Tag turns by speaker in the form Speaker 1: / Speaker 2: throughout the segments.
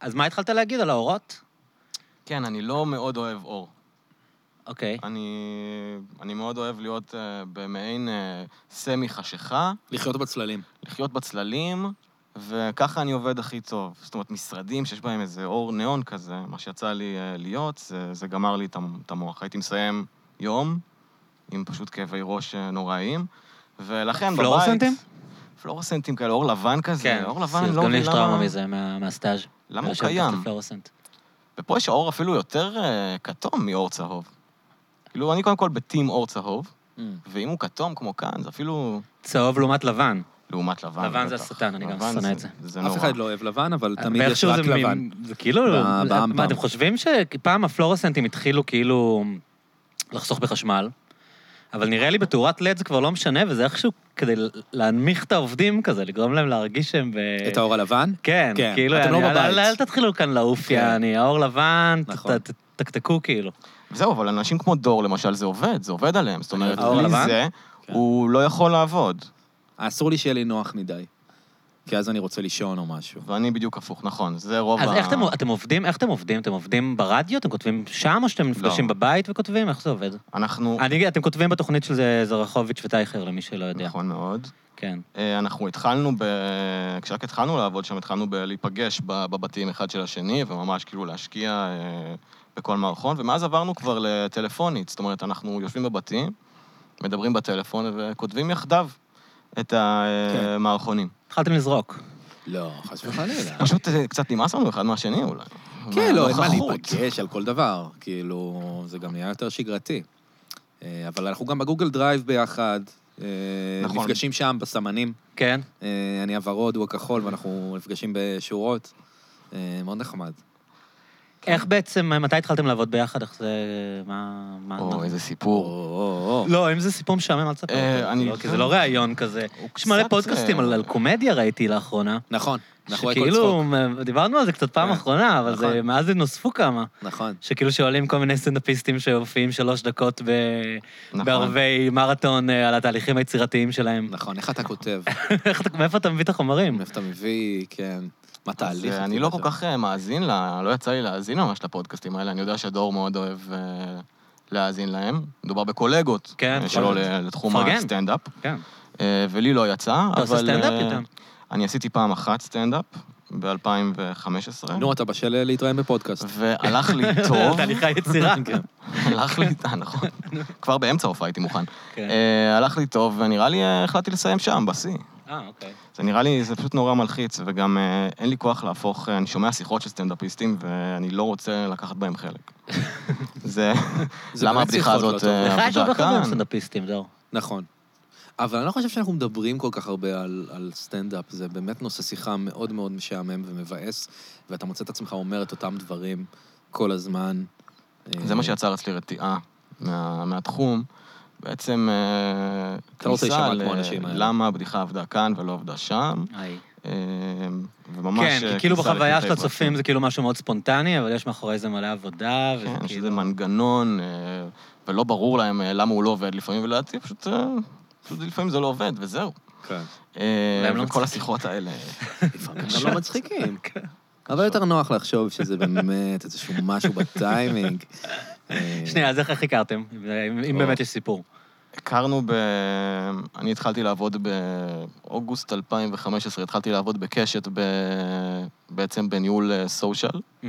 Speaker 1: אז מה התחלת להגיד על האורות?
Speaker 2: כן, אני לא מאוד אוהב אור.
Speaker 1: אוקיי.
Speaker 2: אני, אני מאוד אוהב להיות אה, במעין אה, סמי-חשיכה,
Speaker 3: לחיות בצללים.
Speaker 2: לחיות בצללים, וככה אני עובד הכי טוב. זאת אומרת, משרדים שיש בהם איזה אור ניאון כזה, מה שיצא לי אה, להיות, זה, זה גמר לי את המ- את המוח. הייתי מסיים יום עם פשוט כאבי ראש אה, נוראיים, ולכן בבית...
Speaker 1: פלורסנטים?
Speaker 2: פלורסנטים כאלה, אור לבן כזה. אור לבן, אני לא
Speaker 1: כן. גם לי
Speaker 2: מבין
Speaker 1: יש טראומה
Speaker 2: למה...
Speaker 1: מזה, מה- מהסטאז'.
Speaker 2: למה הוא
Speaker 1: מהשם
Speaker 2: קיים?
Speaker 1: כתוב פלורסנט.
Speaker 2: ופה יש האור אפילו יותר אה, כתום מאור צהוב. כאילו, אני קודם כל בטים אור צהוב,
Speaker 3: Mm.
Speaker 2: ואם הוא כתום כמו כאן, זה אפילו
Speaker 1: צהוב לעומת לבן.
Speaker 2: לעומת לבן.
Speaker 1: לבן זה
Speaker 2: בטח.
Speaker 1: השטן, אני גם
Speaker 2: לבן
Speaker 1: שונא את זה.
Speaker 2: זה נורא.
Speaker 3: אף אחד לא אוהב לבן, אבל תמיד יש
Speaker 1: ואיכשהו
Speaker 3: רק
Speaker 1: זה מין-
Speaker 3: לבן.
Speaker 1: זה כאילו...
Speaker 3: ב- באמפם.
Speaker 1: מה, אתם חושבים שפעם הפלורסנטים התחילו כאילו לחסוך בחשמל? אבל נראה לי בתאורת לד זה כבר לא משנה, וזה איכשהו כדי להנמיך את העובדים כזה, לגרום להם להרגיש שהם ב...
Speaker 3: את האור הלבן?
Speaker 1: כן,
Speaker 3: כן,
Speaker 1: כאילו,
Speaker 3: אתם
Speaker 1: יעני,
Speaker 3: לא
Speaker 1: אל-
Speaker 3: בבית.
Speaker 1: אל אל תתחילו כאן לעוף,
Speaker 3: כן.
Speaker 1: יעני, האור לבן, ת-
Speaker 3: נכון.
Speaker 1: ת- ת- תקתקו כאילו.
Speaker 2: זהו, אבל אנשים כמו דור, למשל, זה עובד, זה עובד עליהם. זאת אומרת,
Speaker 1: אוקיי. האור
Speaker 2: בלי
Speaker 1: הלבן?
Speaker 2: זה,
Speaker 3: כן.
Speaker 2: הוא לא יכול לעבוד.
Speaker 3: אסור לי שיהיה לי נוח מדי. כי אז אני רוצה לישון או משהו.
Speaker 2: ואני בדיוק הפוך, נכון, זה רוב
Speaker 1: אז איך אתם- אתם עובדים, איך אתם עובדים? אתם עובדים ברדיו? אתם כותבים שם, או שאתם נפגשים
Speaker 2: לא.
Speaker 1: בבית וכותבים? איך זה עובד?
Speaker 2: אנחנו...
Speaker 1: אני, אתם כותבים בתוכנית של זה- זרחוביץ' וטייכר, למי שלא יודע.
Speaker 2: נכון מאוד.
Speaker 1: כן.
Speaker 2: אה, אנחנו התחלנו, ב... כשרק התחלנו לעבוד שם, התחלנו ב- להיפגש ב- בבתים אחד של השני, וממש כאילו להשקיע אה, בכל מערכון, ומאז עברנו כבר לטלפונית, זאת אומרת, אנחנו יושבים בבתים, מדברים בטלפון וכותבים יחדיו את המערכונים.
Speaker 1: התחלתם לזרוק.
Speaker 3: לא, חס וחלילה.
Speaker 2: פשוט אה, קצת נמאס לנו אחד מהשני אולי.
Speaker 3: כן, לא, אין מה
Speaker 2: מהנוכחות.
Speaker 3: להיפגש על כל דבר. כאילו, זה גם נהיה יותר שגרתי. אה, אבל אנחנו גם בגוגל דרייב ביחד. אה,
Speaker 2: נכון.
Speaker 3: נפגשים שם בסמנים.
Speaker 1: כן?
Speaker 3: אה, אני הוורוד, הוא הכחול, ואנחנו נפגשים בשורות. אה, מאוד נחמד.
Speaker 1: איך בעצם, מתי התחלתם לעבוד ביחד? איך זה... מה... מה...
Speaker 2: או, איזה
Speaker 3: או,
Speaker 2: סיפור.
Speaker 3: או, או.
Speaker 1: לא, אם זה סיפור משעמם, אל תספר.
Speaker 2: אה,
Speaker 1: אותו.
Speaker 2: אני-
Speaker 1: לא, כי זה לא ראיון כזה.
Speaker 2: הוא
Speaker 1: יש מלא
Speaker 2: קצת,
Speaker 1: פודקאסטים
Speaker 2: אה,
Speaker 1: על על קומדיה ראיתי לאחרונה.
Speaker 3: נכון, אנחנו הכל
Speaker 1: שכאילו,
Speaker 3: צחוק.
Speaker 1: דיברנו על זה קצת פעם
Speaker 2: אה,
Speaker 3: כן,
Speaker 1: אחרונה, אבל זה-
Speaker 3: נכון.
Speaker 1: מאז זה נוספו כמה.
Speaker 3: נכון.
Speaker 1: שכאילו שואלים כל מיני סטנדאפיסטים שמופיעים שלוש דקות ב...
Speaker 2: נכון.
Speaker 1: בערבי מרתון אה, על התהליכים היצירתיים שלהם.
Speaker 3: נכון, איך אתה כותב?
Speaker 1: איך אתה- מאיפה אתה מביא את החומרים?
Speaker 3: מאיפה אתה מביא, כן. מה
Speaker 2: אז,
Speaker 3: תהליך?
Speaker 2: אה, אני לא כל כך אה, מאזין, לה- לא יצא לי להאזין ממש לפודקאסטים האלה, אני יודע שדור מאוד אוהב אה, להאזין להם. מדובר בקולגות
Speaker 1: כן,
Speaker 2: אה, שלו
Speaker 1: נכון.
Speaker 2: ל- לתחום
Speaker 1: מפרגן.
Speaker 2: הסטנדאפ,
Speaker 1: כן.
Speaker 2: אה, ולי לא יצא, אבל...
Speaker 1: אתה עושה סטנדאפ
Speaker 2: אה,
Speaker 1: יותר?
Speaker 2: אני עשיתי פעם אחת סטנדאפ, ב-2015,
Speaker 3: נו, אתה בשל להתראיין בפודקאסט.
Speaker 2: והלך לי טוב, כן.
Speaker 1: תהליכי היצירה.
Speaker 2: הלך לי, אה, נכון, כבר באמצע ההופעה הייתי מוכן.
Speaker 1: כן.
Speaker 2: אה, הלך לי טוב, ונראה לי אה, החלטתי לסיים שם, בשיא.
Speaker 1: אה, אוקיי.
Speaker 2: זה נראה לי, זה פשוט נורא מלחיץ, וגם אה, אין לי כוח להפוך, אה, אני שומע שיחות של סטנדאפיסטים, ואני לא רוצה לקחת בהם חלק. זה,
Speaker 3: זה
Speaker 2: למה
Speaker 3: באמת
Speaker 2: הבדיחה
Speaker 3: שיחות לא
Speaker 2: הזאת
Speaker 3: טוב.
Speaker 2: אה,
Speaker 1: לך יש עוד
Speaker 2: עבדה
Speaker 1: חברים
Speaker 2: כאן?
Speaker 1: סטנדאפיסטים, דור.
Speaker 3: נכון. אבל אני לא חושב שאנחנו מדברים כל כך הרבה על, על סטנדאפ, זה באמת נושא שיחה מאוד מאוד משעמם ומבאס, ואתה מוצא את עצמך אומר את אותם דברים כל הזמן. אה,
Speaker 2: זה מה שיצר אצלי רתיעה מה- מהתחום. בעצם, אה,
Speaker 3: אתה לא רוצה
Speaker 2: כניסה
Speaker 3: להישמע כמו
Speaker 2: ל-
Speaker 1: אה?
Speaker 3: האנשים האלה.
Speaker 2: למה הבדיחה עבדה כאן ולא עבדה שם,
Speaker 1: היי.
Speaker 2: אה, וממש...
Speaker 1: כן, כי
Speaker 2: אה,
Speaker 1: כאילו
Speaker 2: כניסה
Speaker 1: בחוויה של
Speaker 2: לקטעי
Speaker 1: הצופים זה כאילו משהו מאוד ספונטני, אבל יש מאחורי זה מלא עבודה, כאילו-
Speaker 2: פרקים. כן,
Speaker 1: וכאילו...
Speaker 2: שזה מנגנון, אה, ולא ברור להם אה, למה הוא לא עובד לפעמים, ולדעתי פשוט, אה, פשוט לפעמים זה לא עובד, וזהו.
Speaker 3: כן.
Speaker 2: אה,
Speaker 1: אולי הם לא
Speaker 2: וכל
Speaker 1: מצחיקים.
Speaker 2: השיחות האלה.
Speaker 3: לפעמים גם לא מצחיקים.
Speaker 2: כן.
Speaker 3: אבל יותר נוח לחשוב שזה באמת איזשהו משהו בטיימינג. אה,
Speaker 1: שנייה, אז איך איך הכרתם? אם- אם
Speaker 2: או.
Speaker 1: באמת יש סיפור.
Speaker 2: הכרנו ב... אני התחלתי לעבוד באוגוסט 2015, התחלתי לעבוד בקשת ב... בעצם בניהול אה, סושיאל,
Speaker 1: Mm-hmm.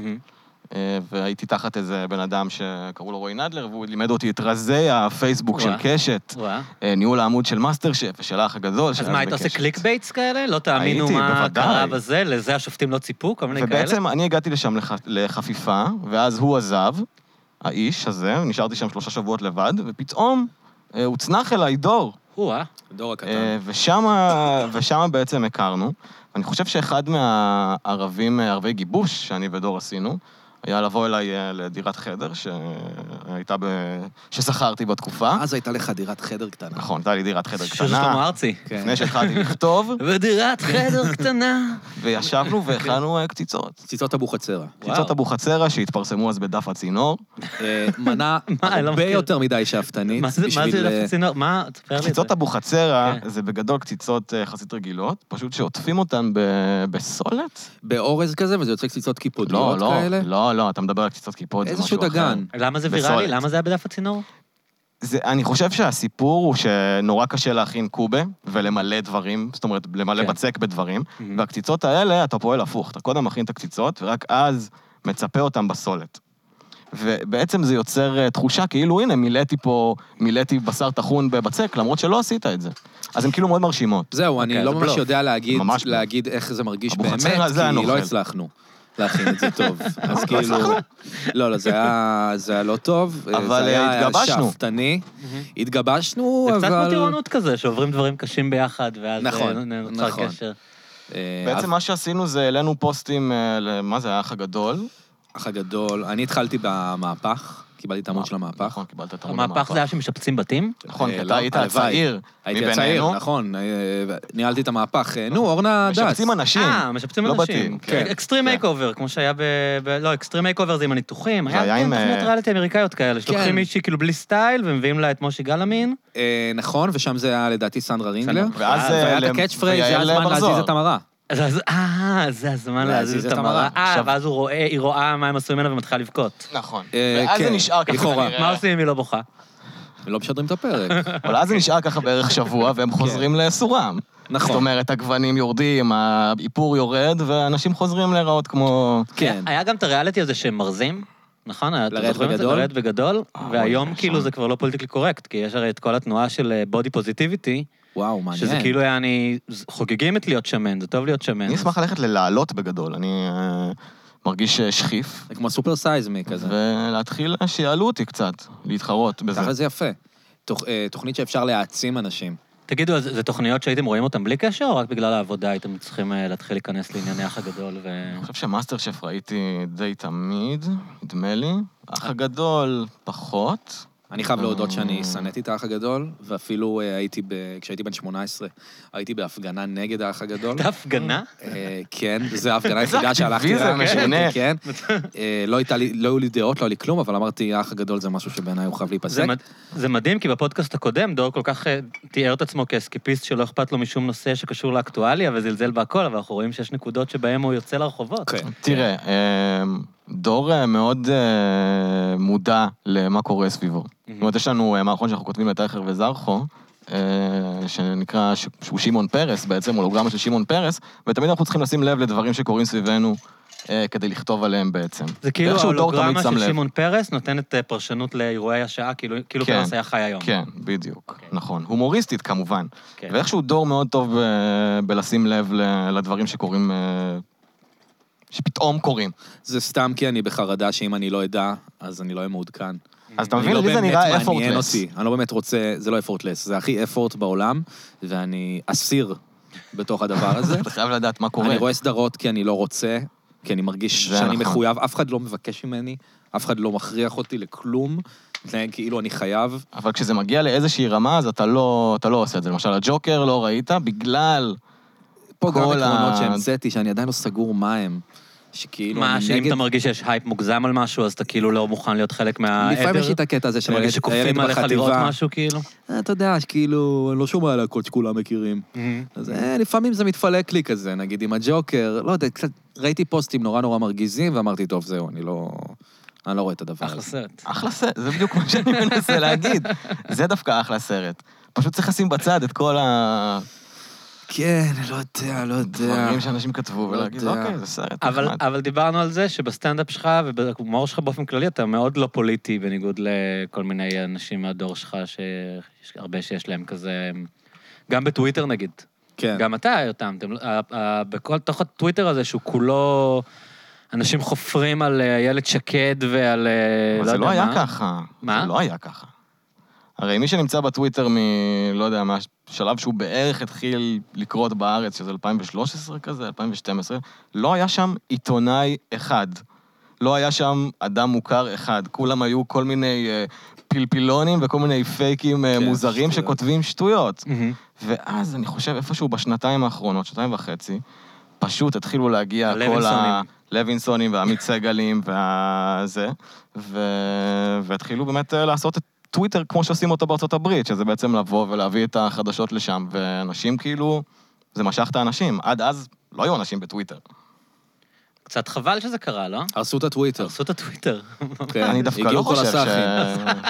Speaker 2: אה, והייתי תחת איזה בן אדם שקראו לו רועי נדלר, והוא לימד אותי את רזי הפייסבוק של
Speaker 1: וואו.
Speaker 2: קשת,
Speaker 1: וואה.
Speaker 2: אה, ניהול העמוד של מאסטר שף ושל האח הגדול.
Speaker 1: אז
Speaker 2: שהיה
Speaker 1: מה, היית עושה
Speaker 2: בקשת.
Speaker 1: קליק בייטס כאלה? לא תאמינו
Speaker 2: הייתי,
Speaker 1: מה
Speaker 2: בוודאי.
Speaker 1: קרה בזה, לזה השופטים לא ציפו, כל מיני כאלה?
Speaker 2: ובעצם אני הגעתי לשם לח... לחפיפה, ואז הוא עזב, האיש הזה, נשארתי שם שלושה שבועות לבד, ופתאום אה, הוצנח אליי דור.
Speaker 1: או-אה.
Speaker 3: דור הקטן.
Speaker 2: אה, ושמה, ושמה בעצם הכרנו. אני חושב שאחד מהערבים, אה, ערבי גיבוש שאני ודור עשינו, היה לבוא אליי אה, לדירת חדר שהייתה ב... ששכרתי בתקופה.
Speaker 3: אז הייתה לך דירת חדר קטנה.
Speaker 2: נכון, הייתה לי דירת חדר
Speaker 1: שיר של שלמה
Speaker 2: קטנה,
Speaker 1: ארצי.
Speaker 3: כן.
Speaker 2: לפני שהתחלתי לכתוב,
Speaker 1: ודירת חדר קטנה.
Speaker 2: וישבנו והכנו אה, קציצות.
Speaker 3: ציצות אבוחצירא.
Speaker 2: קציצות אבוחצירא שהתפרסמו אז בדף הצינור.
Speaker 3: אה, מנה
Speaker 1: אני לא
Speaker 3: הרבה
Speaker 1: מכיר.
Speaker 3: יותר מדי שאפתנית.
Speaker 1: מה זה, מה זה
Speaker 3: בשביל, אה,
Speaker 1: דף צינור? מה, תספר לי את זה.
Speaker 2: קציצות אבוחצירא
Speaker 1: כן.
Speaker 2: זה בגדול קציצות אה, יחסית רגילות, פשוט שעוטפים אותן ב- בסולת?
Speaker 3: אה, באורז כזה, וזה יוצא קציצות
Speaker 2: לא,
Speaker 3: קיפודיות
Speaker 2: לא,
Speaker 3: כאלה?
Speaker 2: לא, לא, אתה מדבר על קציצות קיפוד, זה משהו
Speaker 3: איזשהו
Speaker 2: אחר.
Speaker 3: דגן.
Speaker 1: למה זה ויראלי?
Speaker 2: בסולת.
Speaker 1: למה זה היה בדף הצינור?
Speaker 2: זה, אני חושב שהסיפור הוא שנורא קשה להכין קובה ולמלא דברים, זאת אומרת, למלא
Speaker 3: כן.
Speaker 2: בצק בדברים,
Speaker 1: מהמם.
Speaker 2: והקציצות האלה, אתה פועל הפוך, אתה קודם מכין את הקציצות, ורק אז מצפה אותן בסולת. ובעצם זה יוצר אה, תחושה כאילו, הנה, מילאתי פה, מילאתי בשר טחון בבצק, למרות שלא עשית את זה. אז הן כאילו מאוד מרשימות.
Speaker 3: זהו,
Speaker 1: אוקיי,
Speaker 3: אני
Speaker 1: זה
Speaker 3: לא ממש
Speaker 1: בלוף.
Speaker 3: יודע להגיד-
Speaker 2: ממש בלוף.
Speaker 3: להגיד איך זה מרגיש באמת,
Speaker 2: אבוחצירא זה
Speaker 3: כי
Speaker 2: הנוכל.
Speaker 3: לא הצלחנו להכין את זה טוב. אז כאילו... לא, לא, זה היה- זה היה לא טוב. אה,
Speaker 2: אבל,
Speaker 3: זה היה
Speaker 2: אה, התגבשנו.
Speaker 3: שאפתני. התגבשנו,
Speaker 1: זה
Speaker 3: אבל...
Speaker 1: קצת כמו טירונות כזה, שעוברים דברים קשים ביחד, ואז
Speaker 3: נכון,
Speaker 1: אה, נוצר
Speaker 3: נכון.
Speaker 1: קשר.
Speaker 3: אה,
Speaker 2: בעצם מה שעשינו זה העלינו פוסטים, אה, ל- מה זה, האח הגדול?
Speaker 3: האח הגדול, אני התחלתי במהפך, קיבלתי את העמוד של המהפך.
Speaker 2: נכון, קיבלת את
Speaker 1: המהפך זה היה שמשפצים בתים?
Speaker 2: נכון, כי
Speaker 3: אה,
Speaker 2: אתה
Speaker 3: לא,
Speaker 2: היית
Speaker 3: הלוואי.
Speaker 2: הצעיר
Speaker 3: הייתי הצעיר, נכון, אה, ניהלתי את המהפך. אה, נו, אורנה דס.
Speaker 2: משפצים אנשים.
Speaker 1: אה, משפצים
Speaker 2: לא
Speaker 1: אנשים.
Speaker 2: בתים,
Speaker 3: כן.
Speaker 1: אקסטרים
Speaker 2: כן.
Speaker 1: מייק אובר, כמו שהיה ב... ב- לא, אקסטרים מייק אובר זה עם הניתוחים.
Speaker 2: זה היה
Speaker 1: היה כן,
Speaker 2: עם, אה,
Speaker 1: תוכניות ריאליטי אמריקאיות כאלה,
Speaker 3: כן.
Speaker 1: שלוקחים מישהי כאילו בלי סטייל, ומביאים לה את מושי גלאמין.
Speaker 3: אה, נכון, ושם זה היה לדעתי סandra רינגלר.
Speaker 1: סנדרה.
Speaker 2: ואז... אה,
Speaker 3: והיה את
Speaker 2: ל-
Speaker 3: הקאץ' פרייז, זה
Speaker 2: ויעל
Speaker 3: הזמן להזיז
Speaker 2: בר-זוהר.
Speaker 3: את המראה.
Speaker 1: אז- אז- אה, זה הזמן להזיז את המראה. אה,
Speaker 2: עכשיו-
Speaker 1: ואז הוא רואה, היא רואה מה הם עשו ממנה ומתחילה לבכות.
Speaker 2: נכון.
Speaker 3: אה,
Speaker 2: ואז זה
Speaker 3: כן,
Speaker 2: נשאר ככה
Speaker 3: לכאורה.
Speaker 2: כנראה.
Speaker 1: מה עושים אם היא לא בוכה?
Speaker 3: לא משדרים את הפרק.
Speaker 2: אבל אז זה נשאר ככה בערך שבוע, והם חוזרים לסורם.
Speaker 3: כן. נכון.
Speaker 2: זאת אומרת, הגוונים יורדים, האיפור יורד, ואנשים חוזרים להיראות כמו...
Speaker 3: כן.
Speaker 1: היה גם את הריאליטי הזה שהם מרזים, נכון? אתם
Speaker 3: לרדת
Speaker 1: זוכרים את זה?
Speaker 3: בגדול?
Speaker 1: לרדת בגדול,
Speaker 2: אה,
Speaker 1: והיום
Speaker 2: אוי, זה
Speaker 3: נכון.
Speaker 1: כאילו
Speaker 2: שם.
Speaker 1: זה כבר לא פוליטיקלי קורקט, כי יש הרי את כל התנועה של בודי פוזיטיביטי,
Speaker 3: וואו, מעניין.
Speaker 1: שזה כאילו היה אני... חוגגים את להיות שמן, זה טוב להיות שמן.
Speaker 2: אני אשמח ללכת ללעלות בגדול, אני אה, מרגיש אה, שכיף,
Speaker 3: זה כמו סופר סייזמי כזה.
Speaker 2: ולהתחיל אה, שיעלו אותי קצת, להתחרות בזה.
Speaker 3: ככה זה יפה. תוכ- אה, תוכנית שאפשר להעצים אנשים.
Speaker 1: תגידו, אז זה תוכניות שהייתם רואים אותן בלי קשר, או רק בגלל העבודה הייתם צריכים אה, להתחיל להיכנס לענייני האח הגדול ו...
Speaker 2: אני חושב שמאסטר שף ראיתי די תמיד, נדמה לי. האח הגדול, פחות.
Speaker 3: אני חייב להודות שאני שנאתי את האח הגדול, ואפילו אה, הייתי, ב- כשהייתי בן 18, הייתי בהפגנה נגד האח הגדול.
Speaker 1: הייתה הפגנה?
Speaker 3: אה, כן, זו ההפגנה
Speaker 2: איזה
Speaker 3: היחידה שהלכתי
Speaker 2: אקטיביזם
Speaker 3: לה,
Speaker 2: משונה.
Speaker 3: כן. אה, לא הייתה לי- לא היו לי דעות, לא היה לי כלום, אבל אמרתי, האח הגדול זה משהו שבעיניי הוא חייב להיפסק.
Speaker 1: זה, מד... זה מדהים, כי בפודקאסט הקודם דור כל כך אה, תיאר את עצמו כאסקיפיסט שלא אכפת לו משום נושא שקשור לאקטואליה וזלזל בהכל, אבל אנחנו רואים שיש נקודות שבהן הוא יוצא לרחובות.
Speaker 3: כן.
Speaker 2: תראה, אה, דור אה, מאוד אה, מודע למה קורה סביבו. זאת אומרת, יש לנו אה, מערכון שאנחנו כותבים לטייכר וזרחו, אה, שנקרא, ש- שהוא שמעון פרס בעצם, הולוגרמה של שמעון פרס, ותמיד אנחנו צריכים לשים לב לדברים שקורים סביבנו אה, כדי לכתוב עליהם בעצם.
Speaker 3: כן.
Speaker 1: זה כאילו
Speaker 2: ואיכשהו דור תמיד
Speaker 1: ההולוגרמה
Speaker 2: שם
Speaker 1: של
Speaker 2: לב.
Speaker 1: שמעון פרס נותנת אה, פרשנות לאירועי השעה, כאילו, כאילו
Speaker 2: כן.
Speaker 1: פרס היה חי היום.
Speaker 2: כן, בדיוק,
Speaker 3: אוקיי.
Speaker 2: נכון. הומוריסטית כמובן.
Speaker 1: כן.
Speaker 2: ואיכשהו דור מאוד טוב אה, בלשים לב ל- לדברים שקורים, אה, שפתאום קורים.
Speaker 3: זה סתם כי אני בחרדה שאם אני לא אדע, אז אני לא אהיה מעודכן.
Speaker 2: אז אתה
Speaker 3: אני
Speaker 2: מבין,
Speaker 3: לא
Speaker 2: לי זה
Speaker 3: באמת
Speaker 2: נראה
Speaker 3: מעניין
Speaker 2: effortless.
Speaker 3: אותי, אני לא באמת רוצה, זה לא אפורטלס, זה הכי אפורט בעולם, ואני אסיר בתוך הדבר הזה.
Speaker 2: אתה חייב לדעת מה קורה.
Speaker 3: אני רואה סדרות כי אני לא רוצה, כי אני מרגיש
Speaker 2: זה
Speaker 3: שאני
Speaker 2: נכון.
Speaker 3: מחויב, אף אחד לא מבקש ממני, אף אחד לא מכריח אותי לכלום, מתנהג כאילו אני חייב.
Speaker 2: אבל כשזה מגיע לאיזושהי רמה, אז אתה לא, אתה לא עושה את זה. למשל, הג'וקר לא ראית בגלל...
Speaker 3: פה גם
Speaker 2: כל ה-
Speaker 3: עקרונות שהמצאתי, שאני עדיין לא סגור מה הם, שכאילו
Speaker 1: מה,
Speaker 3: כאילו, אני
Speaker 1: שאם
Speaker 3: נגד...
Speaker 1: אתה מרגיש שיש הייפ מוגזם על משהו, אז אתה כאילו לא מוכן להיות חלק מהעדר?
Speaker 3: לפעמים יש לי את הקטע הזה
Speaker 1: אתה
Speaker 3: של הילד
Speaker 1: מרגיש שכופים
Speaker 3: הילד
Speaker 1: עליך לראות
Speaker 3: בחטיבה.
Speaker 1: משהו, כאילו?
Speaker 3: אה, אתה יודע, שכאילו, אני לא שומע על הקוד שכולם מכירים. אז אה, לפעמים זה מתפלק לי כזה, נגיד עם הג'וקר, לא יודע, קצת ראיתי פוסטים נורא נורא מרגיזים, ואמרתי, טוב, זהו, אני לא... אני לא רואה את הדבר
Speaker 1: אחלה
Speaker 3: הזה.
Speaker 1: סרט.
Speaker 2: אחלה סרט, זה בדיוק מה שאני מנסה להגיד. זה דווקא אחלה סרט. פשוט צריך לשים בצד את כל
Speaker 3: כן, לא יודע, לא יודע.
Speaker 2: הדברים שאנשים כתבו,
Speaker 3: לא
Speaker 2: ולהגיד,
Speaker 3: יודע.
Speaker 2: אוקיי, זה סרט
Speaker 1: אבל,
Speaker 2: נחמד.
Speaker 1: אבל דיברנו על זה שבסטנדאפ שלך ובהומור שלך באופן כללי אתה מאוד לא פוליטי בניגוד לכל מיני אנשים מהדור שלך שיש הרבה שיש להם כזה... גם בטוויטר נגיד.
Speaker 3: כן.
Speaker 1: גם אתה יותם, אתם, לא- ה- ה- בכל, תוך הטוויטר הזה שהוא כולו... אנשים חופרים על אה, איילת שקד ועל... אה,
Speaker 2: אבל זה
Speaker 1: יודע
Speaker 2: לא היה
Speaker 1: מה.
Speaker 2: ככה.
Speaker 1: מה?
Speaker 2: זה לא היה ככה. הרי מי שנמצא בטוויטר מ... לא יודע, מהשלב שהוא בערך התחיל לקרות בארץ, שזה 2013 כזה, 2012, לא היה שם עיתונאי אחד. לא היה שם אדם מוכר אחד. כולם היו כל מיני אה, פלפילונים וכל מיני פייקים אה,
Speaker 3: כן,
Speaker 2: מוזרים
Speaker 3: שטויות.
Speaker 2: שכותבים שטויות.
Speaker 1: מהמם.
Speaker 2: ואז אני חושב, איפשהו בשנתיים האחרונות, שנתיים וחצי, פשוט התחילו להגיע כל ה...
Speaker 1: הלווינסונים.
Speaker 2: לוינסונים והעמית סגלים והזה, ו... והתחילו באמת אה, לעשות את טוויטר כמו שעושים אותו בארצות הברית, שזה בעצם לבוא ולהביא את החדשות לשם, ואנשים כאילו, זה משך את האנשים. עד אז לא היו אנשים בטוויטר.
Speaker 1: קצת חבל שזה קרה, לא?
Speaker 3: הרסו את הטוויטר.
Speaker 1: הרסו את הטוויטר.
Speaker 3: כן,
Speaker 2: אני דווקא לא
Speaker 3: הגיעו כל
Speaker 2: חושב ש...
Speaker 3: הסאחים.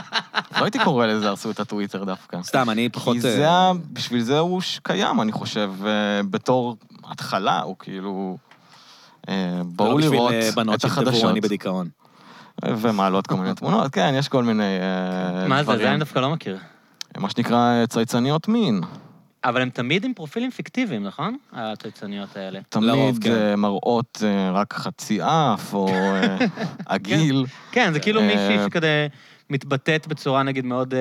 Speaker 2: לא הייתי קורא לזה הרסו את הטוויטר דווקא.
Speaker 3: סתם, אני פחות...
Speaker 2: כי
Speaker 3: אה,
Speaker 2: זה, ה- בשביל זה הוא ש- קיים, אני חושב, אה, בתור התחלה, הוא כאילו... אה, בואו
Speaker 3: לא בשביל,
Speaker 2: לראות
Speaker 3: אה, בנות
Speaker 2: את החדשות.
Speaker 3: שכתבו אני בדיכאון.
Speaker 2: ומעלות כל מיני תמונות, כן, יש כל מיני אה,
Speaker 1: מה זה, זה
Speaker 2: דברים.
Speaker 1: אני דווקא לא מכיר.
Speaker 2: מה שנקרא אה, צייצניות מין.
Speaker 1: אבל הם תמיד עם פרופילים פיקטיביים, נכון? הצייצניות האלה.
Speaker 3: לרוב,
Speaker 2: תמיד
Speaker 3: כן.
Speaker 2: אה, מראות אה, רק חצי אף, או אה, עגיל.
Speaker 1: כן, זה כאילו
Speaker 2: אה,
Speaker 1: מישהי שכזה מתבטאת בצורה נגיד מאוד אה,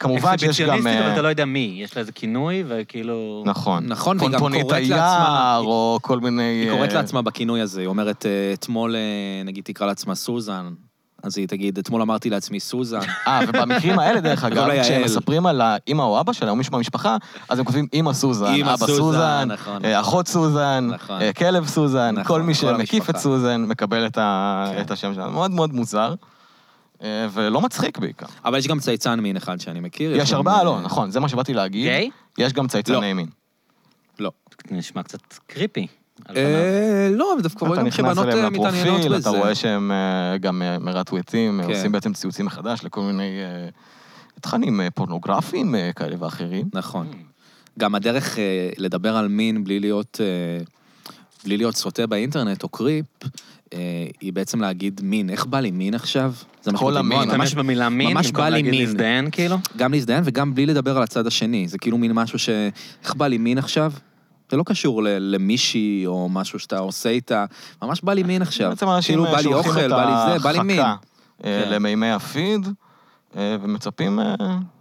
Speaker 2: כמובן שיש גם...
Speaker 1: אקסיביציוניסטית, אבל
Speaker 2: אה,
Speaker 1: אתה לא יודע מי. יש לה איזה כינוי, וכאילו...
Speaker 2: נכון.
Speaker 3: נכון, והיא גם
Speaker 2: קונטונית
Speaker 3: קוראת לעצמה...
Speaker 2: היער, או כל מיני...
Speaker 3: היא קוראת
Speaker 2: אה,
Speaker 3: לעצמה בכינוי הזה, היא אומרת, אה, אתמול, אה, נגיד, תקרא לעצמה סוזן, אז היא תגיד, אתמול אמרתי לעצמי סוזן.
Speaker 2: אה, ובמקרים האלה, דרך
Speaker 3: לא
Speaker 2: אגב,
Speaker 3: יעל.
Speaker 2: כשהם מספרים על האימא או אבא שלהם, או מישהו מהמשפחה, אז הם כותבים אימא סוזן,
Speaker 3: אמא
Speaker 2: אבא
Speaker 3: סוזן,
Speaker 2: סוזן,
Speaker 3: נכון.
Speaker 2: אה, אחות סוזן,
Speaker 3: נכון.
Speaker 2: אה, כלב סוזן,
Speaker 3: נכון,
Speaker 2: כל מי
Speaker 3: כל
Speaker 2: שמקיף את
Speaker 3: המשפחה.
Speaker 2: סוזן מקבל את ה-
Speaker 3: כן.
Speaker 2: את השם שלה. מאוד מאוד מוזר, אה, ולא מצחיק בעיקר.
Speaker 3: אבל יש גם צייצן מין אחד שאני מכיר.
Speaker 2: יש
Speaker 3: גם,
Speaker 2: ארבעה,
Speaker 3: אה,
Speaker 2: לא, נכון, זה מה שבאתי להגיד.
Speaker 1: גיי?
Speaker 2: יש גם צייצני
Speaker 3: לא.
Speaker 2: מין.
Speaker 3: לא.
Speaker 1: זה נשמע קצת קריפי. על פניו.
Speaker 3: אה, לא, אבל דווקא
Speaker 2: אתה
Speaker 3: רואים גם
Speaker 2: נכנס
Speaker 3: שבנות
Speaker 2: אליהם
Speaker 3: אה, מתעניינות
Speaker 2: לפרופיל,
Speaker 3: בזה.
Speaker 2: אתה רואה שהם אה, גם אה, מרטוויטים, אה,
Speaker 3: כן.
Speaker 2: עושים בעצם ציוצים מחדש לכל מיני אה, תכנים אה, פורנוגרפיים אה, כאלה ואחרים.
Speaker 3: נכון. גם הדרך אה, לדבר על מין בלי להיות, אה, בלי להיות סוטה באינטרנט או קריפ, אה, היא בעצם להגיד מין. איך בא לי מין עכשיו? זה מה
Speaker 2: כל
Speaker 3: שכותבים,
Speaker 2: המין,
Speaker 3: לא, אני
Speaker 1: ממש במילה מין,
Speaker 3: ממש
Speaker 1: במקום
Speaker 3: בא לי
Speaker 1: להגיד
Speaker 3: מין.
Speaker 1: להזדיין, כאילו?
Speaker 3: גם להזדיין וגם בלי לדבר על הצד השני. זה כאילו מין משהו ש... איך בא לי מין עכשיו? זה לא קשור ל- למישהי או משהו שאתה עושה איתה. ממש בא לי מין עכשיו.
Speaker 2: בעצם אנשים אה,
Speaker 3: כאילו בא לי
Speaker 2: שולחים
Speaker 3: אוכל,
Speaker 2: את
Speaker 3: בא לי זה, בא לי מין.
Speaker 2: ההרחקה, אה,
Speaker 3: כן.
Speaker 2: למימי הפיד, אה, ומצפים... אה,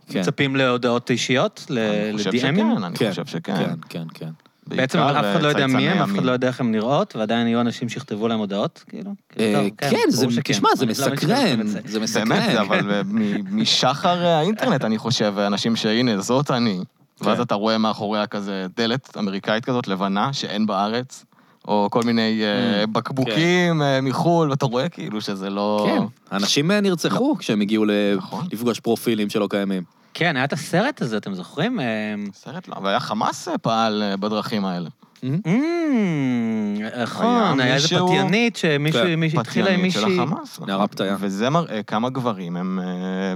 Speaker 3: כן,
Speaker 1: מצפים להודעות אישיות? ל-
Speaker 2: אני חושב
Speaker 1: לדיאמים?
Speaker 2: שכן, אני
Speaker 3: כן,
Speaker 2: חושב שכן.
Speaker 3: כן, כן,
Speaker 2: בעיקר,
Speaker 3: כן.
Speaker 1: אה,
Speaker 2: אה,
Speaker 1: בעצם אבל אף אחד לא יודע מי
Speaker 2: צייצני
Speaker 1: הם, אף אחד
Speaker 2: המין.
Speaker 1: לא יודע איך הם נראות, ועדיין יהיו אנשים שיכתבו להם הודעות, כאילו?
Speaker 3: אה,
Speaker 1: טוב,
Speaker 3: כן, זה,
Speaker 1: ברור שכן.
Speaker 3: תשמע, זה
Speaker 1: אני לא מבין שאתם
Speaker 3: מסקרן,
Speaker 1: עושים את זה.
Speaker 3: זה מסקרן.
Speaker 2: באמת, זה אבל
Speaker 3: כן.
Speaker 2: אה, מ- משחר אה, האינטרנט, אני חושב, אה, אנשים שהנה, זאת אני. ואז
Speaker 3: כן.
Speaker 2: אתה רואה מאחוריה כזה דלת אמריקאית כזאת, לבנה, שאין בארץ, או כל מיני אה,
Speaker 3: Mm,
Speaker 2: בקבוקים אה, מחו"ל, ואתה רואה כאילו שזה לא...
Speaker 3: כן, אנשים אה, נרצחו כשהם הגיעו ל-
Speaker 2: נכון.
Speaker 3: לפגוש פרופילים שלא קיימים.
Speaker 1: כן, היה את הסרט הזה, אתם זוכרים? אה,
Speaker 2: סרט לא, אבל היה חמאס אה, פעל אה, בדרכים האלה.
Speaker 1: אמ, אה, נכון,
Speaker 2: היה
Speaker 1: היה איזה
Speaker 2: מישהו-
Speaker 1: פתיינית שמישהו,
Speaker 3: כן,
Speaker 1: מישהו- התחילה עם
Speaker 2: פתיינית של
Speaker 1: מישהי...
Speaker 2: החמאס. נכון.
Speaker 3: נערה פתיה.
Speaker 2: וזה מראה כמה גברים הם... אה,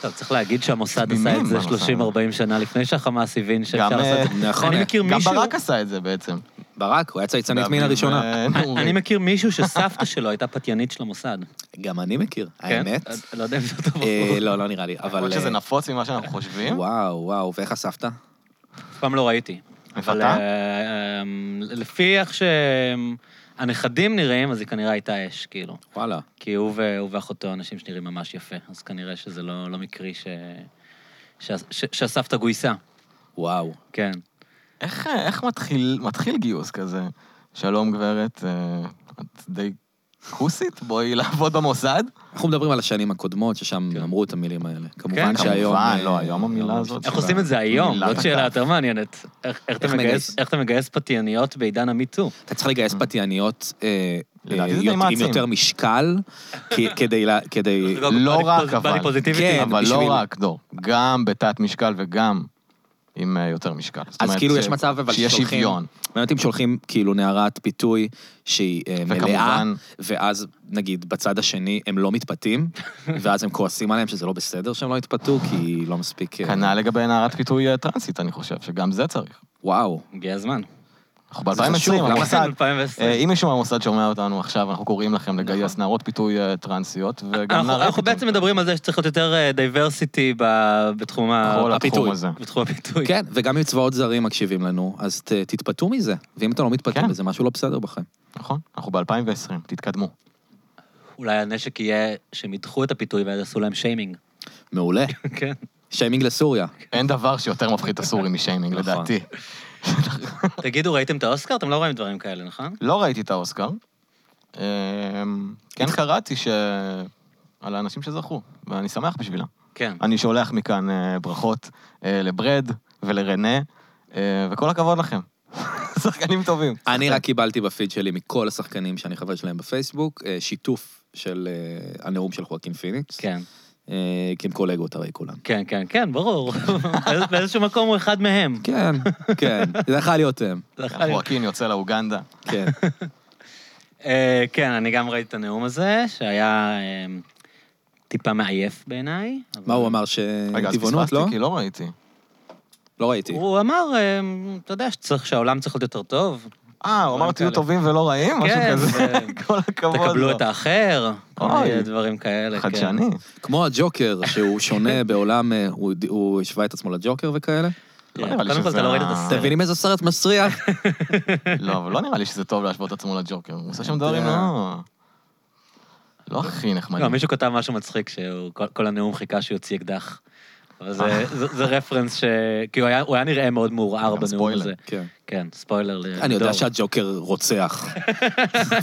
Speaker 1: טוב, צריך להגיד שהמוסד
Speaker 2: תמימים
Speaker 1: עשה את זה
Speaker 2: במוסד.
Speaker 1: 30-40 שנה לפני שהחמאס הבין שאפשר
Speaker 2: גם,
Speaker 1: לעשות את זה.
Speaker 3: נכון,
Speaker 1: אני
Speaker 3: אה,
Speaker 1: מכיר
Speaker 2: גם
Speaker 1: מישהו...
Speaker 2: ברק עשה את זה בעצם.
Speaker 3: ברק, הוא היה צייצנית מין
Speaker 2: באביב,
Speaker 3: הראשונה.
Speaker 2: אה, נורי.
Speaker 1: אני מכיר מישהו שסבתא שלו הייתה פתיינית של המוסד.
Speaker 3: גם אני מכיר,
Speaker 1: כן?
Speaker 3: האמת.
Speaker 1: לא יודע אם זה אותו
Speaker 3: אה,
Speaker 1: בחור.
Speaker 3: לא, לא נראה לי,
Speaker 2: למרות
Speaker 3: אבל...
Speaker 2: שזה נכון?
Speaker 3: אה,
Speaker 2: נפוץ ממה שאנחנו חושבים.
Speaker 3: וואו, וואו, ואיך הסבתא?
Speaker 1: אף פעם לא ראיתי. אבל
Speaker 2: ואתה?
Speaker 1: אה, אה, לפי איך שהנכדים נראים, אז היא כנראה הייתה אש, כאילו.
Speaker 3: וואלה.
Speaker 1: כי הוא ו- הוא ואחותו אנשים שנראים ממש יפה, אז כנראה שזה לא לא מקרי ש- ש- ש- שהסבתא גויסה,
Speaker 3: וואו.
Speaker 1: כן.
Speaker 2: איך, איך מתחיל, מתחיל גיוס כזה? שלום גברת, אה, את די כוסית? בואי לעבוד במוסד?
Speaker 3: אנחנו מדברים על השנים הקודמות, ששם
Speaker 1: כן.
Speaker 3: אמרו את המילים האלה. כמובן שהיום...
Speaker 2: כמובן,
Speaker 3: אה,
Speaker 2: לא, היום המילה הזאת
Speaker 1: איך
Speaker 2: שלה-
Speaker 1: עושים את זה היום?
Speaker 2: מילה
Speaker 1: זאת שאלה
Speaker 2: כתב.
Speaker 1: יותר מעניינת. איך- איך אתה
Speaker 3: איך
Speaker 1: מגייס-
Speaker 3: מגייס?
Speaker 1: איך אתה מגייס פתייניות בעידן המיטו?
Speaker 3: אתה צריך לגייס פתייניות אה,
Speaker 2: לדעתי
Speaker 3: אה,
Speaker 2: זה די
Speaker 3: עם
Speaker 2: מעצים.
Speaker 3: יותר משקל, כי- כדי... לה- כדי...
Speaker 2: לא רק, אבל.
Speaker 1: באתי פוזיטיבית.
Speaker 3: כן,
Speaker 2: אבל
Speaker 3: בשביל-
Speaker 2: לא רק, דור, גם בתת משקל וגם עם אה, יותר משקל. זאת
Speaker 3: אז
Speaker 2: אומרת,
Speaker 3: כאילו
Speaker 2: ש-
Speaker 3: יש מצב אבל
Speaker 2: שיהיה
Speaker 3: ששולחים-
Speaker 2: שוויון.
Speaker 3: מעניין אותי אם שולחים כאילו נערת פיתוי שהיא אה, מלאה,
Speaker 2: וכמובן-
Speaker 3: ואז נגיד בצד השני הם לא מתפתים, ואז הם כועסים עליהם שזה לא בסדר שהם לא התפתו, כי היא לא מספיק... אה,
Speaker 2: כנ"ל לגבי נערת פיתוי אה, טרנסית, אני חושב, שגם זה צריך.
Speaker 3: וואו.
Speaker 1: הגיע הזמן.
Speaker 2: אנחנו
Speaker 3: זה חשוב, כן?
Speaker 2: ב-2020,
Speaker 3: גם
Speaker 2: המוסד... אה,
Speaker 1: 2020.
Speaker 2: אם מישהו מהמוסד שומע אותנו עכשיו, אנחנו קוראים לכם לגייס
Speaker 3: נכון.
Speaker 2: נערות פיתוי אה, טרנסיות, וגם
Speaker 1: אנחנו-
Speaker 2: נערי
Speaker 1: אנחנו
Speaker 2: פיתוי.
Speaker 1: בעצם מדברים על זה שצריך להיות יותר דייברסיטי בתחום ה-
Speaker 2: כל התחום
Speaker 3: הפיתוי.
Speaker 2: הזה.
Speaker 1: בתחום הפיתוי.
Speaker 3: כן, וגם אם צבאות זרים מקשיבים לנו, אז ת- תתפתו מזה. ואם אתם לא מתפתים,
Speaker 2: כן.
Speaker 3: אז זה משהו לא בסדר בכם.
Speaker 2: נכון, אנחנו ב-2020, תתקדמו.
Speaker 3: כן.
Speaker 1: אולי הנשק יהיה שהם ידחו את הפיתוי ואז יעשו להם שיימינג.
Speaker 3: מעולה.
Speaker 1: כן.
Speaker 3: שיימינג לסוריה.
Speaker 2: אין דבר שיותר מפחיד את הסורים משיימינג,
Speaker 3: נכון.
Speaker 2: לדעתי.
Speaker 1: תגידו, ראיתם את האוסקר? אתם לא רואים דברים כאלה, נכון?
Speaker 2: לא ראיתי את האוסקר, אמ, כן קראתי ש... על האנשים שזכו, ואני שמח בשבילם.
Speaker 1: כן.
Speaker 2: אני שולח מכאן אה, ברכות אה, לברד ולרנה, אה, וכל הכבוד לכם. שחקנים טובים.
Speaker 3: אני רק קיבלתי בפיד שלי מכל השחקנים שאני חבר שלהם בפייסבוק, אה, שיתוף של אה, הנאום של חואקין פיניקס.
Speaker 1: כן,
Speaker 3: אה, כי הם קולגות הרי כולם.
Speaker 1: כן, כן, כן, ברור. באיז- באיזשהו מקום הוא אחד מהם.
Speaker 3: כן, כן, זה יכול להיות הם,
Speaker 1: זה אחד-
Speaker 2: חואקין יוצא לאוגנדה.
Speaker 3: כן.
Speaker 1: אה, כן, אני גם ראיתי את הנאום הזה, שהיה אה, טיפה מעייף בעיניי. אבל-
Speaker 3: מה הוא אמר, ש-
Speaker 2: רגע, אז
Speaker 3: טבעונות,
Speaker 2: פספסתי,
Speaker 3: לא?
Speaker 2: כי לא ראיתי.
Speaker 3: לא ראיתי.
Speaker 1: הוא אמר, אה, אתה יודע שצריך, שהעולם צריך להיות יותר טוב,
Speaker 2: אה, הוא אמר
Speaker 1: דברים
Speaker 2: תהיו
Speaker 1: כאלה.
Speaker 2: טובים ולא רעים? משהו
Speaker 1: כן,
Speaker 2: כזה.
Speaker 1: ו-
Speaker 2: כל הכבוד.
Speaker 1: תקבלו
Speaker 2: לו.
Speaker 1: את האחר, כל
Speaker 2: אוי.
Speaker 1: מיני דברים כאלה. כן.
Speaker 2: חדשני.
Speaker 3: כמו הג'וקר, שהוא שונה בעולם, אה, הוא- הוא השווה את עצמו לג'וקר וכאלה.
Speaker 1: כן,
Speaker 2: לא נראה לי
Speaker 1: קודם כל,
Speaker 2: שזה
Speaker 1: אתה לא ראית את
Speaker 2: ה-
Speaker 1: הסרט.
Speaker 3: אתם מבינים איזה סרט מסריח?
Speaker 2: לא, אבל לא נראה לי שזה טוב להשוות את עצמו לג'וקר. הוא עושה שם דברים
Speaker 3: יודע.
Speaker 2: לא... לא הכי
Speaker 1: לא,
Speaker 2: נחמדים.
Speaker 1: מישהו כתב משהו מצחיק, שהוא כל- כל הנאום חיכה שהוא יוציא אקדח. אבל זה- זה זה רפרנס ש... כי הוא היה- הוא היה נראה מאוד מעורער
Speaker 2: גם
Speaker 1: בנאום
Speaker 2: ספוילר.
Speaker 1: הזה.
Speaker 3: כן.
Speaker 1: כן, ספוילר לדור.
Speaker 3: אני יודע שהג'וקר רוצח,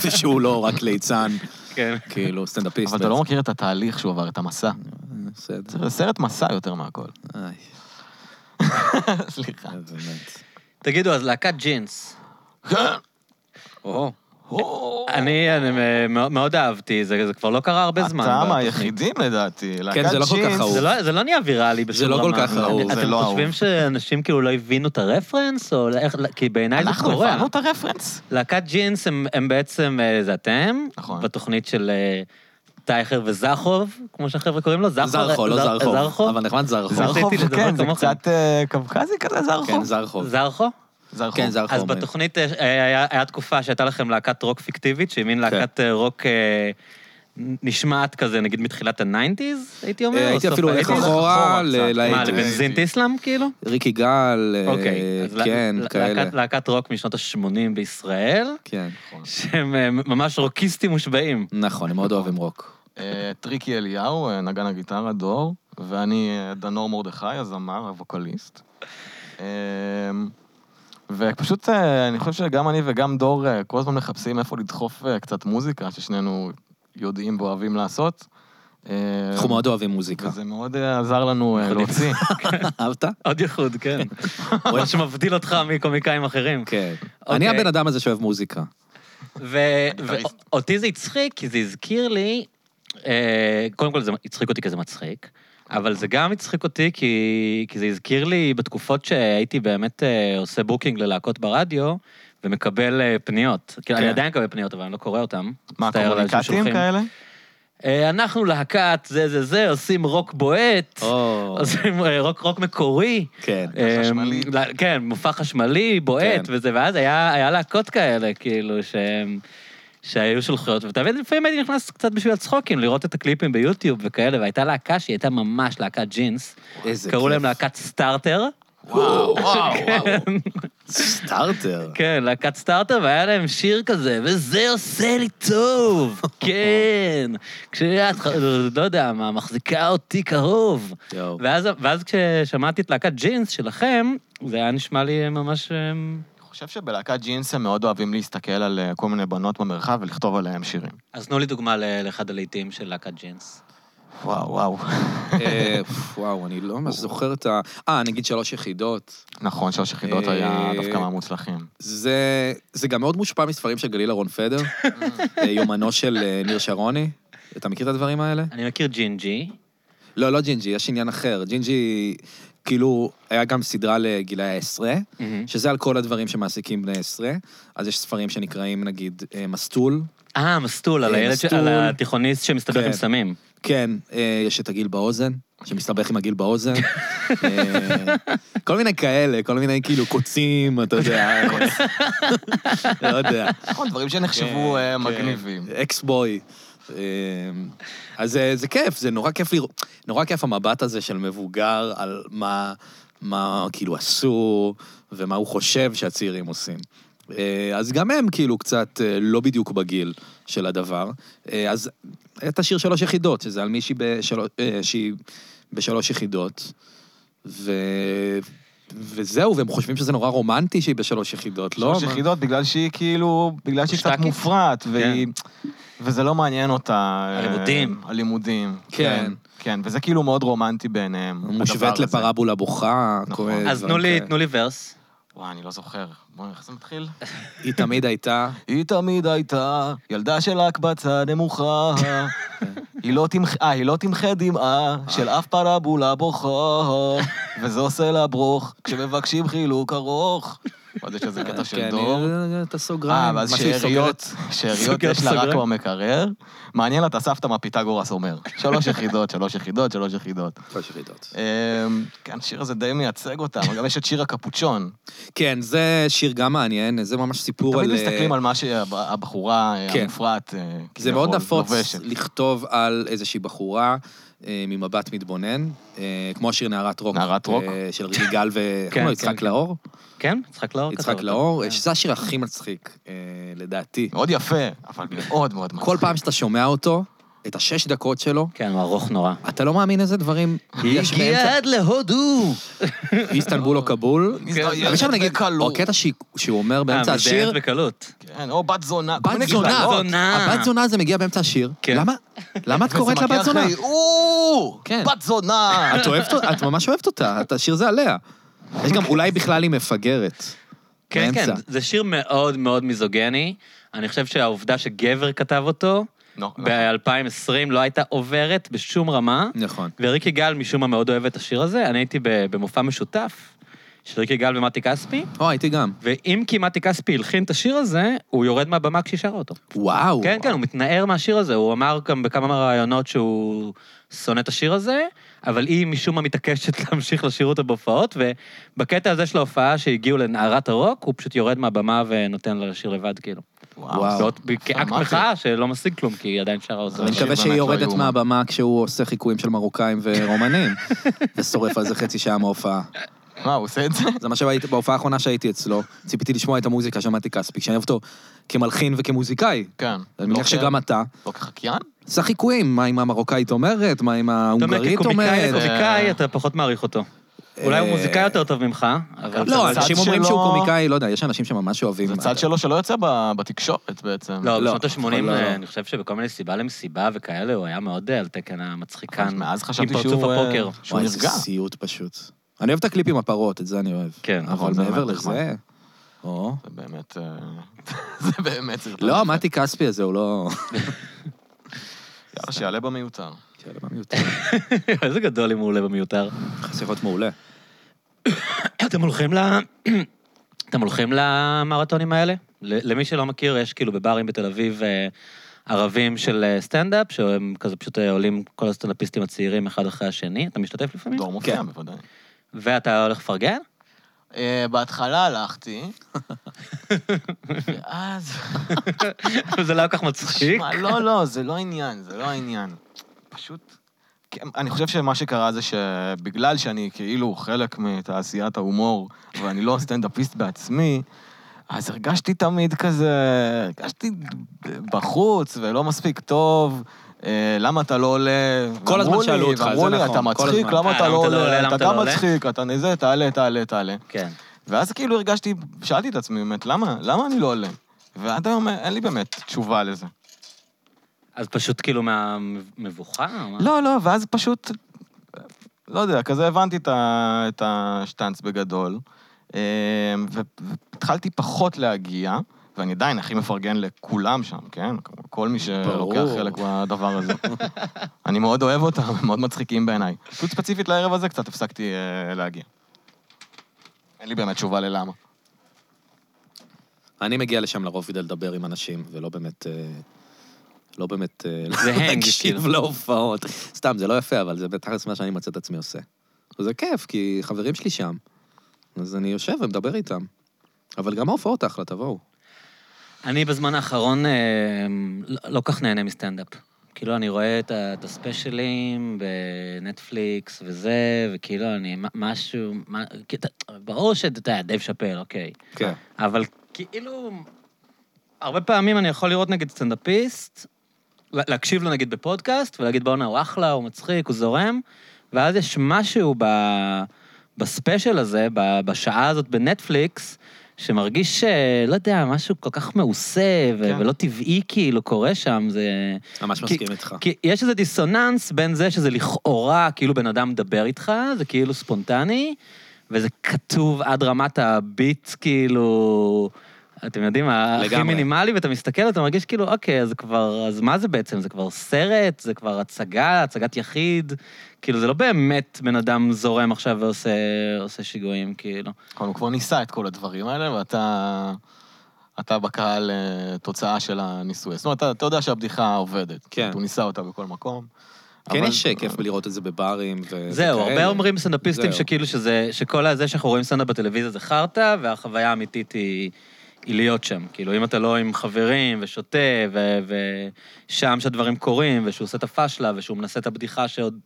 Speaker 3: ושהוא לא רק ליצן,
Speaker 1: כן.
Speaker 3: כאילו סטנדאפיסט.
Speaker 2: אבל אתה לא מכיר את התהליך שהוא עבר, את המסע.
Speaker 3: בעצם. בסדר.
Speaker 2: זה סרט מסע יותר מהכל.
Speaker 3: איי,
Speaker 2: סליחה.
Speaker 3: באמת.
Speaker 1: תגידו, אז להקת ג'ינס.
Speaker 3: או,
Speaker 2: או,
Speaker 1: אני אני מ- מאוד- מאוד אהבתי, זה זה כבר לא קרה הרבה זמן.
Speaker 2: הטעם
Speaker 1: בתוכנית. כן,
Speaker 2: היחידים לדעתי. להקת
Speaker 3: זה לא כל כך
Speaker 2: ג'ינס.
Speaker 3: אהוב.
Speaker 1: זה לא- זה לא נהיה ויראלי בשום
Speaker 3: זה
Speaker 1: רמה.
Speaker 3: לא כל כך
Speaker 1: אני-
Speaker 3: אהוב.
Speaker 2: זה
Speaker 1: אתם
Speaker 2: לא
Speaker 1: חושבים
Speaker 2: אהוב.
Speaker 1: שאנשים כאילו לא הבינו את הרפרנס? או איך... כי בעיניי זה
Speaker 2: אנחנו
Speaker 1: קורה.
Speaker 2: הבנו את הרפרנס?
Speaker 1: להקת ג'ינס הם, הם בעצם, אה, זה אתם,
Speaker 2: נכון.
Speaker 1: בתוכנית של אה, טייכר וזחוב, כמו שהחבר'ה קוראים לו, זחוב.
Speaker 3: זרחו, לא זרחו.
Speaker 1: זרחו?
Speaker 3: אבל נחמד זרחו.
Speaker 1: זרחו.
Speaker 2: זרחוב,
Speaker 1: לדבר
Speaker 2: כן, זה
Speaker 1: כמוכם.
Speaker 2: קצת אה, קווקזי כזה,
Speaker 3: כן,
Speaker 2: זרחוב.
Speaker 3: זרחו.
Speaker 1: זרחו?
Speaker 2: זרחוב.
Speaker 3: כן, זרחו.
Speaker 1: אז
Speaker 3: אומרים.
Speaker 1: בתוכנית אה, היה, היה תקופה שהייתה לכם להקת רוק פיקטיבית, שהיא מין
Speaker 3: כן.
Speaker 1: להקת אה, רוק אה, נשמעת כזה, נגיד מתחילת הניינטיז, הייתי אומר?
Speaker 3: אה,
Speaker 1: או
Speaker 3: הייתי
Speaker 1: סוף
Speaker 3: אפילו הולך
Speaker 2: הייתי
Speaker 1: ה-80s?
Speaker 2: הולך
Speaker 3: אחורה
Speaker 2: אחורה
Speaker 3: ל-
Speaker 2: קצת.
Speaker 1: מה,
Speaker 2: הייתי-
Speaker 3: ל-
Speaker 1: לבנזין טיסלאם כאילו?
Speaker 3: ריקי גל, אה,
Speaker 1: אוקיי. אז לה-
Speaker 3: כן,
Speaker 1: לה-
Speaker 3: כאלה.
Speaker 1: להקת- להקת רוק משנות ה-80 בישראל,
Speaker 3: כן.
Speaker 1: שהם אה, ממש רוקיסטים מושבעים.
Speaker 3: נכון, הם מאוד אוהבים רוק.
Speaker 2: אה, טריקי אליהו, אה, נגן הגיטרה, דור, ואני אה, דנור מרדכי, הזמר, הווקליסט. אה, ופשוט אה, אני חושב שגם אני וגם דור אה, כל הזמן מחפשים איפה לדחוף אה, קצת מוזיקה, ששנינו יודעים ואוהבים לעשות. אה,
Speaker 3: אנחנו מאוד אוהבים מוזיקה.
Speaker 2: וזה מאוד אה, עזר לנו אה,
Speaker 1: אנחנו
Speaker 2: להוציא.
Speaker 3: אהבת?
Speaker 1: עוד ייחוד, כן. מה שמבדיל אותך מקומיקאים אחרים.
Speaker 3: כן. אני
Speaker 1: אוקיי.
Speaker 3: הבן אדם הזה שאוהב מוזיקה.
Speaker 2: הגיטריסט.
Speaker 1: ואותי זה הצחיק, כי זה הזכיר לי, אה, קודם כל זה הצחיק אותי כי זה מצחיק, אבל זה גם הצחיק אותי כי, כי זה הזכיר לי בתקופות שהייתי באמת אה, עושה בוקינג ללהקות ברדיו, ומקבל אה, פניות. כאילו, אני
Speaker 2: כן.
Speaker 1: עדיין מקבל פניות, אבל אני לא קורא אותן.
Speaker 2: מה,
Speaker 1: מצטער על אלה
Speaker 2: קומוניקטים
Speaker 1: ששולחים.
Speaker 2: כאלה?
Speaker 1: אה, אנחנו להקת זה זה זה, עושים רוק בועט,
Speaker 3: או.
Speaker 1: עושים אה, רוק רוק מקורי.
Speaker 3: כן.
Speaker 1: אה,
Speaker 2: חשמלי.
Speaker 1: ל- כן, מופע חשמלי,
Speaker 3: כן.
Speaker 1: בועט וזה, ואז היה היה להקות כאלה, כאילו, שהם... שהיו שולחיות, ואתה מבין, לפעמים הייתי נכנס קצת בשביל הצחוקים, לראות את הקליפים ביוטיוב וכאלה, והייתה להקה שהיא הייתה ממש להקת ג'ינס.
Speaker 3: איזה
Speaker 1: קראו להם
Speaker 3: כיף.
Speaker 1: להקת סטארטר.
Speaker 2: וואו, וואו,
Speaker 3: כן.
Speaker 2: וואו.
Speaker 3: סטארטר.
Speaker 1: כן, להקת סטארטר, והיה להם שיר כזה, וזה עושה לי טוב, כן. כשאת, לא יודע מה, מחזיקה אותי קרוב.
Speaker 3: יואו.
Speaker 1: ואז, ואז כששמעתי את להקת ג'ינס שלכם, זה היה נשמע לי ממש... אמ,
Speaker 2: אני חושב שבלהקת ג'ינס הם מאוד אוהבים להסתכל על אה, כל מיני בנות במרחב ולכתוב עליהם שירים.
Speaker 1: אז תנו לי דוגמה ל- לאחד הלהיטים של להקת ג'ינס.
Speaker 2: וואו, וואו.
Speaker 3: אה, וואו, אני לא ממש זוכר את ה... אה, נגיד שלוש יחידות.
Speaker 2: נכון, שלוש יחידות
Speaker 3: אה,
Speaker 2: היה דווקא מהמוצלחים.
Speaker 3: זה, זה גם מאוד מושפע מספרים של גליל אהרון פדר, אה, יומנו של אה, ניר שרוני. אתה מכיר את הדברים האלה?
Speaker 1: אני מכיר ג'ינג'י.
Speaker 3: לא, לא ג'ינג'י, יש עניין אחר. ג'ינג'י, כאילו, היה גם סדרה לגילאי העשרה, שזה על כל הדברים שמעסיקים בני עשרה. אז יש ספרים שנקראים, נגיד, אה, מסטול.
Speaker 1: אה, מסטול, על
Speaker 3: אה,
Speaker 1: הילד, ש-
Speaker 3: מסטול.
Speaker 1: על התיכוניסט שמסתבך
Speaker 3: כן.
Speaker 1: עם סמים.
Speaker 3: כן, אה, יש את הגיל באוזן, שמסתבך עם הגיל באוזן. אה, כל מיני כאלה, כל מיני כאילו קוצים, אתה יודע. לא יודע.
Speaker 2: נכון, דברים
Speaker 3: כן,
Speaker 2: שנחשבו אה, מגניבים.
Speaker 3: אקס בוי. אמ, אז זה, זה כיף, זה נורא כיף לראות, נורא כיף המבט הזה של מבוגר על מה, מה כאילו אסור ומה הוא חושב שהצעירים עושים. אה, אז גם הם כאילו קצת אה, לא בדיוק בגיל של הדבר. אה, אז את השיר שלוש יחידות, שזה על מישהי בשלוש, אה, שהיא בשלוש יחידות, ו... וזהו, והם חושבים שזה נורא רומנטי שהיא בשלוש יחידות, לא?
Speaker 2: שלוש
Speaker 3: מה-
Speaker 2: יחידות, בגלל שהיא כאילו, בגלל שהיא קצת
Speaker 1: מושתקת.
Speaker 2: מופרעת, והיא...
Speaker 3: כן.
Speaker 2: וזה לא מעניין אותה. אה,
Speaker 1: הלימודים.
Speaker 2: הלימודים.
Speaker 3: כן.
Speaker 2: כן, וזה כאילו מאוד רומנטי בעיניהם.
Speaker 3: מושווית
Speaker 2: הדבר הזה.
Speaker 3: לפרבולה בוכה,
Speaker 2: נכון.
Speaker 3: כל מיני
Speaker 1: אז
Speaker 3: דברים
Speaker 1: תנו לי,
Speaker 3: כאלה.
Speaker 1: תנו לי ורס.
Speaker 2: וואי, אני לא זוכר. בואי, איך זה מתחיל?
Speaker 3: היא תמיד הייתה...
Speaker 2: היא תמיד הייתה ילדה של הקבצה נמוכה. היא לא תמח... אה, היא לא תמחה דמעה
Speaker 3: אה.
Speaker 2: של אף פרבולה בוכה, וזה עושה לה ברוך כשמבקשים חילוק ארוך. עוד יש איזה קטע של
Speaker 3: כן,
Speaker 2: דור.
Speaker 3: היא- את
Speaker 2: אה,
Speaker 3: הסוגריים.
Speaker 2: ואז
Speaker 3: מה שהיא
Speaker 2: שאריות,
Speaker 3: סוגרת.
Speaker 2: שאריות
Speaker 1: סוגרת
Speaker 2: יש לה רק
Speaker 1: סוגריים.
Speaker 2: במקרר. מעניין לה את הסבתא מה פיתגורס אומר. שלוש יחידות, שלוש יחידות, שלוש יחידות.
Speaker 3: שלוש יחידות.
Speaker 2: אמ, כן, השיר הזה די מייצג אותם, גם יש את שיר הקפוצ'ון.
Speaker 3: כן, זה שיר גם מעניין, זה ממש סיפור על... אה,
Speaker 2: תמיד מסתכלים על מה שהבחורה
Speaker 3: כן.
Speaker 2: המופרעת אה,
Speaker 3: זה
Speaker 2: כביכול
Speaker 3: מאוד נפוץ
Speaker 2: לובשת.
Speaker 3: לכתוב על איזושהי בחורה אה, ממבט מתבונן, אה, כמו השיר נערת רוק.
Speaker 2: נערת רוק.
Speaker 3: אה, של ריגי גל ו... איך
Speaker 1: כן,
Speaker 3: קוראים
Speaker 1: כן,
Speaker 3: לו? יצחק
Speaker 1: כן.
Speaker 3: לאור?
Speaker 1: כן, יצחק לאור. כתב
Speaker 3: יצחק
Speaker 1: אותו.
Speaker 3: לאור,
Speaker 1: כן.
Speaker 3: אה, שזה השיר הכי מצחיק, אה, לדעתי.
Speaker 2: מאוד יפה, אבל מאוד מאוד מצחיק.
Speaker 3: כל פעם שאתה שומע אותו, את השש דקות שלו,
Speaker 1: כן, הוא ארוך נורא.
Speaker 3: אתה לא מאמין איזה דברים יש באמצע
Speaker 1: עד להודו!
Speaker 3: איסטנבול או
Speaker 2: לא.
Speaker 3: כאבול.
Speaker 2: מזדיינת
Speaker 3: עכשיו נגיד,
Speaker 2: בקלות.
Speaker 3: או קטע שהיא- שהוא אומר באמצע
Speaker 1: אה,
Speaker 3: השיר,
Speaker 1: מזדיינת בקלות.
Speaker 2: כן, או בת זונה. כל מיני
Speaker 3: בת זונה,
Speaker 2: קללות.
Speaker 1: זונה.
Speaker 3: הבת זונה זה מגיע באמצע השיר,
Speaker 1: כן.
Speaker 3: למה? למה את
Speaker 2: וזה
Speaker 3: קוראת לה
Speaker 2: מגיע
Speaker 3: בת זונה?
Speaker 2: אחרי, "או,
Speaker 3: כן.
Speaker 2: בת זונה.
Speaker 3: את אוהבת אותה, את ממש אוהבת אותה, את- השיר זה עליה. יש גם, אולי בכלל היא מפגרת.
Speaker 1: כן, כן,
Speaker 3: באמצע.
Speaker 1: זה שיר מאוד מאוד מיזוגני. אני חושב שהעובדה שגבר כתב אותו
Speaker 2: נו,
Speaker 1: ב-2020 לא הייתה עוברת בשום רמה.
Speaker 3: נכון.
Speaker 1: וריקי גל משום מה מאוד אוהב את השיר הזה. אני הייתי ב- במופע משותף של ריקי גל ומתי כספי,
Speaker 3: או, הייתי גם.
Speaker 1: ואם כי מתי כספי הלחין את השיר הזה, הוא יורד מהבמה כשהיא שרה אותו.
Speaker 3: וואו.
Speaker 1: כן, כן, הוא מתנער מהשיר הזה, הוא אמר גם בכמה מהראיונות שהוא שונא את השיר הזה, אבל היא משום מה מתעקשת להמשיך לשיר אותו בהופעות, ובקטע הזה של ההופעה שהגיעו לנערת הרוק, הוא פשוט יורד מהבמה ונותן לה לשיר לבד, כאילו.
Speaker 3: וואו.
Speaker 1: זאת כאקט
Speaker 2: שמעתי.
Speaker 1: מחאה שלא משיג כלום, כי היא עדיין שרה אותו.
Speaker 2: זה
Speaker 3: אני
Speaker 2: שיר
Speaker 3: מקווה שהיא
Speaker 2: באמת לא
Speaker 3: יורדת
Speaker 2: יאומן.
Speaker 3: מהבמה כשהוא עושה חיקויים של מרוקאים ורומנים, ושורף על זה חצי שעה מההופעה.
Speaker 2: מה, הוא עושה את זה?
Speaker 3: זה מה שהייתי, בהופעה האחרונה שהייתי אצלו, ציפיתי לשמוע את המוזיקה, שמעתי כספי, שאני אוהב אותו כמלחין וכמוזיקאי.
Speaker 2: כן.
Speaker 3: אני מניח
Speaker 2: לא
Speaker 3: שגם
Speaker 2: כ-
Speaker 3: אתה.
Speaker 2: לא כחקיין?
Speaker 3: עשה חיקויים, מה אם המרוקאית אומרת, מה אם
Speaker 1: אתה אומר,
Speaker 3: ההונגרית
Speaker 1: כקומיקאי,
Speaker 3: אומרת.
Speaker 1: לקומיקאי, אתה פחות מעריך אותו. אולי הוא
Speaker 3: אה,
Speaker 1: מוזיקאי יותר טוב ממך, אבל...
Speaker 3: לא,
Speaker 2: הצד
Speaker 3: אנשים אומרים
Speaker 2: שלו-
Speaker 3: שהוא קומיקאי, לא יודע, יש אנשים שממש אוהבים.
Speaker 2: זה צד שלו שלא יוצא ב- בתקשורת בעצם.
Speaker 1: לא,
Speaker 3: לא,
Speaker 1: בשנות ה-80,
Speaker 3: אבל לא.
Speaker 1: אני חושב שבכל מיני סיבה למסיבה וכאלה, הוא היה מאוד אה, על תקן המצחיקן.
Speaker 2: אבל מאז חשבתי
Speaker 1: עם פרצוף
Speaker 2: שהוא, אה,
Speaker 1: הפוקר.
Speaker 2: שהוא
Speaker 3: וואי, איזה
Speaker 2: נרגע.
Speaker 3: סיוט פשוט. אני אוהב את הקליפ עם הפרות, את זה אני אוהב.
Speaker 1: כן,
Speaker 3: אבל
Speaker 2: נכון, זה
Speaker 3: מעבר
Speaker 2: באמת
Speaker 3: לזה... או.
Speaker 2: זה באמת... אה, זה באמת סרטון.
Speaker 3: לא, מתי כספי הזה הוא לא...
Speaker 2: יאללה, שיעלה במיותר.
Speaker 1: כן.
Speaker 3: שאלה מה מיותר. לא.
Speaker 1: איזה גדול אם הוא עולה במיותר.
Speaker 3: צריך להיות מעולה.
Speaker 1: אתם הולכים ל... אתם הולכים למרתונים האלה? ל- למי שלא מכיר, יש כאילו בברים בתל אביב אה, ערבים של אה, סטנדאפ, שהם כזה פשוט אה, עולים כל הסטנדאפיסטים הצעירים אחד אחרי השני. אתה משתתף לפעמים?
Speaker 3: לא.
Speaker 2: דור מופיע, בוודאי.
Speaker 1: ואתה הולך לפרגן?
Speaker 2: אה, בהתחלה הלכתי, ואז...
Speaker 1: זה לא כל כך מצחיק.
Speaker 2: שמע, לא, לא, זה לא העניין, זה לא העניין. פשוט... כן, אני חושב שמה שקרה זה שבגלל שאני כאילו חלק מתעשיית ההומור, ואני לא סטנדאפיסט בעצמי, אז הרגשתי תמיד כזה, הרגשתי בחוץ ולא מספיק טוב. אה, למה אתה לא עולה?
Speaker 3: כל הזמן
Speaker 2: ואמרו לי-
Speaker 3: שאלו אותך, זה
Speaker 2: ואמרו לי,
Speaker 3: נכון,
Speaker 2: אתה
Speaker 3: כל
Speaker 2: מצחיק,
Speaker 3: הזמן.
Speaker 2: למה
Speaker 1: אה,
Speaker 2: אתה לא עולה?
Speaker 1: למה
Speaker 2: אתה
Speaker 1: אתה לא
Speaker 2: גם
Speaker 1: עולה?"
Speaker 2: מצחיק, אתה זה, תעלה, תעלה, תעלה.
Speaker 1: כן.
Speaker 2: ואז כאילו הרגשתי, שאלתי את עצמי באמת, למה? למה אני לא עולה? ועד היום אין לי באמת תשובה לזה.
Speaker 1: אז פשוט כאילו מהמבוכה? או מה?
Speaker 2: לא, לא, ואז פשוט, לא יודע, כזה הבנתי את, ה, את השטנץ בגדול, אה, ו- והתחלתי פחות להגיע, ואני עדיין הכי מפרגן לכולם שם, כן? כל מי שלוקח
Speaker 3: ברור.
Speaker 2: חלק בדבר הזה. אני מאוד אוהב אותם, הם מאוד מצחיקים בעיניי. פשוט ספציפית לערב הזה קצת הפסקתי אה, להגיע. אין לי באמת תשובה ללמה.
Speaker 3: אני מגיע לשם לרוב כדי לדבר עם אנשים, ולא באמת... אה, לא באמת... אה,
Speaker 1: זה הנג,
Speaker 3: להקשיב
Speaker 1: כאילו.
Speaker 3: להופעות. סתם, זה לא יפה, אבל זה בטח מה שאני מוצא את עצמי עושה. וזה כיף, כי חברים שלי שם. אז אני יושב ומדבר איתם. אבל גם ההופעות אחלה, תבואו.
Speaker 1: אני בזמן האחרון אה, לא- לא כך נהנה מסטנדאפ. כאילו, אני רואה את ה- את הספיישלים בנטפליקס וזה, וכאילו, אני מ- משהו... מה- כי אתה- ברור שאתה יודע, דייב שאפל, אוקיי.
Speaker 3: כן.
Speaker 1: אבל כאילו, הרבה פעמים אני יכול לראות נגיד סטנדאפיסט, לה- להקשיב לו נגיד בפודקאסט, ולהגיד בואנה, הוא אחלה, הוא מצחיק, הוא זורם, ואז יש משהו ב... בספיישל הזה, ב- בשעה הזאת בנטפליקס, שמרגיש, אה, לא יודע, משהו כל כך מעושה ו-
Speaker 2: כן.
Speaker 1: ולא טבעי כאילו קורה שם, זה...
Speaker 3: ממש
Speaker 1: כי-
Speaker 3: מסכים איתך.
Speaker 1: כי יש איזה דיסוננס בין זה שזה לכאורה כאילו בן אדם מדבר איתך, זה כאילו ספונטני, וזה כתוב עד רמת הביט, כאילו, אתם יודעים, הכי
Speaker 3: לגמרי.
Speaker 1: מינימלי, ואתה מסתכל, אתה מרגיש כאילו, אוקיי, אז כבר, אז מה זה בעצם? זה כבר סרט, זה כבר הצגה, הצגת יחיד, כאילו, זה לא באמת בן אדם זורם עכשיו ועושה עושה שיגועים, כאילו.
Speaker 2: אבל הוא כבר ניסה את כל הדברים האלה, ואתה אתה בקהל אה, תוצאה של הניסוי. זאת אומרת, אתה, אתה יודע שהבדיחה עובדת.
Speaker 3: כן.
Speaker 2: הוא ניסה אותה בכל מקום.
Speaker 3: כן
Speaker 2: אבל-
Speaker 3: יש כיף בלראות את זה בברים ו...
Speaker 1: זהו, הרבה
Speaker 3: וכאלה.
Speaker 1: אומרים סטנדאפיסטים
Speaker 3: זהו.
Speaker 1: שכאילו שזה, שכל הזה שאנחנו רואים סטנדאפ בטלוויזיה זה חרטא, והחוויה האמיתית היא, היא להיות שם. כאילו, אם אתה לא עם חברים ושותה, ו, ושם שהדברים קורים, ושהוא עושה את הפאשלה, ושהוא מנסה את הבדיחה שעוד...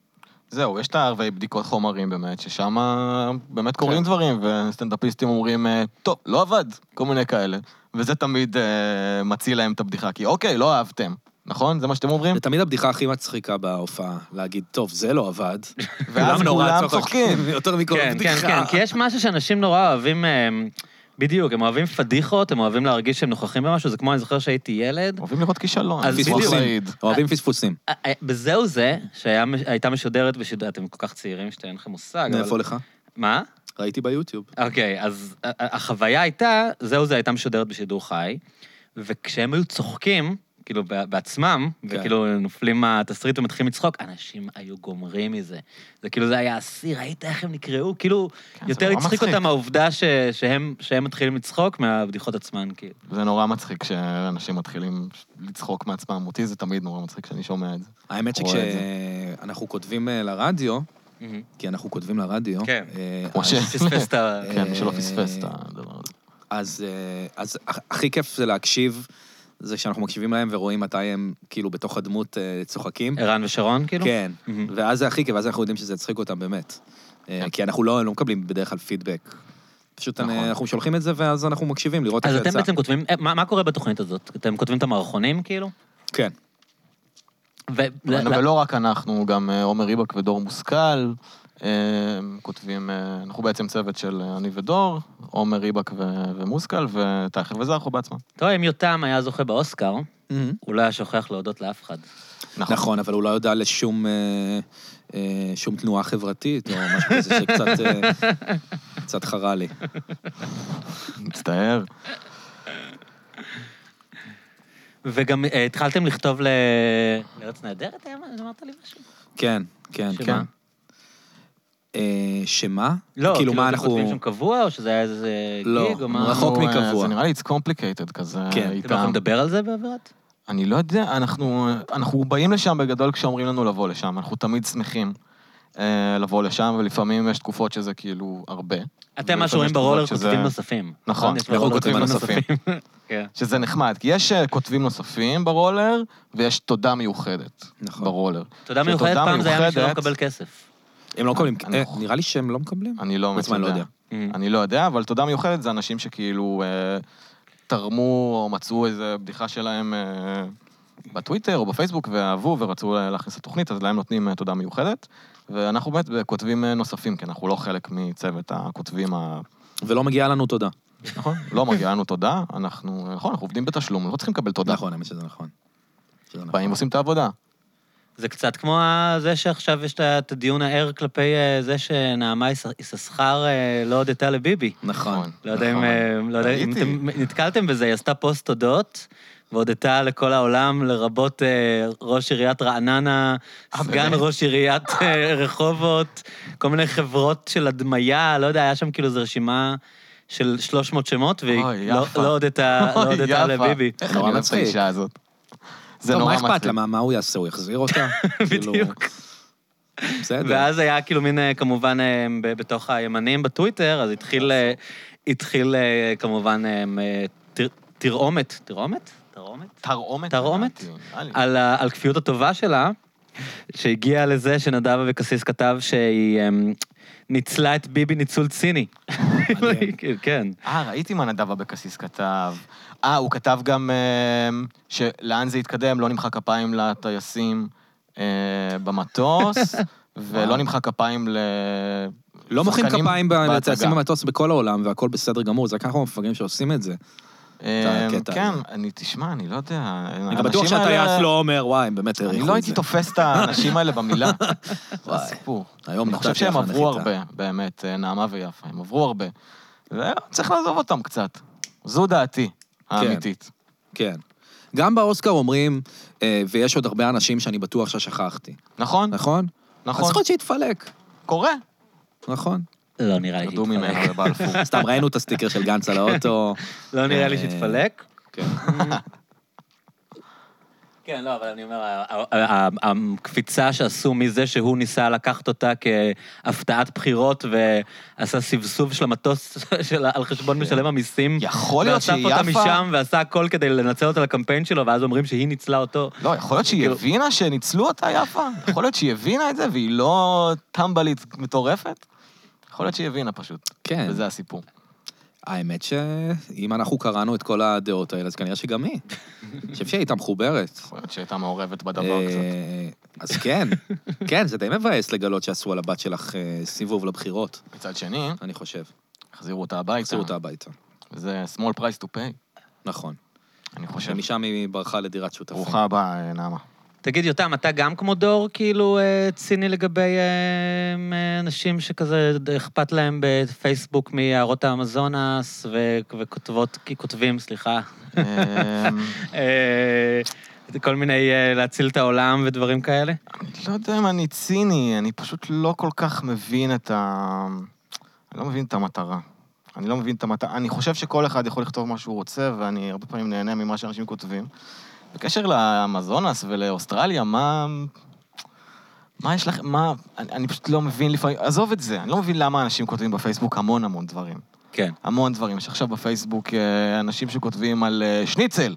Speaker 2: זהו, יש את הערבי בדיקות חומרים באמת, ששם אה, באמת קורים דברים, וסטנדאפיסטים אומרים, אה, טוב, לא עבד, כל מיני כאלה. וזה תמיד אה, מציל להם את הבדיחה, כי אוקיי, לא אהבתם, נכון? זה מה שאתם אומרים?
Speaker 3: זה תמיד הבדיחה הכי מצחיקה בהופעה, להגיד, טוב, זה לא עבד.
Speaker 2: ואז
Speaker 3: כולם נורא
Speaker 2: כולם
Speaker 3: צוחקים.
Speaker 2: צוחקים.
Speaker 3: יותר מכל
Speaker 1: כן,
Speaker 3: בדיחה.
Speaker 1: כן, כן, כי יש משהו שאנשים נורא אוהבים... הם, בדיוק, הם אוהבים פדיחות, הם אוהבים להרגיש שהם נוכחים במשהו, זה כמו אני זוכר שהייתי ילד.
Speaker 2: אוהבים לראות כישלון,
Speaker 1: אז
Speaker 2: פיסוח
Speaker 1: בדיוק.
Speaker 2: סעיד.
Speaker 3: אוהבים פספוסים.
Speaker 1: אה, אה, בזהו זה, שהייתה משודרת בשידור, אתם כל כך צעירים שאין לכם מושג, אבל...
Speaker 3: מאיפה לך?
Speaker 1: מה?
Speaker 3: ראיתי ביוטיוב.
Speaker 1: אוקיי, אז ה- ה- החוויה הייתה, זהו זה הייתה משודרת בשידור חי, וכשהם היו צוחקים, כאילו ב- בעצמם,
Speaker 3: כן.
Speaker 1: וכאילו נופלים מהתסריט ומתחילים לצחוק, אנשים היו גומרים מזה. זה כאילו, זה היה השיא, ראית איך הם נקראו? כאילו,
Speaker 2: כן, זה
Speaker 1: יותר
Speaker 2: נורא
Speaker 1: הצחיק
Speaker 2: מצחיק.
Speaker 1: אותם העובדה ש- שהם שהם מתחילים לצחוק מהבדיחות עצמן, כאילו.
Speaker 2: זה נורא מצחיק שאנשים מתחילים לצחוק מעצמם. אותי זה תמיד נורא מצחיק כשאני שומע את זה.
Speaker 3: האמת
Speaker 2: רואה את
Speaker 3: שכשאנחנו כותבים אה, לרדיו, כי אנחנו כותבים לרדיו,
Speaker 1: כן.
Speaker 3: אה,
Speaker 2: כמו
Speaker 3: אז-
Speaker 2: ש-
Speaker 1: פספס את ה...
Speaker 3: אה,
Speaker 2: כן, מי שלא פספס את הדבר הזה.
Speaker 3: אז, אה, אז הכ- הכי כיף זה להקשיב, זה שאנחנו מקשיבים להם ורואים מתי הם כאילו בתוך הדמות אה, צוחקים.
Speaker 1: ערן ושרון, כאילו?
Speaker 3: כן,
Speaker 1: מהמם.
Speaker 3: ואז זה הכי כיף, ואז אנחנו יודעים שזה יצחיק אותם באמת. אה, כי אנחנו לא לא מקבלים בדרך כלל פידבק. פשוט
Speaker 2: נכון.
Speaker 3: אני- אנחנו שולחים את זה ואז אנחנו מקשיבים לראות איך
Speaker 1: אז
Speaker 3: זה
Speaker 1: אתם
Speaker 3: יצא.
Speaker 1: בעצם כותבים, אה, מה מה קורה בתוכנית הזאת? אתם כותבים את המערכונים, כאילו?
Speaker 3: כן.
Speaker 1: ו-
Speaker 2: אבל ולא רק אנחנו, גם אה, עומר ריבק ודור מושכל אה, כותבים, אה, אנחנו בעצם צוות של אה, אני ודור, עומר ריבק ו- ומושכל, וטייכר וזרחו בעצמם.
Speaker 1: תראה, אם יותם היה זוכה באוסקר,
Speaker 3: מהמם.
Speaker 1: הוא לא היה שוכח להודות לאף אחד.
Speaker 3: נכון, אבל הוא לא יודע לשום אה, אה, שום תנועה חברתית, או משהו כזה שקצת אה, קצת חרה לי.
Speaker 2: מצטער.
Speaker 1: וגם אה, התחלתם לכתוב ל... לארץ נהדרת, היה מה? אמרת לי משהו?
Speaker 3: כן, כן,
Speaker 1: שמה?
Speaker 3: כן. אה, שמה?
Speaker 1: לא,
Speaker 3: כאילו, מה
Speaker 1: אתם כותבים
Speaker 3: אנחנו...
Speaker 1: שם קבוע, או שזה היה איזה
Speaker 3: לא,
Speaker 1: גיג, או מה?
Speaker 3: רחוק.
Speaker 2: אנחנו, אה,
Speaker 3: מקבוע.
Speaker 2: זה נראה לי it's complicated כזה
Speaker 3: כן, אתם
Speaker 1: אתם לא
Speaker 2: איתם.
Speaker 1: יכולים לדבר על זה בעבירת?
Speaker 2: אני לא יודע, אנחנו, אנחנו באים לשם בגדול כשאומרים לנו לבוא לשם, אנחנו תמיד שמחים אה, לבוא לשם, ולפעמים יש תקופות שזה כאילו הרבה.
Speaker 1: אתם, מה
Speaker 2: ולפעמים
Speaker 1: שרואים
Speaker 2: יש
Speaker 1: ברולר,
Speaker 2: תגובות שזה-
Speaker 1: כותבים נוספים.
Speaker 2: נכון,
Speaker 1: יש
Speaker 3: אנחנו
Speaker 1: ברולר
Speaker 3: כותבים
Speaker 1: כן.
Speaker 2: שזה נחמד, כי יש אה, כותבים נוספים ברולר, ויש תודה מיוחדת
Speaker 3: נכון.
Speaker 2: ברולר.
Speaker 1: תודה
Speaker 2: שתודה
Speaker 1: מיוחדת, פעם זה היה מישהו שלא
Speaker 2: מיוחדת-
Speaker 1: מקבל כסף.
Speaker 3: הם לא מקבלים...
Speaker 2: אני-
Speaker 3: אה, נראה לי שהם לא מקבלים.
Speaker 2: אני לא
Speaker 3: חוץ
Speaker 2: באמת
Speaker 3: מה, אני לא
Speaker 2: יודע.
Speaker 3: יודע.
Speaker 2: אני לא יודע, אבל תודה מיוחדת זה אנשים שכאילו אה, תרמו או מצאו איזו בדיחה שלהם אה, בטוויטר או בפייסבוק ואהבו ורצו אה, להכניס לתוכנית, אז להם נותנים אה, תודה מיוחדת. ואנחנו באמת כותבים אה, נוספים, כי אנחנו לא חלק מצוות הכותבים ה...
Speaker 3: ולא מגיעה לנו תודה.
Speaker 2: נכון? לא מגיעה לנו תודה, אנחנו, נכון, אנחנו עובדים בתשלום, לא צריכים לקבל תודה.
Speaker 3: נכון, האמת שזה נכון. שזה נכון.
Speaker 2: באים ועושים את העבודה.
Speaker 1: זה קצת כמו ה- זה שעכשיו יש את ה- את הדיון הער כלפי אה, זה שנעמה יס- יששכר אה, לא הודתה לביבי.
Speaker 3: נכון.
Speaker 2: נכון.
Speaker 1: לא יודע אם,
Speaker 2: נכון.
Speaker 1: אה, לא יודע אם
Speaker 2: ראיתי.
Speaker 1: אתם נתקלתם בזה, היא עשתה פוסט תודות, והודתה לכל העולם, לרבות אה, ראש עיריית רעננה,
Speaker 2: אה,
Speaker 1: סגן
Speaker 2: באמת?
Speaker 1: ראש עיריית אה, רחובות, כל מיני חברות של הדמיה, לא יודע, היה שם כאילו איזו רשימה של 300 שמות, והיא
Speaker 2: אוי,
Speaker 1: לא-
Speaker 2: יפה.
Speaker 1: לא הודתה
Speaker 3: אה,
Speaker 1: לא
Speaker 2: אוי,
Speaker 1: הודתה
Speaker 2: יפה.
Speaker 1: לביבי.
Speaker 2: איך
Speaker 3: זה
Speaker 2: אני
Speaker 3: נורא
Speaker 2: אוהב את
Speaker 3: מצחיק.
Speaker 2: האישה הזאת. זה
Speaker 3: טוב,
Speaker 2: נורא
Speaker 3: לא, מה
Speaker 2: מצחיק.
Speaker 3: אכפת לה? מה- מה הוא יעשה? הוא יחזיר אותה? כאילו,
Speaker 1: בדיוק.
Speaker 2: כן.
Speaker 3: בסדר.
Speaker 1: ואז היה כאילו מין, אה, כמובן, אה, ב- בתוך הימנים בטוויטר, אז התחיל, אה, התחיל אה, כמובן אה, אה, תר- תרעומת, תרעומת? תרעומת?
Speaker 2: תרעומת?
Speaker 1: תרעומת?
Speaker 2: נראה
Speaker 3: אה,
Speaker 2: לי.
Speaker 1: על, ה- על כפיות הטובה שלה, שהגיעה לזה שנדב אבקסיס כתב שהיא אמ, ניצלה את ביבי ניצול ציני.
Speaker 3: מעניין.
Speaker 1: כן.
Speaker 2: אה, ראיתי מה נדב אבקסיס כתב. אה, הוא כתב גם אה, שלאן זה התקדם, לא נמחא כפיים לטייסים אה, במטוס, ולא נמחא כפיים ל...
Speaker 3: לא מוחאים
Speaker 2: שחקנים
Speaker 3: כפיים בטייסים
Speaker 2: בהצגה.
Speaker 3: במטוס בכל העולם, והכל בסדר גמור, זה ככה המפגרים שעושים את זה.
Speaker 2: אה,
Speaker 3: הקטע
Speaker 2: כן,
Speaker 3: הזה.
Speaker 2: אני, תשמע, אני לא יודע.
Speaker 3: אני
Speaker 2: האנשים
Speaker 3: בטוח
Speaker 2: האלה-
Speaker 3: שהטייס לא אומר, וואי, הם באמת העריכו את זה.
Speaker 2: אני לא הייתי תופס את האנשים האלה במילה. זה
Speaker 3: וואי.
Speaker 2: הסיפור.
Speaker 3: היום
Speaker 2: אני חושב
Speaker 3: נתתי
Speaker 2: שהם
Speaker 3: לך
Speaker 2: עברו
Speaker 3: נחיתה.
Speaker 2: הרבה, באמת, אה, נעמה ויפה, הם עברו הרבה. וצריך לעזוב אותם קצת. זו דעתי האמיתית.
Speaker 3: כן. גם באוסקר אומרים, אה, ויש עוד הרבה אנשים שאני בטוח ששכחתי,
Speaker 2: נכון?
Speaker 3: נכון? אז
Speaker 2: נכון.
Speaker 3: יכול להיות שיתפלק,
Speaker 2: קורה.
Speaker 3: נכון?
Speaker 1: לא נראה לי
Speaker 2: ירדו ממנו
Speaker 1: שהתפלק.
Speaker 2: בבלפור.
Speaker 3: סתם ראינו את הסטיקר של גנץ על האוטו.
Speaker 1: לא נראה לי
Speaker 3: אה,
Speaker 1: שהתפלק.
Speaker 3: כן.
Speaker 1: כן, לא, אבל אני אומר, ה- ה- ה- הקפיצה שעשו מזה שהוא ניסה לקחת אותה כהפתעת בחירות ועשה סבסוב של המטוס של- על חשבון משלם המיסים.
Speaker 2: יכול להיות
Speaker 1: ואסף אותה
Speaker 2: שיפה...
Speaker 1: משם ועשה הכל כדי לנצל אותה לקמפיין שלו, ואז אומרים שהיא ניצלה אותו.
Speaker 2: לא, יכול להיות שהיא
Speaker 1: כאילו-
Speaker 2: הבינה שניצלו אותה, יפה? יכול להיות שהיא הבינה את זה והיא לא טמבלית מטורפת? יכול להיות שהיא הבינה פשוט,
Speaker 3: כן.
Speaker 2: וזה הסיפור.
Speaker 3: האמת שאם אנחנו קראנו את כל הדעות האלה, אז כנראה שגם היא. אני חושב שהיא הייתה מחוברת.
Speaker 2: יכול להיות שהיא הייתה מעורבת בדבר קצת.
Speaker 3: אה, אז כן, כן, זה די מבאס לגלות שעשו על הבת שלך אה, סיבוב לבחירות,
Speaker 2: מצד שני,
Speaker 3: אני חושב.
Speaker 2: כן. החזירו אותה הביתה.
Speaker 3: החזירו אותה הביתה.
Speaker 2: זה small price to pay,
Speaker 3: נכון.
Speaker 2: אני חושב.
Speaker 3: שמשם היא ברחה לדירת שותפים.
Speaker 2: כן. ברוכה הבאה, נעמה.
Speaker 1: תגיד, יותם, אתה גם כמו דור, כאילו, אה, ציני לגבי אה, אה, אנשים שכזה ד- אכפת להם בפייסבוק מיערות האמזונס, ו- וכותבות, כי- כותבים, סליחה,
Speaker 2: אמ,
Speaker 1: אה, כל מיני אה, להציל את העולם ודברים כאלה?
Speaker 2: אני לא יודע אם אני ציני, אני פשוט לא כל כך מבין את ה... אני לא מבין את המטרה. אני לא מבין את המטרה. אני חושב שכל אחד יכול לכתוב מה שהוא רוצה, ואני הרבה פעמים נהנה ממה שאנשים כותבים. בקשר לאמזונס ולאוסטרליה, מה... מה יש לכם? מה... אני, אני פשוט לא מבין לפעמים... עזוב את זה, אני לא מבין למה אנשים כותבים בפייסבוק המון המון דברים.
Speaker 1: כן.
Speaker 2: המון דברים. יש עכשיו בפייסבוק אה, אנשים שכותבים על אה, שניצל.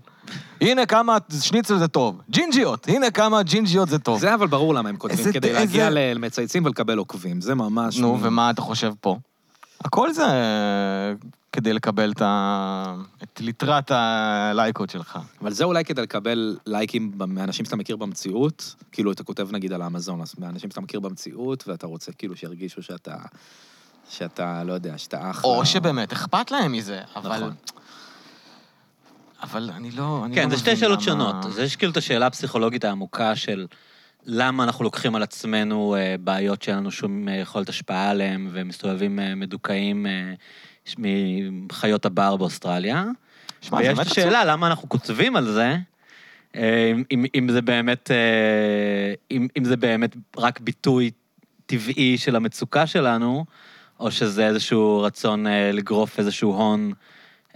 Speaker 2: הנה כמה שניצל זה טוב. ג'ינג'יות, הנה כמה ג'ינג'יות זה טוב.
Speaker 3: זה אבל ברור למה הם כותבים,
Speaker 2: איזה-
Speaker 3: כדי להגיע
Speaker 2: איזה-
Speaker 3: ל- למצייצים ולקבל עוקבים, זה ממש...
Speaker 2: נו, ומה אתה חושב פה? הכל זה אה, כדי לקבל את ה... את ליטרת הלייקות שלך.
Speaker 3: אבל זה אולי כדי לקבל לייקים ב- מאנשים שאתה מכיר במציאות, כאילו אתה כותב נגיד על האמזון, אז מאנשים שאתה מכיר במציאות, ואתה רוצה כאילו שירגישו שאתה, שאתה, לא יודע, שאתה אחלה.
Speaker 2: או שבאמת אכפת להם מזה, אבל...
Speaker 3: נכון.
Speaker 2: אבל אני לא... אני
Speaker 1: כן,
Speaker 2: לא
Speaker 1: זה שתי
Speaker 2: מבין
Speaker 1: שאלות
Speaker 2: למה-
Speaker 1: שונות. אז יש כאילו את השאלה הפסיכולוגית העמוקה של למה אנחנו לוקחים על עצמנו אה, בעיות שאין לנו שום אה, יכולת השפעה עליהן, ומסתובבים אה, מדוכאים אה, ש- מחיות הבר באוסטרליה.
Speaker 2: שמע, זה
Speaker 1: ויש
Speaker 2: באמת
Speaker 1: את
Speaker 2: עצוב.
Speaker 1: השאלה למה אנחנו כותבים על זה, אה, אם- אם- אם זה באמת, אה, אם אם זה באמת רק ביטוי טבעי של המצוקה שלנו, או שזה איזשהו רצון אה, לגרוף איזשהו הון,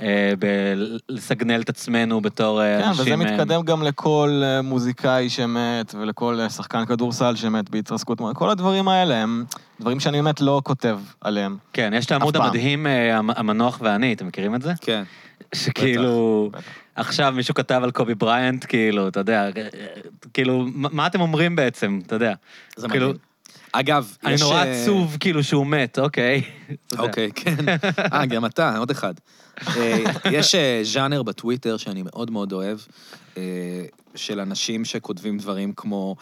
Speaker 1: אה, ב- לסגנל את עצמנו בתור אה,
Speaker 2: כן,
Speaker 1: אנשים...
Speaker 2: וזה
Speaker 1: אה,
Speaker 2: מתקדם גם לכל אה, מוזיקאי שמת, ולכל אה, שחקן כדורסל שמת בהתרסקות. כל הדברים האלה הם דברים שאני באמת לא כותב עליהם.
Speaker 1: כן, יש את העמוד
Speaker 2: אף פעם.
Speaker 1: המדהים, אה, המ- המנוח ואני, אתם מכירים את זה?
Speaker 3: כן.
Speaker 1: שכאילו,
Speaker 2: בטח.
Speaker 1: עכשיו מישהו כתב על קובי בריינט, כאילו, אתה יודע, אה, כאילו, מה מה אתם אומרים בעצם, אתה יודע?
Speaker 3: זה
Speaker 1: כאילו,
Speaker 3: מדהים. אגב,
Speaker 1: אני
Speaker 3: יש,
Speaker 1: נורא
Speaker 3: אה,
Speaker 1: עצוב, כאילו, שהוא מת, אוקיי. אתה יודע.
Speaker 3: אוקיי, כן. אה, גם אתה, עוד אחד. אה, יש אה, ז'אנר בטוויטר שאני מאוד מאוד אוהב, אה, של אנשים שכותבים דברים כמו,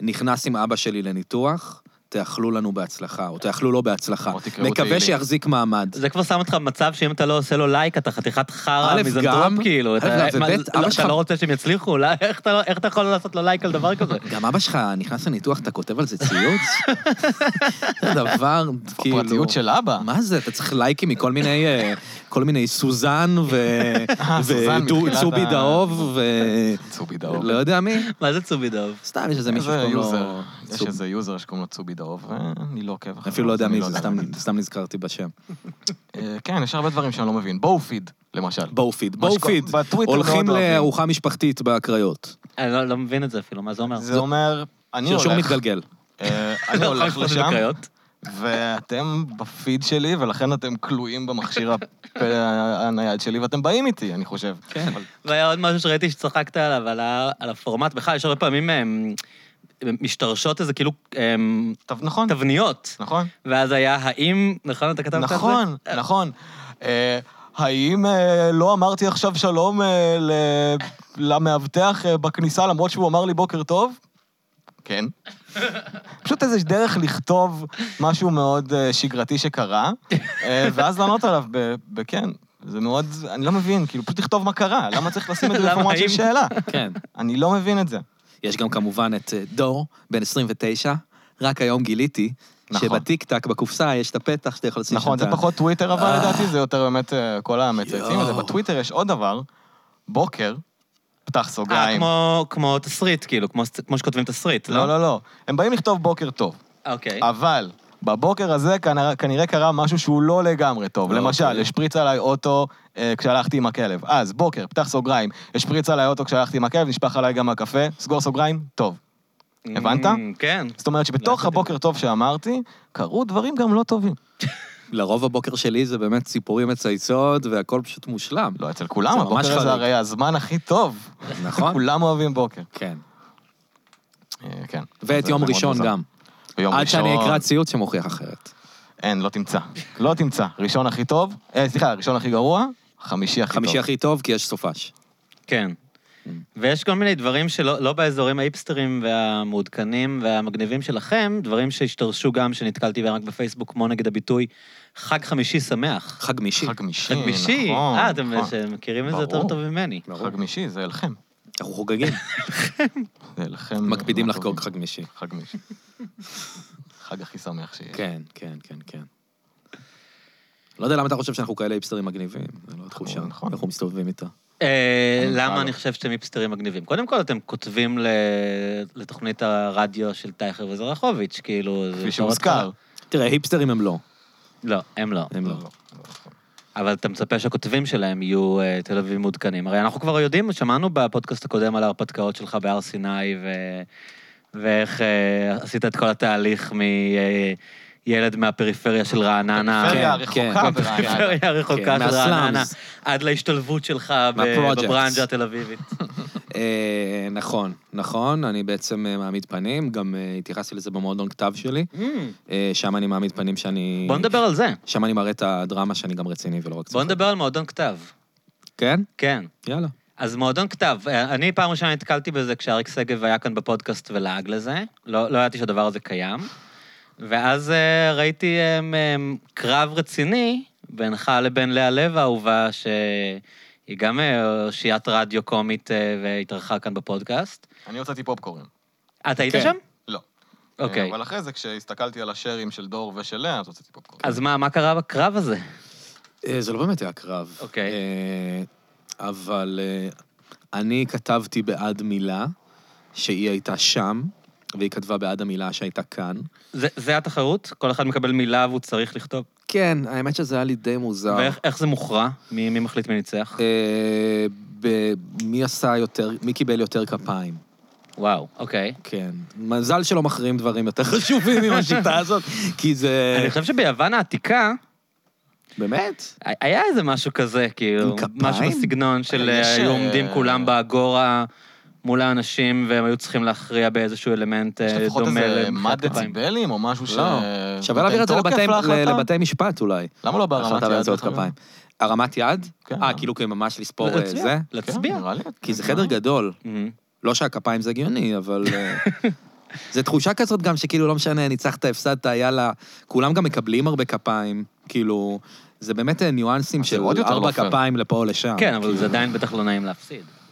Speaker 3: נכנס עם אבא שלי לניתוח, תאכלו לנו בהצלחה, או תאכלו לו בהצלחה.
Speaker 2: או תקראו
Speaker 3: מקווה
Speaker 2: תהילים.
Speaker 3: שיחזיק מעמד.
Speaker 1: זה כבר שם אותך במצב שאם אתה לא עושה לו לייק, אתה חתיכת חרא
Speaker 3: א',
Speaker 1: מזנדרופ,
Speaker 3: גם,
Speaker 1: כאילו.
Speaker 3: א',
Speaker 1: אתה-
Speaker 3: גם,
Speaker 1: מה,
Speaker 3: וב',
Speaker 1: אתה
Speaker 3: אבא
Speaker 1: לא-
Speaker 3: שלך-
Speaker 1: אתה לא רוצה שהם יצליחו, לא? איך אתה לא- איך אתה יכול לעשות לו לייק על דבר כזה?
Speaker 3: גם אבא שלך נכנס לניתוח, אתה כותב על זה ציוץ? זה דבר, כאילו...
Speaker 2: הפרטיות של אבא.
Speaker 3: מה זה? אתה צריך לייקים מכל מיני, אה, כל מיני סוזן ו-
Speaker 2: אה, סוזן מתחילת
Speaker 3: וצובי
Speaker 2: ה-
Speaker 3: דהוב ו...
Speaker 2: צובי דהוב.
Speaker 3: לא יודע מי.
Speaker 1: מה זה צובי דוב?
Speaker 3: סתם, יש איזה מישהו
Speaker 2: איזה
Speaker 3: שקוראים
Speaker 2: יוזר,
Speaker 3: לו...
Speaker 2: יש
Speaker 3: צוב.
Speaker 2: איזה יוזר שקוראים לו צובי דהוב, ואני לא עוקב
Speaker 3: אני
Speaker 2: אחריו.
Speaker 3: אפילו לא יודע
Speaker 2: אני
Speaker 3: מי זה, סתם-
Speaker 2: להגיד.
Speaker 3: סתם נזכרתי בשם.
Speaker 2: אה, כן, יש הרבה דברים שאני לא מבין. בואופיד, למשל.
Speaker 3: בואופיד.
Speaker 2: מה שקורה-
Speaker 3: בואופיד.
Speaker 2: בטוויטר מאוד
Speaker 3: הולכים
Speaker 2: אוהבים.
Speaker 3: לארוחה משפחתית בקריות.
Speaker 1: אני לא- לא מבין את זה אפילו, מה זה אומר?
Speaker 2: זה אומר, אני הולך...
Speaker 3: שרשור מתגלגל. נכון,
Speaker 2: אה, אני
Speaker 1: לא יכול
Speaker 2: הולך
Speaker 1: לקפוץ
Speaker 2: לשם,
Speaker 1: בקריות.
Speaker 2: ואתם בפיד שלי, ולכן אתם כלואים במכשיר הפ- הנייד שלי, ואתם באים איתי, אני חושב.
Speaker 3: כן.
Speaker 2: אבל
Speaker 1: והיה עוד משהו שראיתי שצחקת עליו, על ה- על הפורמט. בכלל, יש הרבה פעמים אמ, משתרשות איזה כאילו אמ,
Speaker 2: טוב, נכון,
Speaker 1: תבניות.
Speaker 2: נכון.
Speaker 1: ואז היה האם, נכון? אתה כתבת את זה?
Speaker 2: נכון, נכון. אה, האם אה, לא אמרתי עכשיו שלום אה, ל- למאבטח אה, בכניסה למרות שהוא אמר לי בוקר טוב? כן. פשוט איזו דרך לכתוב משהו מאוד אה, שגרתי שקרה, אה, ואז לענות עליו ב- בכן. זה מאוד, אני לא מבין, כאילו, פשוט לכתוב מה קרה, למה צריך לשים את זה
Speaker 1: למה,
Speaker 2: בפורמט של
Speaker 1: האם-
Speaker 2: שאלה?
Speaker 3: כן.
Speaker 2: אני לא מבין את זה.
Speaker 3: יש גם כמובן את אה, דור, בן 29, רק היום גיליתי
Speaker 2: נכון.
Speaker 3: שבטיקטק, בקופסה, יש את הפתח שאתה יכול לשים
Speaker 2: נכון,
Speaker 3: שם
Speaker 2: זה
Speaker 3: את ה-
Speaker 2: פחות טוויטר, אבל
Speaker 3: אה.
Speaker 2: לדעתי זה יותר באמת אה, כל המצייצים הזה.
Speaker 3: יואו.
Speaker 2: בטוויטר יש עוד דבר, בוקר, פתח
Speaker 1: אה,
Speaker 2: סוגריים.
Speaker 1: כמו- כמו תסריט, כאילו, כמו ס- כמו שכותבים תסריט, לא?
Speaker 2: לא, אה, לא, לא. הם באים לכתוב בוקר טוב,
Speaker 1: אוקיי.
Speaker 2: אבל בבוקר הזה כנראה- כנראה קרה משהו שהוא לא לגמרי טוב.
Speaker 3: לא,
Speaker 2: למשל,
Speaker 3: אוקיי.
Speaker 2: השפריץ עליי אוטו אה, כשהלכתי עם הכלב. אז, בוקר, פתח סוגריים, השפריץ עליי אוטו כשהלכתי עם הכלב, נשפך עליי גם הקפה, סגור סוגריים, טוב.
Speaker 3: Mm.
Speaker 2: הבנת?
Speaker 1: אמ, כן.
Speaker 2: זאת אומרת שבתוך
Speaker 1: לא,
Speaker 2: הבוקר טוב שאמרתי, קרו דברים גם לא טובים.
Speaker 3: לרוב הבוקר שלי זה באמת ציפורים מצייצות, והכל פשוט מושלם.
Speaker 2: לא אצל
Speaker 3: זה
Speaker 2: כולם,
Speaker 3: ממש
Speaker 2: הבוקר
Speaker 3: חריג.
Speaker 2: הזה הרי הזמן הכי טוב.
Speaker 3: נכון?
Speaker 2: כולם אוהבים בוקר.
Speaker 3: כן.
Speaker 2: אה, כן.
Speaker 3: ואת
Speaker 2: זה-
Speaker 3: יום
Speaker 2: זה מאוד
Speaker 3: ראשון
Speaker 2: מוזר.
Speaker 3: גם.
Speaker 2: יום
Speaker 3: עד שאני
Speaker 2: ראשון.
Speaker 3: אקרא ציוץ שמוכיח אחרת.
Speaker 2: אין, לא תמצא. לא תמצא. ראשון הכי טוב, אה, סליחה, ראשון הכי גרוע, חמישי הכי טוב.
Speaker 3: חמישי הכי טוב, כי יש סופש.
Speaker 1: כן. ויש כל מיני דברים שלא לא באזורים האיפסטרים והמעודכנים והמגניבים שלכם, דברים שהשתרשו גם, שנתקלתי בהם רק בפייסבוק, כמו נגד הביטוי חג חמישי שמח.
Speaker 3: חג מישי.
Speaker 2: חג מישי,
Speaker 1: חג מישי?
Speaker 2: נכון.
Speaker 1: אה, אתם
Speaker 2: נכון.
Speaker 1: מכירים את זה יותר
Speaker 2: ברור.
Speaker 1: טוב ממני.
Speaker 3: ברור.
Speaker 2: חג מישי זה אלחם.
Speaker 3: אנחנו חוגגים.
Speaker 2: זה אלחם.
Speaker 3: מקפידים
Speaker 2: מאוד
Speaker 3: לחגוג
Speaker 2: טוב.
Speaker 3: חג מישי.
Speaker 2: חג מישי. חג הכי שמח שיש.
Speaker 3: כן, כן, כן, כן. לא יודע למה אתה חושב שאנחנו כאלה היפסטרים מגניבים. זה לא התחושה.
Speaker 2: נכון.
Speaker 3: אנחנו מסתובבים איתה.
Speaker 1: אה,
Speaker 2: אני בכלל
Speaker 1: למה
Speaker 2: לא.
Speaker 1: אני חושב שאתם היפסטרים מגניבים? קודם כל, אתם כותבים ל- לתוכנית הרדיו של טייכר וזרחוביץ', כאילו... זה
Speaker 2: כפי
Speaker 1: בתור
Speaker 2: שהוזכר.
Speaker 1: התחלה.
Speaker 3: תראה, היפסטרים הם לא.
Speaker 1: לא, הם לא.
Speaker 3: הם לא.
Speaker 1: אבל אתה מצפה שהכותבים שלהם יהיו אה, תל אביב מעודכנים. הרי אנחנו כבר יודעים, שמענו בפודקאסט הקודם על ההרפתקאות שלך בהר סיני, ו... ואיך אה, עשית את כל התהליך מילד מהפריפריה של רעננה.
Speaker 2: הפריפריה
Speaker 3: כן,
Speaker 2: הרחוקה
Speaker 3: כן.
Speaker 2: ברעננה.
Speaker 1: הפריפריה הרחוקה
Speaker 3: כן,
Speaker 1: של רעננה,
Speaker 3: מהסלאמס.
Speaker 1: עד להשתלבות שלך ב-
Speaker 3: מהפרוג'קטס.
Speaker 1: בברנז'ה התל אביבית.
Speaker 3: אה, נכון, נכון, אני בעצם אה, מעמיד פנים, גם אה, התייחסתי לזה במועדון כתב שלי. אה, שם אני מעמיד פנים שאני...
Speaker 1: בוא נדבר על זה.
Speaker 3: שם אני מראה את הדרמה שאני גם רציני ולא רק
Speaker 1: בוא
Speaker 3: צוחק.
Speaker 1: נדבר על מועדון כתב.
Speaker 3: כן?
Speaker 1: כן.
Speaker 3: יאללה.
Speaker 1: אז מועדון כתב, אה, אני פעם ראשונה נתקלתי בזה כשאריק שגב היה כאן בפודקאסט ולעג לזה. לא לא ידעתי שהדבר הזה קיים. ואז אה, ראיתי אה, אה, קרב רציני בינך לבין לאה לב האהובה, שהיא גם אה, אושיית רדיו קומית אה, והתארחה כאן בפודקאסט.
Speaker 2: אני הוצאתי פופקורן.
Speaker 1: אה, אתה היית
Speaker 3: כן.
Speaker 1: שם?
Speaker 2: לא.
Speaker 1: אוקיי.
Speaker 2: אבל אחרי זה, כשהסתכלתי על השרים של דור ושל לאה, אז הוצאתי פופקורן.
Speaker 1: אז מה מה קרה בקרב הזה?
Speaker 3: אה, זה לא באמת היה קרב.
Speaker 1: אוקיי.
Speaker 3: אה, אבל אה, אני כתבתי בעד מילה שהיא הייתה שם, והיא כתבה בעד המילה שהייתה כאן.
Speaker 1: זה- זה התחרות? כל אחד מקבל מילה והוא צריך לכתוב?
Speaker 3: כן, האמת שזה היה לי די מוזר.
Speaker 1: ואיך איך זה מוכרע? מי מי מחליט מי ניצח?
Speaker 3: לא. אה, ב- מי עשה יותר, מי קיבל יותר כפיים.
Speaker 1: וואו, אוקיי.
Speaker 3: כן. מזל שלא מכריעים דברים יותר חשובים עם השיטה הזאת, כי זה...
Speaker 1: אני חושב שביוון העתיקה,
Speaker 3: באמת?
Speaker 1: היה איזה משהו כזה, כאילו,
Speaker 3: עם כפיים?
Speaker 1: משהו בסגנון של
Speaker 2: יש,
Speaker 1: אה, היו
Speaker 2: אה,
Speaker 1: עומדים כולם באגורה מול האנשים, והם היו צריכים להכריע באיזשהו אלמנט אה,
Speaker 2: יש
Speaker 1: דומה
Speaker 2: לפחות איזה
Speaker 1: למחיאות
Speaker 2: מד
Speaker 1: כפיים.
Speaker 2: דציבלים או משהו ש...
Speaker 3: לא. שווה להעביר את זה
Speaker 2: נותן כן. תוקף
Speaker 3: לבתי-
Speaker 2: להחלטה?
Speaker 3: לבתי משפט אולי.
Speaker 2: למה לא בהרמת
Speaker 3: החלטה
Speaker 2: יד?
Speaker 3: באמצעות
Speaker 2: דרך אגב?
Speaker 3: כפיים. הרמת יד?
Speaker 2: כן.
Speaker 3: אה, כאילו כאילו ממש לספור אה,
Speaker 1: להצביע,
Speaker 3: זה?
Speaker 2: כן,
Speaker 1: להצביע.
Speaker 2: נראה לי.
Speaker 3: כי זה חדר גדול.
Speaker 1: מהמם.
Speaker 3: לא שהכפיים זה הגיוני, אבל... אה, זה תחושה כזאת גם שכאילו לא משנה, ניצחת, הפסדת, יאללה. כולם גם מקבלים הרבה כפיים, כאילו... זה באמת אה, ניואנסים
Speaker 2: אז זה
Speaker 3: של
Speaker 2: עוד יותר
Speaker 3: ארבע
Speaker 2: לא פייר.
Speaker 3: כפיים לפה או לשם.
Speaker 1: כן, אבל זה עדיין בטח לא נעים להפסיד.
Speaker 3: כאילו.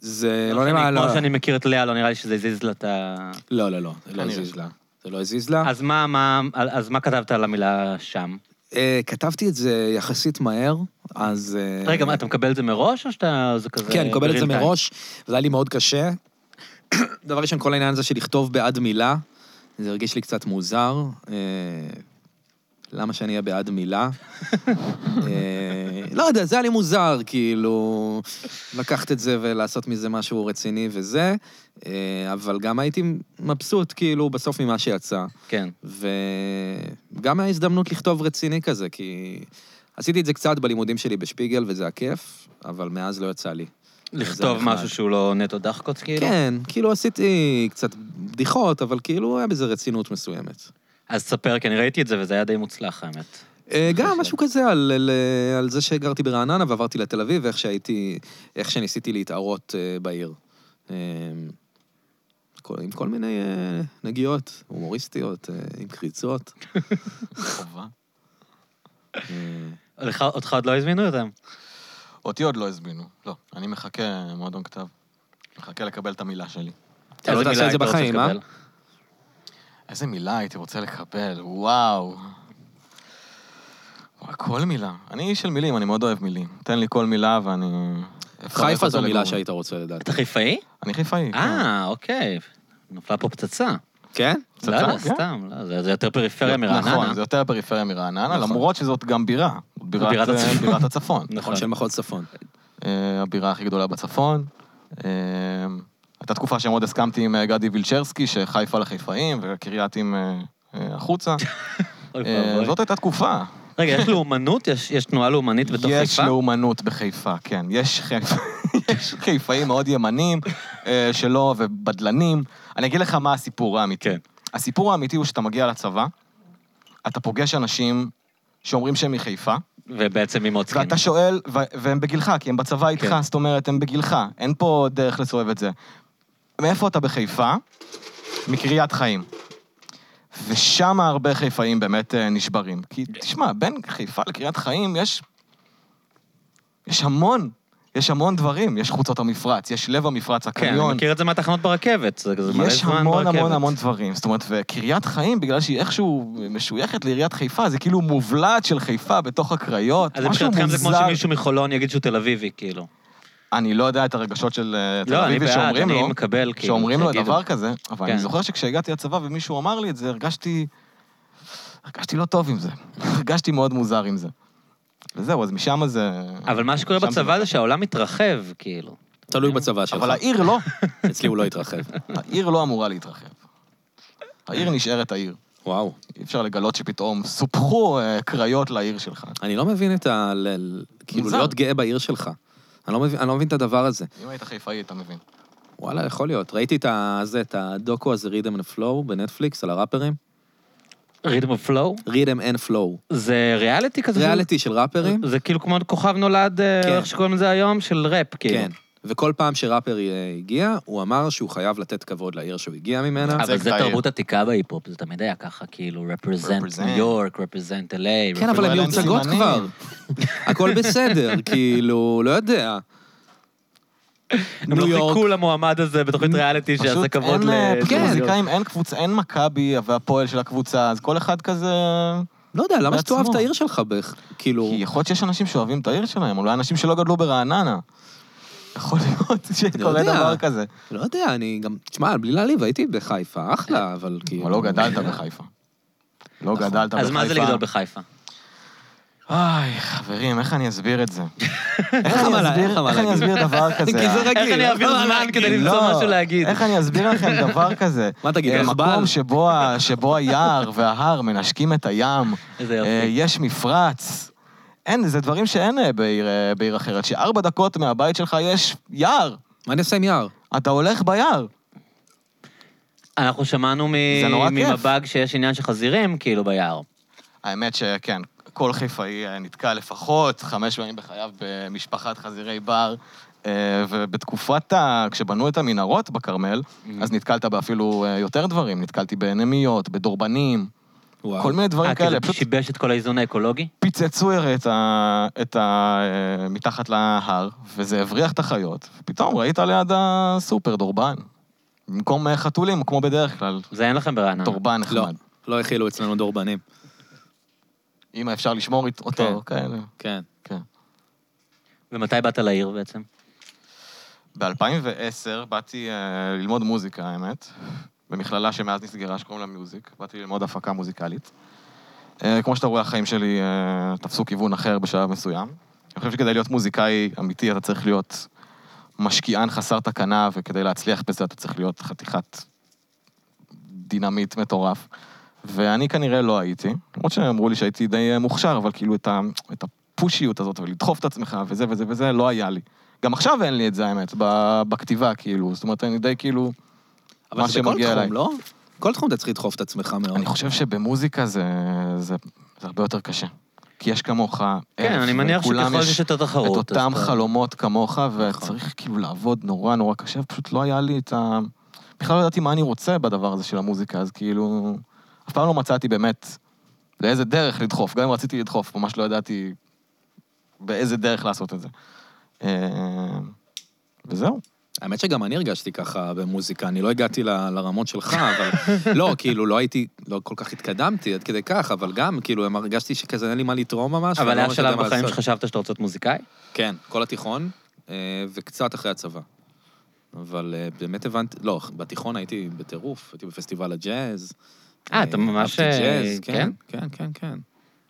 Speaker 3: זה
Speaker 1: כמו
Speaker 3: לא נראה...
Speaker 1: שאני-
Speaker 3: לא-
Speaker 1: כמו שאני מכיר את לאה, לא נראה לי שזה הזיז לה את ה...
Speaker 3: לא, לא, לא, זה לא
Speaker 2: כנראה
Speaker 3: הזיז
Speaker 2: שלא.
Speaker 3: לה. זה לא הזיז לה.
Speaker 1: אז מה, מה, אז מה כתבת על המילה שם?
Speaker 3: אה, כתבתי את זה יחסית מהר, אז... אה,
Speaker 1: רגע, מה, אתה מקבל את זה מראש, או שאתה... זה כזה...
Speaker 3: כן, אני מקבל את זה
Speaker 1: real time?
Speaker 3: מראש, וזה היה לי מאוד קשה. דבר ראשון, כל העניין הזה של לכתוב בעד מילה, זה הרגיש לי קצת מוזר. אה, למה שאני אהיה בעד מילה? אה, לא יודע, זה היה לי מוזר, כאילו, לקחת את זה ולעשות מזה משהו רציני וזה, אה, אבל גם הייתי מבסוט, כאילו, בסוף ממה שיצא.
Speaker 1: כן.
Speaker 3: וגם ההזדמנות לכתוב רציני כזה, כי עשיתי את זה קצת בלימודים שלי בשפיגל, וזה היה כיף, אבל מאז לא יצא לי.
Speaker 1: לכתוב
Speaker 3: נחמד.
Speaker 1: משהו שהוא לא נטו דחקות, כאילו?
Speaker 3: כן, כאילו עשיתי קצת בדיחות, אבל כאילו היה בזה רצינות מסוימת.
Speaker 1: אז תספר, כי אני ראיתי את זה, וזה היה די מוצלח, האמת.
Speaker 3: אה, גם משהו כזה על, על, על זה שגרתי ברעננה ועברתי לתל אביב, ואיך שהייתי, איך שניסיתי להתערות אה, בעיר. אה, כל- עם כל מיני אה, נגיעות הומוריסטיות, אה, עם קריצות.
Speaker 2: חובה.
Speaker 3: אה,
Speaker 1: אותך- אותך עוד לא הזמינו אותם.
Speaker 2: אותי עוד לא הזמינו. לא, אני מחכה, מועדון כתב. מחכה לקבל את המילה שלי.
Speaker 3: אתה לא
Speaker 1: איזה מילה
Speaker 3: תעשה את זה
Speaker 1: היית רוצה
Speaker 3: בחיים, אה?
Speaker 1: לקבל?
Speaker 2: איזה מילה הייתי רוצה לקבל, וואו. וואי, כל מילה. אני איש של מילים, אני מאוד אוהב מילים. תן לי כל מילה ואני... אפרק
Speaker 3: חיפה
Speaker 2: אותה
Speaker 3: זו מילה
Speaker 2: לגורמים.
Speaker 3: שהיית רוצה לדעת.
Speaker 1: אתה חיפאי?
Speaker 2: אני חיפאי, כן.
Speaker 1: אה, אוקיי. נפלה פה פצצה.
Speaker 3: כן?
Speaker 2: פצצה,
Speaker 1: לא, לא,
Speaker 2: כן.
Speaker 1: סתם. לא, זה- זה יותר פריפריה מרעננה.
Speaker 2: נכון, זה יותר פריפריה מרעננה,
Speaker 3: נכון.
Speaker 2: למרות שזאת גם בירה. בירת,
Speaker 1: בירת
Speaker 2: אה,
Speaker 1: הצפון.
Speaker 2: בירת הצפון.
Speaker 1: נכון.
Speaker 3: של מחוז צפון.
Speaker 2: אה, הבירה הכי גדולה בצפון. אה, הייתה תקופה שמאוד הסכמתי עם אה, גדי וילצ'רסקי, שחיפה לחיפאים וקרייתים אה, אה, החוצה.
Speaker 1: אוי
Speaker 2: אה,
Speaker 1: ואבוי.
Speaker 2: זאת הייתה תקופה.
Speaker 1: רגע, יש לאומנות? יש יש תנועה לאומנית בתוך חיפה?
Speaker 2: יש לאומנות בחיפה, כן. יש חיפ- יש חיפאים מאוד ימנים אה, שלא, ובדלנים. אני אגיד לך מה הסיפור האמיתי.
Speaker 1: כן.
Speaker 2: הסיפור האמיתי הוא שאתה מגיע לצבא, אתה פוגש אנשים שאומרים שהם מחיפה,
Speaker 1: ובעצם ממוצקין.
Speaker 2: ואתה שואל, ו- והם בגילך, כי הם בצבא איתך,
Speaker 1: כן.
Speaker 2: זאת אומרת, הם בגילך, אין פה דרך לסובב את זה. מאיפה אתה בחיפה? מקריית חיים. ושם הרבה חיפאים באמת אה, נשברים.
Speaker 1: כן.
Speaker 2: כי תשמע, בין חיפה לקריית חיים יש... יש המון, יש המון דברים. יש חוצות המפרץ, יש לב המפרץ,
Speaker 1: כן,
Speaker 2: הקניון.
Speaker 1: אני מכיר את זה מהתחנות ברכבת. זה כזה מלא
Speaker 2: יש
Speaker 1: זמן ברכבת.
Speaker 2: המון המון המון דברים. זאת אומרת, וקריית חיים, בגלל שהיא איכשהו משויכת לעיריית חיפה, זה כאילו מובלעת של חיפה בתוך הקריות.
Speaker 1: אז
Speaker 2: משהו
Speaker 1: מבחינתכם זה כמו
Speaker 2: מוזר.
Speaker 1: שמישהו מחולון יגיד שהוא תל אביבי, כאילו.
Speaker 2: אני לא יודע את הרגשות של אה, תל
Speaker 1: לא, אני
Speaker 2: אביבי
Speaker 1: בעד,
Speaker 2: שאומרים
Speaker 1: אני
Speaker 2: לו,
Speaker 1: מקבל, כאילו.
Speaker 2: שאומרים לו
Speaker 1: שיגידו.
Speaker 2: דבר כזה, אבל
Speaker 1: כן.
Speaker 2: אני זוכר שכשהגעתי לצבא ומישהו אמר לי את זה, הרגשתי... הרגשתי לא טוב עם זה. הרגשתי מאוד מוזר עם זה. וזהו, אז משם זה...
Speaker 1: אבל מה שקורה
Speaker 2: שם זה
Speaker 1: בצבא זה שהעולם מתרחב, כאילו.
Speaker 3: תלוי בצבא שלך.
Speaker 2: אבל העיר לא.
Speaker 3: אצלי הוא לא התרחב.
Speaker 2: העיר לא אמורה להתרחב. העיר נשארת העיר.
Speaker 3: וואו.
Speaker 2: אי אפשר לגלות שפתאום סופחו אה, קריות לעיר שלך.
Speaker 3: אני לא מבין את ה... ל- ל- כאילו,
Speaker 2: מוזר.
Speaker 3: להיות גאה בעיר שלך. אני לא מבין- אני לא מבין את הדבר הזה.
Speaker 2: אם היית חיפאי, אתה מבין.
Speaker 3: וואלה, יכול להיות. ראיתי את ה- זה, את הדוקו הזה, רידם and flow בנטפליקס, על הראפרים.
Speaker 1: ריתם אוף פלואו?
Speaker 3: רידם and flow.
Speaker 1: זה ריאליטי כזה? של-
Speaker 3: ריאליטי של ראפרים.
Speaker 1: זה כאילו כמו כוכב נולד, אה,
Speaker 3: כן.
Speaker 1: איך שקוראים לזה היום, של ראפ, כאילו.
Speaker 3: כן. וכל פעם שראפר אה, הגיע, הוא אמר שהוא חייב לתת כבוד לעיר שהוא הגיע ממנה.
Speaker 2: זה
Speaker 1: אבל זה
Speaker 2: כבר-
Speaker 1: תרבות עתיקה בהיפ-הופ, זה תמיד היה ככה, כאילו, represent
Speaker 2: Represent.
Speaker 1: ניו יורק, represent LA.
Speaker 3: כן, אבל
Speaker 2: היה
Speaker 3: הן
Speaker 1: represent-
Speaker 2: להם
Speaker 3: מיוצגות
Speaker 2: סימנים.
Speaker 3: כבר. הכל בסדר, כאילו, לא יודע.
Speaker 1: הם לא
Speaker 3: ניו יורק.
Speaker 1: חיכו למועמד הזה בתוכנית ריאליטי שיעשה
Speaker 2: פשוט
Speaker 1: כבוד
Speaker 2: אין, אה,
Speaker 1: ל...
Speaker 2: פשוט
Speaker 3: כן.
Speaker 2: מוזיקאים, אין קבוצה, אין מכבי והפועל של הקבוצה, אז כל אחד כזה...
Speaker 3: לא יודע, למה שתאהב
Speaker 2: בעצמו.
Speaker 3: את העיר שלך בערך? כאילו...
Speaker 2: כי יכול להיות שיש אנשים שאוהבים את העיר שלהם, אולי אנשים שלא גדלו ברעננה. יכול להיות
Speaker 3: לא
Speaker 2: שקורה
Speaker 3: יודע.
Speaker 2: דבר כזה.
Speaker 3: לא יודע, אני גם... תשמע, בלי להעליב, הייתי בחיפה, אחלה, אבל כאילו...
Speaker 2: אבל לא גדלת בחיפה. לא
Speaker 3: נכון.
Speaker 2: גדלת בחיפה.
Speaker 1: אז מה זה לגדול בחיפה?
Speaker 2: איי, חברים, איך אני אסביר את זה? איך
Speaker 3: מה
Speaker 2: אני
Speaker 3: לה-
Speaker 2: אסביר-
Speaker 3: איך מה
Speaker 2: איך אני
Speaker 3: להגיד?
Speaker 2: אסביר דבר כזה?
Speaker 3: כי זה רגיל.
Speaker 1: איך אני אעביר
Speaker 3: לא,
Speaker 1: זמן
Speaker 3: לא,
Speaker 1: כדי
Speaker 3: לא.
Speaker 1: למצוא משהו להגיד?
Speaker 2: איך אני אסביר לכם דבר כזה?
Speaker 3: מה תגיד,
Speaker 2: אה,
Speaker 3: רכבל?
Speaker 2: מקום שבו ה- שבו היער וההר מנשקים את הים,
Speaker 1: איזה
Speaker 2: אה,
Speaker 1: יופי.
Speaker 2: יש מפרץ. אין, זה דברים שאין אה, בעיר, אה, בעיר אחרת, שארבע דקות מהבית שלך יש יער.
Speaker 3: מה אני עושה עם יער?
Speaker 2: אתה הולך ביער.
Speaker 1: אנחנו שמענו מ-
Speaker 2: זה נורא כיף.
Speaker 1: ממב"ג שיש עניין של חזירים, כאילו, ביער.
Speaker 2: האמת שכן, כל חיפאי אה, נתקע לפחות חמש פעמים בחייו במשפחת חזירי בר. אה, ובתקופת ה... כשבנו את המנהרות בכרמל,
Speaker 1: Mm.
Speaker 2: אז נתקלת באפילו אה, יותר דברים. נתקלתי בנמיות, בדורבנים,
Speaker 3: וואו.
Speaker 2: כל מיני דברים
Speaker 1: אה, כי
Speaker 2: כאלה.
Speaker 1: זה
Speaker 2: פשוט
Speaker 1: שיבש את כל האיזון האקולוגי?
Speaker 2: פיצצו הרי את ה... את ה... אה, מתחת להר, וזה הבריח את החיות, ופתאום ראית ליד הסופר דורבן. במקום אה, חתולים, כמו בדרך כלל,
Speaker 1: זה אין לכם ברעננה.
Speaker 2: דורבן
Speaker 3: לא,
Speaker 2: נחמד.
Speaker 3: לא הכילו אצלנו דורבנים.
Speaker 2: אם אפשר לשמור אית-
Speaker 3: כן.
Speaker 2: אותו, כאלה.
Speaker 3: כן.
Speaker 2: כן.
Speaker 1: ומתי באת לעיר בעצם?
Speaker 2: ב-2010 באתי אה, ללמוד מוזיקה, האמת, במכללה שמאז נסגרה, שקוראים לה מיוזיק. באתי ללמוד הפקה מוזיקלית. אה, כמו שאתה רואה, החיים שלי אה, תפסו כיוון אחר בשלב מסוים. אני חושב שכדי להיות מוזיקאי אמיתי, אתה צריך להיות משקיען חסר תקנה, וכדי להצליח בזה אתה צריך להיות חתיכת דינמיט מטורף. ואני כנראה לא הייתי, למרות שאמרו לי שהייתי די אה, מוכשר, אבל כאילו את, ה, את הפושיות הזאת, ולדחוף את עצמך, וזה וזה וזה, לא היה לי. גם עכשיו אין לי את זה, האמת, ב- בכתיבה, כאילו. זאת אומרת, אני די כאילו...
Speaker 3: אבל
Speaker 2: מה
Speaker 3: זה בכל
Speaker 2: שמגיע אליי.
Speaker 3: תחום, לא? כל תחום אתה צריך לדחוף את עצמך מאוד.
Speaker 2: אני חושב שבמוזיקה זה, זה, זה הרבה יותר קשה. כי יש כמוך
Speaker 1: כן,
Speaker 2: אלף,
Speaker 1: אני מניח
Speaker 2: ולכולם
Speaker 1: שככל
Speaker 2: יש
Speaker 1: שיש יותר
Speaker 2: את
Speaker 1: תחרות. אז
Speaker 2: אותם
Speaker 1: אתה- נכון.
Speaker 2: חלומות כמוך, וצריך כאילו לעבוד נורא נורא קשה, פשוט לא היה לי את ה... בכלל לא ידעתי מה אני רוצה בדבר הזה של המוזיקה, אז כאילו... אף פעם לא מצאתי באמת לאיזה דרך לדחוף, גם אם רציתי לדחוף, ממש לא ידעתי באיזה דרך לעשות את זה. אה, וזהו.
Speaker 3: האמת שגם אני הרגשתי ככה במוזיקה, אני לא הגעתי ל- לרמות שלך, אבל... לא, כאילו, לא הייתי, לא כל כך התקדמתי עד כדי כך, אבל גם, כאילו, הם- הרגשתי שכזה אין לי מה לתרום ממש.
Speaker 1: אבל
Speaker 3: ואני לא
Speaker 1: היה
Speaker 3: ממש יודע
Speaker 1: שלב
Speaker 3: מה
Speaker 1: בחיים
Speaker 3: לעשות.
Speaker 1: שחשבת שאתה רוצה להיות מוזיקאי?
Speaker 3: כן, כל התיכון, אה, וקצת אחרי הצבא. אבל אה, באמת הבנתי, לא, בתיכון הייתי בטירוף, הייתי בפסטיבל הג'אז.
Speaker 1: אה, אתה ממש,
Speaker 3: אהבתי
Speaker 1: אה,
Speaker 3: ג'אז,
Speaker 1: כן?
Speaker 3: כן, כן, כן, כן.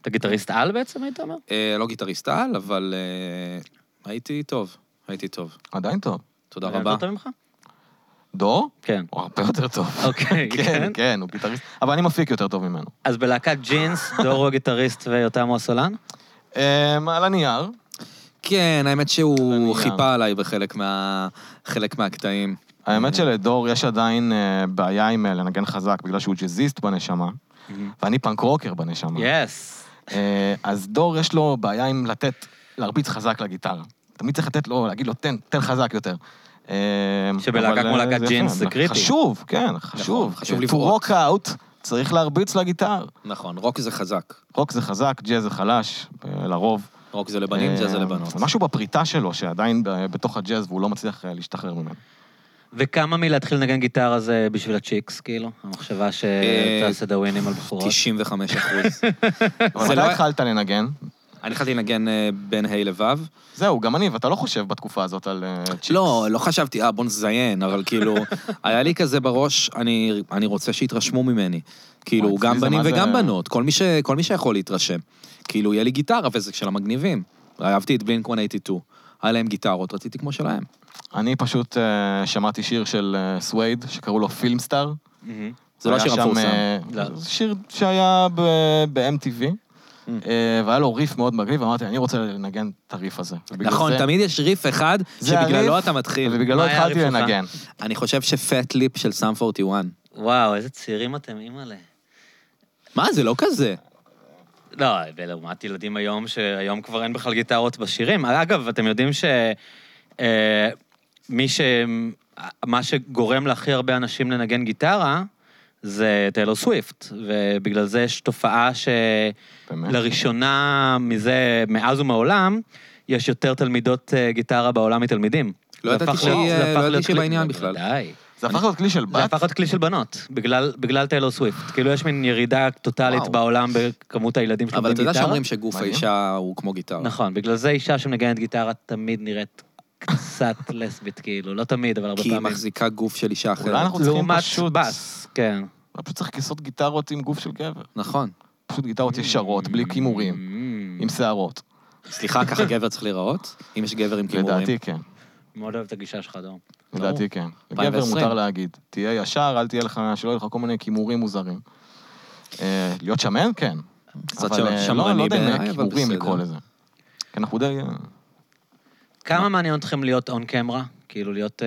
Speaker 1: אתה גיטריסט על בעצם, היית אומר?
Speaker 3: אה, לא גיטריסט על, אבל אה, הייתי טוב, הייתי טוב.
Speaker 2: עדיין טוב.
Speaker 3: תודה
Speaker 1: אני
Speaker 3: רבה.
Speaker 1: יותר טוב ממך?
Speaker 2: דור?
Speaker 1: כן.
Speaker 2: הוא הרבה יותר טוב.
Speaker 1: אוקיי,
Speaker 2: כן,
Speaker 1: כן.
Speaker 2: כן, הוא גיטריסט. אבל אני מפיק יותר טוב ממנו.
Speaker 1: אז בלהקת ג'ינס, דור הוא הגיטריסט ויותם הוא הסולן?
Speaker 2: אמ, על הנייר,
Speaker 3: כן, האמת שהוא
Speaker 2: הנייר.
Speaker 3: חיפה עליי בחלק מה... חלק מהקטעים.
Speaker 1: Mm-hmm.
Speaker 2: האמת שלדור יש עדיין אה, בעיה עם אה, לנגן חזק, בגלל שהוא ג'אזיסט בנשמה,
Speaker 1: Mm-hmm.
Speaker 2: ואני פאנק רוקר בנשמה.
Speaker 1: יס.
Speaker 2: אה, אז דור יש לו בעיה עם לתת, להרביץ חזק לגיטרה. תמיד צריך לתת לו, להגיד לו, תן, תן חזק יותר. אה,
Speaker 1: שבלהקה
Speaker 2: אבל,
Speaker 1: כמו
Speaker 2: אה,
Speaker 1: להקת
Speaker 2: זה
Speaker 1: ג'ינס
Speaker 2: יפה.
Speaker 1: זה קריטי.
Speaker 2: חשוב, כן, חשוב.
Speaker 3: נכון, חשוב
Speaker 2: To
Speaker 3: לבעוט.
Speaker 2: rock out, צריך להרביץ לגיטר.
Speaker 3: נכון, רוק זה חזק.
Speaker 2: רוק זה חזק, ג'אז זה חלש, אה, לרוב.
Speaker 3: רוק זה לבנים,
Speaker 2: אה,
Speaker 3: ג'אז זה לבנות.
Speaker 2: משהו בפריטה שלו שעדיין ב- בתוך הג'אז והוא לא מצליח אה, להשתחרר ממנו.
Speaker 1: וכמה מלהתחיל לנגן גיטרה זה בשביל הצ'יקס, כאילו? המחשבה
Speaker 3: אה,
Speaker 1: שתעשה דאווינים על בחורות?
Speaker 3: 95 אחוז.
Speaker 2: אבל
Speaker 3: זה
Speaker 2: מתי
Speaker 3: לא-
Speaker 2: התחלת לנגן?
Speaker 3: אני התחלתי לנגן אה, בין ה' לו'.
Speaker 2: זהו, גם אני, ואתה לא חושב בתקופה הזאת על אה, צ'יקס.
Speaker 3: לא, לא חשבתי, אה, בוא נזיין, אבל כאילו, היה לי כזה בראש, אני, אני רוצה שיתרשמו ממני. כאילו,
Speaker 2: וואי,
Speaker 3: גם
Speaker 2: אצלי זה
Speaker 3: בנים
Speaker 2: מה זה-
Speaker 3: וגם בנות, כל מי, ש, כל מי שיכול להתרשם. כאילו, יהיה לי גיטרה וזה של המגניבים. אהבתי את בלינק 182. היה להם גיטרות, רציתי כמו שלהם.
Speaker 2: אני פשוט אה, שמעתי שיר של אה, סווייד, שקראו לו פילמסטאר.
Speaker 1: מהמם.
Speaker 3: זה לא
Speaker 2: היה
Speaker 3: שיר
Speaker 2: שם,
Speaker 3: המפורסם.
Speaker 2: אה,
Speaker 1: לא.
Speaker 2: זה שיר שהיה ב- ב-MTV,
Speaker 3: Mm.
Speaker 2: אה, והיה לו ריף מאוד מגניב, ואמרתי, אני רוצה לנגן את הריף הזה. ובגלל
Speaker 3: נכון,
Speaker 2: זה-
Speaker 3: תמיד יש ריף אחד
Speaker 2: זה
Speaker 3: שבגללו
Speaker 2: הריף,
Speaker 3: אתה מתחיל.
Speaker 2: ובגללו
Speaker 1: מה היה
Speaker 2: התחלתי
Speaker 1: הריף שלך?
Speaker 2: לנגן.
Speaker 3: אני חושב שפט ליפ של סאם 41.
Speaker 1: וואו, איזה צעירים אתם, אימא'לה.
Speaker 3: מה, זה לא כזה.
Speaker 1: לא, ולעומת ילדים היום, שהיום כבר אין בכלל גיטרות בשירים. אגב, אתם יודעים ש... אה, מי ש... מה שגורם להכי הרבה אנשים לנגן גיטרה, זה טיילור סוויפט, ובגלל זה יש תופעה
Speaker 2: באמת?
Speaker 1: שלראשונה מזה, מאז ומעולם, יש יותר תלמידות אה, גיטרה בעולם מתלמידיים.
Speaker 3: לא
Speaker 1: זה
Speaker 3: ידעתי
Speaker 1: הפך
Speaker 3: שהיא,
Speaker 1: להיות- זה
Speaker 3: אה, לא
Speaker 1: הפך
Speaker 3: ידעתי
Speaker 1: להיות
Speaker 3: שהיא
Speaker 1: כלי-
Speaker 3: בעניין בכלל.
Speaker 1: בוודאי.
Speaker 2: זה הפך להיות כלי של
Speaker 1: זה
Speaker 2: בת,
Speaker 1: הפך להיות כלי של בנות, בגלל, בגלל טיילור סוויפט. כאילו, יש מין ירידה טוטאלית
Speaker 3: וואו.
Speaker 1: בעולם בכמות הילדים
Speaker 3: אבל
Speaker 1: שלומדים
Speaker 3: אתה
Speaker 1: גיטרה.
Speaker 3: יודע שאומרים שגוף
Speaker 2: מעניין.
Speaker 3: האישה הוא כמו גיטרה.
Speaker 1: נכון, בגלל זה אישה שמנגנת גיטרה תמיד נראית קצת לסבית, כאילו, לא תמיד, אבל הרבה
Speaker 3: כי היא
Speaker 1: פעמים.
Speaker 3: מחזיקה גוף של אישה
Speaker 2: אולי
Speaker 3: אחרת.
Speaker 2: אנחנו צריכים
Speaker 1: לעומת
Speaker 2: פשוט-
Speaker 1: בס, כן.
Speaker 2: אבל פשוט צריך כיסות גיטרות עם גוף של גבר.
Speaker 3: נכון.
Speaker 2: פשוט גיטרות ישרות, בלי כימורים,
Speaker 1: Mm,
Speaker 2: עם שערות.
Speaker 3: סליחה, ככה גבר צריך להיראות? אם יש גבר עם כימורים.
Speaker 2: לדעתי כן,
Speaker 1: מאוד אוהב את הגישה שלך, דור.
Speaker 2: לדעתי כן. לגבר
Speaker 3: 2020.
Speaker 2: מותר להגיד, תהיה ישר, אל תהיה לך, שלא יהיו לך כל מיני כימורים מוזרים. אה, להיות שמן? כן.
Speaker 3: קצת
Speaker 2: אבל, אה,
Speaker 3: שמרני
Speaker 2: לא- לא יודע
Speaker 3: בעיניי,
Speaker 2: אם
Speaker 3: אבל
Speaker 2: כימורים
Speaker 3: בסדר.
Speaker 2: לקרוא לזה. כי אנחנו די... אה,
Speaker 1: כמה מעניין אתכם להיות און קמרה? כאילו, להיות אה,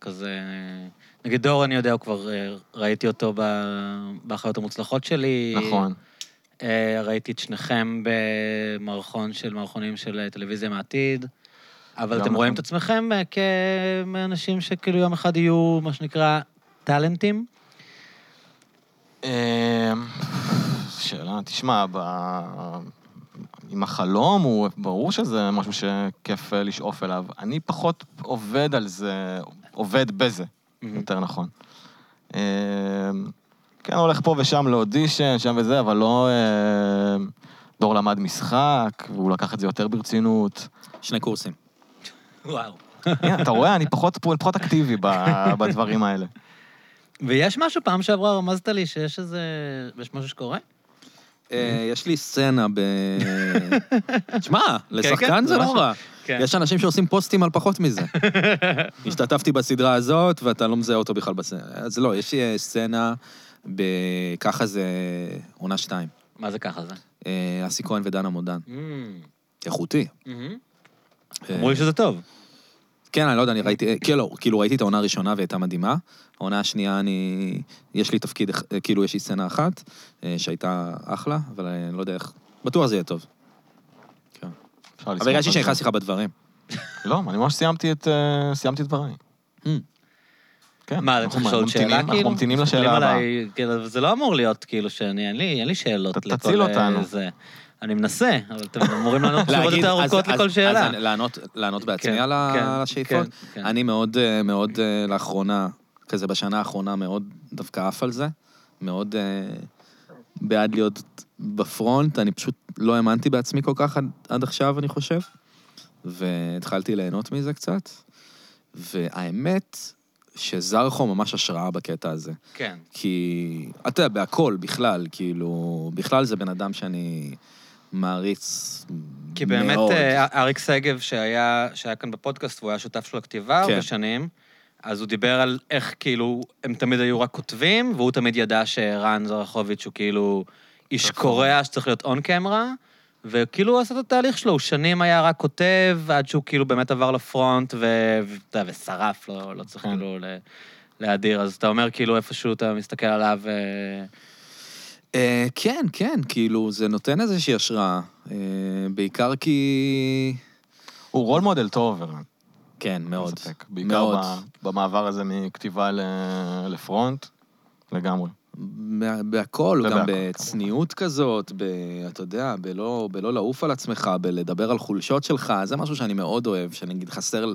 Speaker 1: כזה... נגיד דור, אני יודע, הוא כבר... אה, ראיתי אותו ב- באחיות המוצלחות שלי.
Speaker 2: נכון.
Speaker 1: אה, ראיתי את שניכם במערכון של מערכונים של אה, טלוויזיה מהעתיד, אבל
Speaker 2: גם
Speaker 1: אתם רואים את
Speaker 2: נכון.
Speaker 1: עצמכם אה, כאנשים שכאילו יום אחד יהיו, מה שנקרא, טאלנטים?
Speaker 2: אה, שאלה, תשמע, ב- עם החלום, הוא ברור שזה משהו שכיף אה, לשאוף אליו. אני פחות עובד על זה, עובד בזה, יותר נכון. אה, כן, הולך פה ושם לאודישן, שם וזה, אבל לא... אה, דור למד משחק, והוא לקח את זה יותר ברצינות.
Speaker 3: שני קורסים.
Speaker 1: וואו.
Speaker 2: הנה, אתה רואה, אני פחות, פחות אקטיבי ב- בדברים האלה.
Speaker 1: ויש משהו, פעם שעברה רמזת לי שיש איזה... יש משהו שקורה? אוקיי.
Speaker 3: אה, יש לי סצנה ב... תשמע,
Speaker 1: כן,
Speaker 3: לשחקן
Speaker 1: זה
Speaker 3: זה לא
Speaker 1: משהו.
Speaker 3: רע.
Speaker 1: כן.
Speaker 3: יש אנשים שעושים פוסטים על פחות מזה. השתתפתי בסדרה הזאת, ואתה לא מזהה אותו בכלל בסצנה. אז לא, יש לי אה, סצנה ב... ככה זה עונה שתיים.
Speaker 1: מה זה ככה זה?
Speaker 3: אה, אסי כהן ודנה מודן.
Speaker 1: אמ,
Speaker 3: Mm-hmm. איכותי.
Speaker 1: אמ.
Speaker 3: אה,
Speaker 1: אמרו לי שזה טוב.
Speaker 3: כן, אני לא יודע, אני ראיתי, כאילו, כאילו ראיתי את העונה הראשונה והיא הייתה מדהימה. העונה השנייה, אני, יש לי תפקיד, אח- כאילו יש לי סצנה אחת, אה, שהייתה אחלה, אבל אני לא יודע איך, בטוח זה יהיה טוב. כן.
Speaker 2: אפשר לסמוך
Speaker 3: אבל הרגשתי
Speaker 2: על זה.
Speaker 3: שנכנסתי לך בדברים.
Speaker 2: לא, אני ממש סיימתי את, אה, סיימתי את דבריי. כן.
Speaker 1: מה, אני צריך
Speaker 2: אנחנו
Speaker 1: לשאול
Speaker 2: ממתינים-
Speaker 1: שאלה כאילו?
Speaker 2: אנחנו ממתינים
Speaker 1: מסתכלים
Speaker 2: לשאלה הבאה.
Speaker 1: עליי, כאילו, זה לא אמור להיות כאילו שאני, אין לי, אין לי שאלות.
Speaker 2: ת-
Speaker 1: לכל,
Speaker 2: תציל
Speaker 1: אה,
Speaker 2: אותנו.
Speaker 1: זה. אני מנסה, אבל אתם אמורים לענות תשובות
Speaker 3: להגיד-
Speaker 1: יותר
Speaker 3: אז-
Speaker 1: ארוכות
Speaker 3: אז-
Speaker 1: לכל
Speaker 3: אז
Speaker 1: שאלה.
Speaker 3: אני- לענות- לענות
Speaker 1: כן,
Speaker 3: בעצמי על ה-
Speaker 1: כן,
Speaker 3: על השאיפות?
Speaker 1: כן, כן.
Speaker 3: אני מאוד, אה, מאוד אה, לאחרונה, כזה בשנה האחרונה, מאוד דווקא עף על זה. מאוד אה, בעד להיות בפרונט. אני פשוט לא האמנתי בעצמי כל כך עד- עד עכשיו, אני חושב. והתחלתי ליהנות מזה קצת. והאמת שזרחו ממש השראה בקטע הזה.
Speaker 1: כן.
Speaker 3: כי, אתה יודע, בהכל, בכלל, כאילו, בכלל זה בן אדם שאני מעריץ מאוד.
Speaker 1: כי באמת אה, אריק שגב, שהיה שהיה כאן בפודקאסט, והוא היה שותף של הכתיבה הרבה
Speaker 3: כן.
Speaker 1: שנים, אז הוא דיבר על איך כאילו, הם תמיד היו רק כותבים, והוא תמיד ידע שרן זרחוביץ' הוא כאילו איש
Speaker 2: נכון.
Speaker 1: קורע שצריך להיות און קמרה, וכאילו הוא עשה את התהליך שלו, הוא שנים היה רק כותב, עד שהוא כאילו באמת עבר לפרונט, ו- ואתה יודע, ושרף, לא לא צריך
Speaker 2: כן.
Speaker 1: כאילו ל- להדיר. אז אתה אומר כאילו איפשהו אתה מסתכל עליו... אה,
Speaker 3: אה, כן, כן, כאילו, זה נותן איזושהי השראה. אה, בעיקר כי...
Speaker 2: הוא רול מודל טוב, ערן.
Speaker 3: כן,
Speaker 2: אין
Speaker 3: מאוד.
Speaker 2: ספק. בעיקר
Speaker 3: מאוד.
Speaker 2: ב- במעבר הזה מכתיבה ל- לפרונט, לגמרי.
Speaker 3: מה- בהכל,
Speaker 2: ובהכל,
Speaker 3: גם
Speaker 2: כמובן.
Speaker 3: בצניעות כזאת, ב... אתה יודע, בלא, בלא לעוף על עצמך, בלדבר על חולשות שלך, זה משהו שאני מאוד אוהב, שנגיד חסר, אני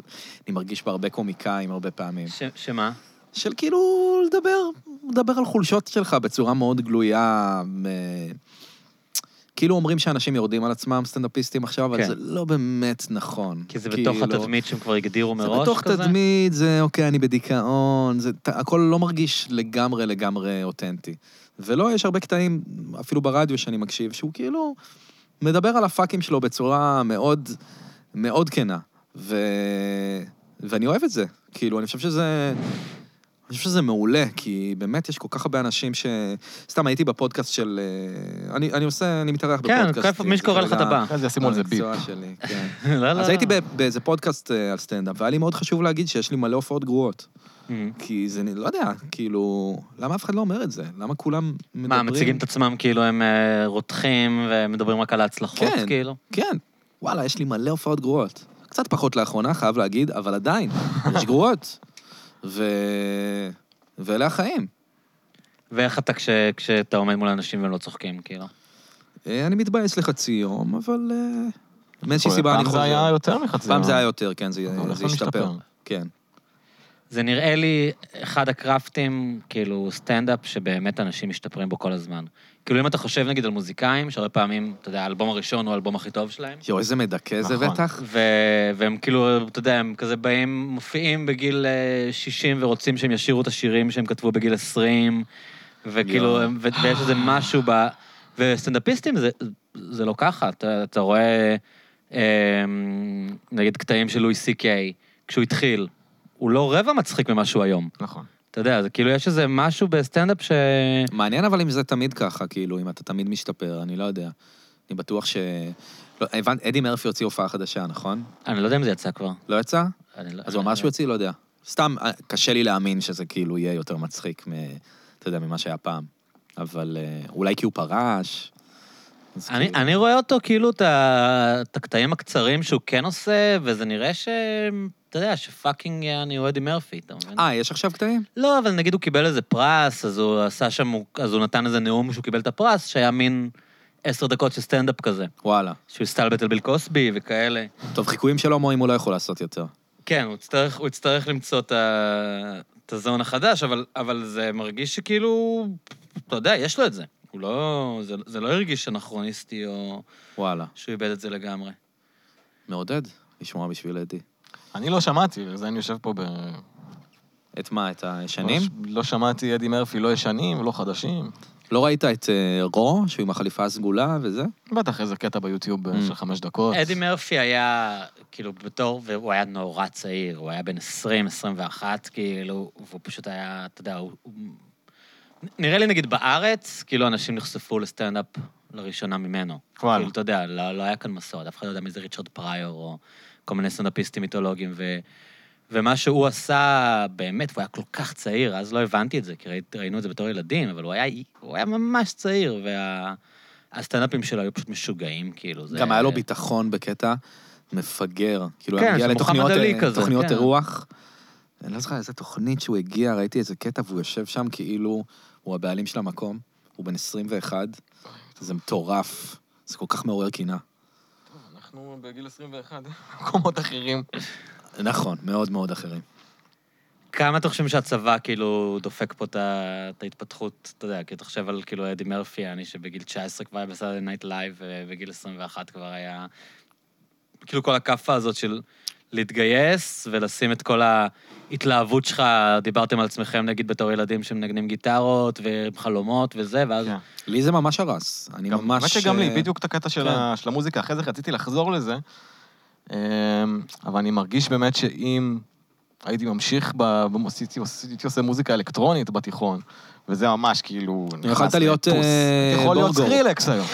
Speaker 3: מרגיש בהרבה קומיקאים הרבה פעמים.
Speaker 1: ש- שמה?
Speaker 3: של כאילו לדבר, לדבר על חולשות שלך בצורה מאוד גלויה. אה, כאילו אומרים שאנשים יורדים על עצמם, סטנדאפיסטים עכשיו, אבל
Speaker 1: כן.
Speaker 3: זה לא באמת נכון.
Speaker 1: כי זה בתוך
Speaker 3: כאילו,
Speaker 1: התדמית שהם כבר הגדירו
Speaker 3: זה
Speaker 1: מראש כזה?
Speaker 3: בתוך תדמית, זה אוקיי, אני בדיכאון, זה, ת- הכל לא מרגיש לגמרי לגמרי אותנטי. ולא, יש הרבה קטעים, אפילו ברדיו שאני מקשיב, שהוא כאילו מדבר על הפאקים שלו בצורה מאוד, מאוד כנה. ו... ואני אוהב את זה. כאילו, אני חושב שזה... אני חושב שזה מעולה, כי באמת יש כל כך הרבה אנשים ש... סתם, הייתי בפודקאסט של... אה, אני, אני עושה, אני מתארח
Speaker 1: כן,
Speaker 3: בפודקאסט. כאילו,
Speaker 1: כל- מי שקורא לך אתה
Speaker 3: אה,
Speaker 1: בא.
Speaker 2: אחרי זה ישימו על זה ביפ.
Speaker 3: שלי, כן.
Speaker 1: לא, לא.
Speaker 3: אז הייתי ב- באיזה פודקאסט אה, על סטנדאפ, והיה לי מאוד חשוב להגיד שיש לי מלא הופעות גרועות.
Speaker 1: אה.
Speaker 3: כי זה, אני לא יודע, כאילו, למה אף אחד לא אומר את זה? למה כולם מדברים...
Speaker 1: מה, מציגים את עצמם כאילו הם אה, רותחים ומדברים רק על ההצלחות,
Speaker 3: כן.
Speaker 1: כאילו?
Speaker 3: כן. וואלה, יש לי מלא הופעות גרועות. קצת פחות לאחרונה, חייב להגיד, אבל עדיין, יש גרועות. ו... ואלה החיים.
Speaker 1: ואיך אתה כש, כשאתה עומד מול אנשים והם לא צוחקים, כאילו?
Speaker 3: אה, אני מתבאס לחצי יום, אבל... אה, מאיזושהי סיבה אני
Speaker 2: אוקיי, פעם
Speaker 3: חוזר.
Speaker 2: זה היה יותר נכון, מחצי
Speaker 3: פעם זה
Speaker 2: יום.
Speaker 3: היה יותר, כן, זה
Speaker 2: אבל הולך
Speaker 3: זה השתפר.
Speaker 2: ומשתפר.
Speaker 3: כן.
Speaker 1: זה נראה לי אחד הקראפטים, כאילו, סטנדאפ, שבאמת אנשים משתפרים בו כל הזמן. כאילו, אם אתה חושב נגיד על מוזיקאים, שהרבה פעמים, אתה יודע, האלבום הראשון הוא האלבום הכי טוב שלהם,
Speaker 3: יואו, איזה מדכא זה
Speaker 2: נכון.
Speaker 3: בטח.
Speaker 1: ו... והם כאילו, אתה יודע, הם כזה באים, מופיעים בגיל אה, 60 ורוצים שהם ישירו את השירים שהם כתבו בגיל 20, וכאילו,
Speaker 3: יואו.
Speaker 1: הם- ו- ויש איזה משהו ב... וסטנדאפיסטים זה, זה לא ככה, אתה, אתה רואה אה, נגיד קטעים של לואי סי קיי, כשהוא התחיל, הוא לא רבע מצחיק ממה שהוא היום.
Speaker 2: נכון.
Speaker 1: אתה יודע, זה כאילו יש איזה משהו בסטנדאפ ש...
Speaker 3: מעניין אבל אם זה תמיד ככה, כאילו, אם אתה תמיד משתפר, אני לא יודע. אני בטוח ש... לא, הבנת, אדי מרפי הוציא הופעה חדשה, נכון?
Speaker 1: אני לא יודע אם זה יצא כבר.
Speaker 3: לא יצא?
Speaker 1: אני לא-
Speaker 3: אז הוא אמר שהוא יוציא, לא יודע. סתם, אה, קשה לי להאמין שזה כאילו יהיה יותר מצחיק מ... אתה יודע, ממה שהיה פעם. אבל אה, אולי כי הוא פרש. אז
Speaker 1: אני,
Speaker 3: כאילו-
Speaker 1: אני רואה אותו כאילו את ה- את הקטעים הקצרים שהוא כן עושה, וזה נראה ש... אתה יודע, שפאקינג אה, אני אוהדי מרפי, אתה מבין?
Speaker 3: אה, יש עכשיו קטעים?
Speaker 1: לא, אבל נגיד הוא קיבל איזה פרס, אז הוא עשה שם, אז הוא נתן איזה נאום שהוא קיבל את הפרס, שהיה מין עשר דקות של סטנדאפ כזה,
Speaker 3: וואלה.
Speaker 1: שהוא הסתלבט על ביל קוסבי וכאלה.
Speaker 3: טוב, חיקויים של הומואים הוא לא יכול לעשות יותר.
Speaker 1: כן, הוא יצטרך, הוא יצטרך למצוא את, ה... את הזון החדש, אבל, אבל זה מרגיש שכאילו, אתה יודע, יש לו את זה. הוא לא, זה, זה לא הרגיש אנכרוניסטי או
Speaker 3: וואלה.
Speaker 1: שהוא איבד את זה לגמרי.
Speaker 3: מעודד לשמוע בשביל אדי.
Speaker 2: אני לא שמעתי, בגלל זה אני יושב פה ב...
Speaker 3: את מה, את הישנים?
Speaker 2: לא ש- לא שמעתי אדי מרפי, לא ישנים, לא חדשים.
Speaker 3: לא ראית את אה, רו, שהוא עם החליפה הסגולה וזה?
Speaker 2: בטח איזה קטע ביוטיוב אה,
Speaker 3: Mm.
Speaker 2: של חמש דקות.
Speaker 1: אדי מרפי היה, כאילו, בתור, והוא היה נורא צעיר, הוא היה בן 20, 21, כאילו, והוא פשוט היה, אתה יודע, הוא... הוא- נראה לי, נגיד, בארץ, כאילו, אנשים נחשפו לסטנדאפ לראשונה ממנו.
Speaker 2: וואלה.
Speaker 1: כאילו, אתה יודע, לא, לא היה כאן מסורת, אף אחד לא יודע מי זה ריצ'רד פריור, או כל מיני סטנדאפיסטים מיתולוגיים, ו... ומה שהוא עשה, באמת, הוא היה כל כך צעיר, אז לא הבנתי את זה, כי ראית- ראינו את זה בתור ילדים, אבל הוא היה, הוא היה ממש צעיר, וה... הסטנדאפים שלו היו פשוט משוגעים, כאילו. זה-
Speaker 3: גם היה לו ביטחון בקטע מפגר. כאילו,
Speaker 1: כן,
Speaker 3: היה מגיע
Speaker 1: זה מוחמד
Speaker 3: לתוכניות
Speaker 1: עלי
Speaker 3: אה,
Speaker 1: כזה,
Speaker 3: תוכניות
Speaker 1: כן.
Speaker 3: אירוח, אני לא זוכר איזה תוכנית שהוא הגיע, ראיתי איזה קטע והוא יושב שם כאילו, הוא הבעלים של המקום, הוא בן 21, זה מטורף, זה כל כך מעורר קינה.
Speaker 2: אנחנו בגיל 21, במקומות אחרים.
Speaker 3: נכון, מאוד מאוד אחרים.
Speaker 1: כמה אתה חושב שהצבא כאילו דופק פה את ה- את ההתפתחות, אתה יודע, כי תחשב על כאילו אדי מרפי, אני שבגיל 19 כבר היה בסדר נייט לייב, ובגיל 21 כבר היה... כאילו כל הכאפה הזאת של להתגייס ולשים את כל ההתלהבות שלך, דיברתם על עצמכם נגיד בתור ילדים שמנגנים גיטרות וחלומות וזה, ואז...
Speaker 2: כן.
Speaker 3: לי זה ממש הרס, אני
Speaker 2: גם-
Speaker 3: ממש...
Speaker 2: האמת שגם לי,
Speaker 3: אה,
Speaker 2: בדיוק את הקטע של ה- של המוזיקה, אחרי זה רציתי לחזור לזה, אמ, אבל אני מרגיש באמת שאם הייתי ממשיך, ב- ב- עשיתי- הייתי עושה מוזיקה אלקטרונית בתיכון, וזה ממש כאילו... נכנס
Speaker 3: יכולת להיות,
Speaker 2: לטוס.
Speaker 3: אה,
Speaker 2: הייתי יכול להיות
Speaker 3: בורגור.
Speaker 2: סקרילקס היום.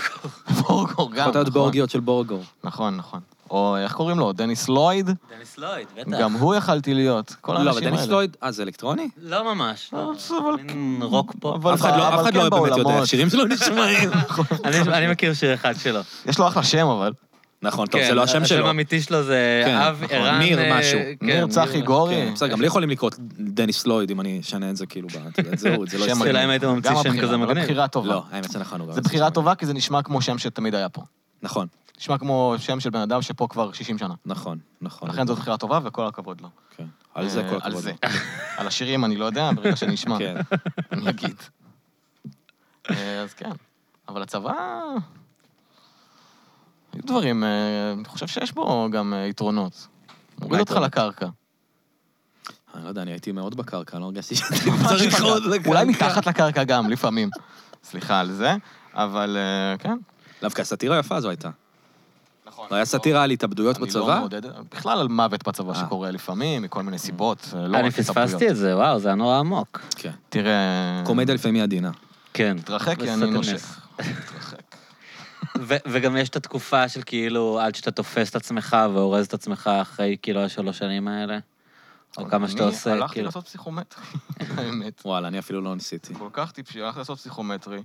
Speaker 2: בורגור גם,
Speaker 3: יכולת להיות
Speaker 2: נכון.
Speaker 3: בורגיות של בורגור.
Speaker 2: נכון, נכון. או איך קוראים לו? דניס לויד?
Speaker 1: דניס לויד, בטח.
Speaker 2: גם הוא יכלתי להיות. כל
Speaker 3: לא, אבל
Speaker 2: האנשים
Speaker 3: דניס
Speaker 2: האלה.
Speaker 3: לויד, אה, זה אלקטרוני?
Speaker 1: לא ממש.
Speaker 2: לא,
Speaker 1: לא,
Speaker 2: אבל-
Speaker 1: מין רוק פופ.
Speaker 2: אבל-
Speaker 3: אף אחד לא-
Speaker 2: אבל
Speaker 3: אף אחד
Speaker 2: כן
Speaker 3: לא באמת יודע,
Speaker 2: בעולמות.
Speaker 3: השירים שלו נשמעים.
Speaker 1: אני- אני מכיר שיר אחד שלו.
Speaker 2: יש לו אחלה שם, אבל.
Speaker 3: נכון, טוב,
Speaker 1: כן,
Speaker 3: זה לא השם
Speaker 1: השם
Speaker 3: שלו.
Speaker 1: האמיתי שלו זה
Speaker 3: כן,
Speaker 1: אב
Speaker 3: נכון,
Speaker 1: ערן...
Speaker 3: ניר
Speaker 1: אה,
Speaker 3: משהו.
Speaker 1: כן,
Speaker 2: ניר צחי גורי.
Speaker 3: כן, בסדר, גם לי יכולים לקרוא דניס לויד, אם אני אשנה את זה כאילו בתעודת זהות, זה לא...
Speaker 2: שם
Speaker 3: יסתדר.
Speaker 1: השאלה
Speaker 2: מגניב.
Speaker 1: אם היית ממציא
Speaker 2: גם
Speaker 1: שם
Speaker 2: הבחירה,
Speaker 1: כזה
Speaker 2: אבל
Speaker 1: מגניב.
Speaker 2: הבחירה טובה.
Speaker 3: לא, האמת שנכון, הוא גם...
Speaker 2: זו
Speaker 3: זה
Speaker 2: בחירה
Speaker 3: שם.
Speaker 2: טובה, כי זה נשמע כמו שם שתמיד היה פה.
Speaker 3: נכון,
Speaker 2: נשמע כמו שם של בן אדם שפה כבר 60 שנה.
Speaker 3: נכון, נכון.
Speaker 2: לכן זאת בחירה טובה, וכל הכבוד לו.
Speaker 3: כן. על זה
Speaker 2: אה,
Speaker 3: כל הכבוד.
Speaker 2: על זה. על השירים אני לא יודע, ברגע שנשמע,
Speaker 3: כן.
Speaker 2: אני אגיד. אה, אז כן. אבל הצבא... היו דברים, אה, אני חושב שיש בו גם אה, יתרונות. מוריד אותך
Speaker 3: יתרונות?
Speaker 2: לקרקע.
Speaker 3: אני לא יודע, אני הייתי מאוד בקרקע, אני לא הרגשתי שאני צריך עוד לקרקע.
Speaker 2: אולי
Speaker 3: כן.
Speaker 2: מתחת לקרקע גם, לפעמים. סליחה על זה, אבל אה, כן.
Speaker 3: לא, דווקא סאטירה יפה זו הייתה.
Speaker 2: נכון.
Speaker 3: לא היה סאטירה על התאבדויות
Speaker 2: אני לא
Speaker 3: בצבא?
Speaker 2: מעודד, בכלל על מוות בצבא
Speaker 3: אה.
Speaker 2: שקורה לפעמים, מכל מיני סיבות. אה, לא
Speaker 1: אני
Speaker 2: רק
Speaker 1: פספסתי
Speaker 2: התאבדויות.
Speaker 1: את זה, וואו, זה היה נורא עמוק.
Speaker 3: כן.
Speaker 2: תראה...
Speaker 3: קומדיה לפעמים היא עדינה.
Speaker 1: כן.
Speaker 2: תתרחק, כי אני
Speaker 1: וסטנס.
Speaker 2: נושך. תתרחק.
Speaker 1: ו- וגם יש את התקופה של כאילו, עד שאתה תופס את עצמך ואורז את עצמך אחרי כאילו השלוש שנים האלה, או כמה שאתה
Speaker 2: אני
Speaker 1: עושה,
Speaker 2: הלכתי
Speaker 1: כאילו.
Speaker 2: לעשות פסיכומטרי, האמת.
Speaker 3: וואלה, אני אפילו לא ניסיתי.
Speaker 2: כל כך טיפשי, הלכתי לעשות פסיכומטרי.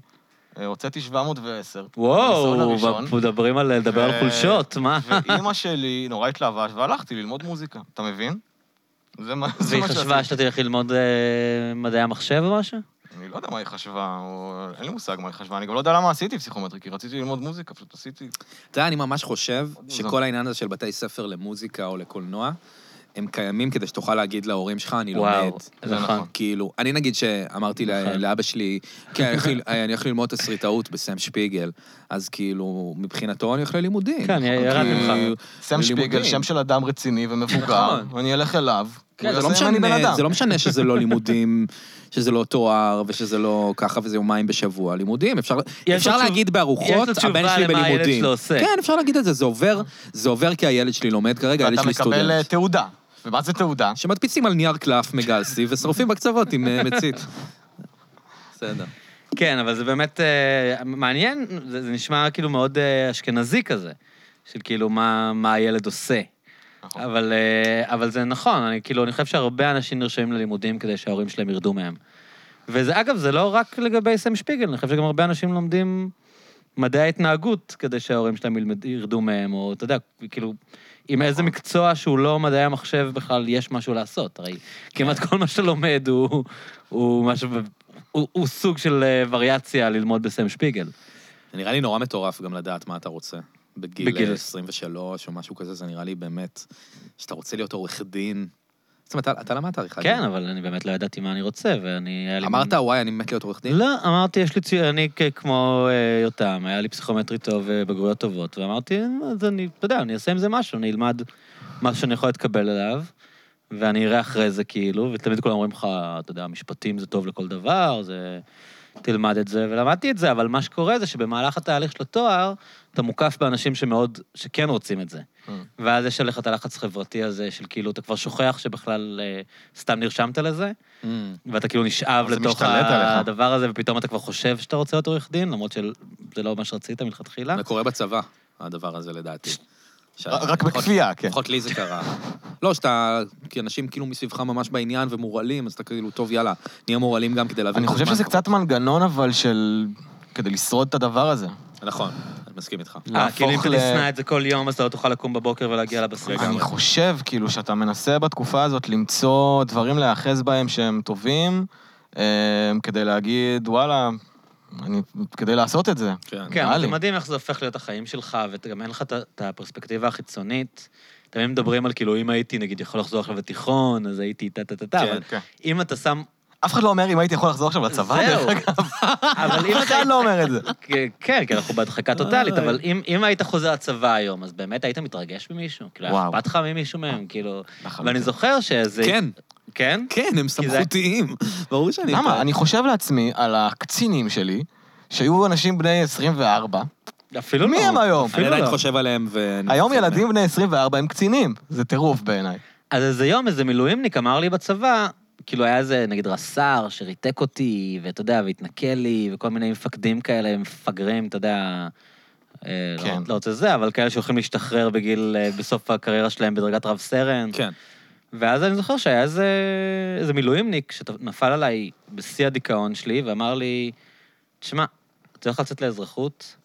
Speaker 2: אה, הוצאתי 710. בניסיון
Speaker 1: וואו,
Speaker 2: הראשון.
Speaker 1: ב- מדברים על לדבר על
Speaker 2: ו-
Speaker 1: חולשות, אה, מה?
Speaker 2: ואימא שלי נורא התלהבה, והלכתי ללמוד מוזיקה, אתה מבין? זה מה זה
Speaker 1: והיא
Speaker 2: מה
Speaker 1: חשבה
Speaker 2: שעשיתי.
Speaker 1: שאתה תלך ללמוד אה, מדעי המחשב או משהו?
Speaker 2: אני לא יודע מה היא חשבה, או- אין לי מושג מה היא חשבה, אני גם לא יודע למה עשיתי פסיכומטרי, כי רציתי ללמוד מוזיקה, פשוט עשיתי...
Speaker 3: אתה יודע, אני ממש חושב
Speaker 2: מוזר.
Speaker 3: שכל העניין הזה של בתי ספר למוזיקה או לקולנוע, הם קיימים כדי שתוכל להגיד להורים שלך, אני לומד.
Speaker 1: וואו,
Speaker 2: זה
Speaker 1: נכון.
Speaker 2: נכון.
Speaker 3: כאילו, אני נגיד שאמרתי ל-
Speaker 1: נכון.
Speaker 3: לאבא שלי, כן, אני הולך ל- אני הולך ללמוד תסריטאות בסם שפיגל, אז כאילו, מבחינתו אני הולך ללימודים.
Speaker 1: כן, ירד
Speaker 3: כי-
Speaker 1: ממך.
Speaker 2: סם שפיגל,
Speaker 3: לימודים.
Speaker 2: שם של אדם רציני ומבוגר,
Speaker 3: נכון.
Speaker 2: אני אלך אליו,
Speaker 3: כן, זה
Speaker 2: הוא
Speaker 3: לא
Speaker 2: יעשה ממני בן
Speaker 3: משנה,
Speaker 2: אדם.
Speaker 3: זה לא משנה שזה לא לימודים, שזה לא תואר, ושזה לא ככה וזה יומיים בשבוע. לימודים, אפשר,
Speaker 1: לו
Speaker 3: אפשר
Speaker 1: תשוב- יש
Speaker 3: להגיד
Speaker 1: לו
Speaker 3: בארוחות,
Speaker 1: תשובה
Speaker 3: הבן שלי
Speaker 1: למה הילד
Speaker 3: בלימודים.
Speaker 1: שלו עושה.
Speaker 3: כן, אפשר להגיד את זה, זה עובר, זה עובר כי הילד שלי לומד כרגע, הילד
Speaker 2: ואתה
Speaker 3: שלי
Speaker 2: מקבל אה,
Speaker 3: סטודנט.
Speaker 2: תעודה. ומה זה תעודה?
Speaker 3: שמדפיסים על נייר קלף מגלסי ושורפים בקצוות עם אה, מצית. בסדר.
Speaker 1: כן, אבל זה באמת אה, מעניין, זה, זה נשמע כאילו מאוד אה, אשכנזי כזה, של כאילו מה, מה הילד עושה.
Speaker 2: נכון.
Speaker 1: אבל, אה, אבל זה נכון, אני כאילו, אני חושב שהרבה אנשים נרשמים ללימודים כדי שההורים שלהם ירדו מהם. וזה, אגב, זה לא רק לגבי סם שפיגל, אני חושב שגם הרבה אנשים לומדים מדעי ההתנהגות כדי שההורים שלהם ילמד, ירדו מהם, או אתה יודע, כאילו, עם איזה מקצוע שהוא לא מדעי המחשב בכלל יש משהו לעשות, הרי כמעט כל מה שאתה לומד הוא, הוא משהו, הוא, הוא סוג של אה, וריאציה ללמוד בסם שפיגל.
Speaker 3: זה נראה לי נורא מטורף גם לדעת מה אתה רוצה. בגיל,
Speaker 1: בגיל-
Speaker 3: בגיל 23 או משהו כזה, זה נראה לי באמת, שאתה רוצה להיות עורך דין. זאת אומרת, אתה, אתה למדת עריכה.
Speaker 1: כן, אבל אני באמת לא ידעתי מה אני רוצה, ואני... היה לי
Speaker 3: אמרת,
Speaker 1: מין-
Speaker 3: וואי, אני מת להיות עורך דין?
Speaker 1: לא, אמרתי, יש לי ציון, אני כ- כמו אה, יותם, היה לי פסיכומטרי טוב ובגרויות טובות, ואמרתי, "אה, אז אני, אתה יודע, אני אעשה עם זה משהו, אני אלמד משהו שאני יכול להתקבל אליו, ואני אראה אחרי זה כאילו, ותמיד כולם אומרים לך, אתה יודע, משפטים זה טוב לכל דבר, זה... תלמד את זה, ולמדתי את זה, אבל מה שקורה זה שבמהלך התהליך של התואר, אתה מוקף באנשים שמאוד, שכן רוצים את זה.
Speaker 2: Mm.
Speaker 1: ואז יש עליך את הלחץ החברתי הזה, של כאילו, אתה כבר שוכח שבכלל אה, סתם נרשמת לזה,
Speaker 3: Mm.
Speaker 1: ואתה כאילו נשאב
Speaker 2: אז זה
Speaker 1: לתוך
Speaker 2: משתלט עליך.
Speaker 1: הדבר הזה, ופתאום אתה כבר חושב שאתה רוצה להיות עורך דין, למרות שזה לא מה שרצית מלכתחילה.
Speaker 3: זה קורה בצבא, הדבר הזה לדעתי. ש-
Speaker 2: ר- רק
Speaker 3: לפחות-
Speaker 2: בכפייה, כן.
Speaker 3: לפחות לי זה קרה. לא, שאתה, כי אנשים כאילו מסביבך ממש בעניין ומורעלים, אז אתה כאילו, טוב, יאללה, נהיה מורעלים גם כדי להבין.
Speaker 2: אני
Speaker 3: את
Speaker 2: חושב
Speaker 3: הזמן.
Speaker 2: שזה קצת מנגנון, אבל של... כדי לשרוד את הדבר הזה.
Speaker 3: נכון. מסכים איתך.
Speaker 1: אה, כאילו אם
Speaker 2: להפוך
Speaker 1: אתה
Speaker 2: ל-
Speaker 1: תשנא את זה כל יום, אז אתה לא תוכל לקום בבוקר ולהגיע לבסיס.
Speaker 2: אני חושב, כאילו, שאתה מנסה בתקופה הזאת למצוא דברים להיאחז בהם שהם טובים, אה, כדי להגיד, וואלה, אני, כדי לעשות את זה.
Speaker 3: כן.
Speaker 1: כן,
Speaker 2: נראה
Speaker 1: אבל זה
Speaker 2: לי.
Speaker 1: מדהים איך זה הופך להיות החיים שלך, וגם אין לך את ה- את הפרספקטיבה החיצונית. תמיד מדברים על כאילו, אם הייתי, נגיד, יכול לחזור עכשיו לתיכון, אז הייתי טה-טה-טה, אבל
Speaker 2: כן.
Speaker 1: אם אתה שם...
Speaker 2: אף אחד לא אומר אם הייתי יכול לחזור עכשיו לצבא,
Speaker 1: זהו.
Speaker 2: דרך אגב.
Speaker 1: אבל אם
Speaker 2: אף
Speaker 1: אתה...
Speaker 2: אחד לא אומר את זה.
Speaker 1: כן, כי אנחנו בהדחקה טוטאלית, אבל אם- אם היית חוזר לצבא היום, אז באמת היית מתרגש ממישהו? כאילו, היה
Speaker 2: וואו.
Speaker 1: אכפת לך ממישהו מהם? כאילו...
Speaker 2: לחלוטין.
Speaker 1: ואני זוכר שזה...
Speaker 3: כן,
Speaker 1: כן?
Speaker 3: כן, הם
Speaker 1: זה-
Speaker 3: סמכותיים. ברור שאני...
Speaker 2: למה? אני חושב לעצמי על הקצינים שלי, שהיו אנשים בני 24.
Speaker 1: אפילו לא.
Speaker 2: מי הם היום?
Speaker 3: אני
Speaker 1: אפילו
Speaker 3: עדיין
Speaker 1: לא.
Speaker 3: חושב עליהם ו...
Speaker 2: היום ילדים בני 24 הם קצינים. זה טירוף בעיניי.
Speaker 1: אז איזה יום איזה מילואימניק אמר לי בצבא, כאילו היה איזה נגיד רס"ר שריתק אותי, ואתה יודע, והתנכל לי, וכל מיני מפקדים כאלה, מפגרים, אתה יודע, אה, לא-
Speaker 2: כן.
Speaker 1: לא רוצה זה, אבל כאלה שהולכים להשתחרר בגיל, אה, בסוף הקריירה שלהם בדרגת רב סרן.
Speaker 3: כן.
Speaker 1: ואז אני זוכר שהיה איזה, איזה מילואימניק שנפל עליי בשיא הדיכאון שלי, ואמר לי, תשמע, אתה הולך לצאת לאזרחות,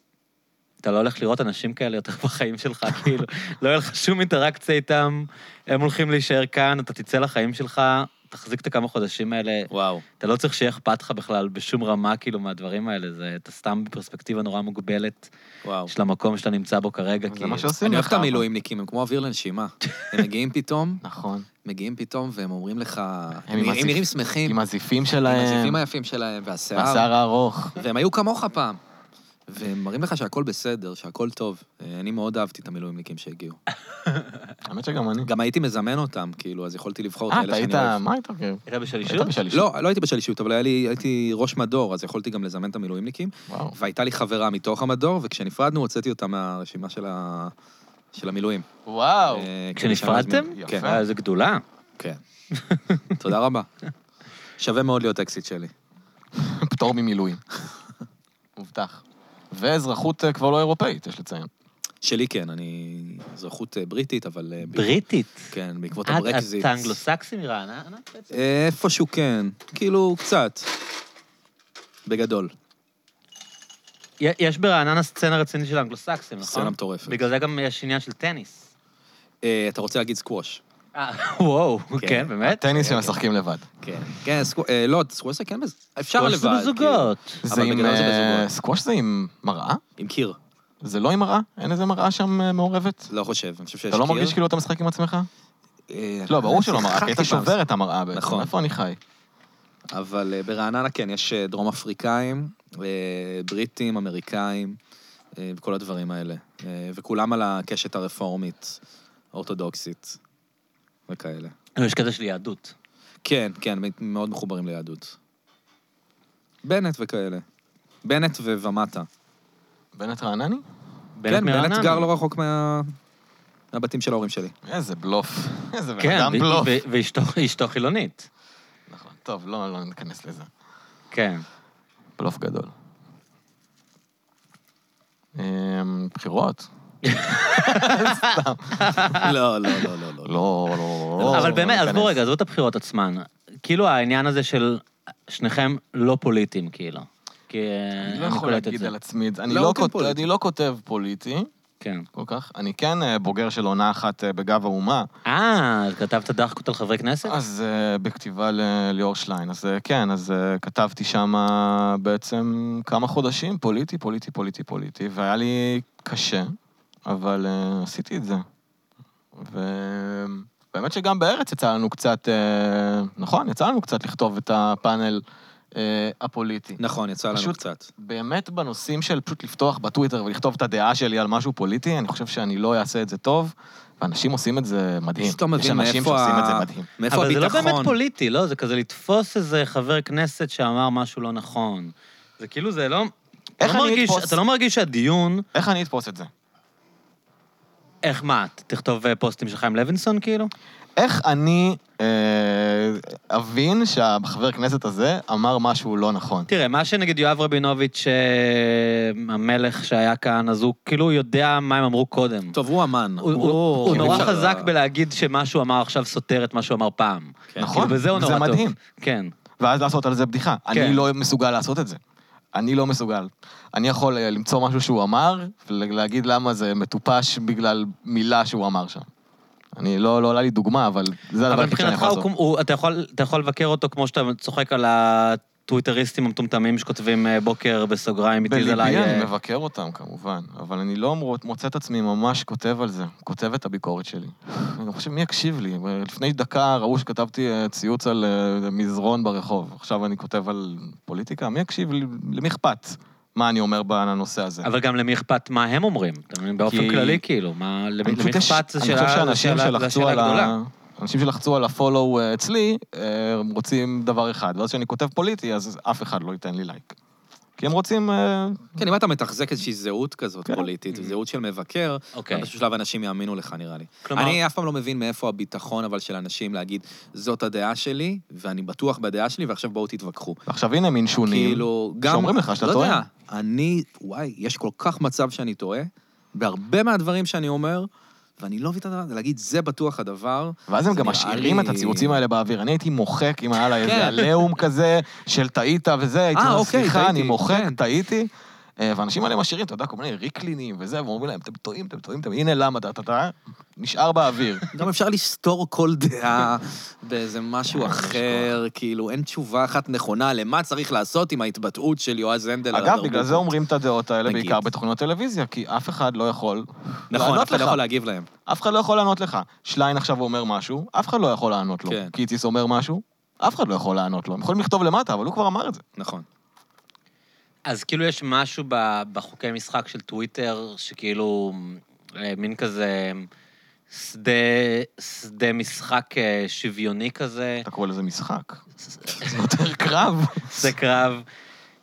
Speaker 1: אתה לא הולך לראות אנשים כאלה יותר בחיים שלך, כאילו, לא יהיה לך שום אינטראקציה איתם, הם הולכים להישאר כאן, אתה תצא לחיים שלך, תחזיק את הכמה חודשים האלה,
Speaker 3: וואו.
Speaker 1: אתה לא צריך שיהיה אכפת לך בכלל בשום רמה, כאילו, מהדברים האלה, זה, אתה סתם בפרספקטיבה נורא מוגבלת
Speaker 3: וואו.
Speaker 1: של המקום שאתה נמצא בו כרגע,
Speaker 2: זה מה
Speaker 1: כאילו.
Speaker 2: שעושים לך.
Speaker 3: אני אוהב את המילואימניקים, הם כמו אוויר לנשימה. הם מגיעים פתאום,
Speaker 2: נכון.
Speaker 3: מגיעים פתאום, והם אומרים לך...
Speaker 2: עם
Speaker 3: הם נראים-
Speaker 2: הזיפ-
Speaker 3: הם נראים שמחים.
Speaker 2: עם הזיפים
Speaker 3: עם
Speaker 2: שלהם.
Speaker 3: הזיפים היפים שלהם, והשיער.
Speaker 2: והשיער הארוך.
Speaker 3: והם היו כמוך פעם. והם מראים לך שהכל בסדר, שהכל טוב. אה, אני מאוד אהבתי את המילואימניקים שהגיעו.
Speaker 2: האמת שגם אני.
Speaker 3: גם הייתי מזמן אותם, כאילו, אז יכולתי לבחור את
Speaker 2: אה,
Speaker 3: האלה
Speaker 2: אתה היית...
Speaker 3: שאני אוהב.
Speaker 2: מה היית? כן.
Speaker 1: היית בשלישות?
Speaker 2: היית בשלישי.
Speaker 3: לא, לא הייתי בשלישות, אבל היה לי- הייתי ראש מדור, אז יכולתי גם לזמן את המילואימניקים.
Speaker 2: וואו.
Speaker 3: והייתה לי חברה מתוך המדור, וכשנפרדנו הוצאתי אותה מהרשימה של ה- של המילואים.
Speaker 2: וואו.
Speaker 3: אה, כדי שאני
Speaker 1: כשנפרדתם?
Speaker 3: אזמין-
Speaker 2: יפה.
Speaker 3: כן.
Speaker 1: אה, איזה גדולה.
Speaker 3: כן. תודה רבה. שווה מאוד להיות אקזיט שלי.
Speaker 2: פטור ממילואים. מובטח. ואזרחות אה, כבר לא אירופאית, יש לציין.
Speaker 3: שלי כן, אני אזרחות אה, בריטית, אבל... אה,
Speaker 1: בריטית.
Speaker 3: כן, בעקבות
Speaker 2: אה,
Speaker 1: את- את
Speaker 3: הברקזיט.
Speaker 1: אנגלו-סקסי מרעננה בעצם?
Speaker 3: אה, איפשהו כן, כאילו קצת. בגדול.
Speaker 1: י- יש ברעננה סצנה רצינית של אנגלו-סקסים, נכון?
Speaker 3: סצנה מטורפת.
Speaker 1: בגלל זה גם יש עניין של טניס.
Speaker 3: אה, אתה רוצה להגיד סקווש.
Speaker 1: אה, וואו,
Speaker 3: כן.
Speaker 1: כן, באמת?
Speaker 2: טניס שמשחקים לבד.
Speaker 3: כן. כן, סקווש, לא, סקווש זה כן, בז- אפשר לבד.
Speaker 1: או שזה
Speaker 3: כאילו.
Speaker 1: בזוגות.
Speaker 2: זה עם...
Speaker 3: בגדול זה
Speaker 2: אה,
Speaker 3: בזוגות.
Speaker 2: סקווש זה עם מראה?
Speaker 3: כאילו. עם קיר,
Speaker 2: זה לא עם מראה? אין איזה מראה שם אה, מעורבת?
Speaker 3: לא חושב, אני חושב שיש קיר.
Speaker 2: אתה לא מרגיש כאילו אתה משחק עם עצמך?
Speaker 3: אה,
Speaker 2: לא, ברור שלא מראה, כי
Speaker 3: שיחקתי
Speaker 2: הייתי
Speaker 3: פעם,
Speaker 2: שובר את המראה בעצם.
Speaker 3: נכון.
Speaker 2: איפה אני חי?
Speaker 3: אבל אה, ברעננה כן, יש אה, דרום אפריקאים, אה, בריטים, אמריקאים, אה, וכל הדברים האלה. אה, וכולם על הקשת הרפורמית, אורתודוקסית, וכאלה.
Speaker 1: לא, יש קטע של יהדות.
Speaker 3: כן, כן, מ- מאוד מחוברים ליהדות. בנט וכאלה. בנט ו- ומטה.
Speaker 2: בנט רענני?
Speaker 1: בנט
Speaker 3: כן, בנט
Speaker 1: מרעננה.
Speaker 3: גר לא רחוק מה... מהבתים של ההורים שלי.
Speaker 2: איזה בלוף. איזה בן
Speaker 1: כן,
Speaker 2: אדם
Speaker 1: ו-
Speaker 2: בלוף.
Speaker 1: ו- ואשתו אשתו חילונית.
Speaker 2: נכון. טוב, לא לא ניכנס לזה.
Speaker 1: כן.
Speaker 2: בלוף גדול. אמ, בחירות?
Speaker 3: לא, לא, לא, לא,
Speaker 2: לא,
Speaker 3: לא.
Speaker 2: לא, לא, לא.
Speaker 1: אבל
Speaker 2: לא
Speaker 1: באמת,
Speaker 2: ניכנס.
Speaker 1: עזבו רגע, עזבו את הבחירות עצמן. כאילו העניין הזה של שניכם לא פוליטיים, כאילו. כי
Speaker 2: אני
Speaker 1: אני
Speaker 2: לא יכול
Speaker 1: קולט את
Speaker 2: להגיד
Speaker 1: זה.
Speaker 2: על עצמי את זה. אני
Speaker 3: לא,
Speaker 2: לא
Speaker 3: הוא כן
Speaker 2: כות-
Speaker 3: פוליטי.
Speaker 2: אני לא כותב פוליטי
Speaker 1: כן.
Speaker 2: כל כך. אני כן אה, בוגר של עונה אחת אה, בגב האומה,
Speaker 1: אה, אז כתבת דחקות על חברי כנסת?
Speaker 2: אז אה, בכתיבה לליאור שליין. אז אה, כן, אז אה, כתבתי שם בעצם כמה חודשים, פוליטי, פוליטי, פוליטי, פוליטי, והיה לי קשה, אבל אה, עשיתי את זה. ובאמת שגם בארץ יצא לנו קצת, אה, נכון, יצא לנו קצת לכתוב את הפאנל אה, הפוליטי.
Speaker 3: נכון, יצא לנו
Speaker 2: פשוט-
Speaker 3: קצת.
Speaker 2: באמת בנושאים של פשוט לפתוח בטוויטר ולכתוב את הדעה שלי על משהו פוליטי, אני חושב שאני לא אעשה את זה טוב, ואנשים עושים את זה מדהים.
Speaker 3: פשוט לא
Speaker 2: יש
Speaker 3: מבין
Speaker 2: אנשים
Speaker 3: מאיפה
Speaker 2: שעושים את זה
Speaker 3: ה-
Speaker 2: מדהים.
Speaker 3: מאיפה
Speaker 1: אבל זה לא
Speaker 3: הביטחון.
Speaker 1: באמת פוליטי, לא? זה כזה לתפוס איזה חבר כנסת שאמר משהו לא נכון. זה כאילו, זה לא... אתה
Speaker 2: איך
Speaker 1: לא
Speaker 2: אני
Speaker 1: מרגיש-
Speaker 2: אתפוס?
Speaker 1: אתה לא מרגיש שהדיון...
Speaker 2: איך אני אתפוס את זה?
Speaker 1: איך מה, ת- תכתוב אה, פוסטים של חיים לוינסון, כאילו?
Speaker 2: איך אני אה, אבין שהחבר כנסת הזה אמר משהו לא נכון?
Speaker 1: תראה, מה שנגיד יואב רבינוביץ', אה, המלך שהיה כאן, אז הוא כאילו יודע מה הם אמרו קודם.
Speaker 3: טוב, הוא אמן.
Speaker 1: הוא- הוא הוא
Speaker 3: אי
Speaker 1: נורא
Speaker 3: אפשר-
Speaker 1: חזק בלהגיד שמה שהוא אמר עכשיו סותר את מה שהוא אמר פעם.
Speaker 3: כן.
Speaker 2: נכון.
Speaker 1: כאילו, בזה הוא
Speaker 2: זה
Speaker 1: נורא טוב.
Speaker 2: מדהים.
Speaker 1: כן.
Speaker 2: ואז לעשות על זה בדיחה.
Speaker 1: כן.
Speaker 2: אני לא מסוגל לעשות את זה. אני לא מסוגל. אני יכול אה, למצוא משהו שהוא אמר, ולהגיד למה זה מטופש בגלל מילה שהוא אמר שם. אני לא, לא עולה לי דוגמה, אבל זה הדבר
Speaker 1: אבל
Speaker 2: היחיד שאני
Speaker 1: מבחינתך
Speaker 2: יכול לעשות.
Speaker 1: הוא- הוא- אתה יכול- אתה יכול לבקר אותו כמו שאתה צוחק על הטוויטריסטים המטומטמים שכותבים אה, בוקר בסוגריים איטיז עליי.
Speaker 2: בליבי אני
Speaker 1: אה,
Speaker 2: מבקר אותם, כמובן, אבל אני לא מרו- מוצא את עצמי ממש כותב על זה, כותב את הביקורת שלי. אני חושב, מי יקשיב לי? לפני דקה ראו שכתבתי אה, ציוץ על אה, מזרון ברחוב, עכשיו אני כותב על פוליטיקה? מי יקשיב לי? למי אכפת מה אני אומר בנושא הזה?
Speaker 1: אבל גם למי אכפת מה הם אומרים, אתה מבין? באופן
Speaker 2: כי-
Speaker 1: כללי, כאילו, מה, למי
Speaker 2: אני
Speaker 1: למי
Speaker 2: פשוט יש-
Speaker 1: אכפת זו
Speaker 2: אני
Speaker 1: שאלה
Speaker 2: חושב
Speaker 1: זו
Speaker 2: שאנשים
Speaker 1: שאלה- זו
Speaker 2: שלחצו
Speaker 1: שאלה
Speaker 2: על
Speaker 1: גדולה.
Speaker 2: ה... אנשים שלחצו על הפולו אה, אצלי, אה, הם רוצים דבר אחד, ואז כשאני כותב פוליטי, אז אף אחד לא ייתן לי לייק. כי הם רוצים... אה,
Speaker 3: כן, אם אתה מתחזק איזושהי זהות כזאת
Speaker 2: כן.
Speaker 3: פוליטית, זהות של מבקר,
Speaker 1: אוקיי.
Speaker 3: באיזשהו שלב אנשים יאמינו לך, נראה לי.
Speaker 1: כלומר-
Speaker 3: אני אף פעם לא מבין מאיפה הביטחון, אבל, של אנשים להגיד, זאת הדעה שלי, ואני בטוח בדעה שלי, ועכשיו בואו תתווכחו.
Speaker 2: עכשיו הנה מין שונים.
Speaker 3: כאילו, גם...
Speaker 2: שאומרים לך שאתה טועה.
Speaker 3: לא יודע, אני, וואי, יש כל כך מצב שאני טועה, בהרבה מהדברים שאני אומר, ואני לא מבין את הדבר הזה, להגיד, זה בטוח הדבר.
Speaker 2: ואז הם
Speaker 3: זה
Speaker 2: גם
Speaker 3: נראה
Speaker 2: משאירים
Speaker 3: לי-
Speaker 2: את הציוצים האלה באוויר. אני הייתי מוחק אם היה לה
Speaker 3: כן.
Speaker 2: איזה עליהום כזה של טעית וזה, הייתי
Speaker 3: אה,
Speaker 2: אומר,
Speaker 3: אוקיי,
Speaker 2: סליחה, אני
Speaker 3: טעיתי",
Speaker 2: מוחק,
Speaker 3: כן.
Speaker 2: טעיתי. אה, והאנשים האלה משאירים, אתה יודע, כל מיני ריקלינים וזה, ואומרים להם, אתם טועים, אתם טועים, אתם, הנה למה, אתה, אתה, אתה, נשאר באוויר.
Speaker 3: גם אפשר לסתור כל דעה באיזה
Speaker 2: אה,
Speaker 3: משהו אחר, כאילו, אין תשובה אחת נכונה למה צריך לעשות עם ההתבטאות של יועז הנדל על
Speaker 2: אגב, בגלל
Speaker 3: התרבות.
Speaker 2: זה אומרים את הדעות האלה
Speaker 3: לא, נגיד.
Speaker 2: בעיקר בתוכניות טלוויזיה, כי אף אחד לא יכול
Speaker 3: נכון,
Speaker 2: לענות
Speaker 3: אף אחד לא
Speaker 2: לך.
Speaker 3: יכול להגיב להם.
Speaker 2: אף אחד לא יכול לענות לך. שליין עכשיו אומר משהו, אף אחד לא יכול לענות לו.
Speaker 3: כן.
Speaker 2: קיציס אומר משהו, אף אחד לא יכול לענות לו. הם יכולים לכתוב למטה, אבל הוא כבר אמר את זה.
Speaker 3: נכון.
Speaker 1: אז כאילו יש משהו ב- בחוקי משחק של טוויטר, שכאילו אה, מין כזה שדה, שדה משחק אה, שוויוני כזה,
Speaker 2: אתה קורא לזה משחק. זה יותר קרב.
Speaker 1: שדה קרב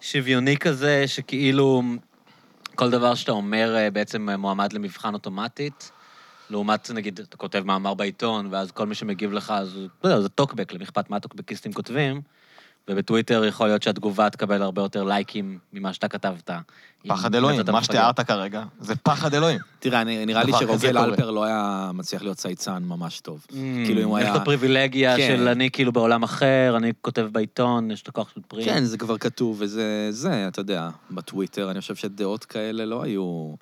Speaker 1: שוויוני כזה, שכאילו כל דבר שאתה אומר אה, בעצם אה, מועמד למבחן אוטומטית. לעומת, נגיד, אתה כותב מאמר בעיתון, ואז כל מי שמגיב לך, אז הוא- לא יודע, זה טוקבק, למכפת מה הטוקבקיסטים כותבים, ובטוויטר יכול להיות שהתגובה תקבל הרבה יותר לייקים ממה שאתה כתבת. אם
Speaker 2: פחד אלוהים,
Speaker 1: נתת
Speaker 2: מה
Speaker 1: מפגר.
Speaker 2: שתיארת כרגע, זה פחד אלוהים.
Speaker 3: תראה, אני- נראה לי
Speaker 2: דבר נכון, כזה
Speaker 3: שרוגל
Speaker 2: קורה.
Speaker 3: אלפר לא היה מצליח להיות צייצן ממש טוב.
Speaker 1: Mm,
Speaker 3: כאילו, אם הוא
Speaker 1: יש
Speaker 3: היה-
Speaker 1: לו פריבילגיה
Speaker 3: כן.
Speaker 1: של אני כאילו בעולם אחר, אני כותב בעיתון, יש את הכוח של פרי.
Speaker 3: כן, זה כבר כתוב, וזה, זה, אתה יודע, בטוויטר, אני חושב שדעות כאלה לא היו...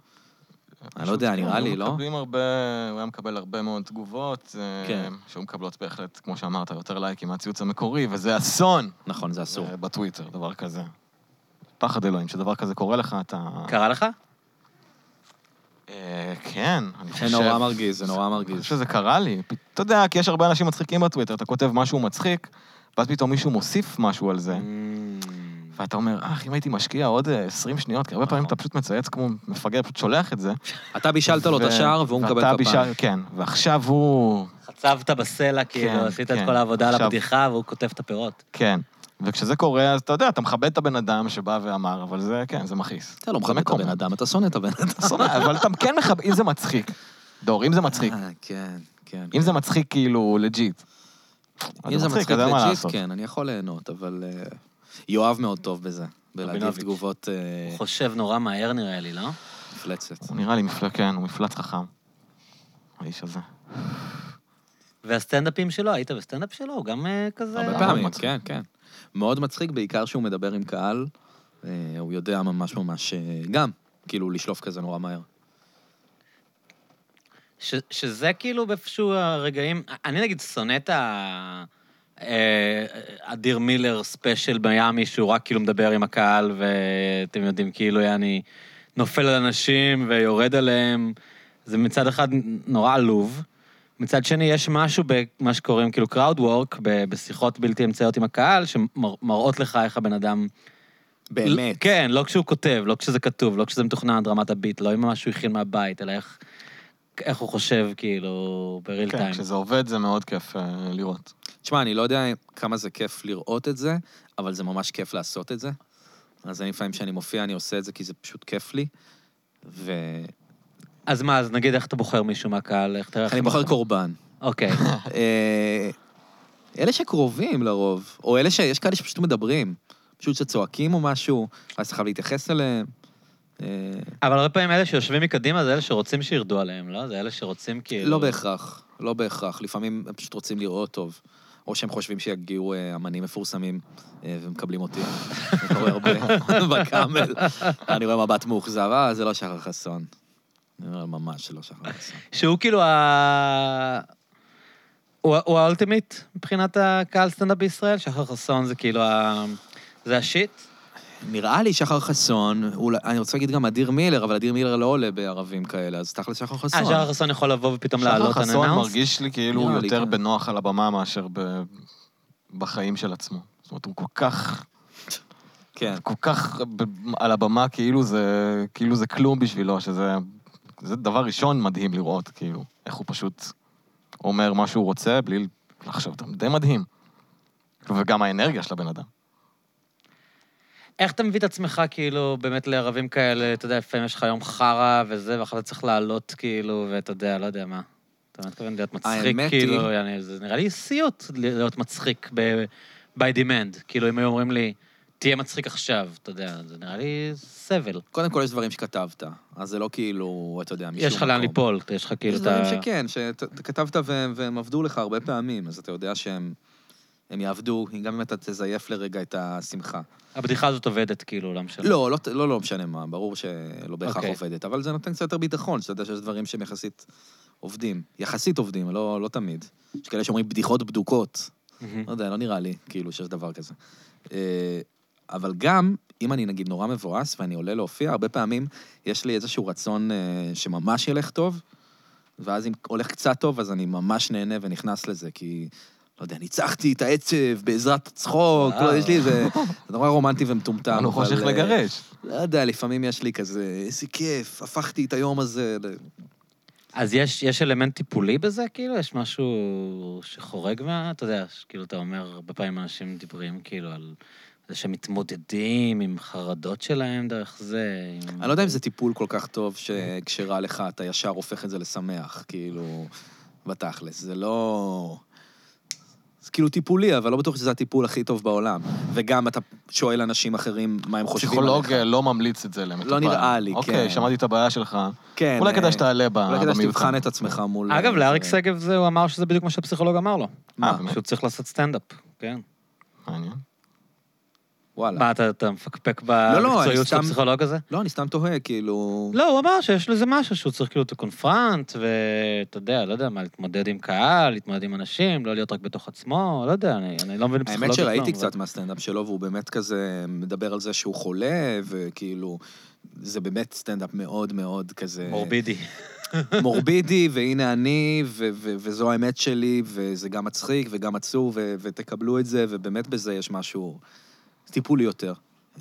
Speaker 3: אני לא יודע,
Speaker 2: פשוט,
Speaker 3: נראה
Speaker 2: היו
Speaker 3: לי, לא?
Speaker 2: מקבלים הרבה- הוא היה מקבל הרבה מאוד תגובות, אה,
Speaker 3: כן.
Speaker 2: שהיו מקבלות בהחלט, כמו שאמרת, יותר לייקים מהציוץ המקורי, וזה אסון
Speaker 3: נכון, זה אסור.
Speaker 2: אה, בטוויטר, דבר כזה. פחד אלוהים, שדבר כזה קורה לך, אתה...
Speaker 3: כן.
Speaker 1: קרה לך?
Speaker 2: אה, כן, אני
Speaker 3: זה
Speaker 2: חושב...
Speaker 3: נורא מרגיז, זה נורא
Speaker 2: אני
Speaker 3: מרגיז.
Speaker 2: חושב שזה קרה לי. פ- אתה יודע, כי יש הרבה אנשים מצחיקים בטוויטר, אתה כותב משהו מצחיק, ואז פתאום מישהו מוסיף משהו על
Speaker 3: Mm.
Speaker 2: זה. ואתה אומר, אה, אם הייתי משקיע עוד אה, 20 שניות, כי הרבה פעמים
Speaker 1: נכון.
Speaker 2: אתה פשוט מצייץ כמו מפגר, פשוט שולח את זה.
Speaker 3: אתה בישלת לו את
Speaker 2: ו-
Speaker 3: השער והוא
Speaker 2: ואתה
Speaker 3: מקבל כפיים.
Speaker 2: בישל- כן, ועכשיו הוא...
Speaker 1: חצבת בסלע, כאילו,
Speaker 2: כן,
Speaker 1: עשית את
Speaker 2: כן.
Speaker 1: כל העבודה על
Speaker 2: עכשיו-
Speaker 1: הבדיחה, והוא כותב את הפירות.
Speaker 2: כן. וכשזה קורה, אז אתה יודע, אתה מכבד את הבן אדם שבא ואמר, אבל זה, כן, זה מכעיס.
Speaker 3: אתה לא
Speaker 2: זה
Speaker 3: מכבד את
Speaker 2: מקומם.
Speaker 3: הבן אדם, אתה שונא את הבן אדם.
Speaker 2: אתה שונא, אבל אתה כן מכבד, אם זה מצחיק. דור, אם זה מצחיק.
Speaker 3: אה, כן, כן.
Speaker 2: אם זה מצחיק, כאילו, לג'יט.
Speaker 3: אם זה מצחיק
Speaker 2: אז אין מה
Speaker 3: לג'יט,
Speaker 2: לעשות.
Speaker 3: כן, אני יכול ליהנות, אבל... אה, יואב מאוד טוב בזה, בלהגיב
Speaker 1: רבינוביץ'.
Speaker 3: תגובות אה,
Speaker 1: הוא חושב נורא מהר נראה לי, לא?
Speaker 3: מפלצת.
Speaker 2: הוא נראה לי מפלט, כן, הוא מפלט חכם. האיש הזה.
Speaker 1: והסטנדאפים שלו, היית בסטנדאפ שלו, הוא גם אה, כזה...
Speaker 3: הרבה
Speaker 2: מאוד
Speaker 3: פעמים,
Speaker 2: מצחיק.
Speaker 3: כן, כן. מאוד מצחיק, בעיקר שהוא מדבר עם קהל, אה, הוא יודע ממש ממש, אה, גם, כאילו, לשלוף כזה נורא מהר.
Speaker 1: ש, שזה כאילו באיפשהו הרגעים... אני נגיד שונא את ה... אה, אדיר מילר ספיישל מיאמי, שהוא רק כאילו מדבר עם הקהל, ואתם יודעים, כאילו, אני נופל על אנשים ויורד עליהם. זה מצד אחד נורא עלוב. מצד שני, יש משהו במה שקוראים כאילו crowd work, ב- בשיחות בלתי אמצעיות עם הקהל, שמראות לך איך הבן אדם...
Speaker 3: באמת.
Speaker 1: לא, כן, לא כשהוא כותב, לא כשזה כתוב, לא כשזה מתוכנן עד רמת הביט, לא עם מה שהוא הכין מהבית, אלא איך, איך הוא חושב, כאילו, בריל
Speaker 2: כן,
Speaker 1: טיים.
Speaker 2: כשזה עובד זה מאוד כיף אה, לראות.
Speaker 3: תשמע, אני לא יודע כמה זה כיף לראות את זה, אבל זה ממש כיף לעשות את זה. אז אני לפעמים כשאני מופיע, אני עושה את זה כי זה פשוט כיף לי. ואני
Speaker 1: אז מה, אז נגיד איך אתה בוחר מישהו מהקהל, איך אתה... איך אתה
Speaker 3: בוחר קורבן.
Speaker 1: אוקיי.
Speaker 3: אה, אלה שקרובים לרוב, או אלה שיש כאלה שפשוט מדברים, פשוט שצועקים או משהו, אז אתה חייב להתייחס אליהם. אה,
Speaker 1: אבל הרבה פעמים אלה שיושבים מקדימה זה אלה שרוצים שירדו עליהם, לא? זה אלה שרוצים כאילו...
Speaker 3: לא בהכרח, לא בהכרח. לפעמים הם פשוט רוצים לראות טוב. או שהם חושבים שיגיעו אה, אמנים מפורסמים אה, ומקבלים אותי. זה קורה הרבה בקאמל. אני רואה מבט מאוכזב, אה, זה לא שחר חסון. אני אומר, ממש לא שחר חסון.
Speaker 1: שהוא כאילו ה... הוא, ה- הוא האולטימיט מבחינת הקהל סטנדאפ בישראל, שחר חסון זה כאילו ה... זה השיט. אה,
Speaker 3: נראה לי שחר חסון, אולי- אני רוצה להגיד גם אדיר מילר, אבל אדיר מילר לא עולה בערבים כאלה, אז תכל'ס שחר חסון.
Speaker 1: אה, שחר חסון יכול לבוא ופתאום
Speaker 2: שחר
Speaker 1: לעלות
Speaker 2: חסון
Speaker 1: אנאונס?
Speaker 2: מרגיש לי כאילו
Speaker 3: נראה
Speaker 2: הוא
Speaker 3: לי,
Speaker 2: יותר
Speaker 3: כן.
Speaker 2: בנוח על הבמה מאשר ב- בחיים של עצמו. זאת אומרת, הוא כל כך,
Speaker 3: כן.
Speaker 2: כל כך ב- על הבמה כאילו זה, כאילו זה כלום בשבילו, שזה זה דבר ראשון מדהים לראות, כאילו, איך הוא פשוט אומר מה שהוא רוצה בלי לחשוב, זה די מדהים. וגם האנרגיה של הבן אדם.
Speaker 1: איך אתה מביא את עצמך, כאילו, באמת לערבים כאלה, אתה יודע, לפעמים יש לך יום חרא וזה, ואחר כך צריך לעלות, כאילו, ואתה יודע, לא יודע מה. אתה באמת מתכוון להיות מצחיק,
Speaker 3: האמת
Speaker 1: כאילו,
Speaker 3: היא-
Speaker 1: יעני, זה נראה לי סיוט להיות מצחיק ב- by demand. כאילו, אם היו אומרים לי, תהיה מצחיק עכשיו, אתה יודע, זה נראה לי סבל.
Speaker 3: קודם כל, יש דברים שכתבת, אז זה לא כאילו, אתה יודע, משום
Speaker 1: יש לך לאן
Speaker 3: מקום.
Speaker 1: ליפול, יש לך כאילו
Speaker 3: יש
Speaker 1: את
Speaker 3: דברים
Speaker 1: ה...
Speaker 3: שכן, שכתבת והם, והם עבדו לך הרבה פעמים, אז אתה יודע שהם הם יעבדו, גם אם אתה תזייף לרגע את השמחה.
Speaker 1: הבדיחה הזאת עובדת, כאילו, לא משנה.
Speaker 3: לא, לא, לא, לא משנה מה, ברור שלא בהכרח
Speaker 1: אוקיי.
Speaker 3: עובדת, אבל זה נותן קצת יותר ביטחון, שאתה יודע שיש דברים שהם יחסית עובדים. יחסית עובדים, לא, לא תמיד. יש כאלה שאומרים בדיחות בדוקות.
Speaker 1: מהמם.
Speaker 3: לא יודע, לא נראה לי, כאילו, שיש דבר כזה. אה, אבל גם, אם אני נגיד נורא מבואס ואני עולה להופיע, הרבה פעמים יש לי איזשהו רצון אה, שממש ילך טוב, ואז אם הולך קצת טוב, אז אני ממש נהנה ונכנס לזה, כי, לא יודע, ניצחתי את העצב בעזרת צחוק, לא,
Speaker 1: וואו.
Speaker 3: יש לי איזה... זה נורא רומנטי ומטומטם.
Speaker 2: הוא לא
Speaker 3: אבל,
Speaker 2: חושך
Speaker 3: אה,
Speaker 2: לגרש.
Speaker 3: לא יודע, לפעמים יש לי כזה, איזה כיף, הפכתי את היום הזה. ל-
Speaker 1: אז יש, יש אלמנט טיפולי בזה, כאילו? יש משהו שחורג מה... אתה יודע, ש- כאילו, אתה אומר, הרבה פעמים אנשים דיברים, כאילו, על זה שהם מתמודדים עם חרדות שלהם דרך זה. עם...
Speaker 3: אני לא יודע אם זה טיפול כל כך טוב, שכשרע לך, אתה ישר הופך את זה לשמח, כאילו, בתכלס. זה לא... זה כאילו טיפולי, אבל לא בטוח שזה הטיפול הכי טוב בעולם. וגם אתה שואל אנשים אחרים מה הם חושבים עליך.
Speaker 2: פסיכולוג אה, לא ממליץ את זה למטופל.
Speaker 3: לא נראה לי, כן.
Speaker 2: אוקיי, שמעתי את הבעיה שלך.
Speaker 3: כן.
Speaker 2: אולי
Speaker 3: אה,
Speaker 2: כדאי שתעלה ב-
Speaker 3: אולי כדאי
Speaker 2: במיוחד.
Speaker 3: שתבחן את עצמך מול...
Speaker 1: אגב,
Speaker 3: אה,
Speaker 1: לאריק
Speaker 3: זה-
Speaker 1: שגב זה, הוא אמר שזה בדיוק מה שהפסיכולוג אמר לו.
Speaker 3: מה?
Speaker 2: באמת?
Speaker 1: שהוא צריך לעשות סטנדאפ, כן.
Speaker 2: מעניין.
Speaker 3: וואלה.
Speaker 1: מה, אתה, אתה מפקפק
Speaker 3: לא, לא, אני
Speaker 1: במקצועיות של
Speaker 3: סתם-
Speaker 1: הפסיכולוג הזה?
Speaker 3: לא, אני סתם תוהה, כאילו...
Speaker 1: לא, הוא אמר שיש לזה משהו שהוא צריך כאילו to confront, ואתה יודע, לא יודע מה, להתמודד עם קהל, להתמודד עם אנשים, לא להיות רק בתוך עצמו, לא יודע, אני, אני לא מבין
Speaker 3: האמת
Speaker 1: פסיכולוגיה.
Speaker 3: שראיתי קצת מהסטנדאפ שלו, והוא באמת כזה מדבר על זה שהוא חולה, וכאילו, זה באמת סטנדאפ מאוד מאוד כזה...
Speaker 1: מורבידי.
Speaker 3: מורבידי, והנה אני, ו- ו- וזו האמת שלי, וזה גם מצחיק וגם עצוב, ו- ותקבלו את זה, ובאמת בזה יש משהו טיפולי יותר.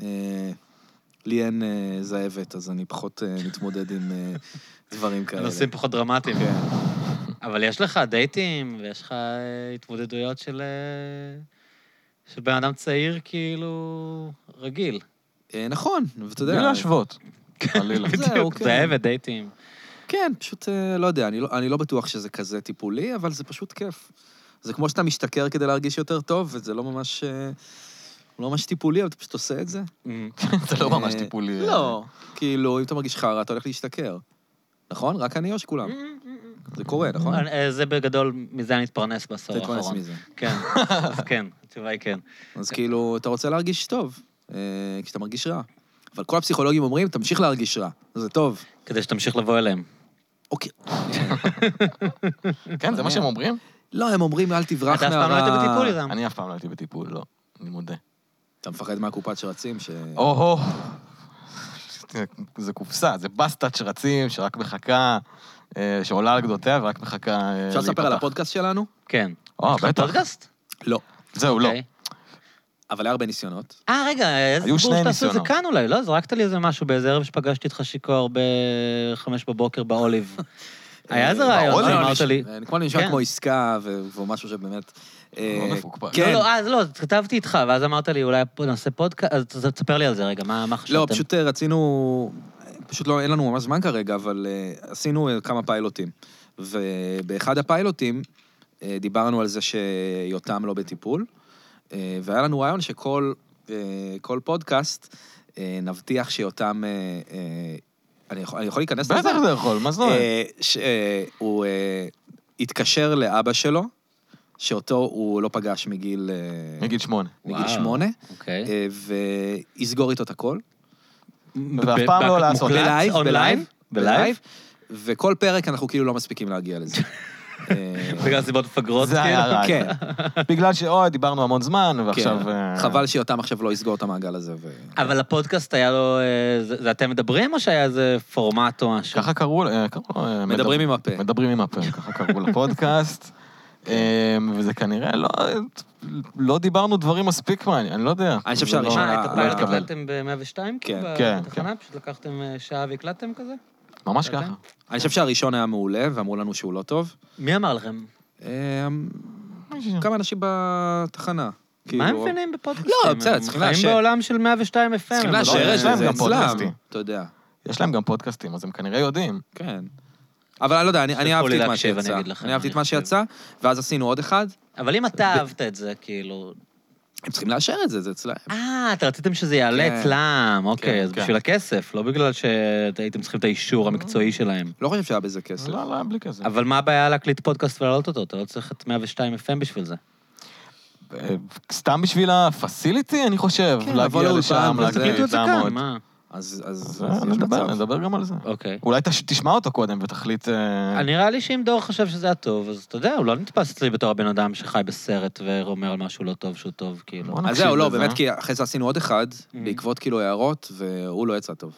Speaker 3: אה, לי אין אה, זאבת, אז אני פחות אה, מתמודד עם אה, דברים כאלה.
Speaker 1: נושאים פחות דרמטיים.
Speaker 3: כן.
Speaker 1: אבל יש לך דייטים, ויש לך אה, התמודדויות של... אה, של בן אדם צעיר, כאילו, רגיל.
Speaker 3: אה, נכון, ואתה
Speaker 2: בלי
Speaker 3: יודע...
Speaker 2: להשוות. חלילה.
Speaker 3: זהו,
Speaker 1: בדיוק,
Speaker 3: כן.
Speaker 1: זאב ודייטים.
Speaker 3: כן, פשוט, אה, לא יודע, אני לא, אני לא בטוח שזה כזה טיפולי, אבל זה פשוט כיף. זה כמו שאתה משתכר כדי להרגיש יותר טוב, וזה לא ממש... אה, לא ממש טיפולי, אבל אתה פשוט עושה את זה.
Speaker 2: זה לא ממש
Speaker 3: אה,
Speaker 2: טיפולי. אה,
Speaker 3: לא. כאילו, אם אתה מרגיש חרא, אתה הולך להשתכר. נכון? רק אני או שכולם? זה קורה, נכון?
Speaker 1: אני- אה, זה בגדול, מזה אני אתפרנס בעשור
Speaker 3: אתה תתפרנס
Speaker 1: האחרון.
Speaker 3: מזה.
Speaker 1: כן, אז כן, התשובה היא כן.
Speaker 3: אז כאילו, אתה רוצה להרגיש טוב, אה, כשאתה מרגיש רע. אבל כל הפסיכולוגים אומרים, תמשיך להרגיש רע, זה טוב.
Speaker 1: כדי שתמשיך לבוא אליהם.
Speaker 3: אוקיי. אה.
Speaker 2: כן, זה מה שהם אומרים?
Speaker 3: לא, הם אומרים, אל תברח
Speaker 1: אתה
Speaker 3: מהרע.
Speaker 1: אף פעם לא היית בטיפול איתם.
Speaker 2: אני אף פעם לא הייתי בטיפול, לא. אני מודה.
Speaker 3: אתה מפחד מהקופת שרצים, ש...
Speaker 1: אוקיי,
Speaker 2: או-הו. זה קופסה, זה בסטת שרצים שרק מחכה, אה, שעולה על גדותיה ורק מחכה אה, להיפתח.
Speaker 3: אפשר לספר על הפודקאסט שלנו?
Speaker 1: כן.
Speaker 2: אה,
Speaker 1: יש לך
Speaker 2: בטח.
Speaker 1: פודקאסט?
Speaker 3: לא.
Speaker 2: זהו, לא.
Speaker 1: אוקיי.
Speaker 3: אבל היה הרבה ניסיונות.
Speaker 1: אה, רגע, איזה
Speaker 2: היו
Speaker 1: סיפור שתעשו
Speaker 2: שני
Speaker 1: את זה
Speaker 2: ניסיונות.
Speaker 1: כאן אולי, לא? זרקת לי איזה משהו באיזה ערב שפגשתי אותך שיכור בחמש בבוקר באוליב. היה איזה
Speaker 3: אה,
Speaker 1: רעיון
Speaker 2: באוליב?
Speaker 1: שאמרת לי.
Speaker 3: אה, נשמע- נשמע
Speaker 1: כן.
Speaker 3: כמו עסקה, ו- ומשהו שבאמת... אה,
Speaker 2: מפוקפק.
Speaker 1: לא,
Speaker 3: כן.
Speaker 1: לא, אז לא, כתבתי איתך, ואז אמרת לי, אולי פה נעשה פודקאסט, אז ת- תספר לי על זה רגע, מה מה חשבתם?
Speaker 3: לא, פשוט אה, רצינו... פשוט לא, אין לנו ממש זמן כרגע, אבל uh, עשינו אה, כמה פיילוטים. ובאחד הפיילוטים uh, דיברנו על זה שיותם לא בטיפול, uh, והיה לנו רעיון שכל uh, כל פודקאסט uh, נבטיח שיותם... Uh, uh, אני, יכול, אני יכול להיכנס לזה? אה,
Speaker 2: בטח זה יכול, מה זאת אומרת?
Speaker 3: שהוא יתקשר לאבא אה, שלו שאותו הוא לא פגש מגיל, אה,
Speaker 2: מגיל שמונה.
Speaker 3: מגיל
Speaker 1: וואו.
Speaker 3: שמונה,
Speaker 1: אוקיי.
Speaker 3: אה, ויסגור איתו את הכל.
Speaker 2: ואף פעם לא לעשות.
Speaker 1: מוקלט?
Speaker 3: בלייב,
Speaker 1: אונליין?
Speaker 3: בלייב,
Speaker 1: בלייב?
Speaker 3: וכל פרק אנחנו כאילו לא מספיקים להגיע לזה. אה,
Speaker 1: בגלל סיבות מפגרות,
Speaker 2: זה היה
Speaker 1: כאילו.
Speaker 2: רע.
Speaker 3: כן,
Speaker 2: בגלל שאוי, דיברנו המון זמן, ועכשיו...
Speaker 3: כן.
Speaker 2: אה,
Speaker 3: חבל שיותם עכשיו לא יסגור את המעגל הזה. ו-
Speaker 1: אבל הפודקאסט היה לו... אה, זה זה אתם מדברים או שהיה איזה פורמט או משהו?
Speaker 2: ככה קראו, אה, קראו... אה,
Speaker 3: מדברים עם הפה.
Speaker 2: מדברים עם הפה, ככה קראו לפודקאסט. אה, וזה כנראה לא... לא דיברנו דברים מספיק מעניין, אני לא יודע.
Speaker 3: אני חושב
Speaker 2: זה לא-
Speaker 3: שהראשונה-
Speaker 1: אה, את
Speaker 3: לא
Speaker 1: הפיילוט
Speaker 2: התקבל.
Speaker 1: הקלטתם ב-102?
Speaker 3: כן,
Speaker 2: כן,
Speaker 1: בתחנה? פשוט לקחתם אה, שעה והקלטתם כזה?
Speaker 2: ממש ככה.
Speaker 3: אני חושב שהראשון היה מעולה, ואמרו לנו שהוא לא טוב.
Speaker 1: מי אמר לכם?
Speaker 3: אה, כמה אנשים בתחנה.
Speaker 1: מה הם
Speaker 3: כאילו,
Speaker 1: מבינים בפודקאסטים?
Speaker 3: לא, בסדר,
Speaker 1: הם
Speaker 3: צריכים
Speaker 1: חיים
Speaker 3: לאשר.
Speaker 1: בעולם של 102 FM.
Speaker 3: צריכים
Speaker 1: הם לא-
Speaker 2: לא,
Speaker 3: לאשר את
Speaker 2: יש
Speaker 3: זה,
Speaker 2: להם
Speaker 3: זה
Speaker 2: גם
Speaker 3: אצלם,
Speaker 2: פודקאסטים.
Speaker 3: אתה יודע.
Speaker 2: יש להם גם פודקאסטים, אז הם כנראה יודעים.
Speaker 3: כן. אבל אני לא יודע, אני,
Speaker 1: שתפו
Speaker 3: אני
Speaker 1: לי
Speaker 3: אהבתי את מה
Speaker 1: להקשיב, אני
Speaker 3: שיצא.
Speaker 1: אגיד לכם,
Speaker 3: אני אהבתי את
Speaker 1: אני
Speaker 3: מה
Speaker 1: חושב.
Speaker 3: שיצא, ואז עשינו עוד אחד.
Speaker 1: אבל אם אתה אהבת את זה, כאילו...
Speaker 3: הם צריכים לאשר את זה, זה אצלם.
Speaker 1: אה, אתה רציתם שזה יעלה
Speaker 3: כן.
Speaker 1: אצלם, אוקיי,
Speaker 3: כן, אה.
Speaker 1: אז
Speaker 2: כן.
Speaker 1: בשביל הכסף, לא בגלל שהייתם צריכים את האישור המקצועי שלהם.
Speaker 3: לא חושב שהיה בזה כסף.
Speaker 2: לא, לא, בלי כזה.
Speaker 1: אבל מה הבעיה להקליט פודקאסט ולהעלות אותו? אתה לא צריך את 102 FM בשביל זה.
Speaker 2: אה, סתם בשביל הפסיליטי, אני חושב.
Speaker 3: כן,
Speaker 2: להגיע
Speaker 3: לבוא לאולפן
Speaker 2: לשם,
Speaker 3: וזה.
Speaker 2: להקליט,
Speaker 3: תקליטו
Speaker 2: לעמוד.
Speaker 1: מה?
Speaker 3: אז, אז,
Speaker 2: אז,
Speaker 3: אז
Speaker 2: אה,
Speaker 3: יש
Speaker 2: נדבר,
Speaker 3: מצב.
Speaker 2: נדבר גם על זה.
Speaker 1: אוקיי.
Speaker 2: אולי תש- תשמע אותו קודם ותחליט... אה,
Speaker 1: נראה לי שאם דור חשב שזה היה טוב, אז אתה יודע, הוא לא נתפס אצלי בתור הבן אדם שחי בסרט ואומר על משהו לא טוב שהוא טוב, כאילו.
Speaker 2: בוא
Speaker 3: אז
Speaker 2: נקשיב
Speaker 3: זהו, לא,
Speaker 2: לזה, Mm.
Speaker 3: באמת,
Speaker 2: אה?
Speaker 3: כי אחרי זה עשינו עוד אחד, בעקבות כאילו הערות, והוא לא יצא טוב.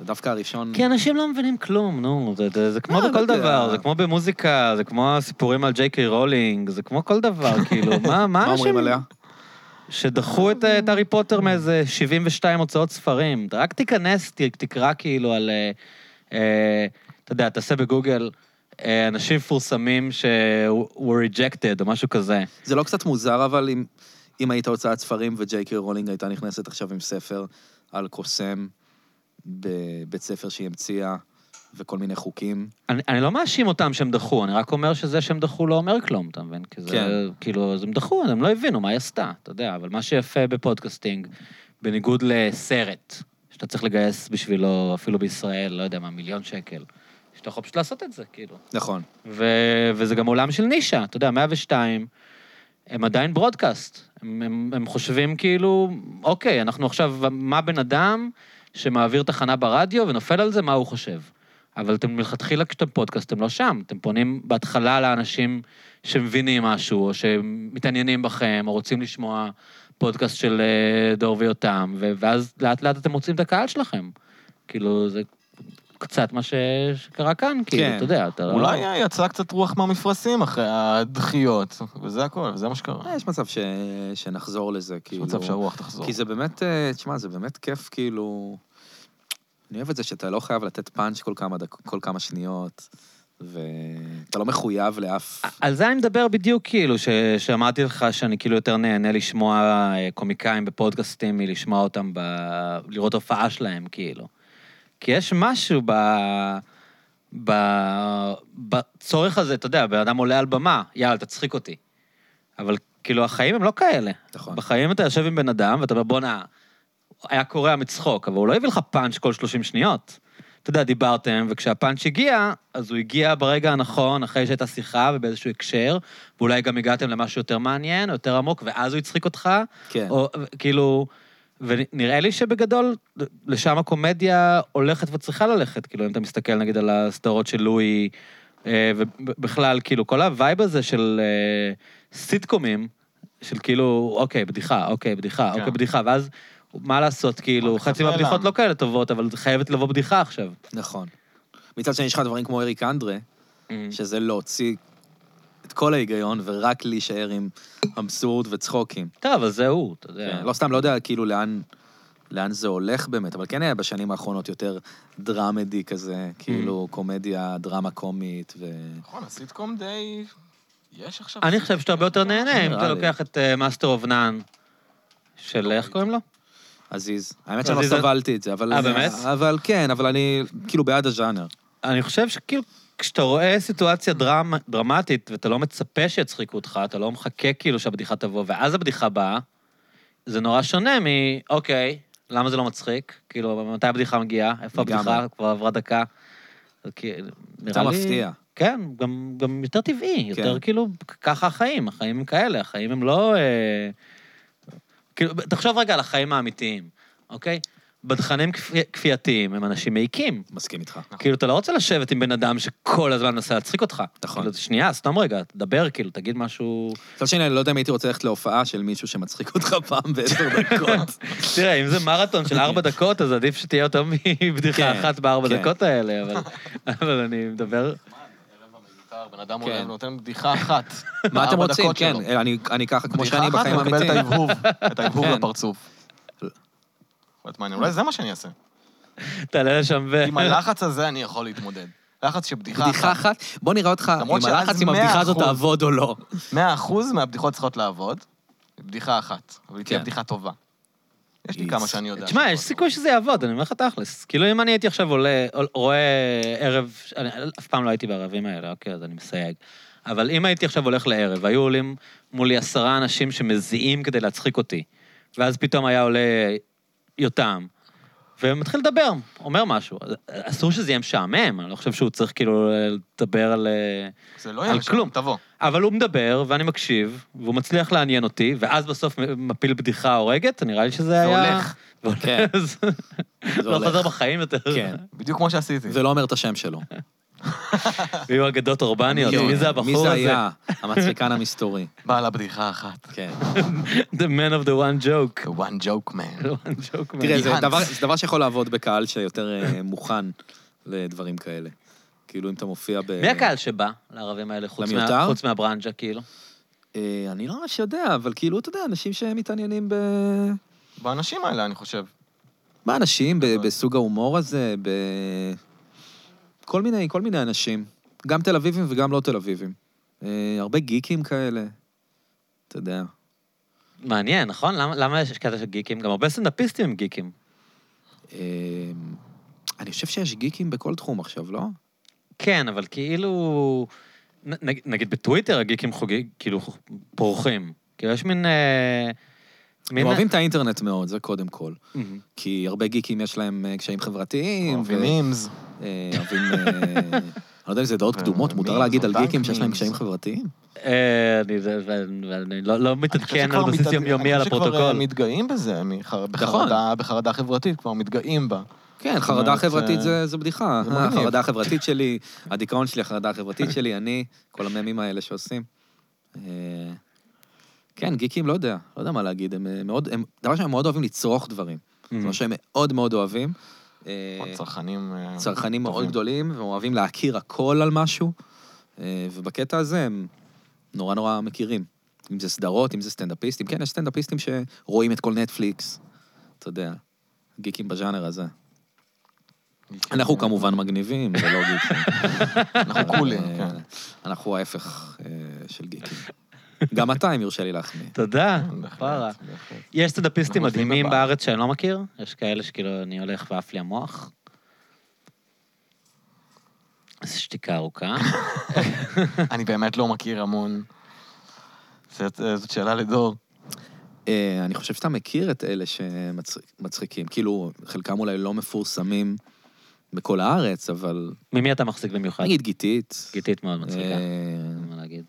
Speaker 3: זה דווקא הראשון...
Speaker 2: כן,
Speaker 1: כי אנשים לא מבינים כלום, נו, זה, זה, זה כמו
Speaker 3: לא, לא
Speaker 1: בכל
Speaker 3: יודע.
Speaker 1: דבר, זה כמו במוזיקה, זה כמו הסיפורים על ג'יי קיי רולינג, זה כמו כל דבר, כאילו, מה, מה
Speaker 3: מה אומרים
Speaker 1: אנשים
Speaker 3: עליה?
Speaker 1: שדחו את, אה, את הארי פוטר מאיזה 72 הוצאות ספרים. רק תיכנס, ת, תקרא כאילו על... אה, אה, אתה יודע, תעשה בגוגל אה, אנשים מפורסמים ש-were rejected או משהו כזה.
Speaker 3: זה לא קצת מוזר, אבל אם, אם היית הוצאת ספרים וג'יי קיי רולינג הייתה נכנסת עכשיו עם ספר על קוסם בבית ספר שהיא המציאה, וכל מיני חוקים.
Speaker 1: אני, אני לא מאשים אותם שהם דחו, אני רק אומר שזה שהם דחו לא אומר כלום, אתה מבין? כי זה,
Speaker 3: כן.
Speaker 1: כאילו, אז הם דחו, אז הם לא הבינו מה היא עשתה, אתה יודע, אבל מה שיפה בפודקאסטינג, בניגוד לסרט, שאתה צריך לגייס בשבילו, אפילו בישראל, לא יודע מה, מיליון שקל, שאתה יכול פשוט לעשות את זה, כאילו.
Speaker 3: נכון.
Speaker 1: ו, וזה גם עולם של נישה, אתה יודע, 102, הם עדיין ברודקאסט. הם, הם, הם חושבים כאילו, אוקיי, אנחנו עכשיו, מה בן אדם שמעביר תחנה ברדיו ונופל על זה, מה הוא חושב? אבל אתם מלכתחילה, כשאתם פודקאסט, אתם לא שם. אתם פונים בהתחלה לאנשים שמבינים משהו, או שמתעניינים בכם, או רוצים לשמוע פודקאסט של אה, דור ויותם, ו- ואז לאט-לאט אתם מוצאים את הקהל שלכם. כאילו, זה קצת מה ש... שקרה כאן, כאילו,
Speaker 3: כן.
Speaker 1: אתה יודע, אתה לא...
Speaker 2: אולי אה, יצאה קצת רוח מהמפרשים אחרי הדחיות, וזה הכל, וזה מה שקרה.
Speaker 3: אה, יש מצב ש... שנחזור לזה,
Speaker 2: יש
Speaker 3: כאילו.
Speaker 2: מצב שהרוח תחזור.
Speaker 3: כי זה באמת, אה, תשמע, זה באמת כיף, כאילו... אני אוהב את זה שאתה לא חייב לתת פאנץ' כל כמה, דק... כל כמה שניות, ואתה לא מחויב לאף...
Speaker 1: על זה אני מדבר בדיוק, כאילו, ש... שאמרתי לך שאני כאילו יותר נהנה לשמוע אה, קומיקאים בפודקאסטים מלשמוע אותם, ב... לראות הופעה שלהם, כאילו. כי יש משהו ב... ב... בצורך הזה, אתה יודע, בן אדם עולה על במה, יאללה, תצחיק אותי. אבל כאילו, החיים הם לא כאלה.
Speaker 3: נכון.
Speaker 1: בחיים אתה יושב עם בן אדם ואתה אומר, בואנה, היה קורע מצחוק, אבל הוא לא הביא לך פאנץ' כל 30 שניות. אתה יודע, דיברתם, וכשהפאנץ' הגיע, אז הוא הגיע ברגע הנכון, אחרי שהייתה שיחה ובאיזשהו הקשר, ואולי גם הגעתם למשהו יותר מעניין, או יותר עמוק, ואז הוא הצחיק אותך,
Speaker 3: כן.
Speaker 1: או כאילו... ונראה לי שבגדול, לשם הקומדיה הולכת וצריכה ללכת. כאילו, אם אתה מסתכל נגיד על הסדרות של לואי, אה, ובכלל, כאילו, כל הווייב הזה של אה, סיטקומים, של כאילו, אוקיי, בדיחה, אוקיי, בדיחה,
Speaker 2: כן.
Speaker 1: אוקיי, בדיחה, ואז מה לעשות, כאילו,
Speaker 2: זה קצת
Speaker 1: חצי
Speaker 2: נעלם.
Speaker 1: מהבדיחות לא כאלה טובות, אבל חייבת לבוא בדיחה עכשיו.
Speaker 3: נכון. מצד שני, יש לך דברים כמו אריק אנדרה,
Speaker 1: Mm.
Speaker 3: שזה להוציא את כל ההיגיון ורק להישאר עם אבסורד וצחוקים.
Speaker 1: טוב, אבל זה הוא, אתה יודע.
Speaker 3: לא סתם, לא יודע כאילו לאן, לאן זה הולך באמת, אבל כן היה בשנים האחרונות יותר דרמדי כזה, כאילו קומדיה, דרמה קומית, ו...
Speaker 2: נכון, הסיטקום די... יש עכשיו...
Speaker 1: אני חושב שאתה הרבה יותר נהנה אם
Speaker 3: נראה
Speaker 1: אתה
Speaker 3: לי. לא
Speaker 1: לוקח את אה, מאסטר אוף נאן, של איך קוראים לו?
Speaker 3: עזיז. האמת שאני לא
Speaker 1: עזיז,
Speaker 3: סבלתי את זה, אבל...
Speaker 1: אה, באמת?
Speaker 3: אבל כן, אבל אני כאילו בעד הז'אנר.
Speaker 1: אני חושב שכאילו, כשאתה רואה סיטואציה דרמ, דרמטית, ואתה לא מצפה שיצחיקו אותך, אתה לא מחכה כאילו שהבדיחה תבוא, ואז הבדיחה באה, זה נורא שונה מ... אוקיי, למה זה לא מצחיק? כאילו, מתי הבדיחה מגיעה? איפה
Speaker 3: לגמרי.
Speaker 1: הבדיחה? כבר עברה דקה. זה כאילו,
Speaker 3: יותר
Speaker 1: נראה לי...
Speaker 3: מפתיע.
Speaker 1: כן, גם, גם יותר טבעי,
Speaker 3: כן.
Speaker 1: יותר כאילו, כ- ככה החיים, החיים הם כאלה, החיים הם לא... אה, כאילו, תחשוב רגע על החיים האמיתיים, אוקיי? בדחנים כפי, כפייתיים הם אנשים מעיקים.
Speaker 3: מסכים איתך.
Speaker 1: כאילו, אתה לא רוצה לשבת עם בן אדם שכל הזמן מנסה להצחיק אותך.
Speaker 3: נכון.
Speaker 1: כאילו, שנייה, סתום רגע, תדבר, כאילו, תגיד משהו...
Speaker 3: מצד שני, אני לא יודע אם הייתי רוצה ללכת להופעה של מישהו שמצחיק אותך פעם בעשר דקות.
Speaker 1: תראה, אם זה מרתון של ארבע דקות, אז עדיף שתהיה יותר מבדיחה
Speaker 3: כן,
Speaker 1: אחת בארבע
Speaker 3: כן.
Speaker 1: דקות האלה, אבל- אבל אני מדבר...
Speaker 2: בן אדם
Speaker 3: כן.
Speaker 2: עולה ונותן בדיחה אחת.
Speaker 3: מה אתם
Speaker 2: בארבע
Speaker 3: רוצים?
Speaker 2: דקות
Speaker 3: כן,
Speaker 2: שלו.
Speaker 3: אלא אני- אני ככה כמו
Speaker 2: בדיחה
Speaker 3: שאני
Speaker 2: אחת
Speaker 3: בחיים
Speaker 2: ומקבל את
Speaker 3: האמיתיים.
Speaker 2: ההבהוב, את ההבהוב
Speaker 3: כן.
Speaker 2: לפרצוף. יכול להיות מעניין, אולי זה מה שאני אעשה.
Speaker 1: תעלה לשם ו...
Speaker 2: עם הלחץ הזה אני יכול להתמודד. לחץ של בדיחה
Speaker 3: בדיחה
Speaker 2: אחת.
Speaker 3: אחת, בוא נראה אותך
Speaker 2: למרות
Speaker 3: עם
Speaker 2: שאז
Speaker 3: הלחץ, אם
Speaker 2: מאה
Speaker 3: הבדיחה הזאת
Speaker 2: אחוז.
Speaker 3: תעבוד או לא.
Speaker 2: 100% מהבדיחות צריכות לעבוד, בדיחה אחת. אבל היא תהיה
Speaker 3: כן.
Speaker 2: בדיחה טובה. יש לי
Speaker 3: איץ.
Speaker 2: כמה שאני יודע.
Speaker 1: תשמע,
Speaker 2: שהן
Speaker 1: יש
Speaker 2: טובות.
Speaker 1: סיכוי שזה יעבוד, אני אומר לך תכלס. כאילו, אם אני הייתי עכשיו עולה, עול- רואה ערב, אני אף פעם לא הייתי בערבים האלה, אוקיי, אז אני מסייג. אבל אם הייתי עכשיו הולך לערב, היו עולים מולי עשרה אנשים שמזיעים כדי להצחיק אותי, ואז פתאום היה עולה יותם, ומתחיל לדבר, אומר משהו. אז אה, אסור שזה יהיה משעמם, אני לא חושב שהוא צריך כאילו לדבר על... אה,
Speaker 2: זה לא
Speaker 1: על
Speaker 2: יהיה לשם,
Speaker 1: כלום.
Speaker 2: תבוא.
Speaker 1: אבל הוא מדבר, ואני מקשיב, והוא מצליח לעניין אותי, ואז בסוף מפיל בדיחה הורגת, נראה לי שזה היה...
Speaker 2: והולך.
Speaker 1: והולך.
Speaker 3: כן. זה
Speaker 1: לא
Speaker 3: הולך.
Speaker 1: חוזר בחיים יותר.
Speaker 3: כן.
Speaker 2: בדיוק כמו שעשיתי.
Speaker 3: ולא אומר את השם שלו.
Speaker 1: ויהיו אגדות אורבניות,
Speaker 3: כן.
Speaker 1: מי זה הבחור הזה?
Speaker 3: מי זה היה? המצחיקן המסתורי.
Speaker 1: לא-
Speaker 2: בעל הבדיחה אחת.
Speaker 3: כן.
Speaker 1: The man of the one joke.
Speaker 2: The one joke man.
Speaker 1: The one joke man.
Speaker 3: תראה, זה
Speaker 2: גנץ.
Speaker 3: דבר- זה דבר שיכול לעבוד בקהל שיותר אה, מוכן לדברים כאלה. כאילו, אם אתה מופיע ב...
Speaker 1: מי הקהל שבא לערבים האלה, חוץ מה-
Speaker 3: למיותר?
Speaker 1: חוץ מהברנז'ה, כאילו?
Speaker 3: אה, אני לא ממש יודע, אבל כאילו, אתה יודע, אנשים שמתעניינים ב...
Speaker 2: באנשים האלה, אני חושב.
Speaker 3: מה, אנשים? ב-
Speaker 2: נכון.
Speaker 3: בסוג ההומור הזה? ב... כל מיני, כל מיני אנשים. גם תל אביבים וגם לא תל אביבים. אה, הרבה גיקים כאלה. אתה יודע.
Speaker 1: מעניין, נכון? למה- למה יש קטע של גיקים? גם הרבה סטנדאפיסטים הם גיקים.
Speaker 3: אה, אני חושב שיש גיקים בכל תחום עכשיו, לא?
Speaker 1: כן, אבל כאילו... נ- נג- נגיד בטוויטר הגיקים חוגגים, כאילו, פורחים. כאילו, יש מין... אה,
Speaker 3: הם
Speaker 1: מין-
Speaker 3: אוהבים את האינטרנט מאוד, זה קודם כל.
Speaker 1: מהם.
Speaker 3: כי הרבה גיקים יש להם אה, קשיים חברתיים. ו-
Speaker 2: אוהבים מימס.
Speaker 3: אה, אוהבים... אה, אני לא יודע אם זה דעות
Speaker 2: ו-
Speaker 3: קדומות, מותר
Speaker 2: ומימס,
Speaker 3: להגיד על
Speaker 2: או
Speaker 3: גיקים שיש להם
Speaker 2: טנקים.
Speaker 3: קשיים חברתיים?
Speaker 1: אה, אני זה- ואני- ואני לא לא
Speaker 2: אני חושב
Speaker 1: מתעדכן
Speaker 2: שכבר
Speaker 1: על בסיס
Speaker 2: מתעד-
Speaker 1: יומיומי על
Speaker 2: אני חושב
Speaker 1: הפרוטוקול. נכון.
Speaker 2: שכבר אה, מתגאים בזה, מחר- בחרדה- בחרדה חברתית, כבר מתגאים בה.
Speaker 3: כן,
Speaker 2: זאת
Speaker 3: חרדה
Speaker 2: אומרת,
Speaker 3: חברתית
Speaker 2: אה,
Speaker 3: זה, זה בדיחה.
Speaker 2: זה מגניב.
Speaker 3: החרדה החברתית שלי, הדיכאון שלי, החרדה החברתית שלי, אני, כל הממים האלה שעושים. אה, כן, גיקים, לא יודע, לא יודע מה להגיד, הם אה, מאוד, הם, דבר שהם מאוד אוהבים לצרוך דברים. זה
Speaker 1: מהם.
Speaker 2: Mm.
Speaker 3: מה שהם מאוד מאוד אוהבים. אה,
Speaker 2: עוד צרכנים... אה,
Speaker 3: צרכנים מאוד
Speaker 2: טובים.
Speaker 3: גדולים, והם אוהבים להכיר הכל על משהו, אה, ובקטע הזה הם נורא נורא מכירים. אם זה סדרות, אם זה סטנדאפיסטים, כן, יש סטנדאפיסטים שרואים את כל נטפליקס, אתה יודע, גיקים בז'אנר הזה. אנחנו כמובן מגניבים, זה לא גיקים.
Speaker 2: אנחנו קולים,
Speaker 3: אה,
Speaker 2: כן.
Speaker 3: אנחנו ההפך אה, של גיקים. גם אתה, אם יורשה לי להחמיא.
Speaker 1: תודה,
Speaker 2: אה, כן, בהחלט,
Speaker 1: פרה.
Speaker 2: בהחלט.
Speaker 1: יש סטנדאפיסטים
Speaker 2: אנחנו יושבים
Speaker 1: מדהימים
Speaker 2: בבית.
Speaker 1: בארץ שאני לא מכיר, יש כאלה שכאילו אני הולך ועף לי המוח. אז שתיקה ארוכה.
Speaker 2: אני באמת לא מכיר המון. זאת- זאת שאלה לדור.
Speaker 3: אה, אני חושב שאתה מכיר את אלה שמצחיקים, כאילו, חלקם אולי לא מפורסמים בכל הארץ, אבל
Speaker 1: ממי אתה מחזיק במיוחד?
Speaker 3: נגיד גיתית.
Speaker 1: גיתית מאוד מצחיקה.
Speaker 3: אה,
Speaker 1: אין מה להגיד.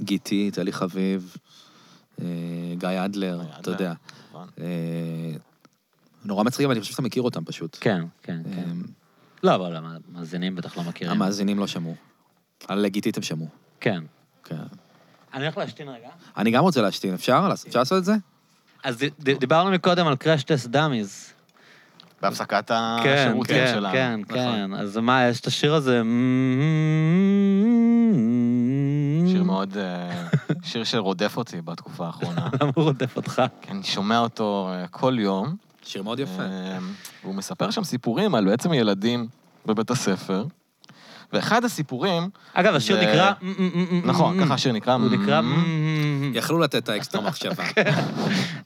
Speaker 3: גיתית, אלי חביב, אה, גיא אדלר,
Speaker 2: גיא
Speaker 3: אתה
Speaker 2: אדלר.
Speaker 3: יודע.
Speaker 2: כמובן.
Speaker 3: אה, נורא מצחיקים, אני חושב שאתה מכיר אותם פשוט.
Speaker 1: כן, כן,
Speaker 3: אה,
Speaker 1: כן. לא, אבל המאזינים בטח לא מכירים.
Speaker 3: המאזינים לא שמעו. על גיתית הם שמעו.
Speaker 1: כן.
Speaker 3: כן.
Speaker 1: אני הולך להשתין רגע.
Speaker 3: אני גם רוצה להשתין, אפשר? אפשר לעשות את זה?
Speaker 1: אז ד- ד- דיברנו מקודם על קראש טסט דאמיז.
Speaker 2: בהפסקת
Speaker 1: כן,
Speaker 2: השירותים
Speaker 1: כן,
Speaker 2: שלנו.
Speaker 1: כן,
Speaker 2: נכון.
Speaker 1: כן. אז מה, יש את השיר הזה...
Speaker 2: שיר מאוד... אה, שיר שרודף אותי בתקופה האחרונה.
Speaker 1: למה הוא רודף אותך?
Speaker 2: כי אני שומע אותו אה, כל יום.
Speaker 3: שיר מאוד יפה.
Speaker 2: אה, והוא מספר שם סיפורים על בעצם ילדים בבית הספר. ואחד הסיפורים,
Speaker 1: אגב, השיר
Speaker 2: זה-
Speaker 1: נקרא...
Speaker 2: נכון, ככה השיר נקרא.
Speaker 1: הוא נקרא...
Speaker 3: יכלו לתת את האקסטרה מחשבה.
Speaker 2: כן,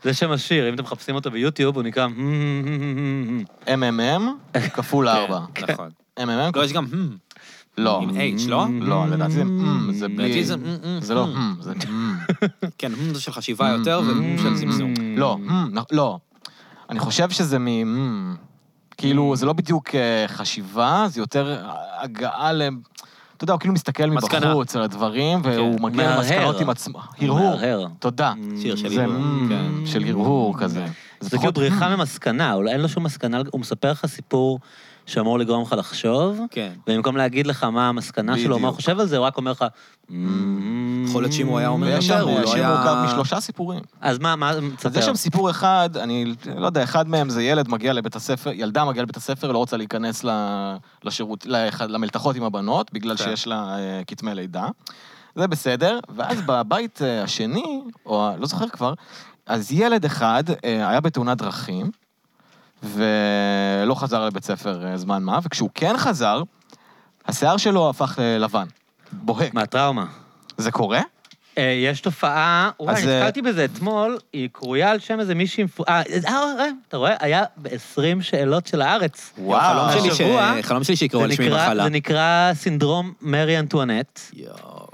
Speaker 1: זה שם השיר, אם אתם מחפשים אותו ביוטיוב, הוא נקרא...
Speaker 2: MMM כפול ארבע.
Speaker 3: כן, נכון.
Speaker 2: MMM
Speaker 3: לא,
Speaker 2: כפול...
Speaker 3: יש גם... "הם".
Speaker 2: לא.
Speaker 3: עם H, לא?
Speaker 2: לא, לדעתי זה "מ", זה בלי...
Speaker 3: לדעתי זה "מ", "מ",
Speaker 2: זה לא
Speaker 3: "מ".
Speaker 2: "מ", זה "מ".
Speaker 3: כן, "הם" זה של חשיבה יותר
Speaker 2: Mm-hmm.
Speaker 3: ושל זמזום.
Speaker 2: לא, "מ", נכ- לא. אני חושב שזה מ... "מ". כאילו, זה לא בדיוק אה, חשיבה, זה יותר אה, הגעה ל... אתה יודע, הוא כאילו מסתכל
Speaker 3: מסקנה.
Speaker 2: מבחוץ על הדברים, והוא
Speaker 3: כן.
Speaker 2: מגיע
Speaker 1: מהרהר.
Speaker 2: למסקנות עם עצמו. הרהור.
Speaker 1: מהרהר.
Speaker 2: תודה.
Speaker 4: שיר של
Speaker 2: זה
Speaker 4: הרהור,
Speaker 2: "מ",
Speaker 3: כן.
Speaker 2: של הרהור כזה.
Speaker 1: זה כאילו
Speaker 2: פחות "מ".
Speaker 1: בריחה ממסקנה, הוא לא- אין לו שום מסקנה, הוא מספר לך סיפור שאמור לגרום לך לחשוב,
Speaker 4: כן.
Speaker 1: ובמקום להגיד לך מה המסקנה שלו, מה הוא
Speaker 2: בדיוק.
Speaker 1: חושב על זה, הוא רק אומר לך...
Speaker 3: יכול להיות שאם הוא היה אומר
Speaker 2: ויש שם
Speaker 3: יותר, הוא לא
Speaker 2: שיר
Speaker 3: היה...
Speaker 2: מורכב משלושה סיפורים.
Speaker 1: אז מה, מה,
Speaker 2: אז
Speaker 1: תספר.
Speaker 2: יש שם סיפור אחד, אני לא יודע, אחד מהם זה ילד מגיע לבית הספר, ילדה מגיעה לבית הספר, לא רוצה להיכנס ל- לשירות, לאחד- למלתחות עם הבנות, בגלל
Speaker 4: כן.
Speaker 2: שיש לה אה, כתמי לידה. זה בסדר, ואז בבית אה, השני, או ה- לא זוכר כבר, אז ילד אחד אה, היה בתאונת דרכים, ולא חזר לבית ספר אה, זמן מה, וכשהוא כן חזר, השיער שלו הפך אה, לבן. בוהק.
Speaker 1: מהטראומה.
Speaker 2: זה קורה?
Speaker 1: אה, יש תופעה, וואי,
Speaker 2: אז, אה,
Speaker 1: נתקלתי בזה אתמול, היא קרויה על שם איזה מישהי... עם פו- אה, אה, אה, אתה רואה? היה ב-20 שאלות של הארץ.
Speaker 2: וואו.
Speaker 3: חלום שלי ש-
Speaker 1: השבוע-
Speaker 3: חלום שלי שיקראו
Speaker 1: זה
Speaker 3: על שמי
Speaker 1: נקרא-
Speaker 3: מחלה.
Speaker 1: זה נקרא סינדרום מרי אנטואנט,
Speaker 3: יואו.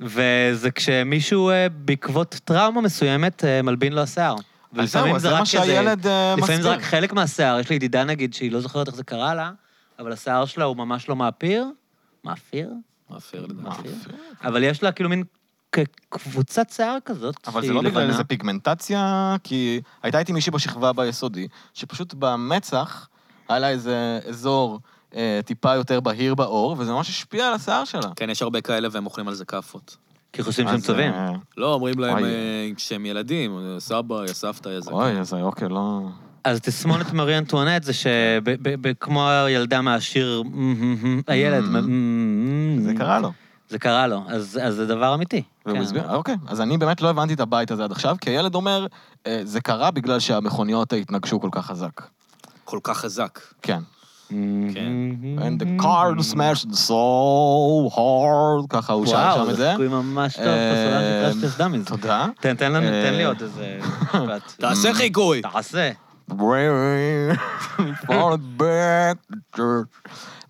Speaker 1: וזה כשמישהו אה, בעקבות טראומה מסוימת אה, מלבין לו השיער.
Speaker 2: אז זהו,
Speaker 1: ולפעמים
Speaker 2: אז
Speaker 1: זה
Speaker 2: זה
Speaker 1: רק
Speaker 2: מה
Speaker 1: איזה...
Speaker 2: שהילד אה, מסביר.
Speaker 1: לפעמים זה רק חלק מהשיער. יש לי ידידה, נגיד, שהיא לא זוכרת איך זה קרה לה, אבל השיער שלה הוא ממש לא מאפיר. מאפיר?
Speaker 3: מאפיר לדעתי.
Speaker 1: מאפיר. אבל יש לה כאילו מין כ- קבוצת שיער כזאת.
Speaker 2: אבל זה
Speaker 1: שהיא
Speaker 2: לא בגלל
Speaker 1: לבנה.
Speaker 2: איזה פיגמנטציה, כי הייתה איתי מישהי בשכבה ביסודי, שפשוט במצח היה לה איזה אזור אה, טיפה יותר בהיר בעור, וזה ממש השפיע על השיער שלה.
Speaker 3: כן, יש הרבה כאלה והם אוכלים על זה כאפות.
Speaker 1: כי חושבים שהם
Speaker 2: אז,
Speaker 1: צובעים.
Speaker 2: אה,
Speaker 3: לא, אומרים להם
Speaker 2: אוי.
Speaker 3: אה, כשהם ילדים, אה, סבא, יא סבתא, יא זקן.
Speaker 2: אוי, איזה אוקיי, לא...
Speaker 1: אז תסמונת מרי אנטואנט זה שכמו הילדה מהשיר, הילד,
Speaker 2: זה קרה לו.
Speaker 1: זה קרה לו, אז אז זה דבר אמיתי.
Speaker 2: והוא
Speaker 1: Mm. כן.
Speaker 2: הסביר, אוקיי. אז אני באמת לא הבנתי את הבית הזה עד עכשיו, כי הילד אומר, אה, זה קרה בגלל שהמכוניות התנגשו כל כך חזק.
Speaker 3: כל כך חזק.
Speaker 2: כן.
Speaker 3: כן.
Speaker 2: And the car
Speaker 1: Mm.
Speaker 2: smashed so hard, ככה הוא שר
Speaker 1: וואו,
Speaker 2: שם את
Speaker 1: זה
Speaker 2: זה.
Speaker 1: חיקוי ממש טוב,
Speaker 2: אה,
Speaker 1: פסולן של קרשטס דאמיז.
Speaker 2: תודה.
Speaker 1: תן תן לנו,
Speaker 2: אה,
Speaker 1: תן לי עוד איזה משפט.
Speaker 3: תעשה חיקוי!
Speaker 1: תעשה.
Speaker 2: Fall back to church.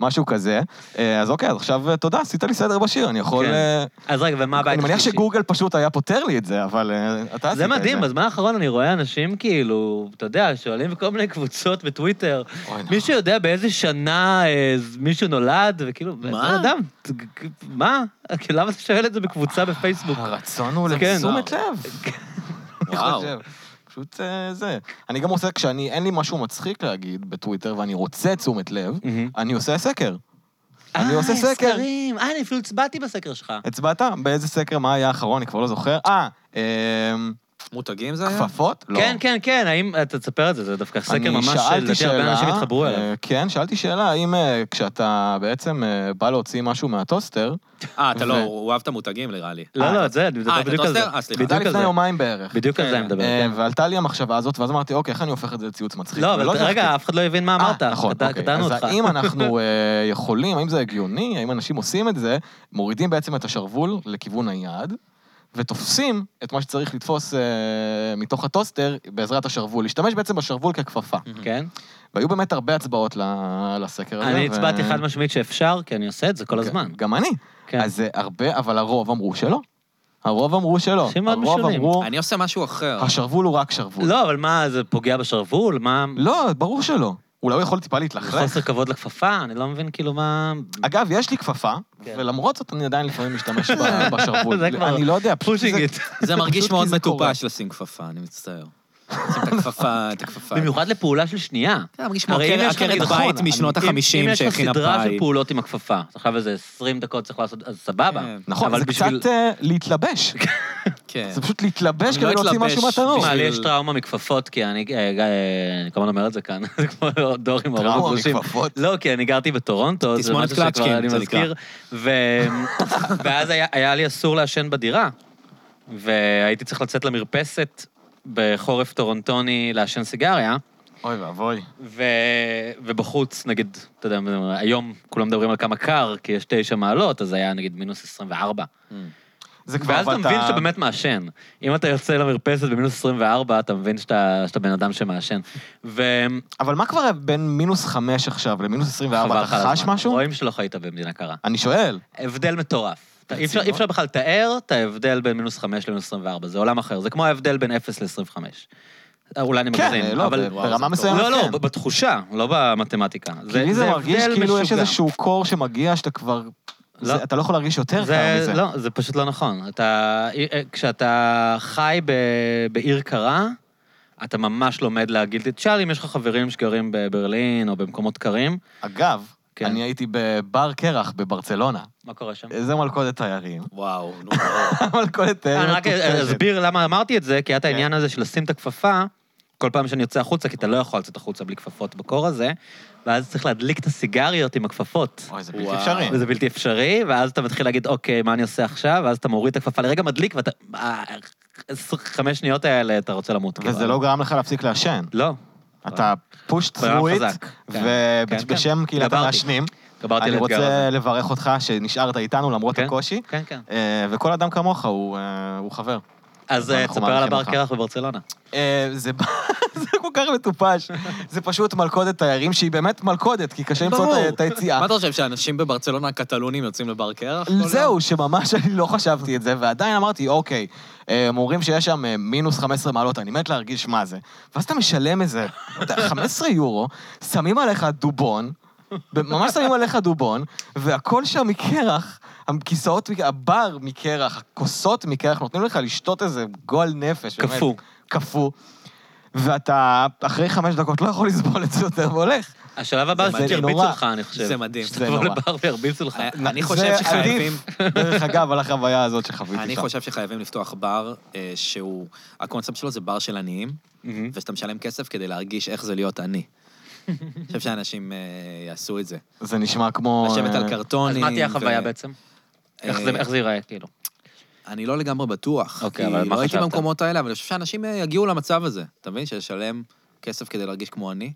Speaker 2: משהו כזה. אה, אז אוקיי, אז עכשיו אה, תודה, עשית לי סדר בשיר, אני יכול...
Speaker 1: כן.
Speaker 2: אה,
Speaker 1: אז רגע, ומה הבית
Speaker 2: אני מניח
Speaker 1: השלישי?
Speaker 2: שגוגל פשוט היה פותר לי את זה, אבל אה, אתה עשית את זה.
Speaker 1: זה מדהים, בזמן האחרון אני רואה אנשים כאילו, אתה יודע, שואלים בכל מיני קבוצות בטוויטר,
Speaker 2: אוי, נכון.
Speaker 1: מישהו יודע באיזה שנה אה, ז- מישהו נולד, וכאילו,
Speaker 3: מה?
Speaker 1: בן אדם, ת- ג- מה? כאילו, למה אתה שואל את זה בקבוצה בפייסבוק?
Speaker 2: נכון. הרצון הוא
Speaker 1: זה כן.
Speaker 2: לתשומת לב. אני
Speaker 3: וואו.
Speaker 2: חושב. פשוט אה, זה. אני גם עושה, כשאני, אין לי משהו מצחיק להגיד בטוויטר ואני רוצה תשומת לב,
Speaker 1: מהמם.
Speaker 2: אני עושה סקר. אני עושה
Speaker 1: אה,
Speaker 2: סקר.
Speaker 1: סקרים. אה, אני אפילו הצבעתי בסקר שלך.
Speaker 2: הצבעת? באיזה סקר? מה היה האחרון? אני כבר לא זוכר. אה, אמ,
Speaker 3: מותגים זה היה?
Speaker 2: כפפות? לא.
Speaker 1: כן, כן, כן, האם, אתה תספר את זה, זה דווקא סקר ממש,
Speaker 2: שאלתי
Speaker 1: לדעתי הרבה
Speaker 2: שאלה,
Speaker 1: אנשים התחברו אליו.
Speaker 2: אה, כן, שאלתי שאלה, האם אה, כשאתה בעצם אה, בא להוציא משהו מהטוסטר,
Speaker 3: אה, אתה לא,
Speaker 2: ו-
Speaker 3: הוא אהב את המותגים נראה לי.
Speaker 1: לא, לא, את זה, אני
Speaker 3: אה,
Speaker 1: מדבר
Speaker 3: את
Speaker 1: בדיוק על זה.
Speaker 3: הטוסטר? אה, סליחה.
Speaker 2: זה היה
Speaker 1: בדיוק על
Speaker 2: לפני
Speaker 1: זה.
Speaker 2: יומיים בערך.
Speaker 1: בדיוק על זה אני מדבר.
Speaker 2: אה,
Speaker 1: כן.
Speaker 2: ועלתה לי המחשבה הזאת, ואז אמרתי, אוקיי, איך אני הופך את זה לציוץ מצחיק?
Speaker 1: לא,
Speaker 2: ולא
Speaker 1: אבל
Speaker 2: הצלחתי.
Speaker 1: רגע, אף אחד לא הבין מה
Speaker 2: אה,
Speaker 1: אמרת.
Speaker 2: נכון,
Speaker 1: קט-
Speaker 2: אוקיי.
Speaker 1: קטענו
Speaker 2: אז
Speaker 1: אותך.
Speaker 2: האם אנחנו אה, יכולים, האם זה הגיוני, האם אנשים עושים את זה, מורידים בעצם את השרוול לכיוון היעד, ותופסים את מה שצריך לתפוס אה, מתוך הטוסטר בעזרת השרוול, להשתמש בעצם בשרוול ככפפה.
Speaker 1: כן?
Speaker 2: והיו באמת הרבה הצבעות ל- לסקר הזה.
Speaker 1: אני
Speaker 2: לא, ו-
Speaker 1: הצבעתי חד משמעית שאפשר, כי אני עושה את זה כל
Speaker 2: כן,
Speaker 1: הזמן.
Speaker 2: גם אני.
Speaker 1: כן.
Speaker 2: אז אה, הרבה, אבל הרוב אמרו שלא. הרוב אמרו שלא.
Speaker 1: אנשים מאוד
Speaker 2: לא, הרוב
Speaker 1: משונים.
Speaker 2: אמרו,
Speaker 3: אני עושה משהו אחר.
Speaker 2: השרוול הוא רק שרוול.
Speaker 1: לא, אבל מה, זה פוגע בשרוול? מה...
Speaker 2: לא, ברור שלא. אולי הוא יכול טיפה
Speaker 1: זה
Speaker 2: להתלכלך.
Speaker 1: חוסר כבוד לכפפה? אני לא מבין כאילו מה...
Speaker 2: אגב, יש לי כפפה,
Speaker 1: כן.
Speaker 2: ולמרות זאת אני עדיין לפעמים משתמש ב- בשרוול.
Speaker 1: זה כבר
Speaker 2: אני לא יודע, פשוט
Speaker 1: פושינג
Speaker 2: זה-
Speaker 1: איט.
Speaker 3: זה מרגיש
Speaker 2: פשוט
Speaker 3: מאוד
Speaker 2: כי זה קורה.
Speaker 3: מטופש לשים כפפה, אני מצטער. שים את הכפפה, את הכפפה.
Speaker 1: במיוחד לפעולה של שנייה.
Speaker 3: זה מרגיש כמו
Speaker 1: הרי אם
Speaker 3: עקרת-
Speaker 1: יש לך-
Speaker 3: עקרת
Speaker 2: נכון,
Speaker 3: בית
Speaker 2: אני-
Speaker 3: משנות
Speaker 1: אם- אם
Speaker 3: החמישים
Speaker 1: יש לך
Speaker 3: שהכינה
Speaker 1: סדרה של
Speaker 3: פאי.
Speaker 1: פעולות עם הכפפה, אתה חייב איזה 20 דקות צריך לעשות, אז סבבה.
Speaker 3: כן.
Speaker 2: נכון,
Speaker 1: אבל
Speaker 2: זה
Speaker 1: בשביל-
Speaker 2: קצת אה, להתלבש.
Speaker 3: כן.
Speaker 2: זה פשוט להתלבש
Speaker 3: אני לא
Speaker 2: כדי להוציא
Speaker 3: אתלבש
Speaker 2: משהו מהתנור.
Speaker 1: תשמע, לי
Speaker 3: בשביל-
Speaker 1: יש טראומה מכפפות, כי אני, אה, אה, אני כמובן אומר את זה כאן, זה כמו דור עם ארון
Speaker 2: טראומה
Speaker 1: גרושים.
Speaker 2: מכפפות.
Speaker 1: לא, כי אני גרתי בטורונטו, זה
Speaker 3: תסמונת
Speaker 1: משהו שכבר
Speaker 3: קלצ'קין,
Speaker 1: אני
Speaker 3: זה
Speaker 1: מזכיר. ו- ואז היה- היה לי אסור לעשן בדירה, והייתי צריך לצאת למרפסת בחורף טורונטוני לעשן סיגריה,
Speaker 2: אוי ואבוי.
Speaker 1: ו... ובחוץ, נגיד, אתה יודע, היום כולם מדברים על כמה קר, כי יש תשע מעלות, אז היה נגיד מינוס 24.
Speaker 2: זה כבר,
Speaker 1: ואז
Speaker 2: אבל
Speaker 1: אתה מבין שאתה באמת מעשן. אם אתה יוצא למרפסת במינוס 24, אתה מבין שאתה, שאתה בן אדם שמעשן. וחבל
Speaker 2: אבל מה כבר בין מינוס חמש עכשיו למינוס 24? אתה
Speaker 1: לך על
Speaker 2: חש
Speaker 1: הזמן.
Speaker 2: משהו?
Speaker 1: רואים שלא חיית במדינה קרה.
Speaker 2: אני שואל.
Speaker 1: הבדל מטורף. אתה- אי אפשר-
Speaker 2: רצינות?
Speaker 1: אי אפשר בכלל לתאר את ההבדל בין מינוס 5 למינוס 24, זה עולם אחר. זה כמו ההבדל בין 0 ל-25. אולי אני
Speaker 2: כן,
Speaker 1: מגזים,
Speaker 2: אה, לא,
Speaker 1: אבל...
Speaker 2: ב- ברמה מסוימת
Speaker 1: לא, לא,
Speaker 2: כן.
Speaker 1: ב- בתחושה, לא במתמטיקה.
Speaker 2: כי לי זה מרגיש
Speaker 1: הבדל
Speaker 2: כאילו יש
Speaker 1: משוגע.
Speaker 2: איזשהו קור שמגיע שאתה כבר זה- אתה לא יכול להרגיש יותר קר
Speaker 1: זה,
Speaker 2: מזה.
Speaker 1: לא, זה פשוט לא נכון. אתה, כשאתה חי ב, בעיר קרה, אתה ממש לומד להגיד, תשאל אם יש לך חברים שגרים בברלין או במקומות קרים,
Speaker 2: אגב,
Speaker 1: כן.
Speaker 2: אני הייתי בבר קרח בברצלונה.
Speaker 1: מה קורה שם?
Speaker 2: זה מלכודת תיירים.
Speaker 3: וואו, נו.
Speaker 2: מלכודת
Speaker 1: אה, אני
Speaker 2: תיירים.
Speaker 1: רק
Speaker 2: מטורפת.
Speaker 1: אסביר למה אמרתי את זה, כי היה את
Speaker 2: לא כן.
Speaker 1: העניין הזה של לשים את הכפפה כל פעם שאני יוצא החוצה, כי אתה לא יכול לצאת החוצה בלי כפפות בקור הזה, ואז צריך להדליק את הסיגריות עם הכפפות.
Speaker 2: אוי, זה בלתי
Speaker 3: וואו.
Speaker 2: אפשרי.
Speaker 1: וזה בלתי אפשרי, ואז אתה מתחיל להגיד, אוקיי, מה אני עושה עכשיו? ואז אתה מוריד את הכפפה לרגע מדליק, ואתה... אה, חמש שניות האלה אתה רוצה למות. כאילו.
Speaker 2: וזה לא גרם לך להפסיק לעשן.
Speaker 1: לא.
Speaker 2: אתה פוש
Speaker 1: הוא היה
Speaker 2: צרועית,
Speaker 1: חזק. כן, כן, כן.
Speaker 2: ובשם קהילת
Speaker 1: גברתי.
Speaker 2: המעשנים,
Speaker 1: גברתי על
Speaker 2: כאילו, אני
Speaker 1: האתגר הזה.
Speaker 2: רוצה לברך אותך שנשארת איתנו למרות
Speaker 1: כן.
Speaker 2: הקושי,
Speaker 1: כן, כן.
Speaker 2: אה, וכל אדם כמוך הוא אה, הוא חבר.
Speaker 1: אז
Speaker 2: אנחנו
Speaker 1: אה, תספר על
Speaker 2: מעריכים
Speaker 1: הבר
Speaker 2: אותך.
Speaker 1: קרח בברצלונה.
Speaker 2: אה, זה זה כל כך מטופש, זה פשוט מלכודת תיירים שהיא באמת מלכודת, כי קשה למצוא את ה- את היציאה.
Speaker 3: מה אתה חושב, שאנשים בברצלונה הקטלונים יוצאים לבר קרח?
Speaker 2: זהו, שממש אני לא חשבתי את זה, ועדיין אמרתי, אוקיי, אה, הם אומרים שיש שם אה, מינוס 15 מעלות, אני מת להרגיש מה זה. ואז אתה משלם איזה לא יודע, 15 יורו, שמים עליך דובון, ב- ממש שמים עליך דובון, והכל שם מקרח, הכיסאות, מק- הבר מקרח, הכוסות מקרח, נותנים לך לשתות איזה גועל נפש. באמת.
Speaker 1: קפוא.
Speaker 2: קפוא. ואתה אחרי חמש דקות לא יכול לסבול את זה יותר והולך.
Speaker 1: השלב הבא
Speaker 3: זה
Speaker 1: זה שירביצו
Speaker 2: נורא.
Speaker 1: לך, אני חושב.
Speaker 3: זה מדהים. אה,
Speaker 1: שתבוא
Speaker 2: זה נורא.
Speaker 1: לבר וירביצו לך.
Speaker 3: אני
Speaker 2: זה
Speaker 3: חושב שחייבים...
Speaker 2: עדיף, דרך אגב, על החוויה הזאת שחוויתי שם.
Speaker 3: אני חושב שחייבים לפתוח בר אה, שהוא... הקונספט שלו זה בר של עניים,
Speaker 1: מהמם.
Speaker 3: ושאתה משלם כסף כדי להרגיש איך זה להיות עני. אני חושב שאנשים אה, יעשו את זה.
Speaker 2: זה נשמע כמו...
Speaker 3: לשבת
Speaker 2: אה,
Speaker 3: על
Speaker 1: אז
Speaker 3: קרטונים.
Speaker 1: מה תהיה החוויה
Speaker 3: ו-
Speaker 1: בעצם? איך
Speaker 3: אה,
Speaker 1: זה- איך זה ייראה, כאילו?
Speaker 3: אני לא לגמרי בטוח.
Speaker 1: אוקיי,
Speaker 3: כי
Speaker 1: אבל מה
Speaker 3: לא הייתי
Speaker 1: חשבת?
Speaker 3: במקומות האלה, אבל אני חושב שאנשים אה, יגיעו למצב הזה. אתה מבין? שלשלם כסף כדי להרגיש כמו אני?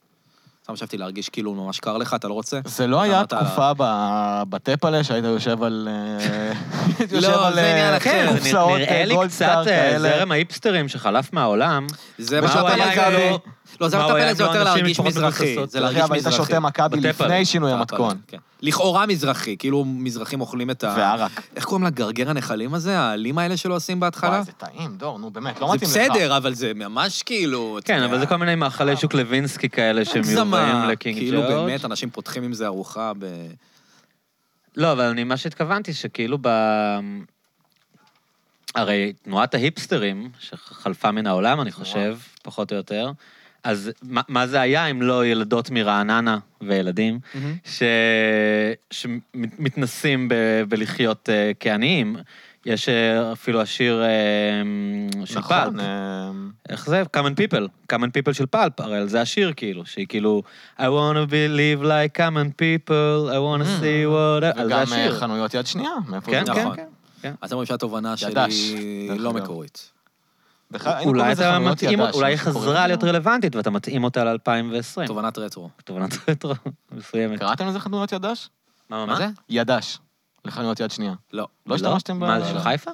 Speaker 3: סתם חשבתי להרגיש כאילו ממש קר לך, אתה לא רוצה?
Speaker 2: זה לא היה
Speaker 3: אמרת-
Speaker 2: תקופה ב- בטפלה שהיית יושב על... אה, היית יושב
Speaker 3: לא,
Speaker 2: על,
Speaker 3: זה
Speaker 2: אה,
Speaker 3: עניין אחר.
Speaker 2: כן,
Speaker 1: זה נ-
Speaker 2: קופסאות,
Speaker 1: נראה
Speaker 2: אה,
Speaker 1: לי
Speaker 2: גולדסטאר
Speaker 1: קצת אה,
Speaker 2: כאלה.
Speaker 1: זרם האיפסטרים שחלף מהעולם.
Speaker 3: זה
Speaker 1: מה
Speaker 3: מה
Speaker 1: הוא
Speaker 3: שאתה
Speaker 1: היה
Speaker 3: מזרחי.
Speaker 1: לו-
Speaker 3: לא, זה
Speaker 1: אה, מה הוא היה
Speaker 3: מטפלת זה
Speaker 1: לו
Speaker 3: יותר
Speaker 1: אנשים
Speaker 3: להרגיש
Speaker 1: מפחות
Speaker 3: מזרחי.
Speaker 1: מבוססות.
Speaker 3: זה
Speaker 2: דרך
Speaker 3: להרגיש
Speaker 2: אגב, היית
Speaker 3: מזרחי.
Speaker 2: שותה מכבי
Speaker 1: בטפלה.
Speaker 2: לפני שינוי
Speaker 3: טאפלה,
Speaker 2: המתכון.
Speaker 3: כן. לכאורה מזרחי, כאילו מזרחים אוכלים את ה...
Speaker 2: וערק.
Speaker 3: איך קוראים לגרגר הנחלים הזה? העלים האלה שלא עושים בהתחלה?
Speaker 2: וואי, זה טעים, דור, נו באמת, לא
Speaker 3: זה
Speaker 2: מתאים לך.
Speaker 3: בסדר, אבל זה ממש כאילו... אתה
Speaker 1: כן,
Speaker 3: יודע,
Speaker 1: אבל זה כל מיני מאכלי שוק לוינסקי כאלה
Speaker 3: הגזמה.
Speaker 1: שמיובאים לקינג ג'ורג'.
Speaker 3: כאילו באמת, אנשים פותחים עם זה ארוחה ב...
Speaker 1: לא, אבל אני, מה שהתכוונתי, שכאילו ב... הרי תנועת ההיפסטרים, שחלפה מן העולם, אני חושב, פחות או יותר, אז מה, מה זה היה אם לא ילדות מרעננה וילדים, ש... שמתנסים ב... בלחיות uh, כעניים? יש אה, אפילו השיר uh, של פלפ.
Speaker 2: נכון. אה,
Speaker 1: איך זה? common people, common people של פלפ, הרי על זה השיר כאילו, שהיא כאילו, I want to believe like common people, I want to see what... I-" על זה
Speaker 2: Mm. וגם אה,
Speaker 1: השיר.
Speaker 2: חנויות יד שנייה. מאיפה
Speaker 1: כן,
Speaker 2: זה
Speaker 1: כן,
Speaker 2: נכון.
Speaker 1: כן. כן.
Speaker 3: אז אתם רואים שהתובנה
Speaker 2: ידש,
Speaker 3: שלי
Speaker 2: דרך
Speaker 3: לא
Speaker 2: אגב.
Speaker 3: מקורית.
Speaker 2: בכלל, היינו קוראים
Speaker 1: אולי
Speaker 2: אה, לזה
Speaker 1: אתה
Speaker 2: חנויות
Speaker 1: מתאים,
Speaker 2: ידש,
Speaker 1: אולי היא
Speaker 2: מה שקוראים
Speaker 1: חזרה
Speaker 2: לזה.
Speaker 1: להיות רלוונטית ואתה מתאים אותה
Speaker 2: כן.
Speaker 1: ל-2020.
Speaker 3: תובנת רטרו.
Speaker 1: תובנת רטרו מסוימת.
Speaker 2: קראתם לזה חנויות ידש?
Speaker 1: מה,
Speaker 3: מה זה?
Speaker 2: ידש. לחנויות יד שנייה.
Speaker 3: לא.
Speaker 2: לא השתמשתם ב...
Speaker 1: מה, זה של חיפה?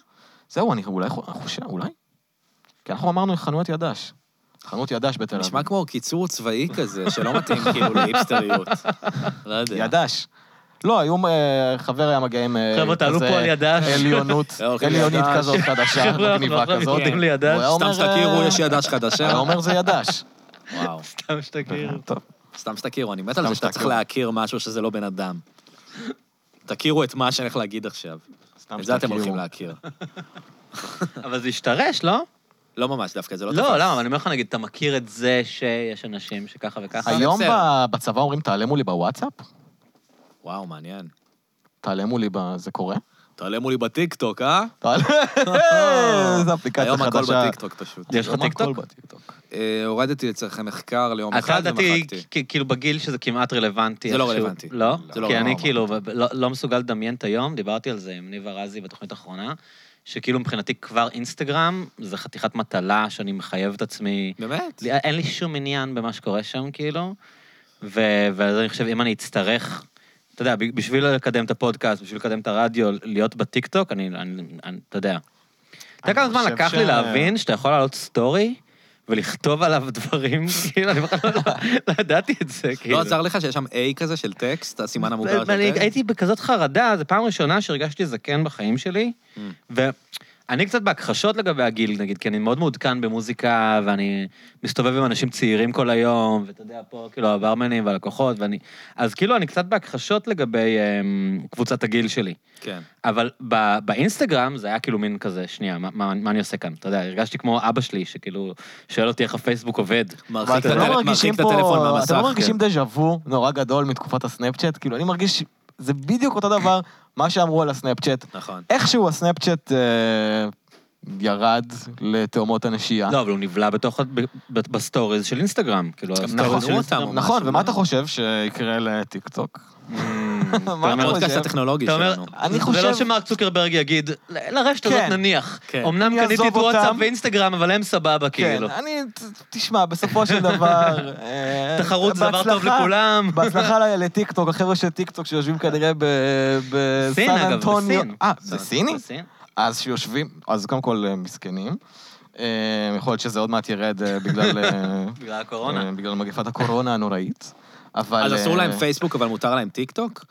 Speaker 2: זהו, אני אולי חושב, אולי? כי אנחנו אמרנו חנויות ידש. חנות ידש בתל אביב.
Speaker 3: נשמע כמו קיצור צבאי כזה, שלא מתאים כאילו להיפסטריות. לא יודע.
Speaker 2: ידש. לא, היו, אה, חבר היה מגיע עם... אה,
Speaker 1: חבר'ה, תעלו
Speaker 2: כזה
Speaker 1: פה על ידש.
Speaker 2: עליונות,
Speaker 3: לא, אוקיי,
Speaker 2: עליונית
Speaker 3: ידש.
Speaker 2: כזאת חדשה,
Speaker 1: חבר'ה, אנחנו
Speaker 2: מגניבה
Speaker 1: עכשיו
Speaker 2: כזאת.
Speaker 1: מתמודדים לידש.
Speaker 2: הוא היה אומר,
Speaker 3: סתם שתכירו,
Speaker 2: אה,
Speaker 3: יש ידש חדשה.
Speaker 2: היה אומר זה ידש.
Speaker 3: וואו.
Speaker 1: סתם שתכיר.
Speaker 2: טוב.
Speaker 3: סתם שתכירו, אני מת על זה שאתה צריך
Speaker 2: שתכירו.
Speaker 3: להכיר משהו שזה לא בן אדם. תכירו את מה שאני הולך להגיד עכשיו.
Speaker 2: סתם
Speaker 3: את זה אתם
Speaker 2: שתכירו.
Speaker 3: הולכים להכיר.
Speaker 1: אבל זה השתרש, לא?
Speaker 3: לא ממש, דווקא זה לא
Speaker 1: לא, למה? אבל אני אומר לך, נגיד, אתה מכיר את זה שיש אנשים שככה וככה?
Speaker 3: זה
Speaker 2: היום
Speaker 3: בסדר.
Speaker 2: ב- בצבא אומרים, תעלמו לי בוואטסאפ?
Speaker 3: וואו, מעניין.
Speaker 2: תעלמו לי ב... זה קורה?
Speaker 3: תעלה מולי בטיקטוק, אה?
Speaker 1: כן,
Speaker 2: תעל- איזה אפליקציה
Speaker 3: היום הכל
Speaker 2: חדשה.
Speaker 3: בטיקטוק פשוט.
Speaker 1: יש לך
Speaker 2: היום הכל
Speaker 1: טיקטוק?
Speaker 2: בטיקטוק.
Speaker 3: אה, הורדתי לצורכי מחקר ליום
Speaker 1: אתה
Speaker 3: אחד
Speaker 1: לדעתי,
Speaker 3: ומחקתי.
Speaker 1: כ- כאילו בגיל שזה כמעט רלוונטי.
Speaker 3: זה לא
Speaker 1: איכשהו.
Speaker 3: רלוונטי.
Speaker 1: לא?
Speaker 3: זה לא
Speaker 1: כי אני
Speaker 3: רלוונטי.
Speaker 1: כאילו ב- ב- לא לא מסוגל לדמיין את היום, דיברתי על זה עם ניב ארזי בתוכנית האחרונה, שכאילו מבחינתי כבר אינסטגרם זה חתיכת מטלה שאני מחייב את עצמי.
Speaker 3: באמת? לא,
Speaker 1: לי- אין לי שום עניין במה שקורה שם, כאילו, ו- ואז אני חושב, אם אני אצטרך, אתה יודע, ב- בשביל לקדם את הפודקאסט, בשביל לקדם את הרדיו, להיות בטיקטוק, אני, אני, אני אתה יודע. אתה יודע
Speaker 2: אני
Speaker 1: כמה זמן
Speaker 2: חושב
Speaker 1: לקח לי
Speaker 2: ש-
Speaker 1: להבין שאתה יכול לעלות סטורי ולכתוב עליו דברים, כאילו, אני בכלל לא- לא ידעתי את זה, כאילו.
Speaker 3: לא עזר לך שיש שם A כזה של טקסט, הסימן המוגר של
Speaker 1: ואני
Speaker 3: טקסט?
Speaker 1: הייתי בכזאת חרדה, זו פעם ראשונה שהרגשתי זקן בחיים שלי,
Speaker 3: Mm.
Speaker 1: ואני אני קצת בהכחשות לגבי הגיל, נגיד, כי אני מאוד מעודכן במוזיקה, ואני מסתובב עם אנשים צעירים כל היום, ואתה יודע, פה כאילו הברמנים והלקוחות, ואני... אז כאילו, אני קצת בהכחשות לגבי אמ, קבוצת הגיל שלי.
Speaker 3: כן.
Speaker 1: אבל ב- באינסטגרם זה היה כאילו מין כזה, שנייה, מה, מה, מה אני עושה כאן? אתה יודע, הרגשתי כמו אבא שלי, שכאילו, שואל אותי איך הפייסבוק עובד.
Speaker 2: אבל
Speaker 3: מרחיק את
Speaker 2: אתם לא
Speaker 3: הטל-
Speaker 2: מרגישים
Speaker 3: מרחיק את
Speaker 2: פה,
Speaker 3: הטלפון מהמסך.
Speaker 2: אתם לא
Speaker 3: כן.
Speaker 2: מרגישים דז'ה וו נורא גדול מתקופת הסנאפצ'אט? כאילו, אני מרגיש, זה בדיוק אותו דבר, מה שאמרו על הסנאפצ'אט.
Speaker 3: נכון.
Speaker 2: איכשהו הסנאפצ'אט אה, ירד לתאומות הנשייה.
Speaker 1: לא, אבל הוא נבלע בתוך, ה- ב- ב- בסטוריז של אינסטגרם, כאילו, הסטוריז של
Speaker 3: תראו אותם.
Speaker 1: אינסטגרם.
Speaker 2: נכון,
Speaker 3: משהו,
Speaker 2: ומה
Speaker 3: לא?
Speaker 2: אתה חושב שיקרה לטיקטוק?
Speaker 1: Mm, אתה
Speaker 2: מה אתה
Speaker 1: אומר-
Speaker 3: הפודקאסט
Speaker 2: חושב?
Speaker 3: הטכנולוגי
Speaker 1: אתה אומר,
Speaker 3: שלנו.
Speaker 2: אני
Speaker 1: זה לא
Speaker 2: חושב-
Speaker 1: שמרק צוקרברג יגיד, "ל- לרשת הזאת
Speaker 2: כן.
Speaker 1: נניח.
Speaker 3: כן.
Speaker 1: אמנם
Speaker 2: אני
Speaker 1: קניתי
Speaker 2: אעזוב
Speaker 1: את וואטסאפ
Speaker 2: אותם."
Speaker 1: ואינסטגרם, אבל הם סבבה,
Speaker 2: כן,
Speaker 1: כאילו.
Speaker 2: אני, ת- תשמע, בסופו של דבר... אה,
Speaker 1: תחרות זה דבר טוב
Speaker 2: בהצלחה-
Speaker 1: לכולם.
Speaker 2: בהצלחה ל- לטיקטוק, החבר'ה של טיקטוק שיושבים כנראה ב-
Speaker 1: סין,
Speaker 2: בסן
Speaker 1: אגב,
Speaker 2: אה, אנטוניו.
Speaker 1: בסין.
Speaker 2: אה, זה סיני?
Speaker 1: בסין.
Speaker 2: אז שיושבים, אז קודם כל אה, מסכנים. אה, יכול להיות שזה עוד מעט ירד אה, בגלל... אה,
Speaker 1: בגלל הקורונה.
Speaker 2: אה, בגלל מגפת הקורונה הנוראית. אבל...
Speaker 3: אז אסור
Speaker 2: אה,
Speaker 3: להם פייסבוק, אבל מותר להם טיק טוק?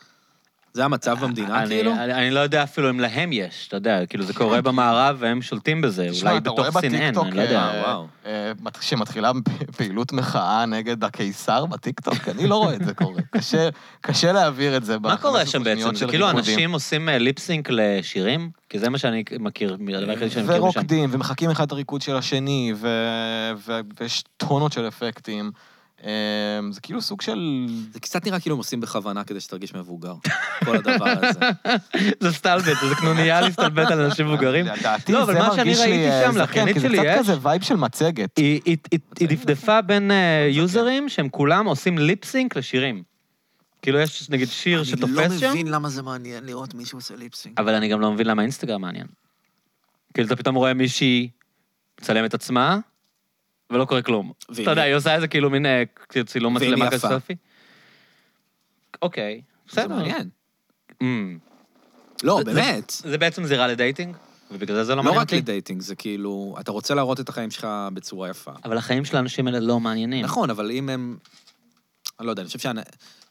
Speaker 3: זה המצב במדינה,
Speaker 1: אה, אני-
Speaker 3: כאילו?
Speaker 1: אני אני לא יודע אפילו אם להם יש, אתה יודע, כאילו זה קורה במערב והם שולטים בזה,
Speaker 2: תשמע,
Speaker 1: אולי
Speaker 2: אתה רואה
Speaker 1: בתוך סין אין,
Speaker 2: בטיקטוק,
Speaker 1: אני לא יודע.
Speaker 2: אה,
Speaker 3: וואו.
Speaker 2: אה, מת- שמתחילה פ- פעילות מחאה נגד הקיסר בטיקטוק, אני לא רואה את זה קורה. קשה- קשה להעביר את זה.
Speaker 1: מה
Speaker 2: ב-
Speaker 1: קורה
Speaker 2: 15
Speaker 1: שם בעצם?
Speaker 2: שניות
Speaker 1: זה
Speaker 2: של
Speaker 1: כאילו
Speaker 2: ריקודים.
Speaker 1: אנשים עושים אה, ליפסינק לשירים? כי זה מה שאני מכיר, הדבר היחיד שאני מכיר משם.
Speaker 2: ורוקדים, ומחקים אחד את הריקוד של השני, ו- ו- ויש טונות של אפקטים. אה, זה כאילו סוג של...
Speaker 3: זה קצת נראה כאילו הם עושים בכוונה כדי שתרגיש מבוגר. כל הדבר הזה.
Speaker 1: זה סטלבט, זה קנוניה להסתלבט על אנשים מבוגרים.
Speaker 2: אה, לדעתי
Speaker 1: לא,
Speaker 2: זה
Speaker 1: אבל מה שאני
Speaker 2: מרגיש
Speaker 1: ראיתי
Speaker 2: לי אה,
Speaker 1: שם,
Speaker 2: זקן,
Speaker 1: לאחיינית
Speaker 2: כי זה
Speaker 1: שלי יש.
Speaker 2: קצת כזה וייב של מצגת.
Speaker 1: היא- היא- היא- היא דפדפה בין אה, יוזרים שהם כולם עושים ליפסינק לשירים. כאילו יש נגיד שיר
Speaker 3: לא
Speaker 1: שתופס שם,
Speaker 4: לא למה זה מעניין לראות מישהו עושה ליפסינג.
Speaker 1: אבל אני גם לא מבין למה אינסטגרם מעניין. כאילו אתה פתאום רואה מישהי מצלמת עצמה, ולא קורה כלום.
Speaker 3: והיא-
Speaker 1: אתה יודע, היא עושה איזה כאילו מין אה, כאילו צילום
Speaker 3: והיא
Speaker 1: מצלמה כזה
Speaker 3: יפה.
Speaker 1: סלפי. אוקיי,
Speaker 3: זה
Speaker 1: בסדר.
Speaker 3: מעניין.
Speaker 1: אמ,
Speaker 3: לא,
Speaker 1: זה-
Speaker 3: באמת.
Speaker 1: זה בעצם זירה לדייטינג, ובגלל זה זה לא
Speaker 3: לא
Speaker 1: מעניין
Speaker 3: רק
Speaker 1: אותי.
Speaker 3: לדייטינג, זה כאילו, אתה רוצה להראות את החיים שלך בצורה יפה.
Speaker 1: אבל החיים של האנשים האלה לא מעניינים.
Speaker 3: נכון, אבל אם הם... אני לא יודע, אני חושב שאני...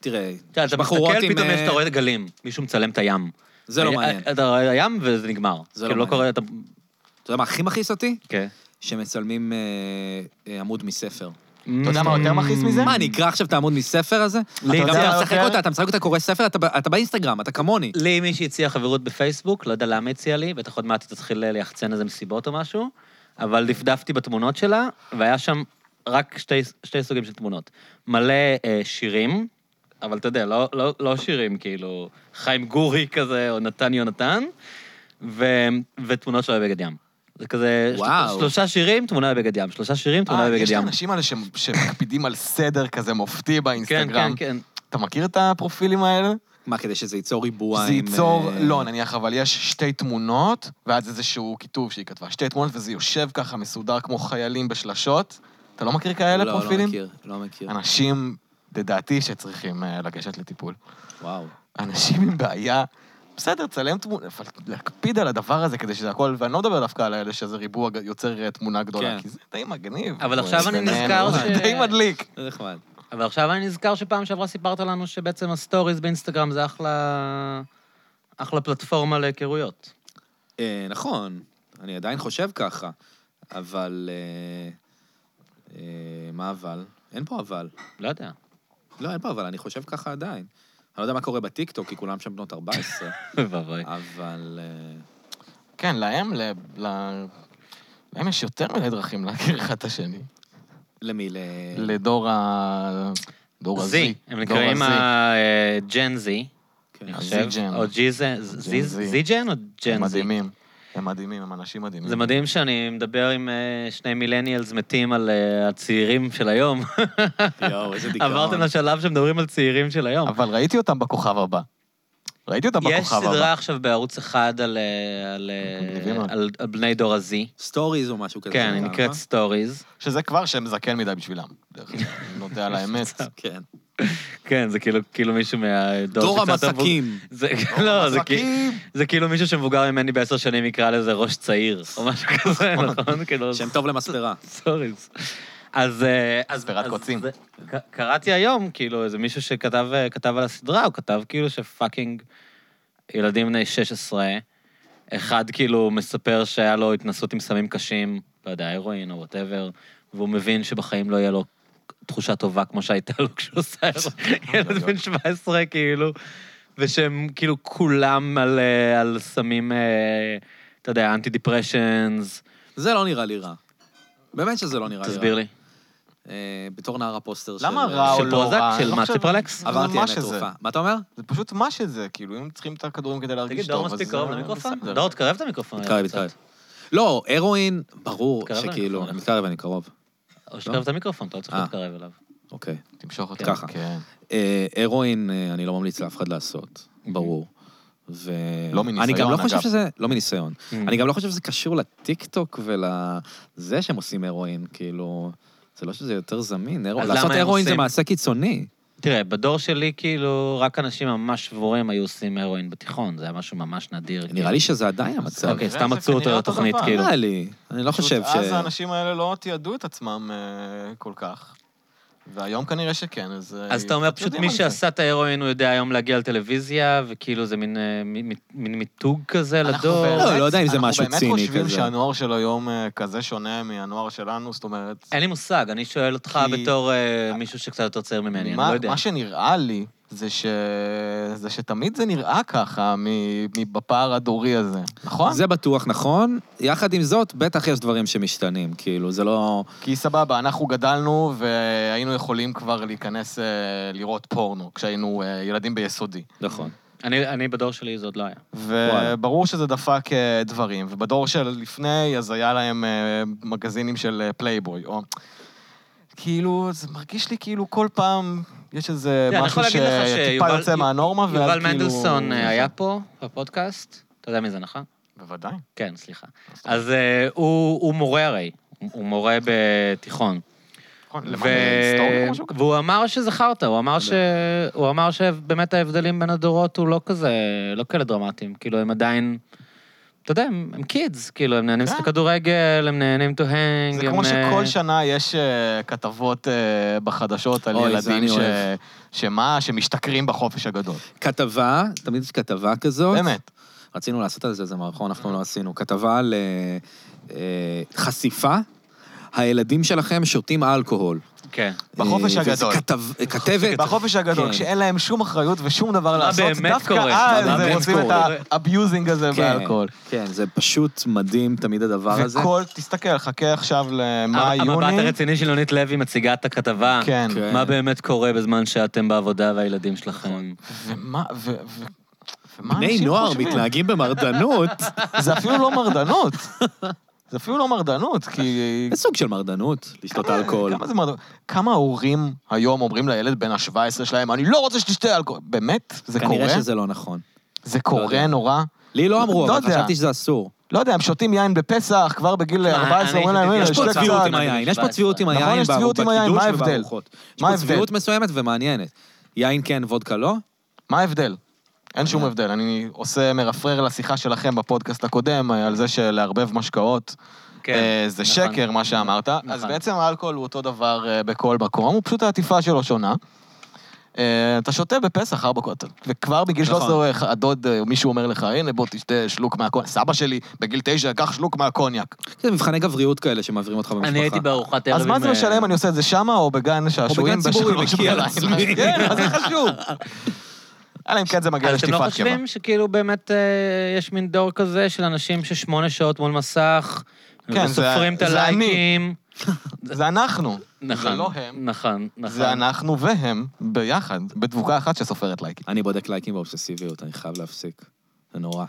Speaker 3: תראה,
Speaker 1: אתה יודע, אתה
Speaker 3: בחורות
Speaker 1: מסתכל,
Speaker 3: עם,
Speaker 1: פתאום
Speaker 3: אה,
Speaker 1: יש- אתה רואה את הגלים, מישהו מצלם את הים.
Speaker 3: זה לא
Speaker 1: אה, אה-
Speaker 3: מעניין. אתה
Speaker 1: אתה רואה ים וזה נגמר.
Speaker 3: זה לא
Speaker 1: כאילו,
Speaker 3: מעניין.
Speaker 1: קורה, אתה-
Speaker 3: יודע מה הכי מכעיס אותי?
Speaker 1: כן.
Speaker 3: שמצלמים אה, אה, עמוד מספר.
Speaker 1: אתה
Speaker 2: יודע מה יותר מכעיס מזה?
Speaker 3: מה, אני אקרא עכשיו את העמוד מספר הזה?
Speaker 1: Mm. לי
Speaker 3: אתה גם
Speaker 1: זה
Speaker 3: אתה
Speaker 2: יותר-
Speaker 3: משחק אותה, אתה משחק אותה, קורא ספר, אתה ב- אתה באינסטגרם, אתה כמוני.
Speaker 1: לי מישהי הציעה חברות בפייסבוק, לא יודע למה הציעה לי, בטח עוד מעט היא תתחיל אה, ליחצן איזה מסיבות או משהו, אבל דפדפתי בתמונות שלה, והיה שם רק שתי, שתי סוגים של תמונות. מלא אה, שירים, אבל אתה יודע, לא, לא, לא שירים, כאילו, חיים גורי כזה, או נתן יונתן, ו, ותמונות שלו בבגד ים. זה כזה,
Speaker 3: וואו.
Speaker 1: של, שלושה שירים, תמונה בבגד ים, שלושה שירים, תמונה
Speaker 2: אה,
Speaker 1: בבגד
Speaker 2: יש את
Speaker 1: ים.
Speaker 2: האנשים האלה שמ- שמקפידים על סדר כזה מופתי
Speaker 1: כן, כן,
Speaker 2: באינסטגרם.
Speaker 1: כן.
Speaker 2: אתה מכיר את הפרופילים האלה?
Speaker 3: מה, כדי שזה ייצור
Speaker 2: זה
Speaker 3: ריבוע עם...
Speaker 2: ייצור,
Speaker 3: אה,
Speaker 2: לא נניח, אבל יש שתי תמונות, ואז איזשהו כיתוב שהיא כתבה שתי תמונות, וזה יושב ככה מסודר כמו חיילים בשלשות. אתה לא מכיר כאלה
Speaker 3: לא,
Speaker 2: פרופילים?
Speaker 3: לא מכיר, לא מכיר.
Speaker 2: אנשים, לדעתי, שצריכים אה, לגשת לטיפול.
Speaker 3: וואו.
Speaker 2: אנשים עם בעיה, בסדר, צלם תמונה, אבל להקפיד על הדבר הזה כדי שזה הכל, ואני לא מדבר דווקא על אלה שזה ריבוע ג- יוצר אה, תמונה גדולה,
Speaker 3: כן.
Speaker 2: כי זה די מגניב.
Speaker 1: אבל
Speaker 2: הוא
Speaker 1: עכשיו אני
Speaker 2: בינינו,
Speaker 1: נזכר
Speaker 2: זה
Speaker 1: ש-
Speaker 2: די מדליק.
Speaker 3: זה נחמד.
Speaker 1: אבל עכשיו אני נזכר שפעם שעברה סיפרת לנו שבעצם הסטוריז באינסטגרם זה אחלה... אחלה פלטפורמה להיכרויות.
Speaker 3: אה, נכון, אני עדיין חושב ככה, אבל... אה, אה, מה אבל? אין פה אבל.
Speaker 1: לא יודע.
Speaker 3: לא, אין פה אבל, אני חושב ככה עדיין. אני לא יודע מה קורה בטיקטוק, כי כולם שם בנות 14,
Speaker 1: אוי ואבוי.
Speaker 3: אבל... אה,
Speaker 2: כן, להם, ל- ל- להם יש יותר מדי דרכים להכיר אחד את השני.
Speaker 3: למי? ל...
Speaker 2: לדור ה... דור ה-Z.
Speaker 1: זי, הם נקראים אה, הג'ן זי,
Speaker 3: כן.
Speaker 1: אני
Speaker 2: ה-Z
Speaker 1: חושב.
Speaker 2: Gen.
Speaker 1: או ג'י זן,
Speaker 2: Z.
Speaker 1: זי ג'ן או
Speaker 2: הם
Speaker 1: ג'ן זי?
Speaker 2: מדהימים. הם מדהימים, הם אנשים מדהימים.
Speaker 1: זה מדהים שאני מדבר עם אה, שני מילניאלס מתים על אה, הצעירים של היום.
Speaker 3: יואו, איזה דיכאון.
Speaker 1: עברתם לשלב שמדברים על צעירים של היום.
Speaker 2: אבל ראיתי אותם בכוכב הבא. ראיתי אותם
Speaker 1: יש
Speaker 2: בכוכב הבא.
Speaker 1: סדרה עכשיו בערוץ אחד על, אה, על, אה,
Speaker 2: מגניבים מאוד.
Speaker 1: על- על בני דור הזי.
Speaker 2: אוקיי,
Speaker 3: סטוריז או משהו כזה.
Speaker 1: כן, היא
Speaker 3: נכון?
Speaker 1: נקראת סטוריז.
Speaker 2: שזה כבר שם זקן מדי בשבילם. דרך אגב, אני נודה על האמת.
Speaker 3: כן.
Speaker 1: כן, זה כאילו, כאילו מישהו מהדור
Speaker 3: דור
Speaker 1: שקצת
Speaker 3: המסקים.
Speaker 1: מבוג- זה, לא, זה, כאילו,
Speaker 2: עסקים.
Speaker 1: זה כאילו מישהו שמבוגר ממני בעשר שנים יקרא לזה ראש צעיר, או משהו כזה, נכון? כאילו,
Speaker 3: שם טוב למספרה.
Speaker 1: סוריז. אז... אה, אז-
Speaker 2: ספירת
Speaker 1: אז
Speaker 2: קוצים.
Speaker 1: זה- ק- קראתי היום, כאילו, איזה מישהו שכתב אה, כתב על הסדרה, הוא כתב כאילו שפאקינג ילדים בני 16 אחד כאילו מספר שהיה לו התנסות עם סמים קשים, לא יודע, הירואין או וואטאבר, והוא מבין שבחיים לא יהיה לו תחושה טובה כמו שהייתה לו כשהוא עושה הירואין. ילד בן 17, כאילו, ושהם כאילו כולם על, אה, על סמים, אה, אתה יודע, אנטי דיפרשנס.
Speaker 3: זה לא נראה לי רע. באמת שזה לא נראה לי רע.
Speaker 1: תסביר לי.
Speaker 3: אה, בתור נער הפוסטר של...
Speaker 2: למה רע או
Speaker 1: של
Speaker 2: לא
Speaker 1: פרוזק?
Speaker 2: רע?
Speaker 1: של
Speaker 2: אני לא
Speaker 1: מה,
Speaker 2: חושב-
Speaker 1: ציפרלקס?
Speaker 2: זה
Speaker 3: עברתי
Speaker 2: מה
Speaker 3: עליה
Speaker 2: שזה.
Speaker 3: תרופה. מה אתה אומר?
Speaker 2: זה פשוט מה שזה, כאילו, אם צריכים את הכדורים כדי
Speaker 1: תגיד,
Speaker 2: להרגיש
Speaker 1: דור
Speaker 2: טוב,
Speaker 1: מספיק
Speaker 2: אז
Speaker 1: קרוב
Speaker 2: זה
Speaker 1: למיקרופון?
Speaker 2: בסדר.
Speaker 1: דור, תקרב את המיקרופון.
Speaker 3: מתקרב,
Speaker 1: קצת.
Speaker 3: מתקרב. לא, הרואין, ברור
Speaker 1: מתקרב נכון.
Speaker 3: שכאילו...
Speaker 1: למיקרופון.
Speaker 3: מתקרב, אני קרוב.
Speaker 1: או שתקרב את המיקרופון, אתה לא צריך
Speaker 3: אה.
Speaker 1: להתקרב אליו.
Speaker 3: אוקיי.
Speaker 2: תמשוך אותו.
Speaker 3: ככה.
Speaker 2: כן.
Speaker 3: אה, הרואין, אה, אני לא ממליץ לאף אחד לעשות, ברור. ו...
Speaker 2: לא מניסיון,
Speaker 3: אני גם לא
Speaker 2: אגב. Mm.
Speaker 3: חושב שזה... לא מניסיון. אני גם לא חושב שזה קשור לטיקטוק ולזה שהם עושים הרואין, כאילו... זה לא שזה יותר זמין, הרואין-
Speaker 1: אז למה
Speaker 3: לעשות
Speaker 1: הם
Speaker 3: הרואין זה
Speaker 1: עושים?
Speaker 3: מעשה קיצוני.
Speaker 1: תראה, בדור שלי, כאילו, רק אנשים ממש שבורים היו עושים הרואין בתיכון, זה היה משהו ממש נדיר. כאילו.
Speaker 3: נראה לי שזה עדיין המצב.
Speaker 1: אוקיי, סתם
Speaker 2: זה
Speaker 1: מצאו אותו
Speaker 2: כנראה אותו
Speaker 1: לתוכנית,
Speaker 2: דבר. אה,
Speaker 1: כאילו.
Speaker 3: נראה לי, אני לא
Speaker 2: פשוט
Speaker 3: חושב ש...
Speaker 2: אז האנשים האלה לא תיעדו את עצמם אה, כל כך. והיום כנראה שכן, אז... אה,
Speaker 1: אז אתה אומר,
Speaker 2: קצת
Speaker 1: פשוט
Speaker 2: יודעים
Speaker 1: מי
Speaker 2: על זה.
Speaker 1: שעשה את ההרואין, הוא יודע היום להגיע לטלוויזיה, וכאילו זה מין אה, מין- מין- מין מיתוג כזה
Speaker 2: אנחנו
Speaker 1: לדור.
Speaker 2: באמת-
Speaker 3: לא, לא יודע אם זה משהו ציני
Speaker 2: אנחנו באמת חושבים
Speaker 3: כזה.
Speaker 2: שהנוער של היום אה, כזה שונה מהנוער שלנו, זאת אומרת...
Speaker 1: אין לי מושג, אני שואל אותך
Speaker 2: כי-
Speaker 1: בתור אה, מישהו שקצת יותר צעיר ממני, אני
Speaker 2: מה-
Speaker 1: לא יודע.
Speaker 2: מה שנראה לי זה ש... זה שתמיד זה נראה ככה מ- מבפער הדורי הזה, נכון?
Speaker 3: זה בטוח נכון. יחד עם זאת, בטח יש דברים שמשתנים, כאילו, זה לא...
Speaker 2: כי סבבה, אנחנו גדלנו והיינו יכולים כבר להיכנס אה, לראות פורנו כשהיינו אה, ילדים ביסודי.
Speaker 3: נכון.
Speaker 1: אני אני בדור שלי זה עוד לא היה.
Speaker 3: וואלה.
Speaker 2: וברור שזה דפק אה, דברים, ובדור של לפני, אז היה להם אה, מגזינים של אה, פלייבוי, או... כאילו, זה מרגיש לי כאילו כל פעם יש איזה
Speaker 1: תראה, כן, אני יכול
Speaker 2: משהו
Speaker 1: להגיד לך
Speaker 2: שטיפה
Speaker 1: שיובל-
Speaker 2: יוצא מהנורמה, ואז כאילו...
Speaker 1: יובל מנדלסון אה, היה פה, בפודקאסט, אתה יודע מי זה, נכון?
Speaker 2: בוודאי.
Speaker 1: כן, סליחה. אז אה, הוא הוא מורה הרי, הוא- הוא מורה בתיכון.
Speaker 2: נכון,
Speaker 1: ו-
Speaker 2: למען היסטוריה או משהו כזה. כן.
Speaker 1: והוא אמר שזכרת, הוא אמר, ש... הוא אמר שבאמת ההבדלים בין הדורות הוא לא כזה, לא כאלה דרמטיים, כאילו הם עדיין, אתה יודע, הם, הם קידס, כאילו הם נהנים
Speaker 2: כן.
Speaker 1: לשחק כדורגל, הם נהנים to hang,
Speaker 2: זה
Speaker 1: הם...
Speaker 2: כמו שכל
Speaker 1: אה,
Speaker 2: שנה יש אה, כתבות אה, בחדשות על
Speaker 3: אוי, זה
Speaker 2: ילדים
Speaker 3: אני
Speaker 2: ש-
Speaker 3: אוהב.
Speaker 2: שמה, שמשתכרים בחופש הגדול.
Speaker 3: כתבה, תמיד יש כתבה כזאת.
Speaker 2: באמת.
Speaker 3: רצינו לעשות על זה איזה מערכון, אנחנו לא עשינו. כתבה על אה, אה, חשיפה, הילדים שלכם שותים אלכוהול.
Speaker 1: כן.
Speaker 2: בחופש
Speaker 3: אה, וזה
Speaker 2: הגדול.
Speaker 3: כתב, כתבת...
Speaker 2: בחופש הגדול,
Speaker 3: כן.
Speaker 2: כשאין להם שום אחריות ושום דבר
Speaker 1: מה
Speaker 2: לעשות,
Speaker 1: באמת
Speaker 2: דווקא
Speaker 1: קורה? מה
Speaker 2: אז הם
Speaker 3: באמת
Speaker 2: רוצים את
Speaker 1: קורה?
Speaker 2: האביוזינג הזה
Speaker 3: כן,
Speaker 2: באלכוהול.
Speaker 3: כן, זה פשוט מדהים, תמיד הדבר הזה.
Speaker 2: וכל, תסתכל, חכה עכשיו
Speaker 1: המבט
Speaker 2: למאי-יוני.
Speaker 1: הרציני של יונית לוי מציגה את הכתבה.
Speaker 2: כן.
Speaker 3: כן.
Speaker 1: מה באמת קורה בזמן שאתם בעבודה והילדים שלכם?
Speaker 2: נכון. ומה, ו... ו- ומה
Speaker 3: בני
Speaker 2: אנשים
Speaker 3: נוער
Speaker 2: חושבים?
Speaker 3: מתנהגים במרדנות.
Speaker 2: זה אפילו לא מרדנות. זה אפילו לא מרדנות, כי...
Speaker 3: איזה סוג של מרדנות? לשתות אלכוהול.
Speaker 2: אה, כמה זה מרדנות? כמה הורים היום אומרים לילד בן ה-17 שלהם, אני לא רוצה שתשתה אלכוהול. באמת? זה קורה?
Speaker 3: כנראה שזה לא נכון.
Speaker 2: זה
Speaker 3: לא יודע.
Speaker 2: קורה נורא?
Speaker 3: לי לא אמרו,
Speaker 2: לא
Speaker 3: אבל
Speaker 2: יודע.
Speaker 3: חשבתי שזה אסור.
Speaker 2: לא יודע, הם שותים יין בפסח, כבר בגיל
Speaker 1: אני
Speaker 2: 14 אומרים
Speaker 1: שתיתי-
Speaker 2: להם, "הנה,
Speaker 3: אה, יש פה
Speaker 2: שתה
Speaker 3: צביעות
Speaker 2: קצת.
Speaker 3: עם היין, יש פה צביעות עם
Speaker 2: נכון,
Speaker 3: היין
Speaker 2: יש צביעות עם היין,
Speaker 3: בקידוש
Speaker 2: מה ההבדל?
Speaker 3: ובארוחות. יש
Speaker 2: מה
Speaker 3: פה
Speaker 2: ההבדל?
Speaker 3: צביעות מסוימת ומעניינת. יין כן, וודקה לא?
Speaker 2: מה ההבדל? אין
Speaker 3: אה.
Speaker 2: שום הבדל. אני עושה מרפרר לשיחה שלכם בפודקאסט הקודם, אה, על זה שלערבב משקאות אה, זה
Speaker 1: נכון.
Speaker 2: שקר, מה שאמרת. אז
Speaker 1: נכון.
Speaker 2: בעצם האלכוהול הוא אותו דבר אה, בכל מקום, הוא פשוט העטיפה שלו שונה. אה, אתה שותה בפסח ארבע קוטל, וכבר בגיל
Speaker 3: נכון.
Speaker 2: 13 אה, הדוד, אה, מישהו אומר לך, הנה בוא תשתה שלוק מהקוניאק. סבא שלי, בגיל 9, קח שלוק מהקוניאק.
Speaker 3: זה מבחני גבריות כאלה שמעבירים אותך במשפחה.
Speaker 1: אני הייתי בארוחת ערב
Speaker 2: אז מה זה
Speaker 1: עם,
Speaker 2: משנה אם
Speaker 1: אה,
Speaker 2: אני עושה את זה שמה או בגן שעשועים
Speaker 3: ציבורי,
Speaker 2: בשלוש
Speaker 3: מקיא על
Speaker 2: בלילה?
Speaker 3: עצמי.
Speaker 2: כן, מה זה חשוב? אלא אם כן זה מגיע
Speaker 1: אז אתם לא
Speaker 2: לשטיפת קיבה.
Speaker 1: חושבים שכאילו באמת אה, יש מין דור כזה של אנשים ששמונה שעות מול מסך,
Speaker 2: כן, זה-
Speaker 1: וסופרים את
Speaker 2: זה אני.
Speaker 1: הלייקים.
Speaker 2: זה אנחנו.
Speaker 1: נכון.
Speaker 2: זה לא הם.
Speaker 1: נכון, נכון.
Speaker 2: זה אנחנו והם ביחד, בדבוקה אחת שסופרת לייקים.
Speaker 3: אני בודק לייקים באובססיביות, אני חייב להפסיק. זה נורא.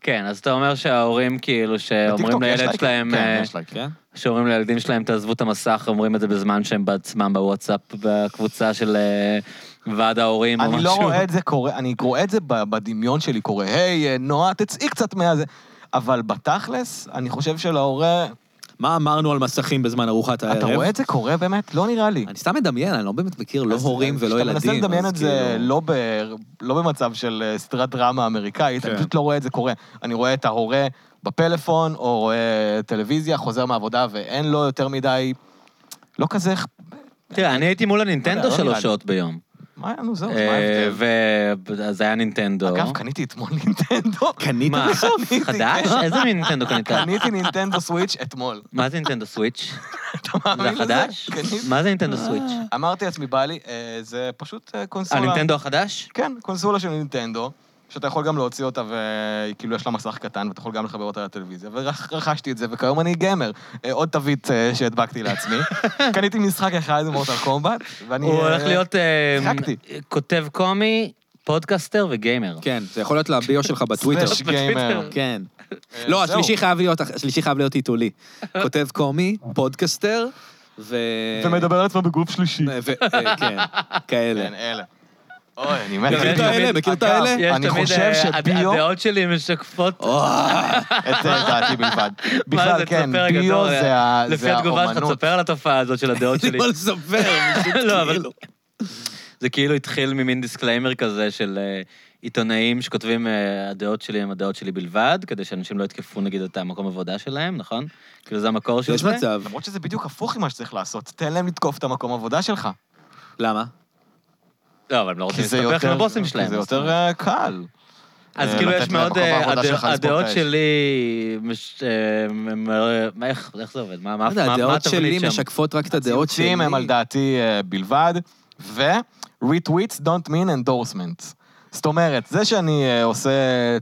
Speaker 1: כן, אז אתה אומר שההורים כאילו, שאומרים
Speaker 2: בטיקטוק יש
Speaker 1: לילד
Speaker 2: לייקים.
Speaker 1: שלהם,
Speaker 2: כן,
Speaker 1: אה,
Speaker 2: יש לייקים.
Speaker 3: כן?
Speaker 1: שאומרים לילדים שלהם, תעזבו את המסך, אומרים את זה בזמן שהם בעצמם בוואטסאפ, בקבוצה של אה, ועד ההורים או משהו.
Speaker 2: אני לא רואה את זה קורה, אני רואה את זה ב- בדמיון שלי קורה. היי, אה, נועה, תצאי קצת מהזה. אבל בתכלס, אני חושב שלהורה...
Speaker 3: מה אמרנו על מסכים בזמן ארוחת הערב?
Speaker 2: אתה רואה את זה קורה באמת? לא נראה לי.
Speaker 3: אני סתם מדמיין, אני לא באמת מכיר לא
Speaker 2: אז אה,
Speaker 3: הורים ולא ילדים.
Speaker 2: כשאתה מנסה לדמיין
Speaker 3: אז
Speaker 2: את זה
Speaker 3: כאילו-
Speaker 2: לא ב- לא במצב של אה, סדרת דרמה אמריקאית, אני
Speaker 3: כן.
Speaker 2: פשוט לא רואה את זה קורה. אני רואה את ההורה בפלאפון, או רואה טלוויזיה, חוזר מעבודה, ואין לו יותר מדי... לא כזה... אכפ-
Speaker 1: תראה, אני הייתי מול
Speaker 2: לא
Speaker 1: הנינטנדו
Speaker 2: נראה
Speaker 1: שלוש
Speaker 2: לי.
Speaker 1: שעות ביום.
Speaker 2: מה היה, נו, זהו, אז מה
Speaker 1: אה,
Speaker 2: ההבדל?
Speaker 1: וזה היה
Speaker 3: לא.
Speaker 1: נינטנדו.
Speaker 2: אגב, קניתי אתמול נינטנדו.
Speaker 3: קנית?
Speaker 1: מה,
Speaker 2: קניתי,
Speaker 1: חדש?
Speaker 2: כן.
Speaker 1: איזה מין נינטנדו קנית?
Speaker 2: קניתי נינטנדו סוויץ' אתמול.
Speaker 1: מה זה נינטנדו סוויץ'? זה
Speaker 2: אתה מאמין לזה?
Speaker 1: החדש?
Speaker 2: קניתי. אה,
Speaker 1: מה זה נינטנדו סוויץ'? אה,
Speaker 2: אמרתי לעצמי, בא לי, אה, זה פשוט אה, קונסולה.
Speaker 1: הנינטנדו החדש?
Speaker 2: כן, קונסולה של נינטנדו, שאתה יכול גם להוציא אותה, וכאילו יש לה מסך קטן, ואתה יכול גם לחבר אותה לטלוויזיה, ורכשתי את זה, וכיום אני גמר. אה, עוד תווית אה, שהדבקתי לעצמי. קניתי משחק אחד, מורטל קומבט, ואני...
Speaker 1: הוא
Speaker 2: אה,
Speaker 1: הולך להיות אה,
Speaker 2: שיחקתי.
Speaker 1: כותב קומי, פודקאסטר
Speaker 2: לא-
Speaker 1: וגיימר.
Speaker 3: כן, זה יכול להיות לביו שלך בטוויטר.
Speaker 2: סלאש גיימר.
Speaker 3: כן.
Speaker 2: אה,
Speaker 3: לא,
Speaker 2: זהו.
Speaker 3: השלישי חייב להיות, השלישי חייב להיות היתולי. כותב קומי, פודקסטר, ו...
Speaker 2: ומדבר אה, על עצמו בגוף שלישי.
Speaker 3: ו- אה, כן, כאלה.
Speaker 2: כן, אלה. אוי, אני מת.
Speaker 1: מכיר את האלה?
Speaker 3: מכיר את
Speaker 2: אגב,
Speaker 3: האלה?
Speaker 1: כן, יש
Speaker 2: כן, אני
Speaker 1: תמיד,
Speaker 2: חושב
Speaker 1: אה,
Speaker 2: שביו...
Speaker 1: הדעות שלי משקפות.
Speaker 2: את זה דעתי בלבד.
Speaker 1: מה
Speaker 2: בכלל,
Speaker 1: זה,
Speaker 2: כן,
Speaker 1: תספר רגע,
Speaker 2: ביו
Speaker 1: דור,
Speaker 2: זה ה-
Speaker 1: לפי
Speaker 2: זה
Speaker 1: התגובה שלך,
Speaker 2: האומנות.
Speaker 1: תספר על התופעה הזאת של הדעות
Speaker 3: אין
Speaker 1: שלי.
Speaker 3: לי מה לספר, פשוט
Speaker 1: לא, אבל-
Speaker 3: כאילו.
Speaker 1: זה כאילו התחיל ממין דיסקליימר כזה של אה, עיתונאים שכותבים אה, הדעות שלי הם הדעות שלי בלבד, כדי שאנשים לא יתקפו נגיד את המקום עבודה שלהם, נכון? כאילו זה המקור של
Speaker 3: יש
Speaker 1: זה.
Speaker 3: מצב.
Speaker 2: למרות שזה בדיוק הפוך ממה שצריך לעשות. תן להם לתקוף את המקום עבודה שלך.
Speaker 3: למה?
Speaker 1: לא, אבל הם לא רוצים
Speaker 2: כי זה
Speaker 1: להסתבך עם
Speaker 2: יותר...
Speaker 1: הבוסים
Speaker 2: כי
Speaker 1: שלהם.
Speaker 2: זה
Speaker 1: אז-
Speaker 2: יותר אה, קל.
Speaker 1: אז
Speaker 2: אה,
Speaker 1: כאילו
Speaker 2: לתת
Speaker 1: יש
Speaker 2: להם
Speaker 1: מאוד...
Speaker 2: מקום
Speaker 1: אה,
Speaker 2: בעבודה
Speaker 1: הדע-
Speaker 2: שלך לספורט
Speaker 1: הדעות
Speaker 2: האש.
Speaker 1: שלי... מש- אה, מ- מ- איך איך זה עובד? מה מה-
Speaker 3: לא יודע,
Speaker 1: מה- מה
Speaker 3: הדעות שלי
Speaker 1: התבנית שם?
Speaker 3: משקפות רק את הדעות שלי.
Speaker 2: ציוצים הם על דעתי אה, בלבד, ו- retweets don't mean endorsements. זאת אומרת, זה שאני אה, עושה